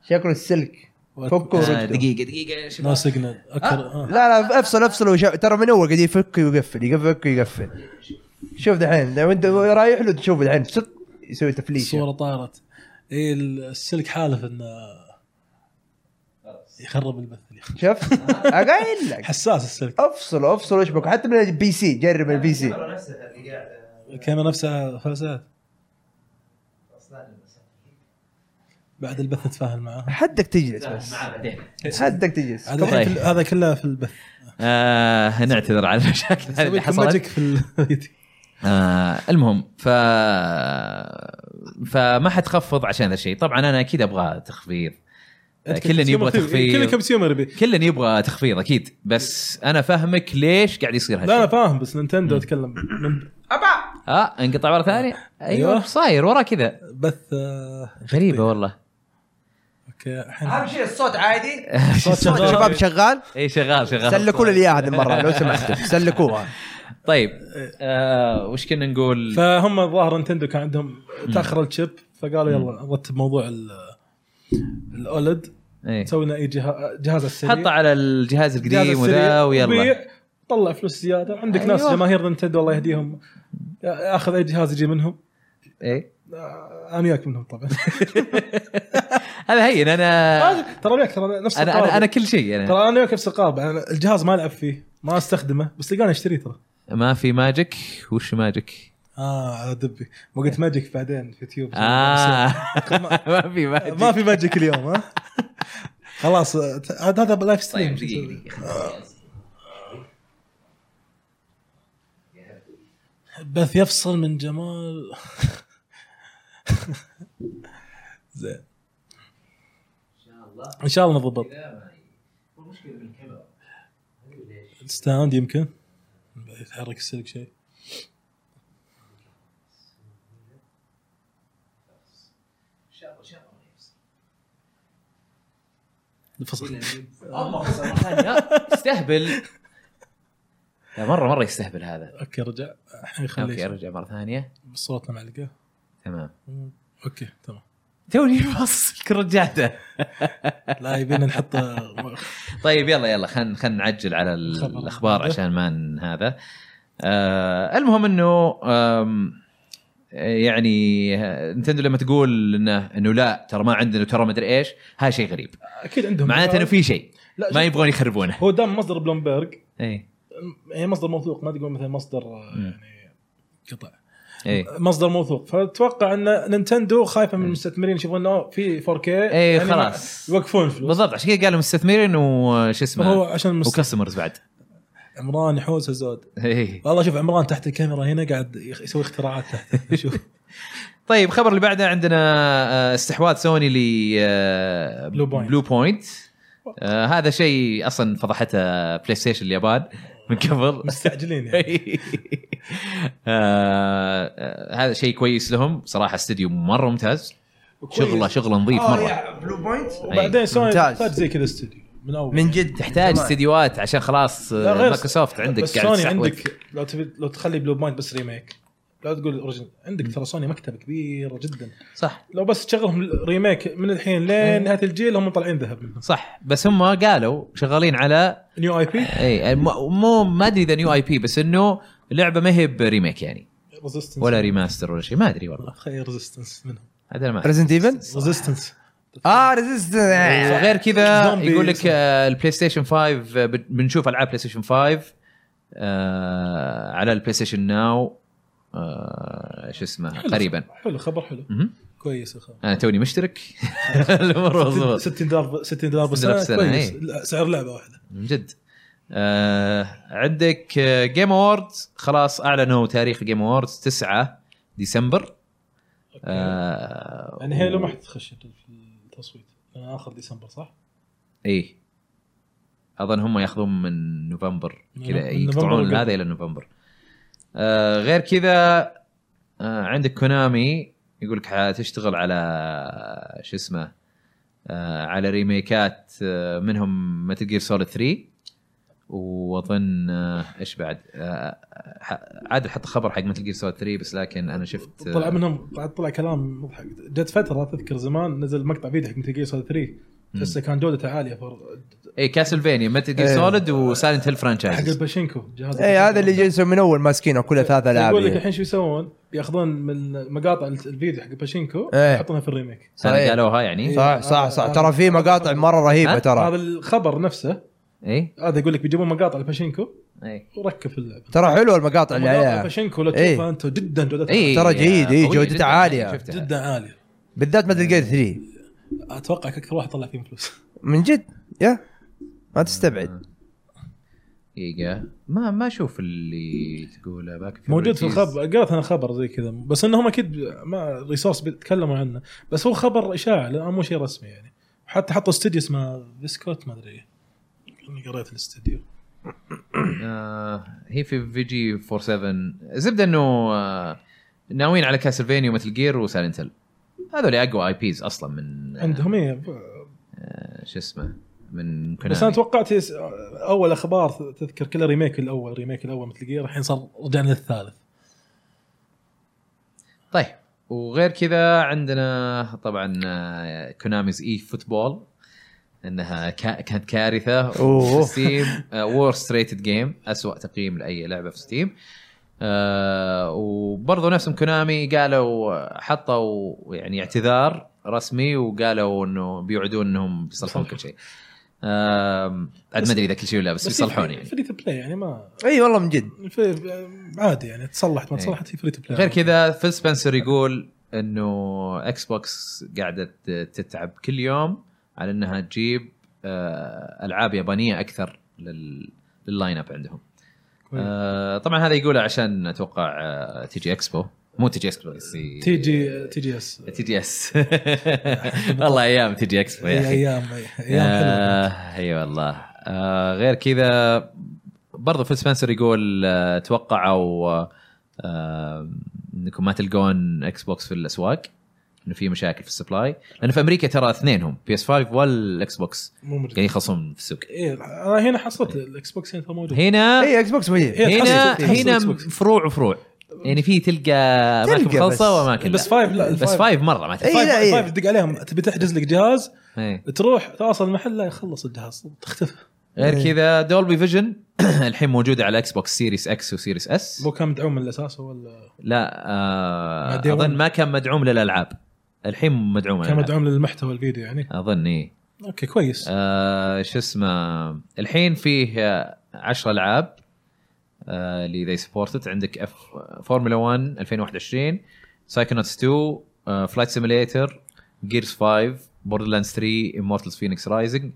Speaker 1: شكله السلك فكوا
Speaker 2: آه،
Speaker 1: ورجعوا.
Speaker 2: دقيقه دقيقه يا شباب.
Speaker 3: نو سيجنال
Speaker 2: آه،
Speaker 3: آه.
Speaker 1: لا لا افصل افصل وش... ترى من اول قاعد يفك ويقفل يفك ويقفل شوف دحين لو انت رايح له تشوف دحين صك يسوي تفليش
Speaker 3: الصوره طارت اي السلك حالف انه يخرب البث
Speaker 1: شفت؟ اقايل لك
Speaker 3: حساس السلك
Speaker 1: افصل افصل واشبك حتى من البي سي جرب البي سي
Speaker 3: الكاميرا نفسها فلسات بعد البث نتفاهم معاه
Speaker 1: حدك تجلس بس حدك تجلس
Speaker 3: هذا
Speaker 2: طيب.
Speaker 3: كل- هذا كله في البث
Speaker 2: آه نعتذر على المشاكل هذه
Speaker 3: سوي
Speaker 2: اللي
Speaker 3: لكم
Speaker 2: حصلت
Speaker 3: ماجيك في الفيديو
Speaker 2: آه المهم ف فما حتخفض عشان ذا الشيء طبعا انا اكيد ابغى تخفيض كلن يبغى تخفيض.
Speaker 3: كلن كونسيومر يبي
Speaker 2: كلنا يبغى تخفيض اكيد بس انا فاهمك ليش قاعد يصير
Speaker 3: لا انا
Speaker 2: هالشيء
Speaker 3: فاهم بس نينتندو اتكلم من
Speaker 2: اه انقطع مره ثانيه ايوه
Speaker 3: أيوه.
Speaker 2: صاير ورا كذا
Speaker 3: بث آه،
Speaker 2: غريبه والله
Speaker 3: اوكي الحين
Speaker 1: شيء الصوت عادي
Speaker 3: صوت
Speaker 1: الصوت
Speaker 3: شغال.
Speaker 1: شباب شغال
Speaker 2: اي شغال شغال
Speaker 1: سلكوا لي اياه هذه المره لو سمحتوا سلكوها
Speaker 2: طيب آه وش كنا نقول
Speaker 3: فهم الظاهر نتندو كان عندهم تاخر الشيب فقالوا يلا نرتب موضوع ال- الاولد
Speaker 2: إيه.
Speaker 3: نسوي لنا اي جهاز جهاز على السريع
Speaker 2: حطه على الجهاز
Speaker 3: جهاز على
Speaker 2: القديم
Speaker 3: السريع،
Speaker 2: وذا ويلا
Speaker 3: وبيع، طلع فلوس زياده عندك
Speaker 2: أيوة.
Speaker 3: أيوة. ناس جماهير نينتندو الله يهديهم اخذ اي جهاز يجي منهم
Speaker 2: إيه.
Speaker 3: آه، انا وياك منهم طبعا
Speaker 2: هذا هين انا انا
Speaker 3: آه، ترى وياك ترى نفس
Speaker 2: انا,
Speaker 3: القالب.
Speaker 2: أنا كل شيء يعني. انا
Speaker 3: ترى انا وياك نفس القالب أنا الجهاز ما العب فيه ما استخدمه بس تلقاني اشتريه ترى
Speaker 2: ما في ماجيك وش ماجيك؟
Speaker 3: اه على دبي مو قلت ماجيك بعدين في يوتيوب
Speaker 2: اه ما في ماجيك
Speaker 3: ما في ماجيك اليوم ها خلاص آه، عاد هذا
Speaker 2: طيب
Speaker 3: لايف ستريم
Speaker 2: دقيقه دقيقه
Speaker 3: بث يفصل من جمال زين ان شاء الله نضبط ستاند يمكن يتحرك السلك شيء فصل
Speaker 2: استهبل لا مره مره يستهبل هذا
Speaker 3: اوكي رجع الحين
Speaker 2: اوكي
Speaker 3: خليه
Speaker 2: ارجع مره ثانيه
Speaker 3: صوتنا معلقه
Speaker 2: تمام
Speaker 3: اوكي تمام
Speaker 2: توني فاصل كل رجعته
Speaker 3: لا يبينا نحط
Speaker 2: طيب يلا يلا خلينا خلينا نعجل على ال-
Speaker 3: خبر.
Speaker 2: الاخبار عشان ما ن- هذا آه المهم انه آم، يعني آه، نتندو لما تقول انه انه لا ترى ما عندنا ترى ما ادري ايش هذا شيء غريب
Speaker 3: اكيد عندهم
Speaker 2: معناته انه في شيء
Speaker 3: لا
Speaker 2: ما
Speaker 3: شوف،
Speaker 2: يبغون يخربونه
Speaker 3: هو دام مصدر بلومبرج
Speaker 2: اي
Speaker 3: هي مصدر موثوق ما تقول مثلا مصدر آه،
Speaker 2: مم.
Speaker 3: يعني قطع
Speaker 2: اي
Speaker 3: مصدر موثوق فاتوقع ان نينتندو خايفه من المستثمرين يشوفون انه في 4K
Speaker 2: إيه،
Speaker 3: يعني
Speaker 2: خلاص.
Speaker 3: يوقفون فلوس
Speaker 2: بالضبط عشان كذا قالوا مستثمرين وش
Speaker 3: فهو
Speaker 2: آه، اسمه
Speaker 3: عشان مست...
Speaker 2: وكاستمرز بعد إيه.
Speaker 3: عمران يحوسه زود
Speaker 2: اي
Speaker 3: والله شوف عمران تحت الكاميرا هنا قاعد يخ- يسوي اختراعات تحت شوف
Speaker 2: طيب الخبر اللي بعده عندنا آه، استحواذ سوني ل آه،
Speaker 3: بلو بوينت.
Speaker 2: بلو بوينت آه هذا شيء اصلا فضحته بلاي ستيشن اليابان من قبل
Speaker 3: مستعجلين يعني
Speaker 2: آه، آه، هذا شيء كويس لهم صراحه استديو مره ممتاز شغله شغله
Speaker 3: آه،
Speaker 2: نظيف مره
Speaker 1: بلو بوينت
Speaker 2: إيه.
Speaker 3: وبعدين طيب، سوني
Speaker 1: ممتاز.
Speaker 3: تحتاج زي كذا استوديو من اول
Speaker 1: من جد
Speaker 2: تحتاج استديوهات عشان خلاص
Speaker 3: لا،
Speaker 2: آه،
Speaker 3: غير-
Speaker 2: مايكروسوفت عندك
Speaker 3: بس
Speaker 2: قاعد
Speaker 3: سوني
Speaker 2: تستحوذ.
Speaker 3: عندك لو تبي لو تخلي بلو بوينت بس ريميك لا تقول اوريجن عندك ترى سوني مكتبه كبيره جدا
Speaker 2: صح
Speaker 3: لو بس تشغلهم ريميك من الحين
Speaker 1: إيه.
Speaker 3: لين نهايه الجيل هم طالعين ذهب منهم
Speaker 2: صح بس هم قالوا شغالين على
Speaker 3: نيو اي بي
Speaker 2: اي الم- مو ما ادري اذا نيو اي بي بس انه لعبه ما هي بريميك يعني
Speaker 3: ريزيستنس
Speaker 2: ولا ريماستر ولا شيء ما ادري والله
Speaker 3: خير ريزيستنس منهم
Speaker 2: هذا أنا ما أدري.
Speaker 1: ريزنت ايفل
Speaker 3: ريزيستنس
Speaker 1: اه ريزيست
Speaker 2: آه، غير كذا
Speaker 3: زومبي
Speaker 2: يقول لك
Speaker 3: صح.
Speaker 2: آه، البلاي ستيشن 5 آه، بت- بنشوف العاب بلاي ستيشن 5 آه، على البلاي ستيشن ناو آه، شو اسمه قريبا
Speaker 3: حلو خبر حلو
Speaker 2: مهم.
Speaker 3: كويس الخبر
Speaker 2: انا توني مشترك الامور مضبوط
Speaker 3: 60 دولار 60 دولار
Speaker 2: 60 دولار
Speaker 3: بالسنه
Speaker 2: بالسنة،
Speaker 3: كويس
Speaker 2: إيه.
Speaker 3: لا، سعر لعبه واحده
Speaker 2: من جد آه عندك جيم اووردز خلاص اعلنوا تاريخ جيم اووردز 9 ديسمبر آه
Speaker 3: يعني هيلو ما حتخش في التصويت انا اخر ديسمبر صح؟
Speaker 2: اي اظن إيه. هم ياخذون من نوفمبر
Speaker 3: من-
Speaker 2: كذا
Speaker 3: من نوفمبر
Speaker 2: يقطعون
Speaker 3: وقبل.
Speaker 2: هذا الى نوفمبر آه غير كذا آه عندك كونامي يقول لك حتشتغل على شو اسمه آه على ريميكات آه منهم متل جير سوليد 3 واظن آه، ايش بعد آه ح- عادل حط خبر حق متل جير سوليد 3 بس لكن انا شفت
Speaker 3: طلع منهم بعد طلع كلام مضحك جت فتره تذكر زمان نزل مقطع فيديو حق مثل جير 3 تحسه كان جودته عاليه فر...
Speaker 2: اي كاسلفينيا متل جير
Speaker 1: إيه.
Speaker 2: سوليد وسايلنت هيل
Speaker 3: حق
Speaker 2: فرانشايز
Speaker 3: الباشينكو جهاز
Speaker 1: اي إيه، هذا اللي جلسوا من اول ماسكينه كلها ثلاث العاب
Speaker 3: يقول لك
Speaker 1: إيه.
Speaker 3: الحين شو يسوون؟ ياخذون من مقاطع الفيديو حق باشينكو
Speaker 1: إيه.
Speaker 3: يحطونها في الريميك
Speaker 1: صحيح.
Speaker 2: قالوها يعني
Speaker 1: صح صح صح ترى في مقاطع مره رهيبه
Speaker 2: ها؟
Speaker 1: ترى
Speaker 3: هذا الخبر نفسه
Speaker 2: اي
Speaker 3: هذا يقول لك بيجيبون مقاطع الباشينكو
Speaker 2: اي
Speaker 3: وركب في اللعبه
Speaker 1: ترى حلوه المقاطع اللي
Speaker 3: مقاطع
Speaker 1: عليها
Speaker 3: الباشينكو لو
Speaker 1: إيه.
Speaker 3: تشوفها انت جدا جودتها
Speaker 2: اي
Speaker 1: ترى جيد، إي،
Speaker 2: قوية
Speaker 1: جودته
Speaker 2: جداً،
Speaker 1: عالية.
Speaker 2: شفتها.
Speaker 3: جدا عاليه
Speaker 1: بالذات ما تلقى 3
Speaker 3: اتوقع اكثر واحد طلع فيهم فلوس
Speaker 1: من جد يا ما تستبعد
Speaker 2: دقيقة ما ما اشوف اللي تقوله باك في
Speaker 3: موجود في
Speaker 2: الريليز.
Speaker 3: الخبر قرأت انا خبر زي كذا بس انهم اكيد ما ريسورس بيتكلموا عنه بس هو خبر اشاعه لأنه مو شيء رسمي يعني حتى حطوا استوديو اسمه بسكوت ما ادري اني قريت الاستوديو
Speaker 2: آه هي في في جي 47 زبده انه آه ناويين على كاسلفينيا ومثل جير وسالنتل هذول اقوى اي بيز اصلا من آه،
Speaker 3: عندهم ايه
Speaker 2: آه شو اسمه من كونامي
Speaker 3: بس انا توقعت يس- اول اخبار تذكر كلها ريميك الاول ريميك الاول مثل جير الحين صار رجعنا للثالث
Speaker 2: طيب وغير كذا عندنا طبعا آه، كوناميز اي فوتبول انها كا كانت كارثه
Speaker 1: أوه.
Speaker 2: في آه، ستيم وورست ريتد جيم اسوء تقييم لاي لعبه في ستيم آه وبرضه نفسهم كونامي قالوا حطوا يعني اعتذار رسمي وقالوا انه بيوعدون انهم بيصلحون كل شيء آم، عاد ما ادري اذا كل شيء ولا لا، بس بيصلحون يعني
Speaker 3: فري تو بلاي يعني ما
Speaker 1: اي والله من جد
Speaker 3: في- عادي يعني تصلحت ما
Speaker 2: إيه.
Speaker 3: تصلحت هي فري تو بلاي
Speaker 2: غير كذا فيل سبنسر يقول انه اكس بوكس قاعده تتعب كل يوم على انها تجيب آه، العاب يابانيه اكثر لل- لللاين اب عندهم آه، طبعا هذا يقوله عشان اتوقع آه، تي جي اكسبو مو تي جي اكسبو قصدي
Speaker 3: تي جي تي جي اس
Speaker 2: تي جي اس والله ايام تي جي
Speaker 3: إيه،
Speaker 2: اكسبو إيه، يا اخي
Speaker 3: ايام ايام حلوه
Speaker 2: آه، اي والله آه غير كذا برضو فيل سبنسر يقول آه توقعوا آه انكم ما تلقون اكس بوكس في الاسواق انه في مشاكل في السبلاي لان في امريكا ترى اثنينهم بي اس 5 والاكس بوكس
Speaker 3: مو مريض
Speaker 2: قاعدين يعني يخلصون في السوق
Speaker 3: ايه انا هنا حصلت
Speaker 2: إيه.
Speaker 3: الاكس بوكس هنا ترى موجود
Speaker 2: هنا
Speaker 1: اي اكس بوكس موجود
Speaker 3: إيه،
Speaker 2: هنا
Speaker 3: تحصل- تحصل
Speaker 2: هنا
Speaker 3: Xbox.
Speaker 2: فروع وفروع يعني في تلقى اماكن
Speaker 1: تلقى
Speaker 2: مخلصه
Speaker 1: بس-
Speaker 2: واماكن
Speaker 3: إيه، بس
Speaker 2: لا.
Speaker 3: فايف لا
Speaker 2: بس
Speaker 3: الفايف-
Speaker 2: فايف مره ما تلقى
Speaker 1: إيه،
Speaker 3: فايف
Speaker 1: لا، إيه.
Speaker 3: فايف تدق عليهم تبي تحجز لك جهاز
Speaker 2: إيه.
Speaker 3: تروح تواصل محل لا يخلص الجهاز تختفى
Speaker 2: غير
Speaker 1: إيه.
Speaker 2: كذا دولبي فيجن الحين موجوده على اكس بوكس سيريس اكس وسيريس اس
Speaker 3: مو كان مدعوم من الاساس ولا
Speaker 2: لا آه
Speaker 3: ما ديون.
Speaker 2: اظن ما كان مدعوم للالعاب الحين مدعوم
Speaker 3: كان
Speaker 2: للألعاب. إيه.
Speaker 3: مدعوم للمحتوى الفيديو يعني
Speaker 2: اظن اي
Speaker 3: اوكي كويس
Speaker 2: آه شو اسمه الحين فيه آه، 10 العاب آه، اللي ذي سبورتد عندك اف فورمولا 1 2021 سايكونوتس 2 فلايت سيميليتر جيرز 5 بوردرلاندز 3 امورتلز فينيكس رايزنج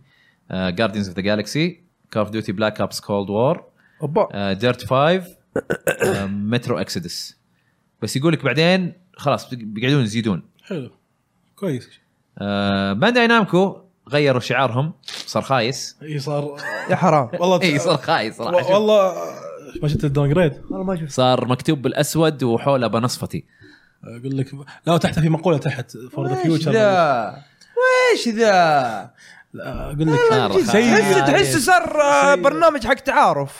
Speaker 2: جاردينز اوف ذا جالكسي كارف ديوتي بلاك ابس كولد وور
Speaker 1: اوبا
Speaker 2: ديرت 5 آه، مترو اكسدس بس يقول لك بعدين خلاص بيقعدون يزيدون
Speaker 3: حلو كويس
Speaker 2: آه، بانداي نامكو غيروا شعارهم صار خايس
Speaker 3: اي إيه، صار
Speaker 1: يا حرام
Speaker 3: والله
Speaker 2: اي إيه، صار خايس
Speaker 3: و-
Speaker 2: صراحه شوف.
Speaker 3: والله ما شفت الداون جريد
Speaker 1: والله ما شفت
Speaker 2: صار مكتوب بالاسود وحوله بنصفتي
Speaker 3: اقول لك لا تحت في مقوله تحت فور ذا
Speaker 1: ويش
Speaker 3: فيوتشر
Speaker 1: ذا ويش ذا
Speaker 3: اقول لك
Speaker 2: آه، رخاء.
Speaker 1: تحسه
Speaker 3: سيء
Speaker 1: تحسه صار آه،
Speaker 3: سيء.
Speaker 1: برنامج حق تعارف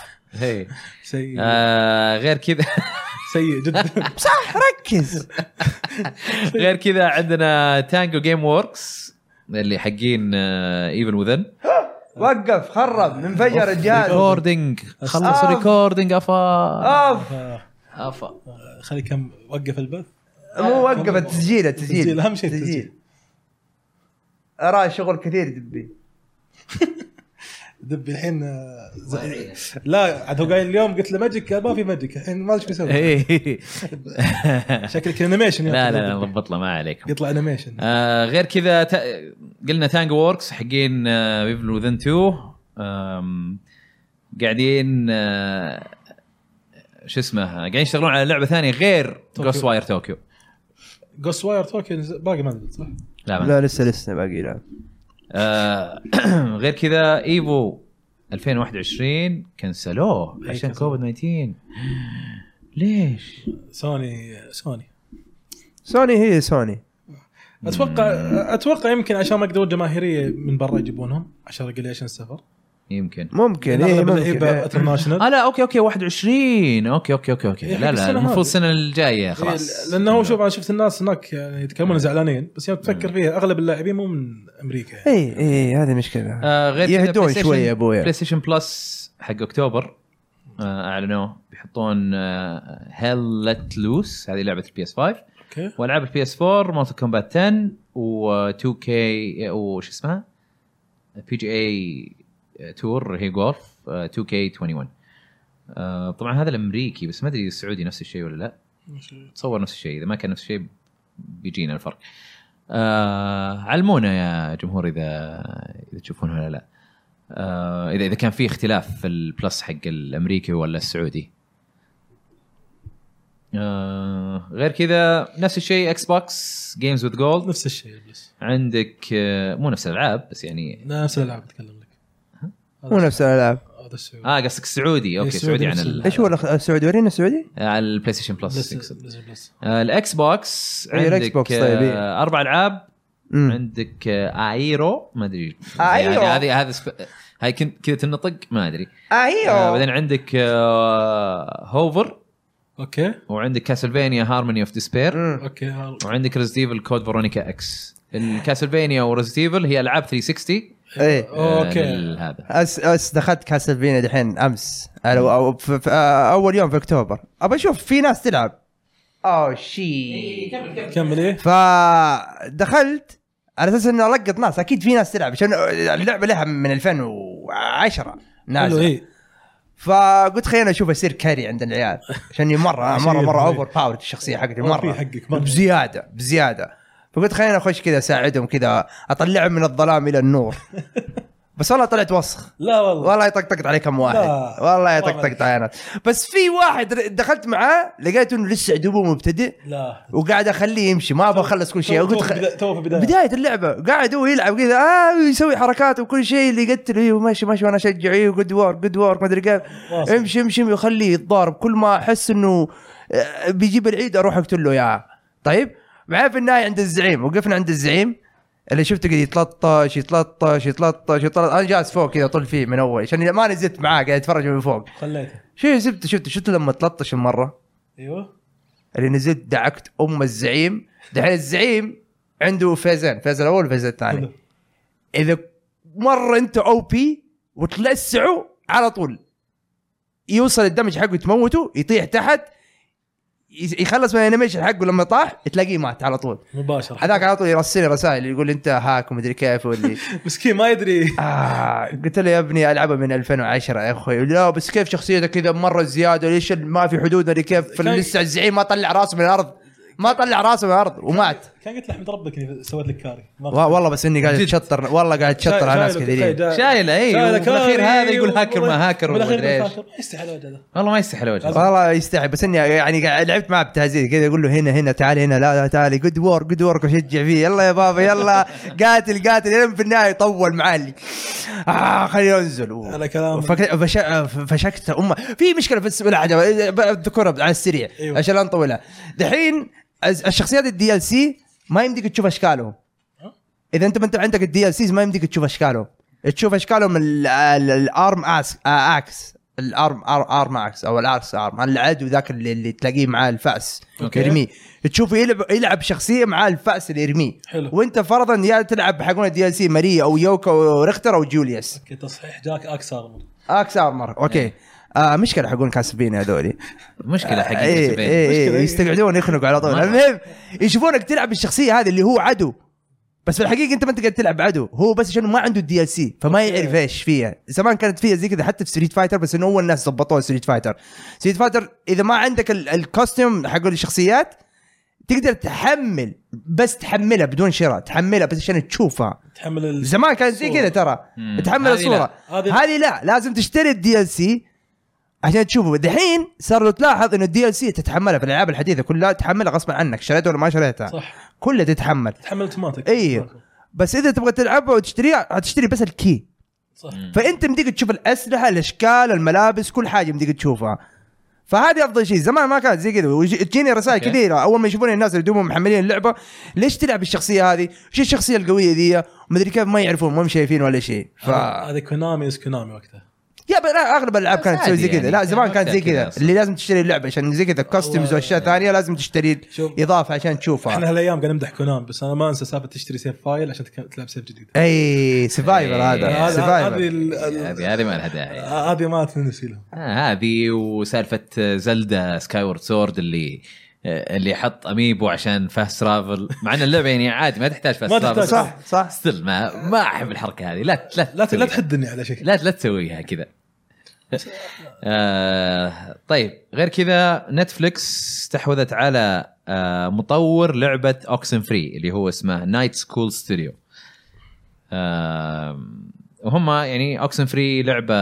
Speaker 3: سيء
Speaker 2: آه غير كذا
Speaker 3: سيء جدا
Speaker 1: صح ركز
Speaker 2: غير كذا عندنا تانجو جيم ووركس اللي حقين آه، ايفل وذن
Speaker 1: وقف خرب انفجر الجهاز
Speaker 2: ريكوردينج خلص
Speaker 1: آه.
Speaker 2: ريكوردينج افا
Speaker 1: اوف
Speaker 3: آه،
Speaker 2: افا
Speaker 3: خلي كم وقف البث
Speaker 1: مو وقف التسجيل التسجيل
Speaker 3: التسجيل، أهم شيء
Speaker 1: التسجيل اراه شغل كثير دبي
Speaker 3: دبي الحين آه، ز- لا عاد هو قايل اليوم قلت له ماجيك قال ما في ماجيك الحين ما ادري ايش بيسوي
Speaker 2: إيه.
Speaker 3: شكلك انيميشن
Speaker 2: لا لا لا ضبط له ما عليكم
Speaker 3: يطلع انيميشن
Speaker 2: آه غير كذا تا... قلنا تانجو ووركس حقين آه بيفل وذن 2 آم، قاعدين آه شو اسمه آه، قاعدين يشتغلون على لعبه ثانيه غير
Speaker 3: طوكيو.
Speaker 2: جوست واير طوكيو
Speaker 3: جوست واير توكن باقي ما نزل صح؟
Speaker 2: لا, ما-
Speaker 1: لا لسه لسه باقي لا
Speaker 2: آه غير كذا ايفو 2021 كنسلوه
Speaker 3: إيه،
Speaker 2: عشان
Speaker 3: كنسلوه.
Speaker 2: كوفيد 19 ليش؟
Speaker 3: سوني سوني
Speaker 1: سوني هي سوني
Speaker 3: اتوقع اتوقع يمكن عشان ما يقدرون جماهيريه من برا يجيبونهم عشان ريجليشن السفر
Speaker 2: يمكن
Speaker 1: يعني ممكن إيه.
Speaker 3: لأن
Speaker 1: اي
Speaker 3: أغلب اللعيبه
Speaker 1: ممكن
Speaker 3: انترناشونال
Speaker 2: اه لا اوكي اوكي 21 اوكي اوكي اوكي اوكي
Speaker 3: إيه،
Speaker 2: لا لا
Speaker 3: السنة هذه. إيه،
Speaker 2: المفروض السنه الجايه خلاص
Speaker 3: لانه هو شوف انا شفت الناس هناك يعني
Speaker 1: إيه.
Speaker 3: يتكلمون زعلانين بس يوم تفكر
Speaker 2: مم.
Speaker 3: فيها اغلب اللاعبين مو من امريكا يعني.
Speaker 1: اي اي إيه، هذه مشكله
Speaker 2: آه غير كذا
Speaker 1: يهدون
Speaker 2: بلاي ستيشن-
Speaker 1: شوي يا
Speaker 2: بلاي
Speaker 1: ابويا
Speaker 2: ستيشن بلس حق اكتوبر آه اعلنوه بيحطون آه هيل لت لوس هذه لعبه البي اس 5
Speaker 3: اوكي
Speaker 2: والعاب البي اس 4 مورتال كومبات 10 و2 كي وش اسمها؟ بي جي اي تور هي جولف 2 كي 21 آه، طبعا هذا الامريكي بس ما ادري السعودي نفس الشيء ولا لا تصور نفس الشيء اذا ما كان نفس الشيء بيجينا الفرق آه، علمونا يا جمهور اذا اذا تشوفون ولا لا آه، اذا اذا كان في اختلاف في البلس حق الامريكي ولا السعودي آه، غير كذا نفس الشيء اكس بوكس جيمز وذ جولد
Speaker 3: نفس الشيء بس
Speaker 2: عندك آه، مو نفس الالعاب بس يعني
Speaker 3: نفس الالعاب اتكلم لك
Speaker 1: مو نفس الالعاب
Speaker 3: هذا السعودي
Speaker 2: اه قصدك السعودي اوكي
Speaker 3: إيه،
Speaker 2: السعودي عن
Speaker 3: السعودي
Speaker 2: ال-
Speaker 1: ايش هو الأخ- السعودي ورينا السعودي؟
Speaker 2: على البلاي ستيشن بلس
Speaker 3: بس
Speaker 2: يقصد.
Speaker 3: بس بس
Speaker 2: آه، الاكس بوكس
Speaker 1: أي، الإكس
Speaker 2: عندك
Speaker 1: بوكس، طيب، إيه.
Speaker 2: آه، اربع العاب
Speaker 1: مم.
Speaker 2: عندك آه، ايرو ما ادري
Speaker 1: آيرو.
Speaker 2: يعني هذه هذه سب- هاي كن- كذا تنطق ما ادري آه،
Speaker 1: ايوه
Speaker 2: بعدين عندك آه، هوفر
Speaker 3: اوكي
Speaker 2: وعندك كاسلفينيا هارموني اوف ديسبير
Speaker 1: مم.
Speaker 3: اوكي ها-
Speaker 2: وعندك ريزديفل كود فيرونيكا اكس الكاسلفينيا وريزديفل هي العاب 360
Speaker 1: ايه
Speaker 2: آه،
Speaker 3: اوكي
Speaker 2: لل- هذا
Speaker 1: أس أس دخلت كاسلفينيا دحين امس أو أو في في آه، اول يوم في اكتوبر ابى اشوف في ناس تلعب اوه شي
Speaker 2: يعني-
Speaker 3: كمل ايه
Speaker 1: فدخلت على اساس انه القط ناس اكيد في ناس تلعب عشان اللعبه لها من 2010
Speaker 3: حلو
Speaker 1: نازله
Speaker 3: ايه
Speaker 1: فقلت خلينا اشوف يصير كاري عند العيال عشان مره مره مره اوفر باورد الشخصيه حقتي
Speaker 3: والله في
Speaker 1: مره
Speaker 3: حقك مرة.
Speaker 1: بزياده بزياده فقلت خلينا اخش كذا اساعدهم كذا اطلعهم من الظلام الى النور بس والله طلعت وسخ
Speaker 3: لا والله
Speaker 1: والله طقطقت عليه كم واحد
Speaker 3: لا.
Speaker 1: والله
Speaker 3: والله
Speaker 1: طقطقت عينات بس في واحد دخلت معاه لقيته انه لسه دوبه مبتدئ
Speaker 3: لا
Speaker 1: وقاعد اخليه يمشي ما ابغى اخلص كل شيء
Speaker 3: تو- تو
Speaker 1: وقلت
Speaker 3: في
Speaker 1: خ...
Speaker 3: بدا- تو في بدايه
Speaker 1: بدايه اللعبه قاعد هو يلعب كذا آه يسوي حركات وكل شيء اللي يقتل ايوه ماشي ماشي وانا اشجع ايوه جود وورك جود وورك ما ادري كيف
Speaker 3: واصل.
Speaker 1: امشي امشي ويخليه يتضارب كل ما احس انه آه، بيجيب العيد اروح اقتله يا طيب معاه في النهايه عند الزعيم وقفنا عند الزعيم اللي شفته قاعد يتلطش يتلطش يتلطش يتلطش انا جالس فوق كذا طول فيه من اول عشان ما نزلت معاه قاعد اتفرج من فوق
Speaker 3: خليته
Speaker 1: شو شفته شفته شفته لما تلطش المره
Speaker 3: ايوه
Speaker 1: اللي نزلت دعكت ام الزعيم دحين الزعيم عنده فازين فاز الاول وفاز الثاني اذا مره انت او بي وتلسعه على طول يوصل الدمج حقه تموته يطيح تحت يس- يخلص من الانيميشن حقه لما طاح تلاقيه مات على طول
Speaker 3: مباشره
Speaker 1: هذاك على طول يرسل لي رسائل يقول لي انت هاك ومدري كيف واللي
Speaker 3: مسكين ما يدري
Speaker 1: آه قلت له يا ابني العبها من 2010 يا اخوي لا بس كيف شخصيتك كذا مره زياده ليش ما في حدود اللي كيف
Speaker 3: كان-
Speaker 1: لسه الزعيم ما طلع راسه من الارض ما طلع راسه من الارض ومات
Speaker 3: كان قلت لاحمد ربك اني سويت لك كاري ما-
Speaker 1: و- والله بس اني قاعد
Speaker 2: جد.
Speaker 1: اتشطر والله قاعد
Speaker 3: شايل-
Speaker 1: اتشطر على ناس
Speaker 3: شايله-
Speaker 1: كثيرين
Speaker 3: شايله-
Speaker 2: شايله اي
Speaker 3: شايله
Speaker 2: والاخير
Speaker 3: كاري
Speaker 2: هذا يقول
Speaker 3: ومن-
Speaker 2: هاكر ما هاكر وما
Speaker 3: والأخير
Speaker 2: ادري
Speaker 3: يقول
Speaker 2: ايش
Speaker 3: هاكر. يستحي على وجهه
Speaker 2: والله ما يستحي وجهه
Speaker 1: والله يستحي بس اني يعني قاعد لعبت معه بتهزيز كذا يقول له هنا هنا تعال هنا لا لا تعال جود وورك جود وورك وشجع فيه يلا يا بابا يلا قاتل قاتل لين في النهايه طول معلي اه خليه ينزل
Speaker 3: على كلامك.
Speaker 1: فك- فش- فشكت امه في مشكله في السبيل عجبة بذكرها على السريع
Speaker 3: أيوه.
Speaker 1: عشان لا نطولها دحين الز- الشخصيات الدي ال سي ما يمديك تشوف اشكالهم اذا انت ما انت عندك الدي ال سيز ما يمديك تشوف اشكالهم تشوف اشكالهم الارم اس اكس الارم ارم اكس او الارس ارم العدو ذاك اللي, اللي تلاقيه معاه الفاس
Speaker 2: أوكي.
Speaker 1: يرميه تشوفه يلعب يلعب شخصيه معاه الفاس اللي يرميه
Speaker 3: حلو.
Speaker 1: وانت فرضا يا تلعب حقون الدي ال سي ماريا او يوكا او ريختر او جوليوس
Speaker 3: اوكي تصحيح جاك اكس ارمر
Speaker 1: اكس ارمر اوكي آه مشكله حقون كاسبين هذولي
Speaker 2: مشكله حقيقه
Speaker 1: اي اي
Speaker 2: زبيدة.
Speaker 3: مشكلة، إيه.
Speaker 1: يستقعدون يخنقوا على طول
Speaker 2: مرة.
Speaker 1: المهم يشوفونك تلعب الشخصيه هذه اللي هو عدو بس في الحقيقه انت ما انت قاعد تلعب عدو هو بس عشان ما عنده الدي ال سي فما
Speaker 3: أوكي.
Speaker 1: يعرف ايش فيها زمان كانت فيها زي كذا حتى في ستريت فايتر بس انه اول ناس ضبطوها ستريت فايتر ستريت فايتر اذا ما عندك ال- الكوستيوم حق الشخصيات تقدر تحمل بس تحملها بدون شراء تحملها بس عشان تشوفها
Speaker 3: تحمل ال...
Speaker 1: زمان كان زي كذا ترى
Speaker 2: مم.
Speaker 1: تحمل
Speaker 2: هذه
Speaker 1: الصوره
Speaker 3: هذه لا.
Speaker 1: هذه لا لازم تشتري الدي ال سي عشان تشوفه دحين صار لو تلاحظ انه الدي ال سي تتحملها في الالعاب الحديثه كلها تحملها غصبا عنك شريتها ولا ما شريتها
Speaker 3: صح
Speaker 1: كلها تتحمل
Speaker 3: تحمل اوتوماتيك
Speaker 1: إيه. بس اذا تبغى تلعبها وتشتريها حتشتري بس الكي
Speaker 3: صح
Speaker 1: فانت مديك تشوف الاسلحه الاشكال الملابس كل حاجه مديك تشوفها فهذه افضل شيء زمان ما كانت زي كذا وتجيني رسائل
Speaker 2: أوكي.
Speaker 1: كثيره اول ما يشوفوني الناس اللي دوبهم محملين اللعبه ليش تلعب الشخصيه هذه؟ شو الشخصيه القويه ذي؟ مدري كيف ما يعرفون ما هم شايفين ولا شيء ف
Speaker 3: هذا هذا كونامي از كونامي وقتها
Speaker 1: يا بل- لا، اغلب الالعاب
Speaker 2: بس
Speaker 1: كانت تسوي زي
Speaker 2: عادي
Speaker 1: كذا
Speaker 2: يعني.
Speaker 1: لا زمان
Speaker 2: يعني
Speaker 1: كانت زي
Speaker 2: وقتها كذا
Speaker 1: كذا
Speaker 2: أصلاً.
Speaker 1: اللي لازم تشتري اللعبه عشان زي كذا كاستمز واشياء ثانيه لازم تشتري
Speaker 3: شوف.
Speaker 1: اضافه عشان
Speaker 3: احنا
Speaker 1: تشوفها
Speaker 3: هالايام قاعد نمدح كونامي بس انا ما انسى سالفه تشتري سيف فايل عشان تك- تلعب سيف جديد
Speaker 1: اي سيفايفر هذا
Speaker 3: هذا- هذه
Speaker 1: سيفايفر
Speaker 3: ال- ال-
Speaker 2: هذه هذه ما لها داعي
Speaker 3: هذه ما تنسي لها
Speaker 2: آه، هذه وسالفه زلدا سكاي وورد سورد اللي آه، اللي يحط اميبو عشان فاست ترافل مع ان اللعبه يعني عادي ما تحتاج فاست
Speaker 3: ما
Speaker 2: ترافل
Speaker 3: تحتاج.
Speaker 1: صح صح
Speaker 2: ستيل ما ما احب الحركه هذه لا لا
Speaker 3: لا ت- لا
Speaker 2: تسويها.
Speaker 3: تحدني على شيء
Speaker 2: لا لا تسويها كذا آه طيب غير كذا نتفلكس استحوذت على آه مطور لعبه اوكسن فري اللي هو اسمه نايت سكول ستوديو وهم يعني اوكسن فري لعبه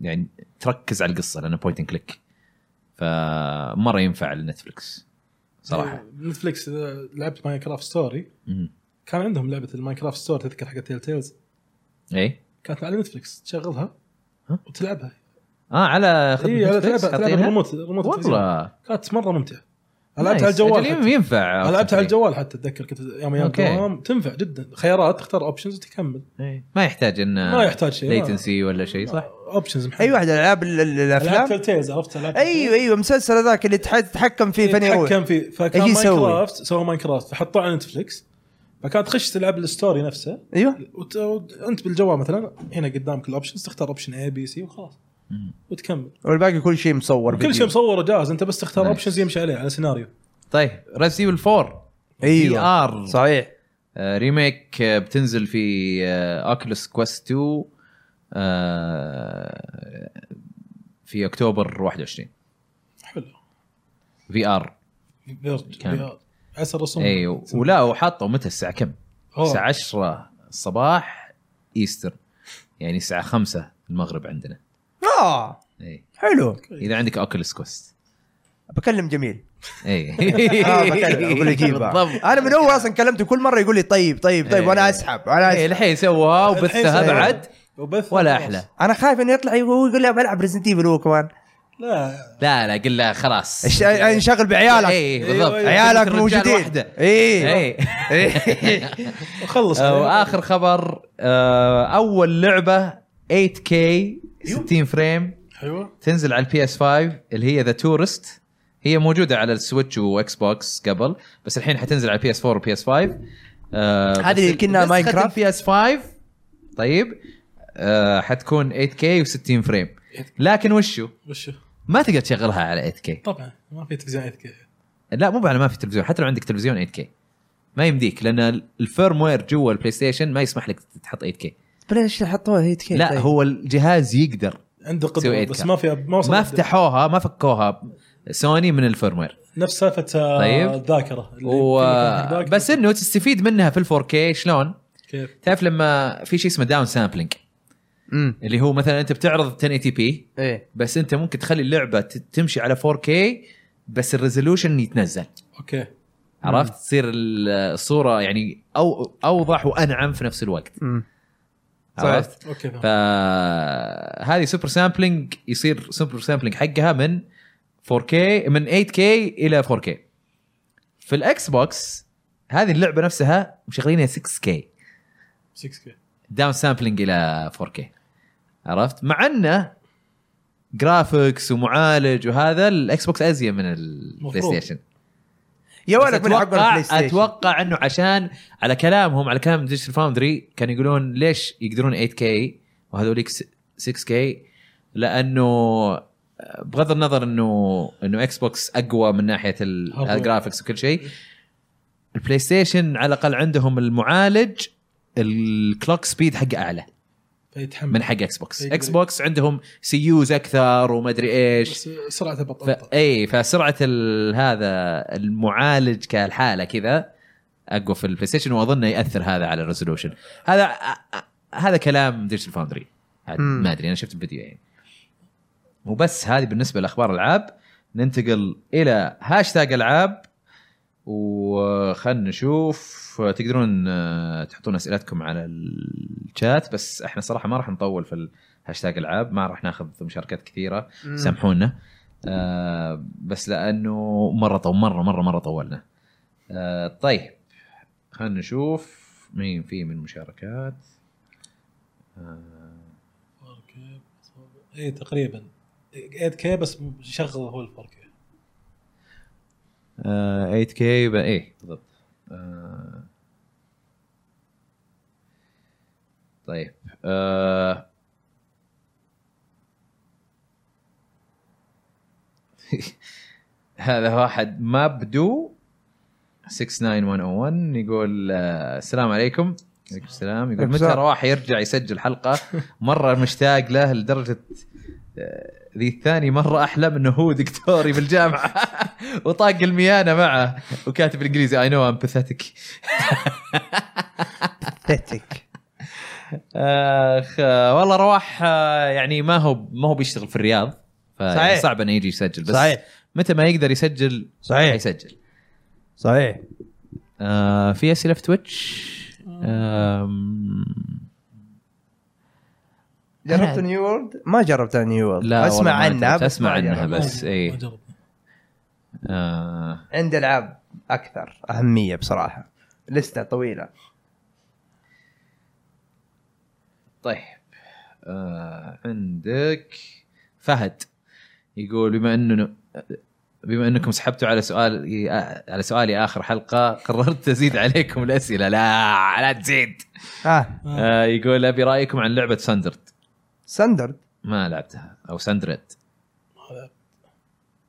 Speaker 2: يعني تركز على القصه لانها بوينت كليك فمره ينفع لنتفلكس
Speaker 3: إيه.
Speaker 2: صراحه
Speaker 3: نتفلكس آه، لعبت ماين كرافت ستوري
Speaker 2: مم.
Speaker 3: كان عندهم لعبه الماين كرافت ستوري تذكر حق تيل تيلز
Speaker 2: اي
Speaker 3: كانت على نتفلكس تشغلها
Speaker 2: ها؟
Speaker 3: وتلعبها
Speaker 2: اه على خدمه
Speaker 3: اي تلعبها
Speaker 2: Netflix
Speaker 3: تلعبها
Speaker 2: حاطينها؟
Speaker 3: بالريموت ريموت التلفزيون.
Speaker 2: والله
Speaker 3: كانت مره ممتعه أنا لعبت على
Speaker 2: نايس.
Speaker 3: الجوال
Speaker 2: أجل
Speaker 3: حتى.
Speaker 2: ينفع
Speaker 3: أنا لعبت
Speaker 2: Oxenfree.
Speaker 3: على الجوال حتى اتذكر كنت يوم ايام
Speaker 2: أوكي.
Speaker 3: دوام تنفع جدا خيارات تختار اوبشنز وتكمل
Speaker 2: ما يحتاج ان
Speaker 3: إيه. ما يحتاج شيء
Speaker 2: ليتنسي ولا شيء آه. صح؟
Speaker 3: اوبشنز
Speaker 1: اي واحد الالعاب ال- ال- الافلام
Speaker 3: لعبت تيلز عرفت لعبت
Speaker 2: أيوة،
Speaker 1: ايوه ايوه المسلسل هذاك اللي تح- تتحكم فيه فني هو
Speaker 3: تحكم فيه فكان
Speaker 1: إيش
Speaker 3: ماين
Speaker 1: يسوي؟
Speaker 3: كرافت سووا ماين كرافت فحطوه على نتفلكس فكانت تخش تلعب الستوري نفسه
Speaker 1: ايوه
Speaker 3: وت... وانت بالجوال مثلا هنا قدامك الاوبشنز تختار اوبشن اي بي سي وخلاص
Speaker 2: مم.
Speaker 3: وتكمل
Speaker 1: والباقي كل شيء مصور
Speaker 3: كل
Speaker 1: فيديو.
Speaker 3: شيء مصور وجاهز انت بس تختار
Speaker 2: نايس.
Speaker 3: اوبشنز يمشي عليه على سيناريو
Speaker 2: طيب ريزيبل 4
Speaker 3: أيوة.
Speaker 1: ايوه
Speaker 2: VR.
Speaker 1: صحيح
Speaker 2: آه، ريميك آه، بتنزل في آه، اوكلس كويست 2 آه، في اكتوبر 21
Speaker 3: حلو
Speaker 2: في ار
Speaker 3: فيرج
Speaker 2: كان.
Speaker 3: VR. عسى الرسوم
Speaker 2: اي إيه، ولا وحاطه متى الساعه كم؟
Speaker 3: أوه.
Speaker 2: الساعه 10 الصباح ايستر يعني الساعه 5 المغرب عندنا
Speaker 1: اه
Speaker 2: اي
Speaker 1: حلو
Speaker 2: اذا عندك اوكلس كويست
Speaker 1: بكلم جميل
Speaker 2: اي
Speaker 1: اه بكلم اقول له
Speaker 2: بالضبط.
Speaker 1: جيبها انا من اول اصلا كلمته كل مره يقول لي طيب طيب طيب
Speaker 2: إيه.
Speaker 1: وانا اسحب انا
Speaker 2: إيه،
Speaker 1: أسحب.
Speaker 2: الحين سواها
Speaker 3: الحين
Speaker 2: وبثها
Speaker 3: سواها.
Speaker 2: بعد
Speaker 3: وبث
Speaker 2: ولا
Speaker 3: خلاص.
Speaker 2: احلى
Speaker 1: انا خايف انه يطلع يقول يقول لي بلعب ريزنت ايفل هو كمان
Speaker 3: لا
Speaker 2: لا لا قل له خلاص
Speaker 1: الش- انشغل بعيالك
Speaker 2: اي بالضبط
Speaker 3: أيوة،
Speaker 1: عيالك
Speaker 2: إيه، الرجال
Speaker 1: موجودين
Speaker 2: إيه.
Speaker 1: إيه.
Speaker 2: وحده
Speaker 1: اي
Speaker 2: اي
Speaker 3: خلص
Speaker 2: واخر إيه. آه، خبر آه، اول لعبه 8K 60 فريم
Speaker 3: ايوه
Speaker 2: تنزل على البي اس 5 اللي هي ذا تورست هي موجوده على السويتش واكس بوكس قبل بس الحين حتنزل على البي اس 4 وبي اس 5 آه،
Speaker 1: هذه اللي كنا ماينكرافت؟
Speaker 2: بي اس 5 طيب آه، حتكون 8K و60 فريم
Speaker 1: إيه.
Speaker 2: لكن وشو
Speaker 3: وشو
Speaker 2: ما تقدر تشغلها على 8K
Speaker 3: طبعا ما في تلفزيون 8K
Speaker 2: لا مو على ما في تلفزيون حتى لو عندك تلفزيون 8K ما يمديك لان الفيرم وير جوا البلاي ستيشن ما يسمح لك تحط 8K
Speaker 1: ليش حطوها هي كيف طيب.
Speaker 2: لا هو الجهاز يقدر
Speaker 3: عنده
Speaker 2: سوي
Speaker 3: قدره
Speaker 2: 8K.
Speaker 3: بس ما فيها ما وصل
Speaker 2: ما فتحوها ما فكوها سوني من الفيرم وير
Speaker 3: نفس سالفه آه،
Speaker 2: طيب.
Speaker 3: الذاكره اللي
Speaker 2: و...
Speaker 3: يمكن يكون عندك ذاكرة.
Speaker 2: بس انه تستفيد منها في ال 4K شلون؟
Speaker 3: كيف
Speaker 2: تعرف لما في شيء اسمه داون سامبلينج اللي هو مثلا انت بتعرض 1080 بي
Speaker 1: ايه
Speaker 2: بس انت ممكن تخلي اللعبه ت- تمشي على 4K بس الريزولوشن يتنزل
Speaker 3: اوكي
Speaker 2: عرفت تصير ال- الصوره يعني او اوضح وانعم في نفس الوقت
Speaker 1: أمم. صحيح.
Speaker 2: عرفت
Speaker 3: اوكي فهمت.
Speaker 2: فهذه سوبر سامبلينج يصير سوبر سامبلينج حقها من 4K من 8K الى 4K في الاكس بوكس هذه اللعبه نفسها مشغلينها 6K
Speaker 3: 6K
Speaker 2: داون سامبلينج الى 4K عرفت مع انه جرافيكس ومعالج وهذا الاكس بوكس ازين من البلاي
Speaker 3: مفروض.
Speaker 2: ستيشن
Speaker 1: يا
Speaker 2: بس
Speaker 1: ولد من حق البلاي
Speaker 2: اتوقع
Speaker 1: ستيشن
Speaker 2: اتوقع انه عشان على كلامهم على كلام ديجيتال فاوندري كانوا يقولون ليش يقدرون 8K وهذوليك 6K لانه آه، بغض النظر انه انه اكس بوكس اقوى من ناحيه ال-
Speaker 3: هاردوير.
Speaker 2: الجرافكس وكل شيء البلاي ستيشن على الاقل عندهم المعالج الكلوك سبيد حقه اعلى
Speaker 3: فيتحمل
Speaker 2: من حق اكس بوكس
Speaker 3: يقدر-
Speaker 2: اكس بوكس عندهم سي يوز اكثر ومدري ايش
Speaker 3: بس سرعته بطيئه
Speaker 2: ف... اي فسرعه ال... هذا المعالج كالحاله كذا اقوى في البلاي ستيشن واظن ياثر هذا على الريزولوشن هذا أ- أ- هذا كلام ديجيتال فاوندري عاد
Speaker 1: مم.
Speaker 2: ما ادري انا شفت الفيديو يعني وبس هذه بالنسبه لاخبار الالعاب ننتقل الى هاشتاج العاب وخلنا نشوف تقدرون آه، تحطون اسئلتكم على الشات بس احنا صراحه ما راح نطول في الهاشتاج العاب ما راح ناخذ مشاركات كثيره سامحونا آه بس لانه مره طو مره مره مره طولنا آه طيب خلينا نشوف مين في من مشاركات آه
Speaker 3: 4K اي تقريبا 8K بس شغل هو ال 4K
Speaker 2: آه 8K يبقى ايه بالضبط آه طيب آه هذا واحد مابدو 69101 يقول آه، السلام عليكم عليكم السلام يقول متى
Speaker 1: السلام.
Speaker 2: رواح يرجع يسجل حلقه مره مشتاق له لدرجه آه، ذي الثاني مره احلم انه هو دكتوري بالجامعه وطاق الميانه معه وكاتب انجليزي اي نو ام باثيتك
Speaker 1: تتك
Speaker 2: اخ آه، والله رواح آه، يعني ما هو ما هو بيشتغل في الرياض
Speaker 1: صحيح.
Speaker 2: صحيح صعب انه يجي يسجل بس
Speaker 1: صحيح
Speaker 2: متى ما يقدر يسجل
Speaker 1: صحيح.
Speaker 2: يسجل
Speaker 1: صحيح
Speaker 2: آه في اسئله في تويتش آم،
Speaker 1: جربت نيو وورلد؟ ما جربت نيو وورلد
Speaker 2: لا والله
Speaker 1: اسمع
Speaker 2: ما
Speaker 1: عنها
Speaker 2: جربت.
Speaker 1: بس
Speaker 2: اسمع
Speaker 1: ما
Speaker 2: عنها
Speaker 1: جربت.
Speaker 2: بس اي
Speaker 3: ما جربنا.
Speaker 2: آه
Speaker 1: عندي العاب اكثر اهميه بصراحه لسته طويله
Speaker 2: طيب آه عندك فهد يقول بما انه بما انكم سحبتوا على سؤال على سؤالي اخر حلقه قررت ازيد عليكم الاسئله لا لا تزيد
Speaker 1: اه
Speaker 2: آه يقول ابي رايكم عن لعبه ساندرد
Speaker 1: ساندرد
Speaker 2: ما لعبتها او ساندرد
Speaker 3: لعبت.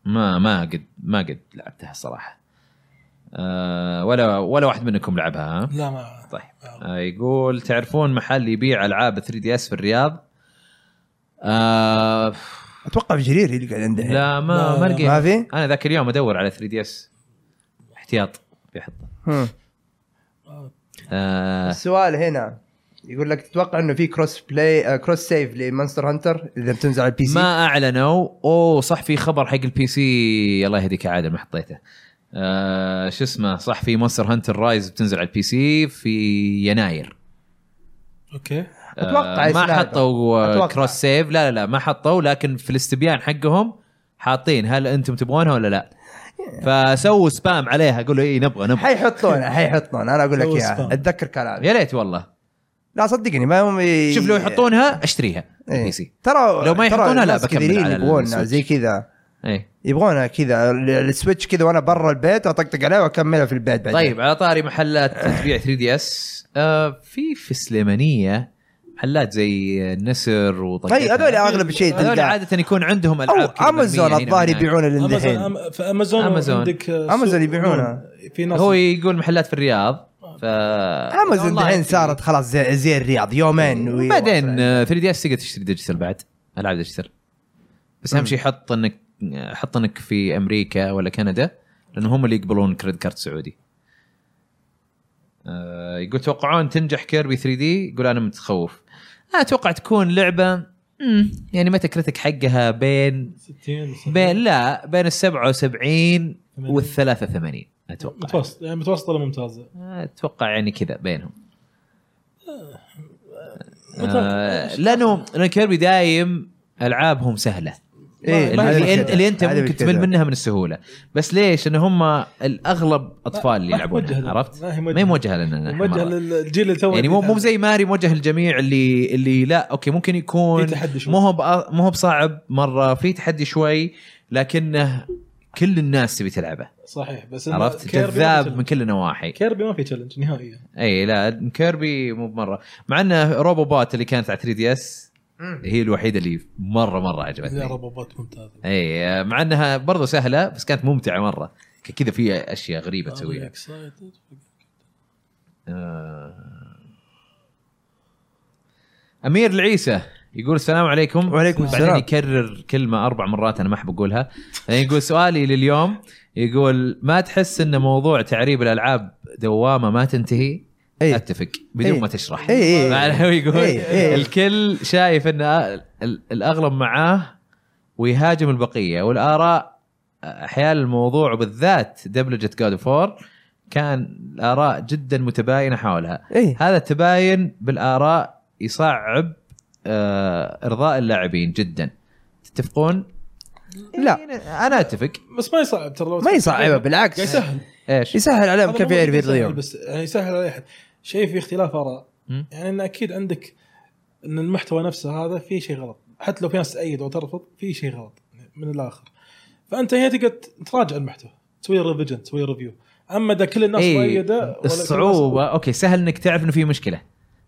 Speaker 2: ما ما قد ما قد لعبتها صراحه آه ولا ولا واحد منكم لعبها ها؟
Speaker 3: لا ما
Speaker 2: طيب
Speaker 3: ما-
Speaker 2: آه، يقول تعرفون محل يبيع العاب 3 دي اس في الرياض؟ آه
Speaker 1: اتوقع في جرير يلقى عنده
Speaker 2: لا ما
Speaker 3: إيه، لا،
Speaker 2: ما
Speaker 3: لا.
Speaker 2: لقيت
Speaker 1: ما في؟
Speaker 2: انا ذاك اليوم ادور على 3 دي اس احتياط بيحطه
Speaker 1: هم.
Speaker 3: ما-
Speaker 2: آه
Speaker 1: السؤال هنا يقول لك تتوقع انه في كروس بلاي آه كروس سيف لمانستر هانتر اذا بتنزل على البي سي؟
Speaker 2: ما اعلنوا اوه صح في خبر حق البي سي الله يهديك يا عادل ما حطيته آه شو اسمه صح في مونستر هانتر رايز بتنزل على البي سي في يناير
Speaker 3: اوكي
Speaker 1: أتوقع
Speaker 2: آه، ما
Speaker 1: يسمعها.
Speaker 2: حطوا
Speaker 1: أتوقع.
Speaker 2: آه، كروس سيف لا لا لا ما حطوا لكن في الاستبيان حقهم حاطين هل انتم تبغونها ولا لا فسووا سبام عليها قولوا اي نبغى نبغى
Speaker 1: حيحطون حيحطون انا اقول لك
Speaker 3: سووا
Speaker 1: اياها
Speaker 3: سبام.
Speaker 1: اتذكر كلامي
Speaker 2: يا ليت والله
Speaker 1: لا صدقني ما هم ي...
Speaker 2: شوف لو يحطونها اشتريها
Speaker 1: إيه.
Speaker 2: البي سي
Speaker 1: ترى
Speaker 2: لو
Speaker 1: ترى
Speaker 2: ما يحطونها، لا،
Speaker 1: الناس
Speaker 2: بكمل
Speaker 1: كثيرين
Speaker 2: على
Speaker 1: يبغونها
Speaker 2: السويتش.
Speaker 1: زي كذا
Speaker 2: ايه
Speaker 1: يبغونها كذا ال- السويتش كذا وانا برا البيت واطقطق عليها واكملها في البيت بعدين
Speaker 2: طيب على طاري محلات تبيع 3 دي اس آه، في في السليمانيه محلات زي النسر وطقتها
Speaker 1: طيب هذول اغلب شيء
Speaker 2: هذول
Speaker 1: تلقاه
Speaker 2: عاده يكون عندهم
Speaker 1: او
Speaker 2: العاب كذا يعني.
Speaker 1: امازون
Speaker 2: مرمية هنا
Speaker 1: الظاهر
Speaker 2: وهناك.
Speaker 1: يبيعون اللي الحين
Speaker 3: امازون أم- في امازون
Speaker 2: أمازون.
Speaker 3: عندك آه، سوق
Speaker 1: أمازون يبيعونها.
Speaker 3: نون. في ناس
Speaker 2: هو يقول محلات في الرياض ف
Speaker 1: امازون
Speaker 2: والله طيب،
Speaker 1: الحين
Speaker 2: أنت-
Speaker 1: صارت خلاص زي, زي الرياض يومين وي-
Speaker 2: بعدين 3 دي اس تقدر تشتري ديجيتال بعد العاب ديجيتال بس اهم
Speaker 1: مم.
Speaker 2: شيء حط انك حط انك في امريكا ولا كندا لانه هم اللي يقبلون كريدت كارد سعودي آه، يقول توقعون تنجح كيربي 3 دي يقول انا متخوف أنا اتوقع تكون لعبه مم، يعني متى كريتك حقها بين
Speaker 3: 60
Speaker 2: بين لا بين ال 77
Speaker 3: ثمانين.
Speaker 2: وال 83 اتوقع
Speaker 3: متوسط يعني متوسطه ولا ممتازه
Speaker 2: اتوقع يعني كذا بينهم آه،
Speaker 3: متوسط.
Speaker 2: لانه آه، لأن كيربي دايم العابهم سهله
Speaker 1: إيه،
Speaker 2: اللي,
Speaker 1: هذه
Speaker 2: اللي, انت,
Speaker 1: مشكلة.
Speaker 2: اللي انت
Speaker 1: هذه
Speaker 2: ممكن
Speaker 1: مشكلة.
Speaker 2: تمل منها من السهوله بس ليش؟ لان هم الاغلب اطفال اللي
Speaker 3: ما- ما هي موجهة
Speaker 2: يلعبونها
Speaker 3: لنا.
Speaker 2: عرفت؟
Speaker 3: ما هي
Speaker 2: ما هي موجهه لنا نحن
Speaker 3: موجهه
Speaker 2: مرة.
Speaker 3: للجيل اللي تو
Speaker 2: يعني مو مو زي ماري موجه للجميع اللي اللي لا اوكي ممكن يكون
Speaker 3: في تحدي شوي.
Speaker 2: مو هو بأ- مو هو بصعب مره في تحدي شوي لكنه كل الناس تبي تلعبه
Speaker 3: صحيح بس إنه
Speaker 2: عرفت؟
Speaker 3: كيربي ما في
Speaker 2: جذاب
Speaker 3: challenge.
Speaker 2: من كل النواحي
Speaker 3: كيربي ما في تشالنج نهائيا
Speaker 2: اي لا كيربي مو بمره مع انه روبو بات اللي كانت على 3 دي اس
Speaker 1: مم.
Speaker 2: هي الوحيده اللي مره مره عجبتني
Speaker 3: لا روبوت ممتاز
Speaker 2: اي مع انها برضو سهله بس كانت ممتعه مره كذا في اشياء غريبه
Speaker 3: Are
Speaker 2: أيوة، تسويها
Speaker 3: you excited?
Speaker 2: آه. امير العيسى يقول السلام عليكم
Speaker 1: وعليكم
Speaker 2: بعدين
Speaker 1: السلام
Speaker 2: يكرر كلمه اربع مرات انا ما احب اقولها يعني يقول سؤالي لليوم يقول ما تحس ان موضوع تعريب الالعاب دوامه ما تنتهي
Speaker 1: اي
Speaker 2: اتفق بدون
Speaker 1: إيه.
Speaker 2: ما تشرح
Speaker 1: إيه، إيه.
Speaker 2: معناه هو يقول
Speaker 1: إيه، إيه.
Speaker 2: الكل شايف ان ال- الاغلب معاه ويهاجم البقيه والاراء احيانا الموضوع بالذات دبلجه جاد فور كان الاراء جدا متباينه حولها
Speaker 1: اي
Speaker 2: هذا التباين بالاراء يصعب آه، ارضاء اللاعبين جدا تتفقون
Speaker 1: لا.
Speaker 2: يعني انا اتفق
Speaker 3: بس ما يصعب ترى لو
Speaker 1: ما يصعبها بالعكس
Speaker 3: قاعد يسهل
Speaker 2: ايش
Speaker 1: يسهل عليهم
Speaker 3: هذا
Speaker 1: كيف
Speaker 3: مو
Speaker 1: يعرف
Speaker 3: يسهل
Speaker 1: يضيعهم
Speaker 3: بس يعني يسهل على اي احد شيء في اختلاف اراء
Speaker 2: مم.
Speaker 3: يعني ان اكيد عندك ان المحتوى نفسه هذا فيه شيء غلط حتى لو في ناس تأيد او ترفض فيه شيء غلط من الاخر فانت هنا تقعد تراجع المحتوى تسوي ريفيجن تسوي ريفيو اما اذا كل الناس
Speaker 2: إيه،
Speaker 3: مؤيده ولا كل الناس-
Speaker 2: الصعوبه اوكي سهل انك تعرف انه في مشكله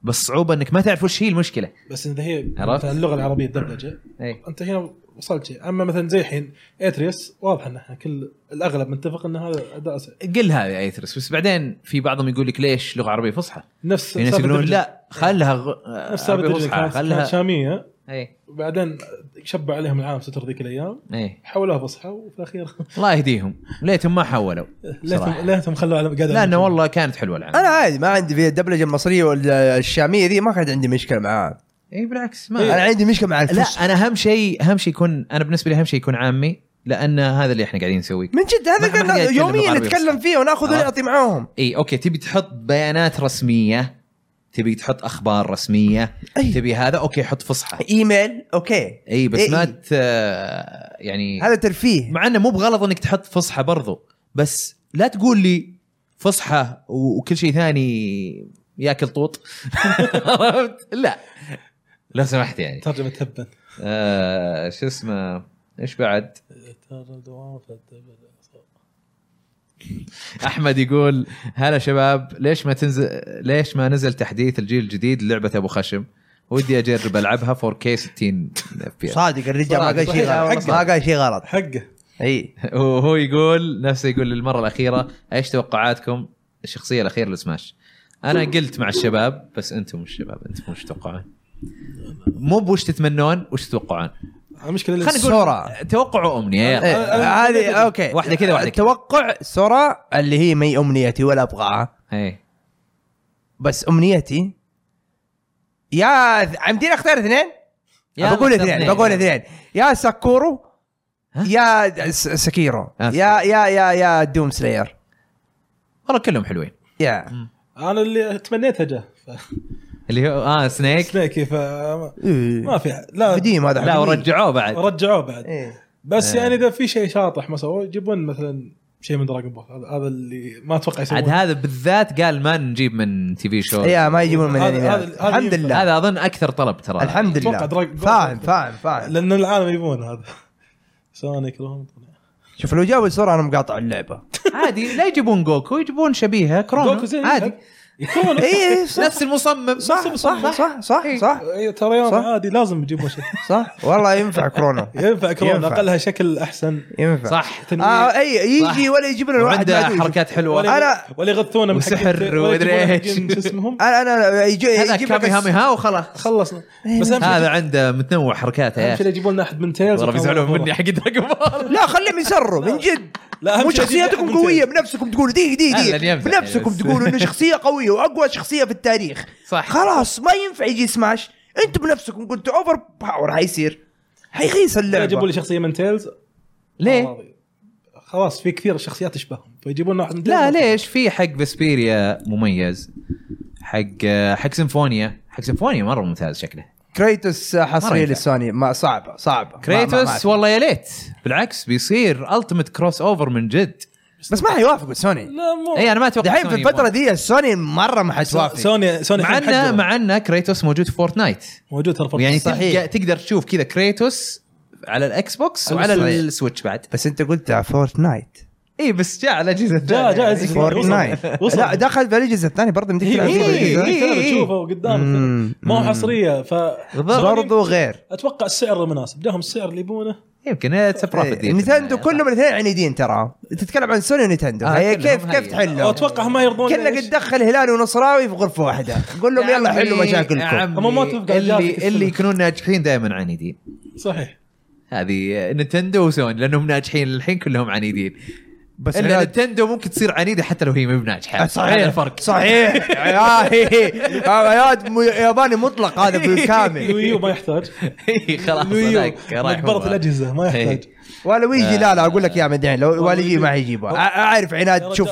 Speaker 2: بس صعوبه انك ما تعرف وش هي المشكله
Speaker 3: بس اذا هي
Speaker 2: عرفت؟ إيه.
Speaker 3: مثلا اللغه العربيه الدبلجه
Speaker 2: اي
Speaker 3: انت هنا وصلت شيء اما مثلا زي الحين اتريس واضح ان احنا كل الاغلب متفق ان هذا اداء سيء.
Speaker 2: قلها يا ايثرس آية بس بعدين في بعضهم يقول لك ليش لغه عربيه فصحى؟
Speaker 3: نفس
Speaker 2: في ناس
Speaker 3: سالفة
Speaker 2: يقولون
Speaker 3: Dredge.
Speaker 2: لا خلها غ...
Speaker 3: نفس
Speaker 2: عربيه
Speaker 3: سالفه Dredge
Speaker 2: فصحى
Speaker 3: كانت- كانت
Speaker 2: خلها إيه،
Speaker 3: شاميه
Speaker 2: اي
Speaker 3: وبعدين شبع عليهم العام ستر ذيك الايام
Speaker 2: اي
Speaker 3: حولوها فصحى وفي الاخير
Speaker 2: إيه. الله يهديهم ليتهم ما حولوا صراحة.
Speaker 3: ليتهم ليتهم خلوها على- قاعدة
Speaker 2: لانه والله كانت حلوه
Speaker 1: انا
Speaker 2: العام
Speaker 1: عادي ما عندي في الدبلجه المصريه ولا الشاميه ذي ما كانت عندي مشكله معاها
Speaker 2: اي إيه، بالعكس
Speaker 1: انا
Speaker 2: ما
Speaker 1: عندي مشكله مع
Speaker 2: لا
Speaker 1: الفصحى
Speaker 2: انا اهم شيء اهم شيء يكون انا بالنسبه لي اهم شيء يكون عامي لان هذا اللي احنا قاعدين نسويه
Speaker 1: من جد
Speaker 2: ما-
Speaker 1: هذا
Speaker 2: ما حد قاعد
Speaker 1: كان
Speaker 2: يتكلم
Speaker 1: يوميا
Speaker 2: بالعربي أه.
Speaker 1: نتكلم
Speaker 2: أصلاً.
Speaker 1: فيه وناخذ
Speaker 2: عرفت؟
Speaker 1: ونعطي معاهم
Speaker 2: اي اوكي إيه، تبي تحط بيانات رسميه تبي تحط اخبار رسميه
Speaker 1: أي.
Speaker 2: تبي هذا اوكي حط فصحى
Speaker 1: ايميل اوكي
Speaker 2: اي بس
Speaker 1: إي.
Speaker 2: ما ت- آه، يعني
Speaker 1: هذا ترفيه
Speaker 2: مع انه مو بغلط انك تحط فصحى برضو بس لا تقول لي فصحى و- وكل شيء ثاني ياكل طوط عرفت؟ لا لو سمحت يعني
Speaker 3: ترجمه تبا
Speaker 2: آه شو اسمه ايش بعد؟ احمد يقول هلا شباب ليش ما تنزل ليش ما نزل تحديث الجيل الجديد للعبه ابو خشم؟ ودي اجرب العبها 4K 60 FPS
Speaker 1: صادق الرجال ما قال شيء
Speaker 2: صحيح،
Speaker 1: غلط ما
Speaker 2: صحيح.
Speaker 1: قال شيء غلط
Speaker 3: حقه
Speaker 1: اي
Speaker 2: وهو يقول نفسه يقول للمره الاخيره ايش توقعاتكم الشخصيه الاخيره لسماش انا قلت مع الشباب بس انتم الشباب انتم وش تتوقعون مو بوش تتمنون وش تتوقعون
Speaker 3: المشكله اللي
Speaker 2: خلينا نقول أه،
Speaker 1: سورا.
Speaker 2: توقعوا امنيه
Speaker 1: إيه،
Speaker 2: يلا
Speaker 1: هذه اوكي
Speaker 2: أه، واحدة كذا، واحدة كذا.
Speaker 1: توقع سرى اللي هي ما هي امنيتي ولا ابغاها
Speaker 2: ايه
Speaker 1: بس امنيتي يا عمدين اختار اثنين
Speaker 2: يلا،
Speaker 1: بقول
Speaker 2: اختار
Speaker 1: اثنين
Speaker 2: اثنين.
Speaker 1: بقول اثنين يا ساكورو
Speaker 2: ها؟
Speaker 1: يا س- سكيرو
Speaker 2: آه،
Speaker 1: يا يا يا يا دوم سلاير
Speaker 2: والله كلهم حلوين
Speaker 1: يا
Speaker 3: انا اللي تمنيتها جاه ف-
Speaker 2: اللي هو اه سنيك
Speaker 3: سنيكي ف
Speaker 1: إيه.
Speaker 3: ما في أحد. لا
Speaker 1: قديم هذا
Speaker 2: لا
Speaker 1: حبيبي.
Speaker 2: ورجعوه بعد
Speaker 3: رجعوه بعد
Speaker 1: إيه.
Speaker 3: بس يعني اذا في شيء شاطح ما سووه يجيبون مثلا شيء من دراجون بول هذا هذا اللي ما اتوقع
Speaker 2: عاد
Speaker 3: يسوونه
Speaker 2: هذا بالذات قال ما نجيب من تي في شو
Speaker 1: يا ما يجيبون من
Speaker 3: هذا-
Speaker 1: الانميات
Speaker 3: هذا- هذا
Speaker 1: الحمد
Speaker 3: ينفع.
Speaker 1: لله
Speaker 2: هذا اظن اكثر طلب ترى
Speaker 1: الحمد
Speaker 3: أتوقع
Speaker 1: لله
Speaker 3: دراج-
Speaker 1: فاهم فاهم فاهم
Speaker 3: لان العالم يبون هذا سونيك لهم
Speaker 1: شوف لو جابوا سرعه انا مقاطع اللعبه
Speaker 2: عادي لا يجيبون جوكو يجيبون شبيهه كرونو
Speaker 3: جوكو زين
Speaker 2: عادي إيه.
Speaker 3: يلعب. كرونو
Speaker 1: اي إيه، صح
Speaker 2: نفس المصمم
Speaker 1: صح صح صح صح صح
Speaker 3: إيه، ترى يوم
Speaker 1: صح.
Speaker 3: عادي لازم يجيبون شيء
Speaker 1: صح والله ينفع كورونا
Speaker 3: ينفع كرون
Speaker 1: ينفع.
Speaker 3: اقلها شكل احسن
Speaker 1: ينفع
Speaker 2: صح
Speaker 3: تنمية.
Speaker 1: آه اي يجي ولا يجيب لنا واحد
Speaker 2: وعنده
Speaker 1: ما يجيب.
Speaker 2: حركات حلوه
Speaker 1: ولا- أنا-
Speaker 3: ولا يغثونه من حق
Speaker 2: وسحر
Speaker 3: الت- ولا
Speaker 2: ومدري
Speaker 3: يجيبونه
Speaker 2: إيش.
Speaker 3: حقين شو اسمهم
Speaker 1: انا انا يجي
Speaker 2: هذا
Speaker 1: يجيب لك
Speaker 2: كامي هامي
Speaker 1: الس-
Speaker 2: ها وخلاص
Speaker 3: خلصنا بس اهم شيء
Speaker 2: إيه. هذا عنده متنوع حركاته يا
Speaker 3: اهم شيء
Speaker 2: اخي
Speaker 3: يجيبون لنا احد من تيلز
Speaker 2: والله بيزعلون
Speaker 3: وكاميرا
Speaker 2: مني حق دراجون بول
Speaker 1: لا خليهم يسروا من جد
Speaker 3: لا، أهم
Speaker 1: مو
Speaker 3: شيء
Speaker 1: شخصياتكم
Speaker 2: أمم
Speaker 3: يجيب-
Speaker 1: قويه بنفسهم تقولوا دقيقه دقيقه
Speaker 2: أهلاً
Speaker 1: دقيقه
Speaker 2: يمزح
Speaker 1: بنفسكم
Speaker 2: بس.
Speaker 1: تقولوا انه شخصيه قويه واقوى شخصيه في التاريخ
Speaker 2: صح
Speaker 1: خلاص ما ينفع يجي سماش انتم بنفسكم قلتوا اوفر باور حيصير حيخيس
Speaker 3: لا يجيبون لي
Speaker 1: اللعبه
Speaker 3: شخصيه من تيلز
Speaker 2: ليه؟
Speaker 3: خلاص في كثير شخصيات تشبههم فيجيبون لنا واحد من
Speaker 2: لا
Speaker 3: Tales.
Speaker 2: ليش في حق فسبيريا مميز حق آه، حق سيمفونيا حق سيمفونيا مره ممتاز شكله
Speaker 1: كريتوس
Speaker 2: مرة
Speaker 1: حصريه
Speaker 2: ينفع.
Speaker 1: للسوني ما صعبه صعبه ما- ما- ما-
Speaker 2: كريتوس والله يا ليت بالعكس بيصير التيمت كروس اوفر من جد
Speaker 1: بس ما حيوافقوا سوني
Speaker 3: لا مو
Speaker 2: اي انا ما اتوقع
Speaker 1: دحين في
Speaker 2: سوني
Speaker 1: الفتره
Speaker 2: يبغون.
Speaker 1: دي سوني مره ما حتوافق
Speaker 3: سوني سوني
Speaker 2: مع
Speaker 3: الحين
Speaker 2: انه
Speaker 3: حجرهم.
Speaker 2: مع انه كريتوس موجود في فورتنايت
Speaker 3: موجود ترى
Speaker 2: يعني
Speaker 3: فرق.
Speaker 1: صحيح.
Speaker 2: تلقى- تقدر تشوف كذا كريتوس على الاكس بوكس وعلى
Speaker 1: صحيح.
Speaker 2: السويتش بعد
Speaker 1: بس انت قلت فورتنايت
Speaker 2: اي إيه، بس جاء على يعني. اجهزه
Speaker 3: جاء جاء عزيز
Speaker 1: فورتنايت
Speaker 3: وصل
Speaker 1: لا دخل في الجزء الثاني برضه مديك تلعب
Speaker 2: إيه،
Speaker 1: فيه
Speaker 2: إيه،
Speaker 1: الجزء.
Speaker 2: إيه.
Speaker 3: إيه تشوفه قدامك
Speaker 1: مم.
Speaker 3: ما هو حصريه ف
Speaker 2: بالضبط.
Speaker 3: سوني
Speaker 1: برضه غير
Speaker 3: اتوقع السعر مناسب جاهم السعر اللي يبونه
Speaker 2: يمكن اتس
Speaker 3: إيه،
Speaker 2: بروفيت
Speaker 1: نتندو إيه، كلهم الاثنين عنيدين ترى تتكلم عن سوني ونتندو
Speaker 2: آه،
Speaker 1: هي
Speaker 2: كلهم
Speaker 1: كيف
Speaker 2: هي.
Speaker 1: كيف تحلوا؟
Speaker 3: اتوقع هم يرضون
Speaker 1: كانك
Speaker 3: ليش؟
Speaker 1: تدخل هلالي ونصراوي في غرفه واحده قول لهم يلا حلوا مشاكلكم
Speaker 3: هم ما تفقع
Speaker 2: اللي
Speaker 3: جهازك السلم.
Speaker 2: اللي يكونون ناجحين دائما عنيدين
Speaker 3: صحيح
Speaker 2: هذه آه، نتندو وسوني لانهم ناجحين للحين كلهم عنيدين
Speaker 1: بس
Speaker 2: الا
Speaker 1: هلال-
Speaker 2: نتندو ممكن تصير عنيده حتى لو هي مو بناجحه
Speaker 1: آه،
Speaker 2: هذا
Speaker 1: صحيح
Speaker 2: الفرق
Speaker 1: صحيح آه، يا آه، يا م- ياباني مطلق هذا بالكامل
Speaker 3: الويو ما E يحتاج
Speaker 2: إي، خلاص
Speaker 3: الويو
Speaker 2: هناك رايح
Speaker 3: مقبره
Speaker 2: مرة.
Speaker 3: الاجهزه إيوه. ما يحتاج
Speaker 2: إي.
Speaker 1: ولا
Speaker 2: آه.
Speaker 1: ويجي لا لا اقول لك يا مدعين لو والدي ما يجيبه أ- اعرف عناد شوف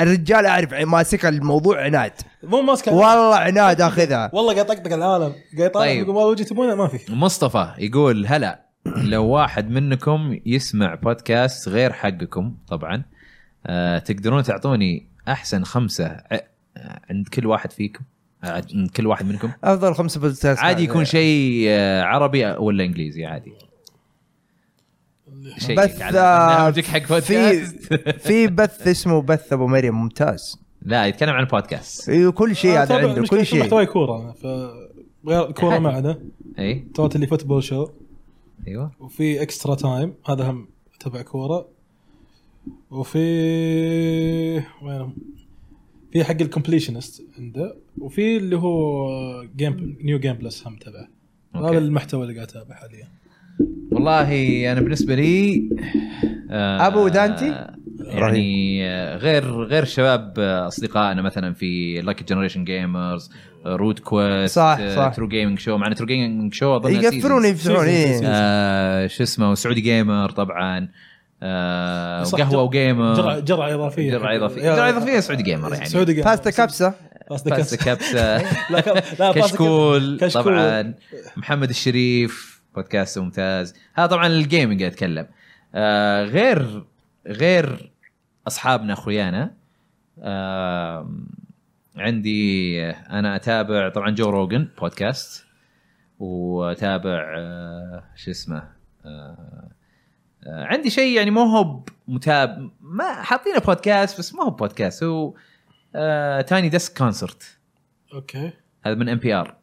Speaker 1: الرجال اعرف ع- ماسك الموضوع عناد
Speaker 3: مو ماسك
Speaker 1: والله عناد اخذها
Speaker 3: والله قاعد يطقطق العالم قاعد يطالع
Speaker 2: طيب.
Speaker 3: يقول والله وجهي تبونه ما في
Speaker 2: مصطفى يقول هلا لو واحد منكم يسمع بودكاست غير حقكم طبعا آه تقدرون تعطوني احسن خمسه ع- عند كل واحد فيكم آه، عند كل واحد منكم
Speaker 1: افضل خمسة بودكاست
Speaker 2: عادي يكون شيء آه، عربي ولا انجليزي عادي شيء
Speaker 1: بث،
Speaker 2: على
Speaker 1: آه،
Speaker 2: برنامجك حق
Speaker 1: في
Speaker 2: بودكاست
Speaker 1: في بث اسمه بث ابو مريم ممتاز
Speaker 2: لا يتكلم عن بودكاست
Speaker 1: إيه، كل شيء
Speaker 3: أنا
Speaker 1: هذا
Speaker 3: أتابع-
Speaker 1: عنده
Speaker 3: مشكلة
Speaker 1: كل شيء
Speaker 3: محتواي كوره انا ف غير الكوره ما عدا
Speaker 2: اي
Speaker 3: توتالي فوتبول شو
Speaker 2: ايوه
Speaker 3: وفي اكسترا تايم هذا هم تبع كوره وفي وين في حق الكومبليشنست عنده وفي اللي هو جيم نيو جيم بلس هم تبعه
Speaker 2: أوكي.
Speaker 3: هذا المحتوى اللي قاعد اتابعه حاليا
Speaker 2: والله انا بالنسبه لي آه،
Speaker 1: أبو دانتي؟
Speaker 2: يعني آه، غير غير شباب آه، اصدقائنا مثلا في لاكي جنريشن جيمرز رود كويست
Speaker 1: صح، صح.
Speaker 2: ترو جيمنج شو مع ترو جيمنج شو اظن
Speaker 1: إيه، يقفلون
Speaker 2: seasons.
Speaker 1: يفتحون ايه
Speaker 2: آه، شو اسمه وسعودي جيمر طبعا آه،
Speaker 3: صح،
Speaker 2: وقهوه
Speaker 3: جر-
Speaker 2: وجيمر
Speaker 3: جرعه جرعه اضافيه
Speaker 2: جرعه اضافيه
Speaker 3: يا-
Speaker 2: جرعه اضافيه سعودي جيمر يعني
Speaker 3: سعودي جيمر
Speaker 1: باستا كبسه
Speaker 3: باستا
Speaker 2: بس
Speaker 3: كبسه
Speaker 2: كبسه
Speaker 3: لا ك- لا باستا كبسة.
Speaker 2: كشكول
Speaker 3: كشكول.
Speaker 2: طبعا محمد الشريف بودكاست ممتاز هذا طبعا الجيمنج اتكلم آه غير غير اصحابنا اخويانا آه عندي انا اتابع طبعا جو روجن بودكاست واتابع آه شو اسمه آه آه، عندي شيء يعني مو هو ب- متاب ما حاطينه بودكاست بس ما هو بودكاست هو تايني ديسك كونسرت
Speaker 3: اوكي
Speaker 2: هذا من ام بي ار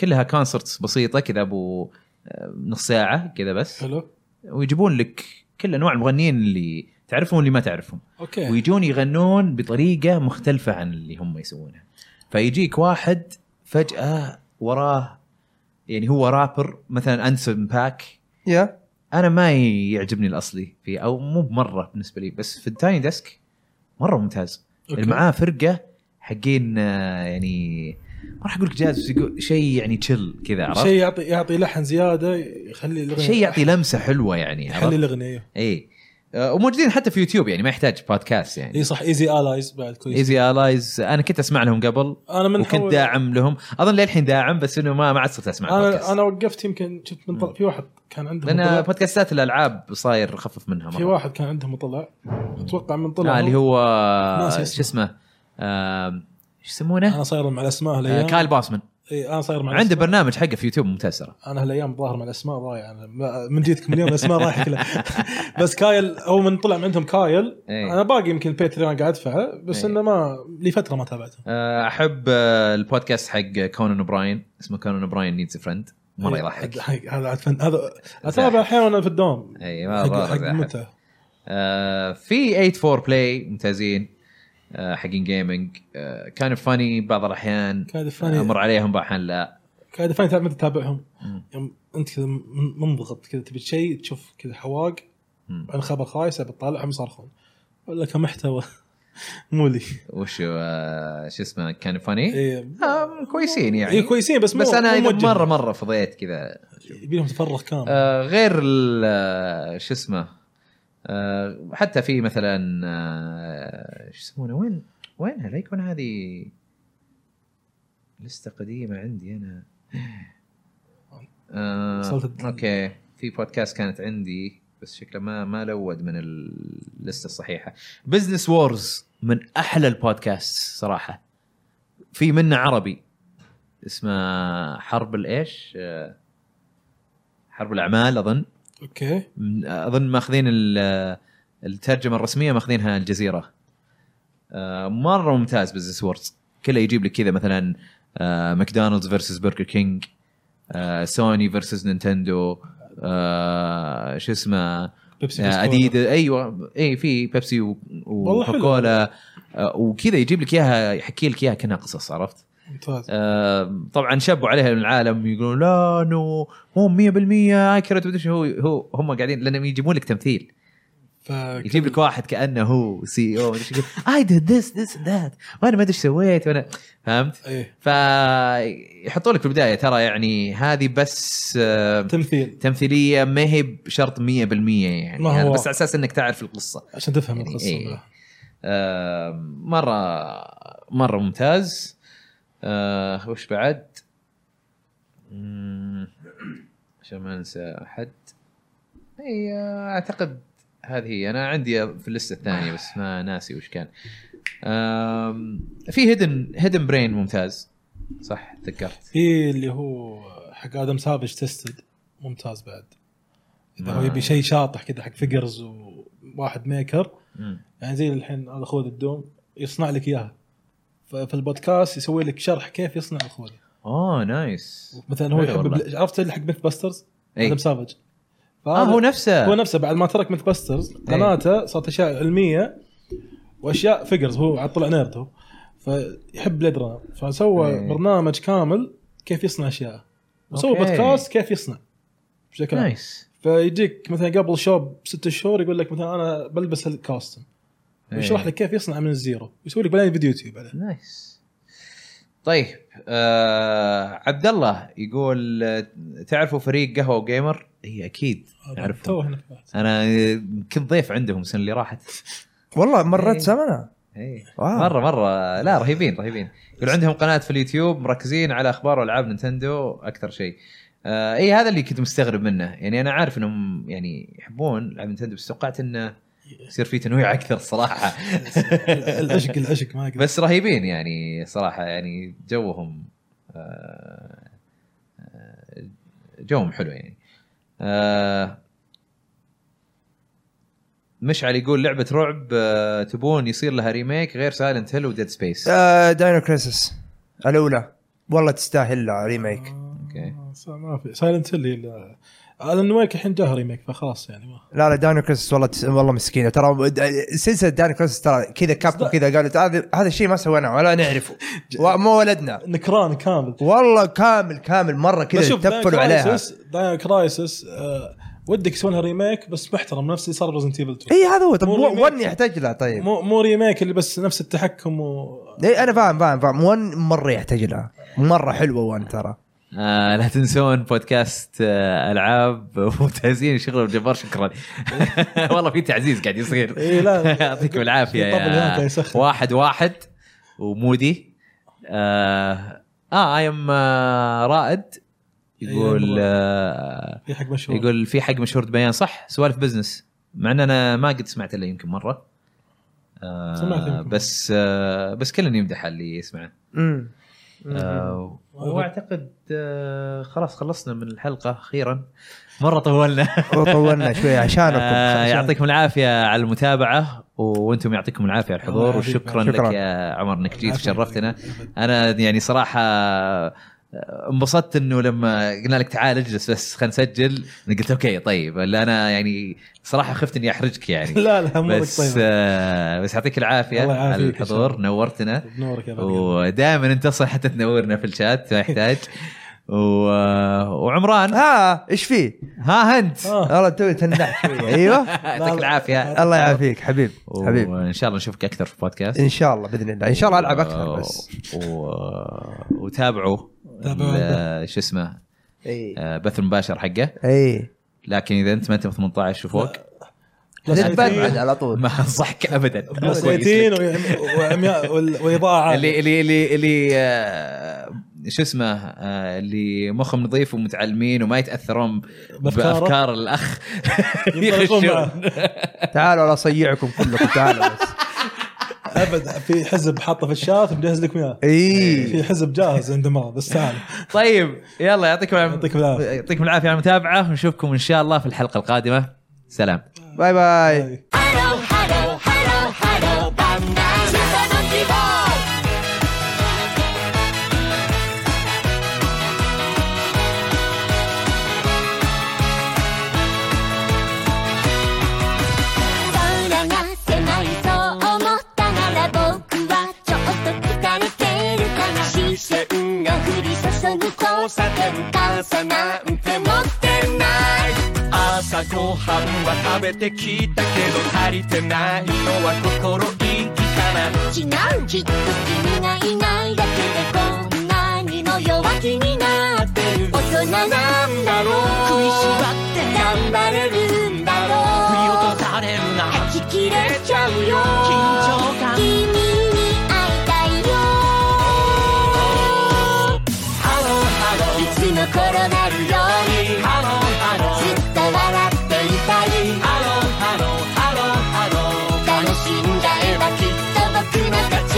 Speaker 2: كلها كونسرتس بسيطه كذا ابو آه، نص ساعه كذا بس
Speaker 3: حلو
Speaker 2: ويجيبون لك كل انواع المغنيين اللي تعرفهم واللي ما تعرفهم
Speaker 3: اوكي
Speaker 2: ويجون يغنون بطريقه مختلفه عن اللي هم يسوونها فيجيك واحد فجاه وراه يعني هو رابر مثلا انسون باك
Speaker 1: يا
Speaker 2: انا ما يعجبني الاصلي فيه او مو بمره بالنسبه لي بس في التايني ديسك مره ممتاز
Speaker 3: أوكي.
Speaker 2: اللي معاه فرقه حقين آه، يعني ما راح اقول لك جاز بس يقول- شيء يعني تشل كذا عرفت؟
Speaker 3: شيء يعطي يعطي لحن زياده يخلي الاغنيه
Speaker 2: شيء يعطي لمسه حلوه يعني
Speaker 3: يخلي
Speaker 2: عرفت؟
Speaker 3: الاغنيه
Speaker 2: اي آه، وموجودين حتى في يوتيوب يعني ما يحتاج بودكاست يعني
Speaker 3: اي صح ايزي الايز بعد كويس
Speaker 2: ايزي الايز انا كنت اسمع لهم قبل
Speaker 3: انا من
Speaker 2: وكنت
Speaker 3: حول-
Speaker 2: داعم لهم اظن للحين داعم بس انه ما ما عاد صرت اسمع
Speaker 3: انا
Speaker 2: بودكاست
Speaker 3: انا وقفت يمكن شفت من طلع في واحد كان عنده
Speaker 2: لان
Speaker 3: مطلع
Speaker 2: بودكاستات الالعاب صاير خفف منها
Speaker 3: في
Speaker 2: مره
Speaker 3: واحد كان عنده مطلع اتوقع من طلع
Speaker 2: آه اللي هو
Speaker 3: ناسي
Speaker 2: شو
Speaker 3: اسمه.
Speaker 2: اسمه آم، شو يسمونه؟
Speaker 3: انا صاير مع الاسماء
Speaker 2: آه،
Speaker 3: هالايام
Speaker 2: كايل باسمان
Speaker 3: إي، انا صاير مع
Speaker 2: عنده
Speaker 3: الأسماء.
Speaker 2: برنامج حقه في يوتيوب ممتاز ترى
Speaker 3: انا هالايام ظاهر مع الاسماء ضايع انا ما- من جيتكم اليوم الاسماء رايحه كلها بس كايل هو من طلع من عندهم كايل
Speaker 2: إي.
Speaker 3: انا باقي يمكن الباتريون قاعد ادفعه بس
Speaker 2: إي.
Speaker 3: انه ما لي فتره ما تابعته
Speaker 2: آه، احب آه، البودكاست حق كونان براين اسمه كونان براين نيدز فريند مره
Speaker 3: إي،
Speaker 2: يضحك
Speaker 3: إيه، هذا هذا فن- هذا اتابع احيانا وأنا في الدوام
Speaker 2: اي
Speaker 3: حق-
Speaker 2: ما
Speaker 3: حق
Speaker 2: حق
Speaker 3: متى
Speaker 2: آه، في 84 بلاي ممتازين آه، حقين آه، جيمنج كان فاني بعض الاحيان
Speaker 3: كاد فاني
Speaker 2: امر عليهم بعض الاحيان لا
Speaker 3: كاد فاني تعرف متى تتابعهم
Speaker 2: مم.
Speaker 3: يوم انت كذا من- منضغط كذا تبي شيء تشوف كذا حواق
Speaker 2: مم.
Speaker 3: عن خبر خايس بتطالعهم يصرخون ولا كمحتوى مو لي
Speaker 2: وش آه، شو اسمه كان فاني
Speaker 3: إيه.
Speaker 2: كويسين يعني
Speaker 3: إيه كويسين بس مو
Speaker 2: بس انا
Speaker 3: مو
Speaker 2: إذا
Speaker 3: موجه.
Speaker 2: مره مره فضيت كذا
Speaker 3: يبي لهم تفرغ كامل
Speaker 2: آه، غير ال- آه، شو اسمه آه، حتى في مثلا آه، شو يسمونه وين وينها لا يكون هذه لسته قديمه عندي انا آه
Speaker 3: وصلت-
Speaker 2: اوكي في بودكاست كانت عندي بس شكله ما ما لود من اللسته الصحيحه بزنس وورز من احلى البودكاست صراحه في منه عربي اسمه حرب الايش آه، حرب الاعمال اظن
Speaker 3: اوكي
Speaker 2: من- اظن ماخذين ال- الترجمه الرسميه ماخذينها الجزيره آه، مره ممتاز بزنس ووردز كله يجيب لك كذا مثلا آه، ماكدونالدز فيرسس برجر كينج آه، سوني فيرسس نينتندو آه شو اسمه
Speaker 3: بيبسي
Speaker 2: آه،
Speaker 3: كولا.
Speaker 2: اديد ايوه اي في بيبسي و-
Speaker 3: والله حلو.
Speaker 2: وكولا آه، وكذا يجيب لك اياها يحكي لك اياها كانها قصص عرفت؟
Speaker 3: ممتاز
Speaker 2: آه، طبعا شبوا عليها العالم يقولون لا انه مو 100% اكيرت مدري شو، هو هو هم قاعدين لانهم يجيبون لك تمثيل
Speaker 3: ف
Speaker 2: يجيب لك واحد كانه هو E سي او اي ديد ذس ذس ذات وانا ما ادري ايش سويت وانا فهمت؟
Speaker 3: ايه
Speaker 2: فيحطوا لك في البدايه ترى يعني هذه بس آه،
Speaker 3: تمثيل
Speaker 2: تمثيليه ما هي بشرط 100% يعني
Speaker 3: ما
Speaker 2: هذا
Speaker 3: هو.
Speaker 2: بس على اساس انك تعرف القصه
Speaker 3: عشان تفهم
Speaker 2: يعني
Speaker 3: القصه
Speaker 2: إيه.
Speaker 3: إيه.
Speaker 2: آه، مره مره ممتاز آه، وش بعد؟ مم، عشان ما انسى احد اي آه، اعتقد هذه هي انا عندي في اللسته الثانيه بس ما ناسي وش كان آم، في هيدن هيدن برين ممتاز صح تذكرت
Speaker 3: في إيه، اللي هو حق ادم سافج تستد ممتاز بعد اذا هو
Speaker 2: ما-
Speaker 3: يبي شيء شاطح كذا حق فيجرز وواحد ميكر
Speaker 2: مم.
Speaker 3: يعني زي الحين هذا خود الدوم يصنع لك اياها ف- في البودكاست يسوي لك شرح كيف يصنع الخوذه
Speaker 2: اوه نايس
Speaker 3: مثلا هو
Speaker 2: حلو
Speaker 3: يحب
Speaker 2: إيه، والله.
Speaker 3: بل... عرفت اللي حق ميث باسترز
Speaker 2: اي
Speaker 3: ادم سافج
Speaker 2: اه هو نفسه
Speaker 3: هو نفسه بعد ما ترك ميث
Speaker 2: إيه.
Speaker 3: باسترز قناته صارت اشياء علميه واشياء فيجرز هو عاد طلع نيرد هو فيحب بليد رانر فسوى
Speaker 2: إيه.
Speaker 3: برنامج كامل كيف يصنع اشياء وسوى
Speaker 2: أوكي. إيه.
Speaker 3: بودكاست كيف يصنع بشكل عام
Speaker 2: نايس
Speaker 3: فيجيك مثلا قبل شو بست شهور يقول لك مثلا انا بلبس الكاستم ويشرح
Speaker 2: إيه.
Speaker 3: لك كيف يصنع من الزيرو ويسوي لك بعدين فيديو يوتيوب عليه
Speaker 2: نايس طيب آه عبد الله يقول آه، تعرفوا فريق قهوه وجيمر؟ اي اكيد
Speaker 3: تو
Speaker 2: اعرفهم
Speaker 3: هنا
Speaker 2: انا آه، كنت ضيف عندهم السنه اللي راحت
Speaker 1: والله مرت
Speaker 2: إيه.
Speaker 1: سنه
Speaker 2: إي.
Speaker 1: واو.
Speaker 2: مره مره لا رهيبين رهيبين يقول عندهم قناه في اليوتيوب مركزين على اخبار والعاب نينتندو اكثر شيء آه اي هذا اللي كنت مستغرب منه يعني انا عارف انهم يعني يحبون العاب نينتندو بس توقعت انه يصير في تنويع اكثر صراحه
Speaker 3: العشق العشق ما اقدر
Speaker 2: بس رهيبين يعني صراحه يعني جوهم آه، آه، جوهم حلو يعني آه، مشعل يقول لعبه رعب آه، تبون يصير لها ريميك غير سايلنت هيل وديد سبيس
Speaker 1: آه داينو كريسس الاولى والله تستاهل لها ريميك
Speaker 2: أوكي.
Speaker 3: آه، صار- ما في سايلنت هيل هي اللي- الن ويك الحين جاه ريميك فخلاص يعني ما
Speaker 1: لا لا داينو كريسس والله تس... والله مسكينه ترى سلسله داينو كريسس ترى كذا كابكم كذا قالت هذا هذا الشيء ما سويناه ولا نعرفه ومو ولدنا
Speaker 3: نكران كامل
Speaker 1: والله كامل كامل مره كذا تفلوا عليها
Speaker 3: داينا كرايسس آه، ودك يسوون لها ريميك بس محترم نفس اللي صار بريزنت ايفل 2
Speaker 1: اي إيه، هذا هو طب
Speaker 3: مو
Speaker 1: مو-
Speaker 3: ريميك.
Speaker 1: ون يحتاج لها طيب
Speaker 3: مو مو ريميك اللي بس نفس التحكم و
Speaker 1: اي انا فاهم فاهم فاهم ون مره يحتاج لها مره حلوه ون ترى
Speaker 2: آه لا تنسون بودكاست آه العاب ممتازين شغل جبار شكرا والله في تعزيز قاعد
Speaker 1: إيه.
Speaker 2: يصير
Speaker 3: إي، إيه، لا.
Speaker 2: يعطيكم العافيه
Speaker 3: في طبل هناك
Speaker 2: يا
Speaker 3: يسخن.
Speaker 2: واحد واحد ومودي اه اي ام آه، رائد يقول
Speaker 3: إي،
Speaker 2: آه
Speaker 3: في حق مشهور
Speaker 2: يقول في حق مشهور بيان صح سوالف بزنس مع ان انا ما قد سمعت الا يمكن مره
Speaker 3: سمعت
Speaker 2: آه
Speaker 3: يمكن.
Speaker 2: بس آه بس كلنا يمدح على اللي يسمعه
Speaker 1: امم
Speaker 2: آه، واعتقد آه، خلاص خلصنا من الحلقه اخيرا مره طولنا
Speaker 1: وطولنا شوي
Speaker 2: آه،
Speaker 1: عشانكم
Speaker 2: يعطيكم العافيه على المتابعه و- وانتم يعطيكم العافيه على
Speaker 3: الله
Speaker 2: الحضور
Speaker 3: يعافيك.
Speaker 2: وشكرا
Speaker 1: شكراً.
Speaker 2: لك يا عمر انك جيت
Speaker 3: العفو.
Speaker 2: شرفتنا انا يعني صراحه آه، انبسطت انه لما قلنا لك تعال اجلس بس خلينا نسجل أنا قلت اوكي طيب لا انا يعني صراحه خفت اني احرجك يعني
Speaker 3: لا لا امورك
Speaker 2: بس
Speaker 3: طيبه
Speaker 2: آه، بس يعطيك العافيه
Speaker 3: الله
Speaker 2: على
Speaker 3: يعافيك إن شاء
Speaker 2: الحضور
Speaker 3: الله.
Speaker 2: نورتنا
Speaker 3: بنورك يا بعد
Speaker 2: ودائما انت اصلا حتى تنورنا في الشات ما يحتاج و... آه، وعمران
Speaker 1: ها ايش آه، فيه؟
Speaker 2: ها هند
Speaker 3: آه.
Speaker 1: والله توي تنح شوي ايوه
Speaker 2: يعطيك العافيه
Speaker 1: الله يعافيك حبيب حبيب
Speaker 2: وان شاء الله نشوفك اكثر في بودكاست
Speaker 1: ان شاء الله باذن الله ان إيه، شاء الله
Speaker 2: آه.
Speaker 1: العب اكثر بس
Speaker 2: و... وتابعوا
Speaker 3: تابعوا
Speaker 2: ال- شو اسمه
Speaker 1: اي
Speaker 2: آه، بث مباشر حقه
Speaker 1: اي
Speaker 2: لكن اذا انت ما انت 18 وفوق
Speaker 1: نتبعد على طول
Speaker 2: ما انصحك ابدا مو كويس لك.
Speaker 3: بسيتين وعمياء وال- واضاعه
Speaker 2: اللي اللي اللي اللي آه، شو اسمه آه، اللي مخهم نظيف ومتعلمين وما يتاثرون
Speaker 3: بأفكاره.
Speaker 2: بافكار الاخ
Speaker 3: ينطلقون معه.
Speaker 1: تعالوا انا اصيعكم كلكم تعالوا بس
Speaker 3: ابد في حزب حاطه في الشات مجهز لكم اياه
Speaker 1: اي
Speaker 3: في حزب جاهز عند مرة بس تعال
Speaker 2: طيب يلا يعطيكم العافيه
Speaker 3: يعطيكم العافيه
Speaker 2: يعطيكم العافيه على المتابعه ونشوفكم ان شاء الله في الحلقه القادمه سلام
Speaker 1: باي باي
Speaker 5: Hello, hello, hello, hello, Bandai. Super Monkey Ball. 朝転換さなんて持ってない朝ごはんは食べてきたけど足りてないのは心意気かな違うきっと君がいないだけでこんなにも弱気になってる大人なんだろう食いしばって頑張れるんだろう振り落とされるなはち切れちゃうよ緊張感君に会いたいよハローハローいつも転がるようにハローハローずっと笑っていたいハローハローハローハロー楽しんじゃえばきっと僕の勝ち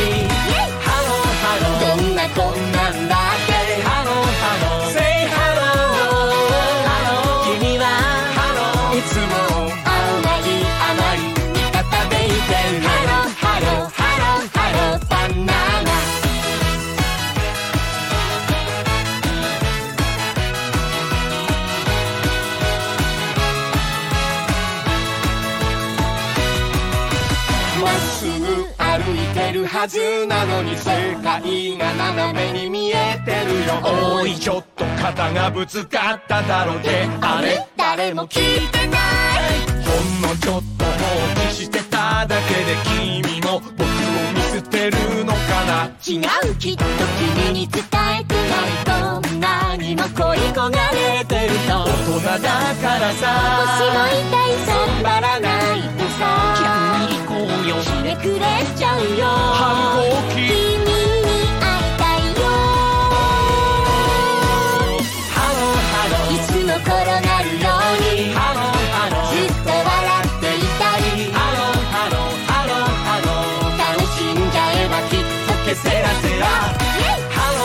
Speaker 5: ハローハローどんなこんなんだってハローハロー Say ハローハロー君はハローいつも甘い甘い味方でいてハローハローハローハローバナナまっすぐ歩いてるはずなのに世界が斜めに見えてるよおいちょっと肩がぶつかっただろうであれ誰も聞いてないほんのちょっと放置してただけで君も僕を見捨てるのかな違うきっと君に伝えてないこんなにも恋焦がれてると大人だからさ腰も痛いさ頑張らないとさ君行こうよひねくれちゃうよ反抗期君に会いたいよハローハローいつも転がるようにハローハローずっと笑っていたいハローハローハローハロー楽しんじゃえばきっとけせらせらハロ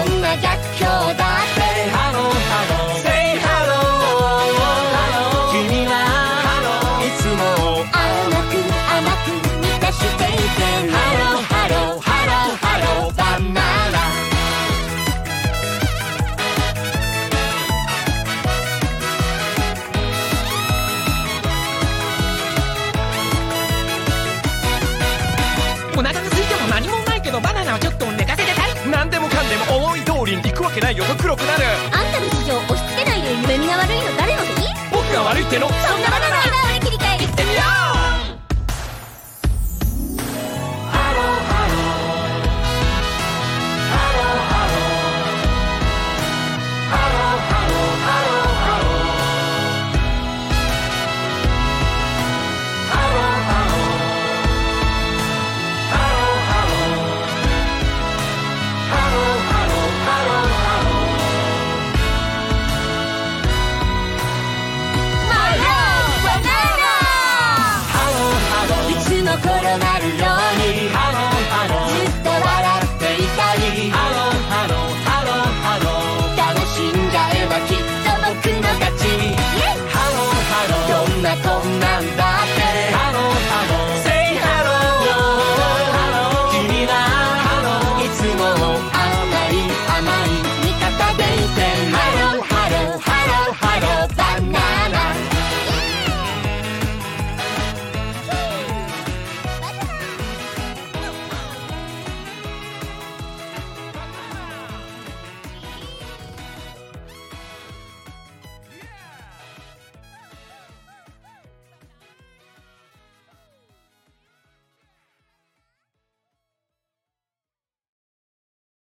Speaker 5: ーハローどんな逆境だってハローハロー Say ハロー君はハローいつも甘く甘く満たしていてハローハローハローハローバナナ
Speaker 6: お腹が空いても何もないけどバナナをちょっと寝かせてたい
Speaker 5: 何でもかんでも思い通りに行くわけないよと黒くなる
Speaker 7: あんたの事情押し付けないで夢見が悪いの誰の責任
Speaker 5: 僕が悪いっての
Speaker 7: そんなバナナ今俺切り替える
Speaker 5: ってみよう
Speaker 7: マロバナナ
Speaker 5: ハローハロー
Speaker 7: いつも転がるよう